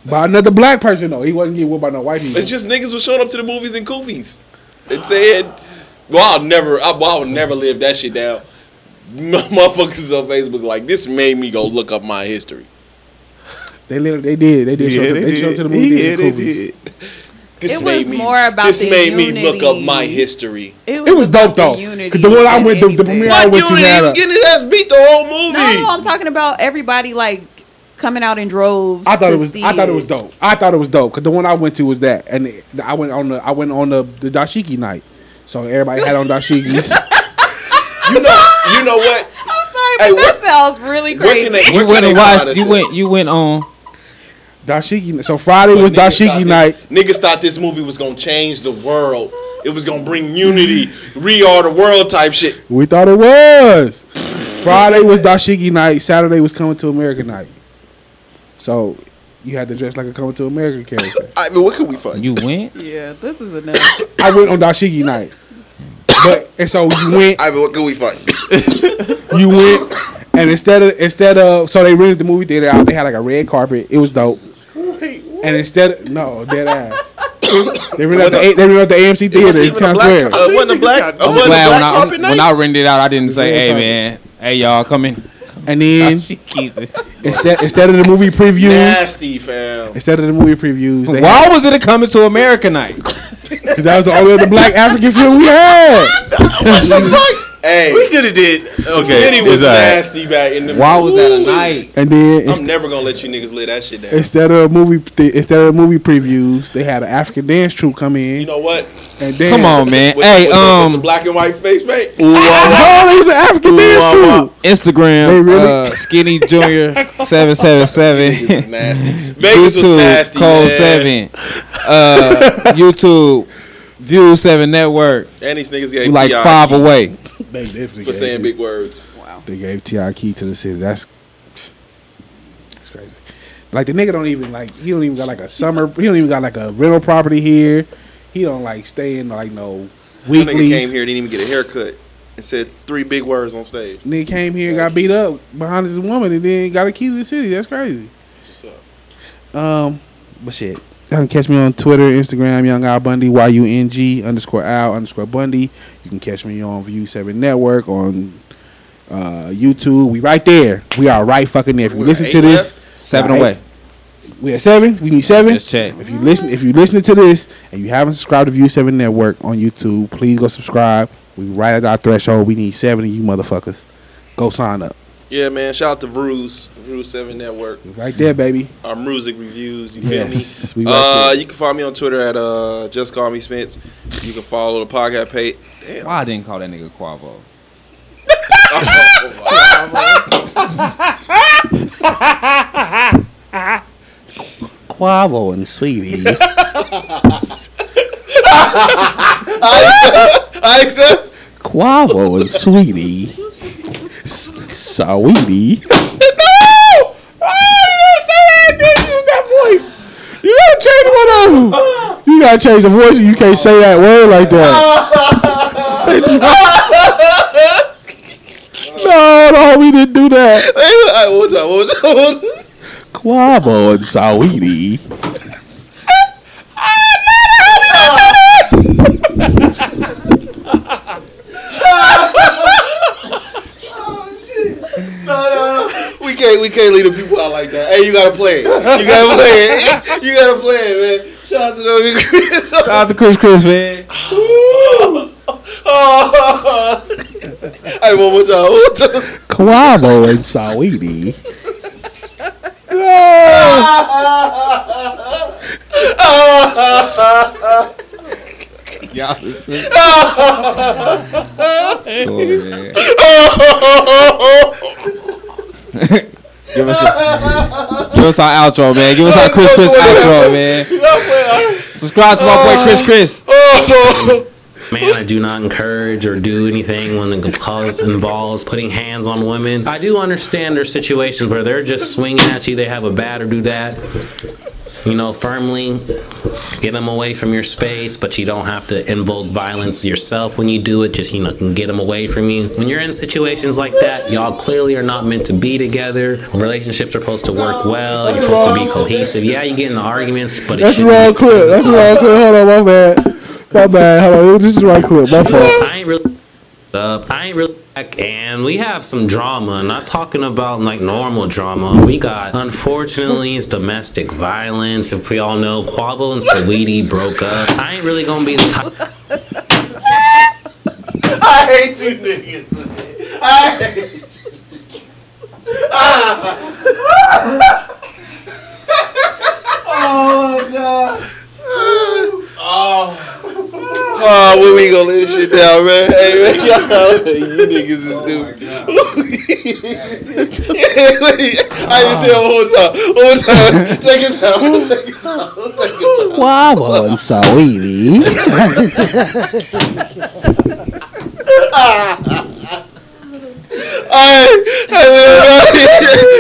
[SPEAKER 6] By another black person though. He wasn't getting whipped by no white people.
[SPEAKER 2] It's just niggas was showing up to the movies in koofies. It said, "Well, I'll never, I, well, I'll never live that shit down." [LAUGHS] Motherfuckers on Facebook like this made me go look up my history.
[SPEAKER 6] they literally they did. They did. show up to, they showed up to the movie. in Kufis.
[SPEAKER 2] [LAUGHS] This
[SPEAKER 3] It
[SPEAKER 2] made
[SPEAKER 3] was
[SPEAKER 2] me,
[SPEAKER 3] more about
[SPEAKER 2] this
[SPEAKER 3] the
[SPEAKER 2] made me look up
[SPEAKER 3] unity.
[SPEAKER 2] my history.
[SPEAKER 6] It was dope,
[SPEAKER 3] about the
[SPEAKER 6] though, 'cause
[SPEAKER 3] unity
[SPEAKER 6] the one I
[SPEAKER 3] than
[SPEAKER 6] went- the- the
[SPEAKER 3] anything.
[SPEAKER 6] premiere I
[SPEAKER 2] What
[SPEAKER 6] went to
[SPEAKER 2] unity? He
[SPEAKER 6] Nevada.
[SPEAKER 2] was getting his ass beat the whole movie.
[SPEAKER 3] No, I'm talking about everybody like coming out in droves.
[SPEAKER 6] I thought
[SPEAKER 3] to
[SPEAKER 6] it was.
[SPEAKER 3] See
[SPEAKER 6] I thought it was dope. I thought it was dope because the one I went to was that, and it- I went on the I went on the, the dashiki night, so everybody had on dashikis.
[SPEAKER 2] [LAUGHS] You know, you know what?
[SPEAKER 3] I'm sorry,
[SPEAKER 2] Hey,
[SPEAKER 3] but that
[SPEAKER 2] what-
[SPEAKER 3] sounds really crazy.
[SPEAKER 2] can they-
[SPEAKER 7] You
[SPEAKER 2] Where
[SPEAKER 7] went
[SPEAKER 2] they
[SPEAKER 7] and
[SPEAKER 2] come out
[SPEAKER 7] watched.
[SPEAKER 2] of
[SPEAKER 7] You
[SPEAKER 2] this?
[SPEAKER 7] went. You went on.
[SPEAKER 6] dashiki. So Friday
[SPEAKER 2] But
[SPEAKER 6] was
[SPEAKER 2] niggas thought
[SPEAKER 6] dashiki
[SPEAKER 2] this-
[SPEAKER 6] night.
[SPEAKER 2] Niggas thought this movie was gonna change the world. It was gonna bring unity, re all the world type shit.
[SPEAKER 6] We thought it was. Friday was dashiki night. Saturday was coming to America night. So you had to dress like a coming to America character.
[SPEAKER 2] I mean, what could we find?
[SPEAKER 7] You went.
[SPEAKER 3] yeah, this is enough.
[SPEAKER 6] I went on dashiki night, but and so you went.
[SPEAKER 2] I mean, what could we
[SPEAKER 7] [LAUGHS]
[SPEAKER 2] find?
[SPEAKER 6] you went and instead of instead of so they rented the movie theater out. They had like a red carpet. It was dope. And instead, of, no dead ass. they rented out the, A- they rented out the AMC
[SPEAKER 2] It
[SPEAKER 6] theater
[SPEAKER 2] wasn't
[SPEAKER 6] in
[SPEAKER 2] even a
[SPEAKER 6] Times
[SPEAKER 2] black.
[SPEAKER 6] Square.
[SPEAKER 2] Uh, wasn't a black. Uh,
[SPEAKER 7] I'm
[SPEAKER 2] wasn't a
[SPEAKER 7] glad
[SPEAKER 2] black
[SPEAKER 7] when I
[SPEAKER 2] carpet
[SPEAKER 7] when,
[SPEAKER 2] night?
[SPEAKER 7] I rented it out, I didn't say,
[SPEAKER 6] red
[SPEAKER 7] "Hey
[SPEAKER 6] carpet.
[SPEAKER 7] man, hey y'all, come
[SPEAKER 2] [LAUGHS]
[SPEAKER 7] in."
[SPEAKER 6] and then
[SPEAKER 7] [LAUGHS] Jesus.
[SPEAKER 6] instead instead of the movie previews,
[SPEAKER 2] Nasty fam.
[SPEAKER 6] instead of the movie previews, they
[SPEAKER 7] Why was it a coming to America night?
[SPEAKER 6] 'cause that was the only other black African film we had.
[SPEAKER 2] Hey,
[SPEAKER 8] We could have did. Okay,
[SPEAKER 2] City was
[SPEAKER 8] it's all right.
[SPEAKER 2] nasty back in the.
[SPEAKER 7] Why was that a night?
[SPEAKER 6] And then
[SPEAKER 2] I'm
[SPEAKER 6] inst-
[SPEAKER 2] never gonna let you niggas live that shit down.
[SPEAKER 6] instead of movie th- instead of movie previews, they had an African dance troupe come in.
[SPEAKER 2] You know what?
[SPEAKER 6] and then
[SPEAKER 7] Come on, man.
[SPEAKER 2] With-
[SPEAKER 7] hey,
[SPEAKER 2] with the- with the
[SPEAKER 7] um,
[SPEAKER 2] black and white face,
[SPEAKER 7] [LAUGHS]
[SPEAKER 2] mate.
[SPEAKER 6] no, it was an African dance troupe. They
[SPEAKER 7] Instagram,
[SPEAKER 6] really-
[SPEAKER 7] uh, Skinny
[SPEAKER 2] [LAUGHS]
[SPEAKER 7] Junior seven seven
[SPEAKER 2] This is
[SPEAKER 7] seven.
[SPEAKER 2] nasty. Vegas was nasty.
[SPEAKER 7] Cold
[SPEAKER 2] man.
[SPEAKER 7] Seven,
[SPEAKER 2] [LAUGHS]
[SPEAKER 7] uh, YouTube, View Seven Network.
[SPEAKER 2] And these niggas gave
[SPEAKER 7] We like
[SPEAKER 2] T.I.
[SPEAKER 7] five away.
[SPEAKER 6] They definitely
[SPEAKER 2] for
[SPEAKER 6] gave
[SPEAKER 2] saying
[SPEAKER 6] it-
[SPEAKER 2] big words.
[SPEAKER 6] They gave Ti key to the city. That's that's crazy. Like the nigga don't even like he don't even got like a summer. He don't even got like a rental property here. He don't like stay in like no
[SPEAKER 2] That nigga came
[SPEAKER 6] weeklies.
[SPEAKER 2] here, didn't even get a haircut, and said three big words on stage.
[SPEAKER 6] Nigga came here, got beat up behind this woman, and then got a key to the city. That's crazy.
[SPEAKER 2] What's up?
[SPEAKER 6] Um, but shit. Y'all can catch me on Twitter, Instagram, Young Al Bundy, Y U N G underscore Al underscore Bundy. You can catch me on View Seven Network on uh, YouTube. We right there. We are right fucking there. If you
[SPEAKER 2] We're
[SPEAKER 6] listen
[SPEAKER 2] eight
[SPEAKER 6] to this,
[SPEAKER 2] left?
[SPEAKER 7] Seven
[SPEAKER 6] All right.
[SPEAKER 7] away.
[SPEAKER 6] We at seven. We need seven.
[SPEAKER 7] Just check.
[SPEAKER 6] If you listen, if you listening to this and you haven't subscribed to View Seven Network on YouTube, please go subscribe. We right at our threshold. We need seven of you motherfuckers. Go sign up.
[SPEAKER 2] Yeah, man. Shout out to Bruce, Bruce Seven Network,
[SPEAKER 6] We Right there, baby.
[SPEAKER 2] our music reviews. You
[SPEAKER 6] Yes,
[SPEAKER 2] feel
[SPEAKER 6] we
[SPEAKER 2] me?
[SPEAKER 6] right
[SPEAKER 2] uh,
[SPEAKER 6] there.
[SPEAKER 2] you can find me on Twitter at uh, just call me Spence. You can follow the podcast page. Damn.
[SPEAKER 7] Why I didn't call that nigga Quavo?
[SPEAKER 2] Oh
[SPEAKER 6] [LAUGHS] Quavo and Sweetie.
[SPEAKER 2] Aiza,
[SPEAKER 6] Quavo and Sweetie. Sweetie. no! Oh, you don't say that, nigga. Use that voice. You gotta change one of them. You gotta change the voice. You can't say that word like that. [LAUGHS] no, no, we didn't do that.
[SPEAKER 2] Aiza, what was that? What was that? What was that?
[SPEAKER 6] Quavo and Saweetie.
[SPEAKER 2] We can't, we can't leave the people out like that. Hey, you gotta play it. You gotta play
[SPEAKER 6] [LAUGHS]
[SPEAKER 2] it. You gotta play it, man. Shout out to the [LAUGHS] Shout
[SPEAKER 7] Shout out to Chris Chris man.
[SPEAKER 2] 아, hey, one more time. One more time.
[SPEAKER 6] Quavo and Saweetie.
[SPEAKER 7] Y'all is sick. Lord, man. Give us, a, give us our outro, man. Give us our Chris Chris outro, man. Subscribe to my boy Chris Chris.
[SPEAKER 10] Man, I do not encourage or do anything when the cause involves putting hands on women. I do understand their situations where they're just swinging at you, they have a bat or do that, you know, firmly. Get them away from your space, but you don't have to invoke violence yourself when you do it. Just, you know, can get them away from you. When you're in situations like that, y'all clearly are not meant to be together. Relationships are supposed to work well. You're supposed to be cohesive. Yeah, you get into arguments, but it
[SPEAKER 6] That's the
[SPEAKER 10] shouldn't
[SPEAKER 6] wrong clip. That's the wrong clip. Hold on, my bad. My bad. Hold on. This is the right clip. My fault.
[SPEAKER 10] I ain't really up. I ain't really back. And we have some drama. Not talking about like normal drama. We got, unfortunately, it's domestic violence. If we all know, Quavo and Saweetie broke up. I ain't really gonna be the type.
[SPEAKER 4] I hate you niggas. I hate you niggas. Oh, Ah. oh my god. Oh.
[SPEAKER 2] Oh, when we gonna let this shit down, man? Hey, man, y'all, you niggas is stupid. [LAUGHS] I even said one more time. One more time. Take his time. Take his time. Take his time.
[SPEAKER 11] Quavo and
[SPEAKER 2] All right. Hey, man,